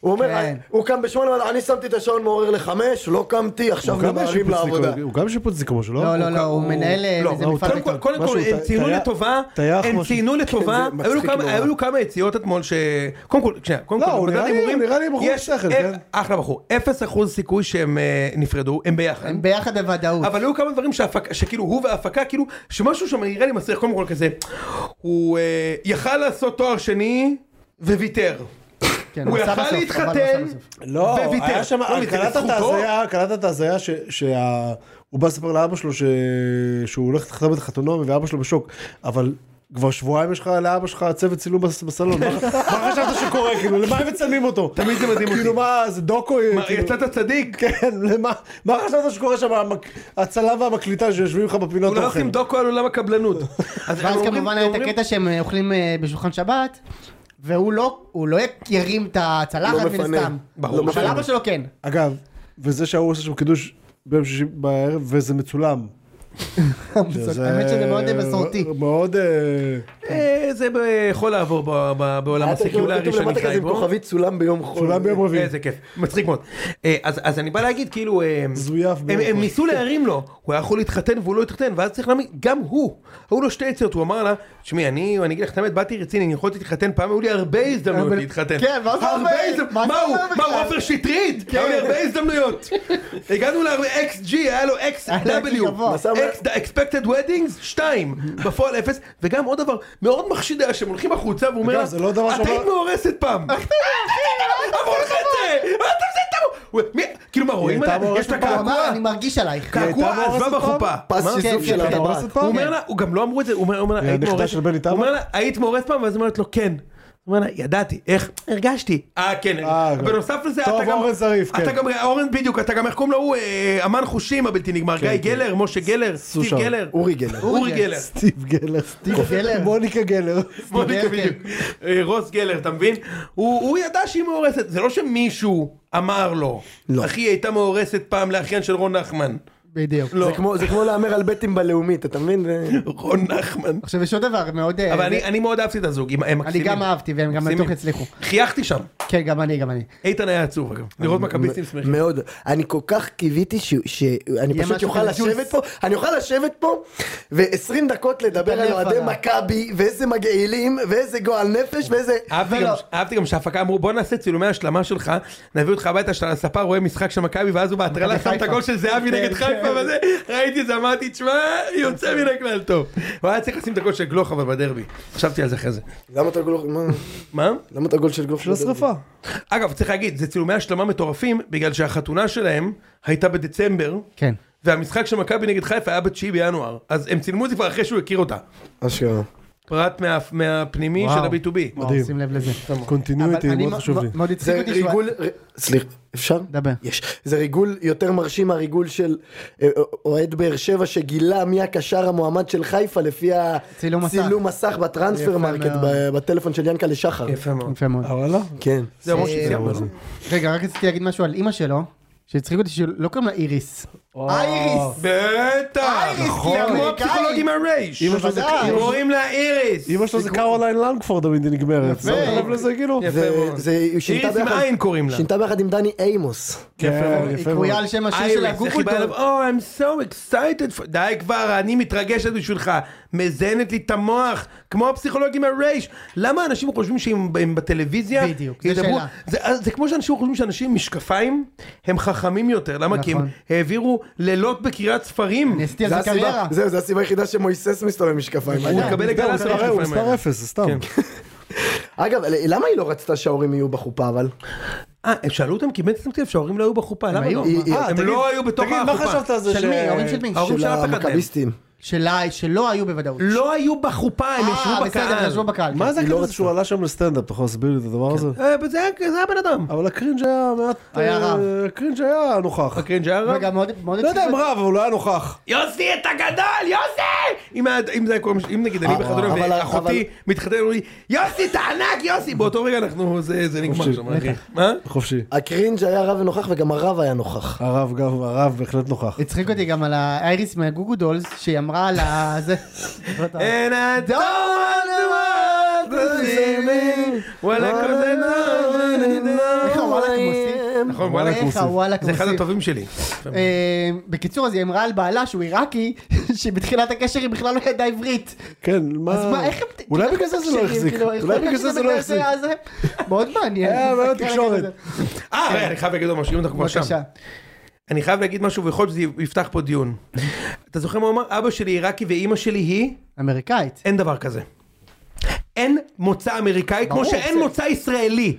Speaker 3: הוא אומר,
Speaker 4: כן.
Speaker 3: הוא קם בשמונה, אבל אני שמתי את השעון מעורר לחמש, לא קמתי, עכשיו
Speaker 5: הוא גם
Speaker 3: נמהרים לעבודה.
Speaker 5: שיפוצניק, הוא גם שיפוצניק או משהו,
Speaker 4: לא, לא, לא, הוא מנהל אה,
Speaker 1: לא,
Speaker 4: איזה
Speaker 1: הוא-
Speaker 4: מפעל
Speaker 1: קודם כל,
Speaker 4: ביטון.
Speaker 1: קודם כל,
Speaker 5: משהו,
Speaker 1: הם
Speaker 5: ט-
Speaker 1: ציינו
Speaker 5: טייח-
Speaker 1: לטובה,
Speaker 5: טייח כן,
Speaker 1: הם
Speaker 5: משהו.
Speaker 1: ציינו לטובה,
Speaker 3: זה
Speaker 1: היו לו
Speaker 3: מצחיק
Speaker 1: כמה-
Speaker 3: נורא.
Speaker 1: היו לו כמה יציאות אתמול ש... קודם כל, שנייה, קודם
Speaker 5: לא,
Speaker 1: כל,
Speaker 5: הוא
Speaker 1: בנקודת
Speaker 5: נראה לי-
Speaker 1: הימורים,
Speaker 5: הוא נראה לי בחור
Speaker 1: יש-
Speaker 5: שכל,
Speaker 1: אה,
Speaker 5: כן?
Speaker 1: אחלה בחור, 0% סיכוי שהם אה, נפרדו, הם ביחד.
Speaker 4: הם ביחד בוודאות.
Speaker 1: אבל היו כמה דברים שהפק, שכאילו הוא וההפקה, כאילו, שמשהו שם נראה לי מסריח, קודם כל כזה, הוא אה, יכל לעשות תואר שני וויתר.
Speaker 4: כן,
Speaker 1: הוא יכל
Speaker 4: עשה בסוף, אבל הוא עשה
Speaker 1: להתחתן,
Speaker 4: בסוף.
Speaker 5: לא,
Speaker 1: וויתר.
Speaker 5: היה שם,
Speaker 1: לא, זה
Speaker 5: קלטת את
Speaker 1: לזכותו.
Speaker 5: ההזיה, קלטת את ההזיה ש- שה- הוא בא לספר לאבא שלו ש- שהוא הולך לחתום את החתונה ואבא שלו בשוק, אבל כבר שבועיים יש לך לאבא שלך צוות צילום בס- בסלון, מה מה חשבת שקורה, כאילו, למה הם מצלמים אותו?
Speaker 1: תמיד זה מדהים אותי.
Speaker 5: כאילו מה, זה דוקו,
Speaker 1: מה,
Speaker 5: כאילו-
Speaker 1: יצאת צדיק,
Speaker 5: כן, למה, מה חשבת שקורה שם, המק- הצלם והמקליטה שיושבים לך
Speaker 2: לא
Speaker 5: בפינות
Speaker 1: אולי
Speaker 5: אוכל?
Speaker 1: עושים דוקו על עולם הקבלנות. אז
Speaker 4: ואז
Speaker 1: אומרים-
Speaker 4: כמובן היה את
Speaker 1: אומרים-
Speaker 4: הקטע שהם אה, אוכלים אה, בשולחן שבת, והוא לא, הוא לא ירים את
Speaker 3: לא
Speaker 4: הצלחת מן
Speaker 3: מפנה.
Speaker 4: הסתם.
Speaker 1: ברור לא
Speaker 4: אבל
Speaker 1: שלא.
Speaker 4: אבא שלו כן.
Speaker 5: אגב, וזה שההוא עושה שם קידוש ביום שישי בערב, וזה מצולם. אה,
Speaker 4: האמת שזה מאוד מסורתי.
Speaker 5: מאוד... אה,
Speaker 1: אה, זה ב- יכול לעבור ב- ב- בעולם
Speaker 3: היה כתוב-
Speaker 1: הסקולרי
Speaker 3: כתוב
Speaker 1: שאני
Speaker 3: למטה כזה
Speaker 1: חי
Speaker 3: עם
Speaker 1: בו.
Speaker 3: כוכבית צולם ביום חול.
Speaker 5: צולם ביום רביעי.
Speaker 1: איזה כיף, מצחיק מאוד. אה, אז אז אני בא להגיד כאילו, אה,
Speaker 5: זויף
Speaker 1: הם-
Speaker 5: ביום
Speaker 1: הם
Speaker 5: חול.
Speaker 1: ניסו להרים לו, הוא היה יכול להתחתן והוא לא התחתן, ואז צריך להאמין, גם הוא, היו לו שתי עצות, הוא אמר לה, תשמעי, אני אני אגיד לך את האמת, באתי רציני, אני יכולתי להתחתן פעם, היו לי הרבה הזדמנויות
Speaker 4: אבל-
Speaker 1: להתחתן.
Speaker 4: כן, מה זה
Speaker 1: הרבה
Speaker 4: אומר?
Speaker 1: הזדמנ-
Speaker 4: מה זה
Speaker 1: מה הוא,
Speaker 4: אומר
Speaker 1: מה הוא
Speaker 4: בכלל? כן.
Speaker 1: עופר שטרית? היו לי הרבה הזדמנויות. הגענו ל-XG, היה לו
Speaker 4: היה לו
Speaker 1: XW,
Speaker 4: גבוה.
Speaker 3: עשה-
Speaker 1: Ex- the expected weddings, שתיים, בפועל אפס, וגם עוד דבר מאוד מחשידה, שהם הולכים החוצה והוא אומר
Speaker 5: אגב,
Speaker 1: לה,
Speaker 5: זה לא דבר
Speaker 1: את
Speaker 5: שאומר-
Speaker 1: היית מאורסת פעם. אמרו לך את זה! מה אתה עושה את זה? הוא- מי- כאילו מה רואים
Speaker 5: הייתה
Speaker 1: עליה?
Speaker 5: מאורסת
Speaker 1: יש כן. לה
Speaker 4: הוא אמר,
Speaker 1: קעקוע?
Speaker 4: אני מרגיש עלייך.
Speaker 1: קעקוע
Speaker 5: היא הייתה
Speaker 1: עזבה
Speaker 5: מאורסת פעם?
Speaker 1: בחופה.
Speaker 3: פס
Speaker 1: מה?
Speaker 4: כן,
Speaker 3: שיזוף
Speaker 4: כן,
Speaker 3: של
Speaker 4: כן.
Speaker 3: הטבעת.
Speaker 5: מאורסת
Speaker 1: הוא
Speaker 5: פעם?
Speaker 1: אומר לה, הוא גם לא אמרו את זה, הוא אומר- הוא אומר לה, היית
Speaker 5: הנכדה
Speaker 1: מאורסת?
Speaker 5: של בני
Speaker 1: הוא
Speaker 5: טאבו?
Speaker 1: אומר לה, היית מאורסת פעם? ואז היא אומרת לו, כן. הוא אומר לה, ידעתי, איך? הרגשתי. אה, כן.
Speaker 5: אה,
Speaker 1: בנוסף לזה,
Speaker 5: טוב,
Speaker 1: אתה גם...
Speaker 5: אורן זריף, כן.
Speaker 1: אתה גם, אורן בדיוק, אתה גם, איך קוראים לו? הוא אה, אמן חושים הבלתי נגמר.
Speaker 5: כן,
Speaker 1: גיא גלר, משה גלר, סטיב
Speaker 5: סושר.
Speaker 1: גלר.
Speaker 3: אורי גלר.
Speaker 1: אורי גלר.
Speaker 5: סטיב גלר.
Speaker 4: גלר.
Speaker 5: מוניקה גלר.
Speaker 1: מוניקה
Speaker 4: גלר,
Speaker 1: בדיוק. אה, רוס גלר, אתה מבין? הוא הוא ידע שהיא מאורסת, זה לא שמישהו אמר לו.
Speaker 4: לא.
Speaker 1: אחי, היא הייתה מאורסת פעם לאחיין של רון נחמן.
Speaker 4: בדיוק.
Speaker 1: לא.
Speaker 3: זה כמו- זה כמו להמר על בטים בלאומית, אתה מבין? זה-
Speaker 1: רון נחמן.
Speaker 4: עכשיו יש עוד דבר מאוד... אה,
Speaker 1: אבל אני-
Speaker 4: זה-
Speaker 1: אני מאוד אהבתי את הזוג, הם- הם
Speaker 4: אני
Speaker 1: מקסימים.
Speaker 4: גם אהבתי והם גם
Speaker 1: מקסימים.
Speaker 4: בטוח הצליחו.
Speaker 1: חייכתי שם.
Speaker 4: כן, גם אני, גם אני.
Speaker 1: איתן היה עצוב אגב. לראות מכביסטים שמחים.
Speaker 3: מאוד. אני כל כך קיוויתי ש- שאני
Speaker 4: יהיה
Speaker 3: פשוט
Speaker 4: משהו
Speaker 3: יוכל
Speaker 4: כזה
Speaker 3: לשבת
Speaker 4: ג'וס.
Speaker 3: פה, אני אוכל לשבת פה ו-20 דקות לדבר על
Speaker 4: לטנף
Speaker 3: אוהדי
Speaker 4: עליו.
Speaker 3: מכבי, ואיזה מגעילים, ואיזה גועל נפש, ואיזה... לא,
Speaker 1: אהבתי גם- אהבתי גם שההפקה אמרו בוא נעשה צילומי השלמה שלך, נביא אותך הביתה שאתה על הספה רואה משחק של מכבי ואז הוא בהטרלה
Speaker 4: מכבי
Speaker 1: שם את
Speaker 4: חיפה.
Speaker 1: הגול של זהבי
Speaker 4: כן,
Speaker 1: נגד חיפה
Speaker 4: כן.
Speaker 1: וזה, ראיתי את זה אמרתי תשמע יוצא מן הכלל טוב. הוא היה צריך לשים את הגול של גלוך אבל בדרבי, חשבתי על זה אחרי זה.
Speaker 3: למה אתה גולח? מה?
Speaker 1: מה?
Speaker 3: למה אתה גול של גולח?
Speaker 4: לא
Speaker 5: של השרפה.
Speaker 1: אגב צריך להגיד זה צילומי השלמה מטורפים בגלל שהחתונה שלהם הייתה בדצמבר.
Speaker 4: כן.
Speaker 1: והמשחק של מכבי נגד חיפה היה ב-9 בינואר, אז הם צילמו את זה כבר אחרי שהוא הכיר אותה.
Speaker 3: אשכרה.
Speaker 1: פרט מה- מהפנימי של
Speaker 4: וואו.
Speaker 1: ה-B2B.
Speaker 4: וואו, שים לב לזה.
Speaker 5: קונטיניויטי
Speaker 4: אבל אני
Speaker 5: מאוד חשוב לי.
Speaker 4: מאוד
Speaker 3: זה
Speaker 4: הצחיק אותי שהוא...
Speaker 3: ריגול... ר- סליחה, אפשר?
Speaker 4: דבר.
Speaker 3: יש. זה ריגול יותר מרשים מהריגול של אה, אוהד באר שבע שגילה מי הקשר המועמד של חיפה לפי
Speaker 4: צילום מסך.
Speaker 3: הצילום מסך בטרנספר
Speaker 4: יפה
Speaker 3: מרקט
Speaker 4: מאוד.
Speaker 3: ב- בטלפון של ינקלה שחר.
Speaker 1: יפה מאוד.
Speaker 4: יפה מאוד.
Speaker 5: אה, וואלה?
Speaker 3: כן.
Speaker 1: זה אמור
Speaker 4: אה,
Speaker 1: שסיימנו. לא?
Speaker 4: רגע, רק רציתי להגיד משהו על אימא שלו, שהצחיק אותי שלא קוראים לה איריס. איריס!
Speaker 1: בטח,
Speaker 4: איריס,
Speaker 1: נכון.
Speaker 4: היא
Speaker 1: כמו
Speaker 4: אמריקאית.
Speaker 1: הפסיכולוגים הרייש.
Speaker 5: אמא שלו זה-
Speaker 4: בוודאי.
Speaker 1: קוראים לה איריס.
Speaker 5: אמא שלו זה קרוליין לנגפורד תמיד היא נגמרת.
Speaker 4: יפה.
Speaker 5: שמת לב לזה כאילו?
Speaker 1: יפה
Speaker 3: זה-
Speaker 1: מאוד.
Speaker 3: זה- היא שינתה
Speaker 1: איריס
Speaker 3: ביחד-
Speaker 1: מעין קוראים לה.
Speaker 3: שינתה ביחד עם דני אימוס.
Speaker 5: כן,
Speaker 4: היא
Speaker 5: יפה
Speaker 4: קרויה
Speaker 5: מאוד.
Speaker 4: על שם השיר
Speaker 1: איריס,
Speaker 4: שלה,
Speaker 1: איך
Speaker 4: גוגל
Speaker 1: היא באה
Speaker 4: דוב.
Speaker 1: אליו? Oh, I'm so excited. for-" די כבר, אני מתרגשת בשבילך. מזיינת לי את המוח, כמו הפסיכולוגים הרייש. למה אנשים חושבים שהם הם בטלוויזיה?
Speaker 4: בדיוק, זו
Speaker 1: ידברו-
Speaker 4: שאלה.
Speaker 1: זה, אז זה כמו שאנשים חושבים שאנשים עם משקפיים, הם חכמים יותר. למה? כי הם
Speaker 4: נכון.
Speaker 1: העבירו לילות בקריאת ספרים.
Speaker 4: אני עשיתי על זה קריירה.
Speaker 3: זהו, זו הסיבה היחידה שמויסס מסתובב עם משקפיים.
Speaker 1: הוא יקבל
Speaker 5: הוא
Speaker 1: לגלת
Speaker 5: כן. מספר- הוא מספר אפס, זה סתם.
Speaker 4: כן.
Speaker 3: אגב, למה היא לא רצתה שההורים יהיו בחופה אבל?
Speaker 1: אה, הם שאלו אותם כי באמת שמתי לב שההורים לא היו בחופה, למה
Speaker 4: היו.
Speaker 1: לא?
Speaker 3: היא- היא-
Speaker 5: אה,
Speaker 1: הם
Speaker 5: תגיד-
Speaker 1: לא היו בתוך
Speaker 5: תגיד, מה
Speaker 1: החופה.
Speaker 5: חשבת על זה? ש-
Speaker 4: של מי? ההורים של מי?
Speaker 1: ההורים
Speaker 3: של
Speaker 1: של אף אחד מהם.
Speaker 3: המכביסטים.
Speaker 4: שלה, שלא היו בוודאות.
Speaker 1: לא היו בחופה, הם
Speaker 4: אה,
Speaker 1: ישבו
Speaker 4: בסדר, הם
Speaker 1: בקהל.
Speaker 4: ישבו בקהל.
Speaker 5: מה
Speaker 4: כן.
Speaker 5: זה
Speaker 3: היא לא
Speaker 5: הקטע הזה
Speaker 3: רצתה.
Speaker 5: שהוא עלה שם לסטנדאפ? אתה יכול להסביר לי את הדבר הזה?
Speaker 1: אה, זה היה- זה היה בן אדם.
Speaker 5: אבל הקרינג' היה מעט...
Speaker 4: היה
Speaker 5: אה,
Speaker 4: רב.
Speaker 5: הקרינג' היה נוכח.
Speaker 1: הקרינג' היה רב?
Speaker 4: רגע, מאוד מאוד
Speaker 5: לא יודע אם
Speaker 4: הצחיק אותי.
Speaker 5: רב, אבל הוא היה נוכח.
Speaker 1: יוסי אתה גדול, יוסי! אם היה- אם זה היה קורה, אם נגיד אני
Speaker 3: אה,
Speaker 1: בחתונה
Speaker 3: אבל-
Speaker 1: ואחותי
Speaker 3: אבל-
Speaker 1: מתחתנת, אומרים לי, יוסי אתה ענק, יוסי! באותו רגע אנחנו, זה זה נגמר
Speaker 5: חופשי,
Speaker 1: שם, אחי. מה?
Speaker 5: חופשי.
Speaker 3: הקרינג' היה רב ונוכח וגם הרב היה
Speaker 1: נכון,
Speaker 3: נוכח.
Speaker 5: הרב גם, הרב בהחלט נוכח.
Speaker 4: הצחיק אותי גם על האייריס מהגוגו דולס, שהיא אמרה על ה... זה...
Speaker 1: And I don't want the world to see me. וואלה, כל זה
Speaker 4: איך
Speaker 1: לא...
Speaker 4: הוואלה כמוסי?
Speaker 1: נכון, וואלה,
Speaker 4: איך הוואלה
Speaker 1: זה אחד
Speaker 4: כמוסי?
Speaker 1: הטובים שלי.
Speaker 4: אה, בקיצור, אז היא אמרה על בעלה שהוא עיראקי, שבתחילת הקשר היא בכלל לא ידעה עברית.
Speaker 5: כן, מה...
Speaker 4: אז מה, איך הם...
Speaker 5: אולי
Speaker 4: איך
Speaker 5: בגלל זה זה לא
Speaker 4: מתקשרים?
Speaker 5: החזיק.
Speaker 4: כאילו, איך
Speaker 5: אולי
Speaker 4: יכול
Speaker 5: בגלל
Speaker 4: להיות
Speaker 5: זה זה
Speaker 4: שבגלל
Speaker 5: לא החזיק. אה,
Speaker 4: היה זה? מאוד מעניין.
Speaker 5: היה בעיות
Speaker 4: כן,
Speaker 5: תקשורת.
Speaker 4: כן,
Speaker 1: אה, רגע, אני חייב להגיד לו משהו, אם אנחנו כבר שם.
Speaker 4: בבקשה.
Speaker 1: אני חייב להגיד משהו, ויכול להיות שזה יפתח פה דיון. אתה זוכר מה הוא אמר? אבא שלי עיראקי ואימא שלי היא?
Speaker 4: אמריקאית.
Speaker 1: אין דבר כזה. אין מוצא אמריקאי, כמו
Speaker 4: ברור,
Speaker 1: שאין
Speaker 4: בסדר.
Speaker 1: מוצא ישראלי.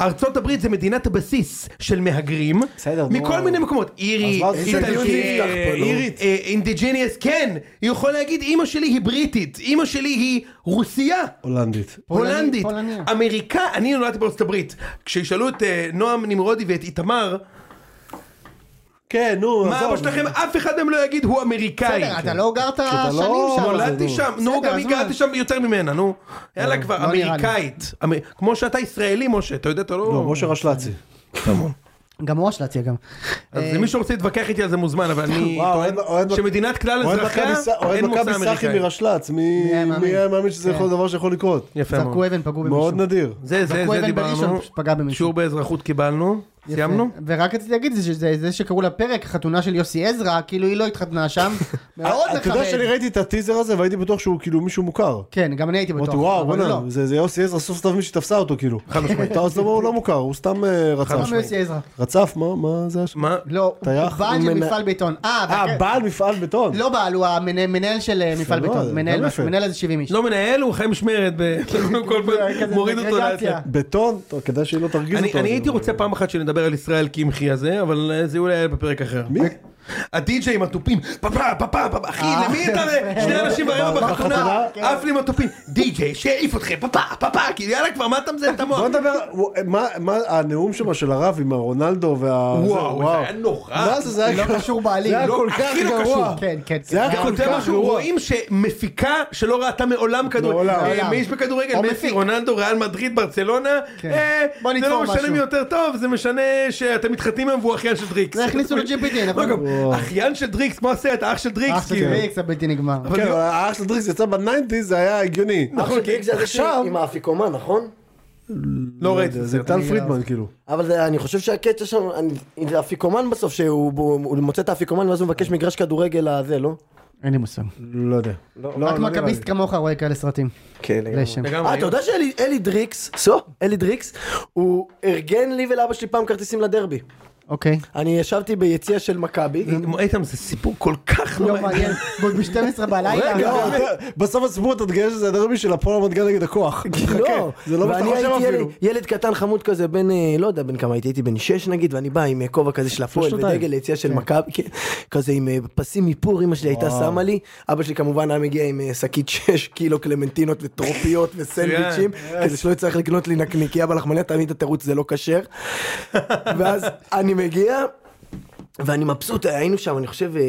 Speaker 1: ארצות הברית זה מדינת הבסיס של מהגרים,
Speaker 5: בסדר, נו.
Speaker 1: מכל מיני מקומות, אירי,
Speaker 5: אז מה זה דיון
Speaker 1: איטלקי,
Speaker 5: נפתח פה, נו?
Speaker 1: אירית, אה, אינדיג'ניאס, כן, היא יכולה להגיד, אימא שלי היא בריטית, אימא שלי היא רוסייה.
Speaker 5: הולנדית.
Speaker 1: הולנדית,
Speaker 4: פולניה.
Speaker 1: אמריקה, אני נולדתי בארצות הברית, כשישאלו את אה, נועם נמרודי ואת איתמר,
Speaker 5: כן, נו,
Speaker 1: מה אבא שלכם, אף אחד מהם לא יגיד הוא אמריקאי.
Speaker 4: בסדר, אתה לא גרת
Speaker 5: אתה לא-
Speaker 4: שנים שם.
Speaker 1: נולדתי
Speaker 5: נו.
Speaker 1: שם, נו
Speaker 4: בסדר,
Speaker 1: גם
Speaker 4: אז
Speaker 1: הגעתי
Speaker 4: מה? אה,
Speaker 1: שם יותר ממנה, נו. יאללה כבר,
Speaker 4: לא נראה לי.
Speaker 1: אמריקאית. אמ- כמו שאתה ישראלי, משה, אתה יודע, אתה
Speaker 5: לא,
Speaker 1: לא...
Speaker 5: משה רשל"צי.
Speaker 4: גם ראש להציע גם.
Speaker 1: אז
Speaker 4: אה,
Speaker 1: אם מישהו רוצה להתווכח איתי על זה מוזמן, אבל אני
Speaker 2: וואו,
Speaker 1: טוען
Speaker 2: אוהד- אוהד-
Speaker 1: שמדינת כלל
Speaker 2: אוהד
Speaker 1: אזרחיה
Speaker 2: מכבי ס- אוהד
Speaker 1: אין מוצא
Speaker 2: מכבי סאחי
Speaker 1: אמריקאי.
Speaker 2: מרשל"צ, מי
Speaker 4: מי היה
Speaker 2: מי
Speaker 4: מאמין?
Speaker 2: היה מאמין שזה יכול
Speaker 4: כן.
Speaker 2: דבר שיכול לקרות?
Speaker 1: יפה מאוד.
Speaker 4: זרקו אבן, פגעו במישהו.
Speaker 2: מאוד נדיר.
Speaker 1: זה, זה,
Speaker 4: זרקו
Speaker 1: זה
Speaker 4: אבן
Speaker 1: דיברנו.
Speaker 4: בראשון, פגע במישהו.
Speaker 1: שיעור באזרחות קיבלנו.
Speaker 4: יפה.
Speaker 1: סיימנו?
Speaker 4: ורק רציתי להגיד זה שזה זה שקראו לפרק חתונה של יוסי עזרא, כאילו היא לא התחתנה שם. מאוד
Speaker 2: אה, אתה יודע שאני
Speaker 4: מכבד.
Speaker 2: ראיתי את הטיזר הזה והייתי בטוח שהוא כאילו מישהו מוכר.
Speaker 4: כן, גם אני הייתי בטוח.
Speaker 2: אמרתי וואו
Speaker 4: אבל
Speaker 2: בוא'נה,
Speaker 4: לא.
Speaker 2: זה זה יוסי עזרא סוף סוף מישהי תפסה אותו כאילו.
Speaker 1: חד משמעית.
Speaker 2: אתה עושה הוא לא מוכר, הוא סתם אה,
Speaker 4: למה
Speaker 2: רצף.
Speaker 4: יוסי לא עזרא?
Speaker 2: רצף, מה- מה זה היה שם?
Speaker 1: מה?
Speaker 4: לא, הוא
Speaker 2: טייח,
Speaker 4: בעל
Speaker 2: הוא
Speaker 4: של
Speaker 2: מנה-
Speaker 4: מפעל בעיתון. אה,
Speaker 2: אה,
Speaker 4: וכן.
Speaker 2: בעל מפעל בטון.
Speaker 4: לא בעל, הוא המנה- מנהל של אה, מפעל
Speaker 2: לא, זה
Speaker 4: ביתון.
Speaker 2: גם
Speaker 4: מנהל משהו,
Speaker 2: יפה.
Speaker 4: מנהל איזה 70 איש.
Speaker 1: לא מנהל, הוא חי משמרת,
Speaker 4: כן,
Speaker 1: ב- כל
Speaker 4: כזה
Speaker 1: פעם מוריד אותו
Speaker 4: דגרדציה.
Speaker 1: לאט.
Speaker 2: בטון, טוב, כדאי שהיא לא תרגיז
Speaker 1: אני
Speaker 2: אותו.
Speaker 1: אני הייתי
Speaker 2: אבל-
Speaker 1: רוצה פעם אחת שנדבר על ישראל קמחי הזה, אבל אה, זה אולי היה בפרק אחר.
Speaker 2: מי?
Speaker 1: הדי-ג'יי עם התופים, פפה, פפה, פפה, אחי,
Speaker 4: אה,
Speaker 1: למי אתה?
Speaker 4: יפה.
Speaker 1: שני אנשים ברבע כן. בחתונה, כן.
Speaker 2: בחתונה,
Speaker 1: עף לי עם התופים, די-ג'יי, שהעיף אתכם, פפה, פפה, כאילו יאללה כבר, מה אתה מזיין את המוח?
Speaker 2: בוא נדבר, הוא- מה- מה הנאום שלו של הרב עם הרונלדו וה...
Speaker 1: וואו,
Speaker 2: זה-
Speaker 1: זה היה נורא.
Speaker 2: מה זה, זה היה
Speaker 4: לא קשור בעליל.
Speaker 2: זה היה
Speaker 4: לא,
Speaker 2: כל כך
Speaker 1: הכי לא
Speaker 2: גרוע.
Speaker 1: קשור.
Speaker 4: כן, כן.
Speaker 2: זה היה
Speaker 1: גם
Speaker 2: כל
Speaker 1: כותב
Speaker 2: כך
Speaker 1: משהו,
Speaker 2: גרוע.
Speaker 1: רואים שמפיקה שלא ראתה מעולם כדורגל,
Speaker 2: מעולם.
Speaker 1: אה,
Speaker 4: מעולם.
Speaker 1: מי יש בכדורגל,
Speaker 4: או
Speaker 1: מסי,
Speaker 4: מפיק.
Speaker 1: רוננדו, ריאל מדריד, ברצלונה,
Speaker 4: כן.
Speaker 1: אה,
Speaker 4: בוא
Speaker 1: זה לא
Speaker 4: ניצור
Speaker 1: משנה
Speaker 4: משהו.
Speaker 1: מי יותר טוב, זה משנה שאתם מתחתנים היום והוא אחיין של דריקס.
Speaker 4: זה הכניסו ל-GPT,
Speaker 1: לא,
Speaker 4: נכון?
Speaker 1: גם, אחיין של דריקס, כמו הסרט, האח של
Speaker 4: אח
Speaker 1: דריקס,
Speaker 4: של
Speaker 1: כאילו.
Speaker 4: דריקס הבלתי נגמר. לא-
Speaker 1: אבל לא-
Speaker 2: כן,
Speaker 1: אני-
Speaker 2: אבל האח של דריקס יצא בניינטיז, זה היה הגיוני.
Speaker 3: נכון, כי זה עכשיו... עם האפיקומן, נכון?
Speaker 1: לא ראיתי את
Speaker 2: זה
Speaker 1: הסרט.
Speaker 2: טל פרידמן כאילו.
Speaker 3: אבל זה- אני חושב שהקטע שם, אני- זה אפיקומן בסוף, שהוא הוא- הוא מוצא את האפיקומן ואז הוא מבקש מגרש כדורגל הזה, לא?
Speaker 4: אין לי מושג.
Speaker 2: לא יודע. לא,
Speaker 4: רק
Speaker 2: לא נראה לי.
Speaker 4: מכביסט כמוך רואה כאלה סרטים.
Speaker 3: כן,
Speaker 4: לשם.
Speaker 1: לגמרי.
Speaker 3: אה, אתה יודע שאלי אלי דריקס, סו, אלי דריקס, הוא ארגן לי ולאבא שלי פעם כרטיסים לדרבי.
Speaker 4: אוקיי.
Speaker 3: אני ישבתי ביציע של מכבי.
Speaker 1: איתן, זה סיפור כל כך לא
Speaker 4: לא
Speaker 1: מעניין.
Speaker 4: מעניין. ועוד ב-12 בלילה.
Speaker 3: רגע,
Speaker 4: לא,
Speaker 2: לא, אתה- בסוף הסיפור אתה תגלה שזה הדרבי של הפועל רמת גן נגד הכוח.
Speaker 3: לא,
Speaker 2: חכה, זה לא מה שאתה
Speaker 3: ואני
Speaker 2: חושב
Speaker 3: הייתי ילד,
Speaker 2: אפילו.
Speaker 3: ילד קטן חמוד כזה בין, אה, לא יודע בין כמה הייתי, הייתי בן 6 נגיד, ואני בא עם אה, כובע כזה של הפועל
Speaker 2: שנתיים.
Speaker 3: ודגל ליציאה של מכבי, כן, כזה עם אה, פסים מפור, אמא שלי הייתה שמה לי, אבא שלי כמובן היה מגיע עם אה, שקית 6 קילו קלמנטינות וטרופיות וסנדוויצ'ים, כדי שלא יצטרך לקנות לי נקניקיה בלחמניה, תמיד התירוץ זה לא כשר, ואז אני מגיע. ואני מבסוט, היינו שם, אני חושב, אה,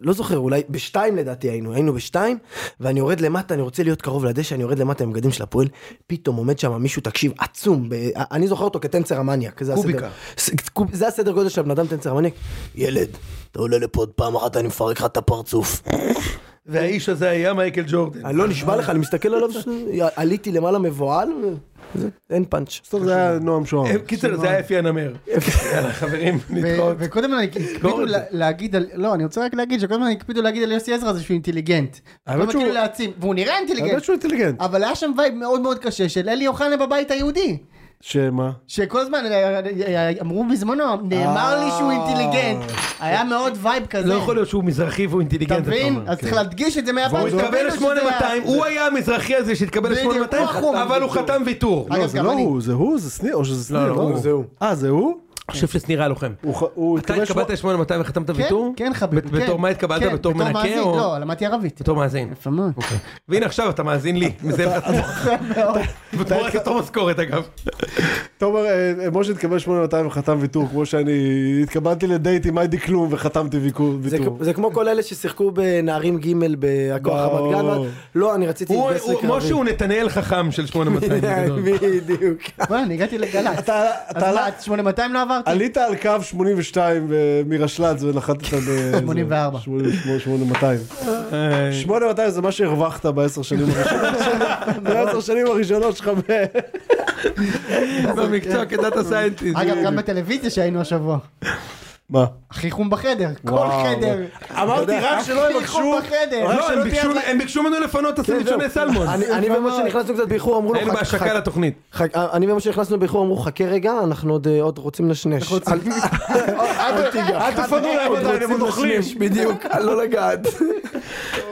Speaker 3: לא זוכר, אולי בשתיים לדעתי היינו, היינו בשתיים, ואני יורד למטה, אני רוצה להיות קרוב לדשא, אני יורד למטה עם בגדים של הפועל, פתאום עומד שם מישהו, תקשיב, עצום, ב... אה, אני זוכר אותו כטנצר המניאק, זה
Speaker 1: קוביקה.
Speaker 3: הסדר, ס- קוב- זה הסדר גודל של הבן אדם טנצר המניאק, ילד, אתה עולה לפה עוד פעם אחת, אני מפרק לך את הפרצוף.
Speaker 1: והאיש הזה היה מייקל ג'ורדן.
Speaker 3: אני לא נשבע לך, אני מסתכל עליו, ש- עליתי למעלה מבוהל, ו- זה- אין פאנץ'.
Speaker 2: טוב, זה היה נועם שוהם.
Speaker 1: אה, קיצר, זה היה אפי הנמר. יאללה, חברים,
Speaker 4: ו-
Speaker 1: נתראות.
Speaker 4: וקודם הקפידו
Speaker 1: את זה.
Speaker 4: לה- להגיד על, לא, אני רוצה רק להגיד שקודם הקפידו להגיד על יוסי עזרא זה שהוא אינטליגנט.
Speaker 2: האמת
Speaker 4: כמה
Speaker 2: שהוא-
Speaker 4: כאילו להעצים, והוא נראה אינטליגנט,
Speaker 2: האמת שהוא אינטליגנט.
Speaker 4: אבל היה שם וייב מאוד מאוד קשה של אלי אוחנה בבית היהודי.
Speaker 2: שמה?
Speaker 4: שכל הזמן אה, אה, אמרו בזמנו, נאמר לי שהוא אינטליגנט. היה מאוד וייב כזה.
Speaker 1: אה. לא יכול להיות שהוא מזרחי והוא
Speaker 4: אתה
Speaker 1: אינטליגנט, אתה
Speaker 4: מבין?
Speaker 1: אומר. כן.
Speaker 4: אז צריך להדגיש את זה מהפעם.
Speaker 1: הוא התקבל
Speaker 4: שהבינו שזה היה-
Speaker 1: ל-8200, הוא היה המזרחי הזה שהתקבל
Speaker 4: בדיוק, הוא
Speaker 1: ל-8200,
Speaker 4: החום.
Speaker 1: אבל הוא חתם ויתור.
Speaker 4: אגב,
Speaker 2: לא, זה
Speaker 4: גם
Speaker 2: לא
Speaker 4: אני.
Speaker 2: הוא, זה הוא? זה שניר? או שזה שניר?
Speaker 1: לא, הוא.
Speaker 2: זה הוא. אה, זה הוא?
Speaker 1: אני חושב ששניר היה לוחם.
Speaker 2: הוא ח- הוא
Speaker 1: אתה
Speaker 2: התקבל
Speaker 1: התקבלת ל-8200 וחתמת
Speaker 4: כן,
Speaker 1: ויתור?
Speaker 4: כן חביב.
Speaker 1: בת- בתור
Speaker 4: כן,
Speaker 1: מה התקבלת?
Speaker 4: כן,
Speaker 1: בתור מנקה?
Speaker 4: מאזין,
Speaker 1: או-
Speaker 4: לא, למדתי ערבית.
Speaker 1: בתור מאזין. אוקיי.
Speaker 4: יפה מאוד.
Speaker 1: והנה עכשיו אתה מאזין לי, מזיין לך את המוח. ותמורת אותו משכורת אגב.
Speaker 2: תומר, אה, משה התקבל 8200 וחתם ויתור, כמו שאני התקבלתי לדייט עם איידי כלום וחתמתי ויקור-
Speaker 3: זה
Speaker 2: ויתור.
Speaker 3: כ- זה כמו כל אלה ששיחקו בנערים ג' בהכוח
Speaker 2: ברור.
Speaker 3: רמת גן, ואז, לא, אני רציתי
Speaker 1: הוא-
Speaker 3: להתגייס
Speaker 1: הוא- משה הוא נתנאל חכם של 8200. בגדול.
Speaker 3: בדיוק.
Speaker 4: וואי, אני הגעתי לגל"צ.
Speaker 2: אתה-
Speaker 4: אז
Speaker 2: אתה עלה-
Speaker 4: מה, את 8200 לא עברתי?
Speaker 2: עלית על קו 82 ו- מרשל"צ ונחתת אה, ב...
Speaker 4: 84.
Speaker 2: 8200.
Speaker 1: אה,
Speaker 2: 8200 זה מה שהרווחת בעשר שנים הראשונות. בעשר שנים הראשונות שלך ב...
Speaker 1: במקצוע כדאטה סיינטיסט.
Speaker 4: אגב, גם בטלוויזיה שהיינו השבוע.
Speaker 2: מה?
Speaker 4: הכי חום בחדר, כל
Speaker 2: וואו.
Speaker 4: חדר.
Speaker 2: אמרתי רק שלא
Speaker 4: הכי חום
Speaker 2: יבקשו...
Speaker 4: בחדר.
Speaker 2: רק
Speaker 1: לא,
Speaker 2: שלא
Speaker 1: הם
Speaker 2: תהיה
Speaker 1: ביקשו- הם ביקשו ממנו לפנות את הסנדוויצ'וני סלמון.
Speaker 3: אני- אני ומשה נכנסנו קצת באיחור, אמרו לו,
Speaker 1: היינו
Speaker 3: "חכה,
Speaker 1: בהשקה
Speaker 3: חכה,
Speaker 1: לתוכנית.
Speaker 3: חכה." אני ומשה נכנסנו באיחור, אמרו, חכה רגע, אנחנו עוד, אה, עוד רוצים לנשנש.
Speaker 4: אל תיגע.
Speaker 2: לא, אל תפנו להם עדיין, הם עוד אוכלים.
Speaker 3: בדיוק, לא לגעת.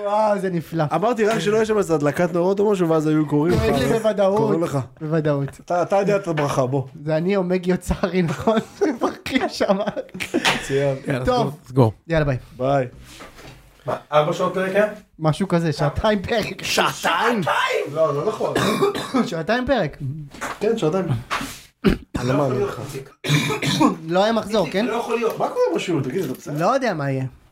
Speaker 4: וואו, זה נפלא.
Speaker 2: אמרתי רק שלא יהיה שם איזה הדלקת נורות או משהו, ואז היו קוראים לך.
Speaker 4: קוראים לי
Speaker 2: קוראים
Speaker 4: בוודאות.
Speaker 2: לך.
Speaker 4: בוודאות.
Speaker 2: אתה אתה יודע את הברכה, בוא.
Speaker 4: זה אני אומגיו צרי, נכון? מפרקים שם.
Speaker 2: מצוין.
Speaker 1: יאללה,
Speaker 4: טוב.
Speaker 1: סגור, סגור.
Speaker 4: יאללה ביי.
Speaker 2: ביי.
Speaker 1: ארבע שעות פרק היה?
Speaker 4: משהו כזה, שעתיים פרק.
Speaker 3: שעתיים?
Speaker 2: לא, לא נכון.
Speaker 4: שעתיים פרק.
Speaker 2: כן, שעתיים. אני לא מאמין לך.
Speaker 4: לא היה מחזור, כן?
Speaker 1: יכול להיות.
Speaker 2: מה קורה בשיעור? תגיד, אתה בסדר?
Speaker 4: לא יודע מה יהיה.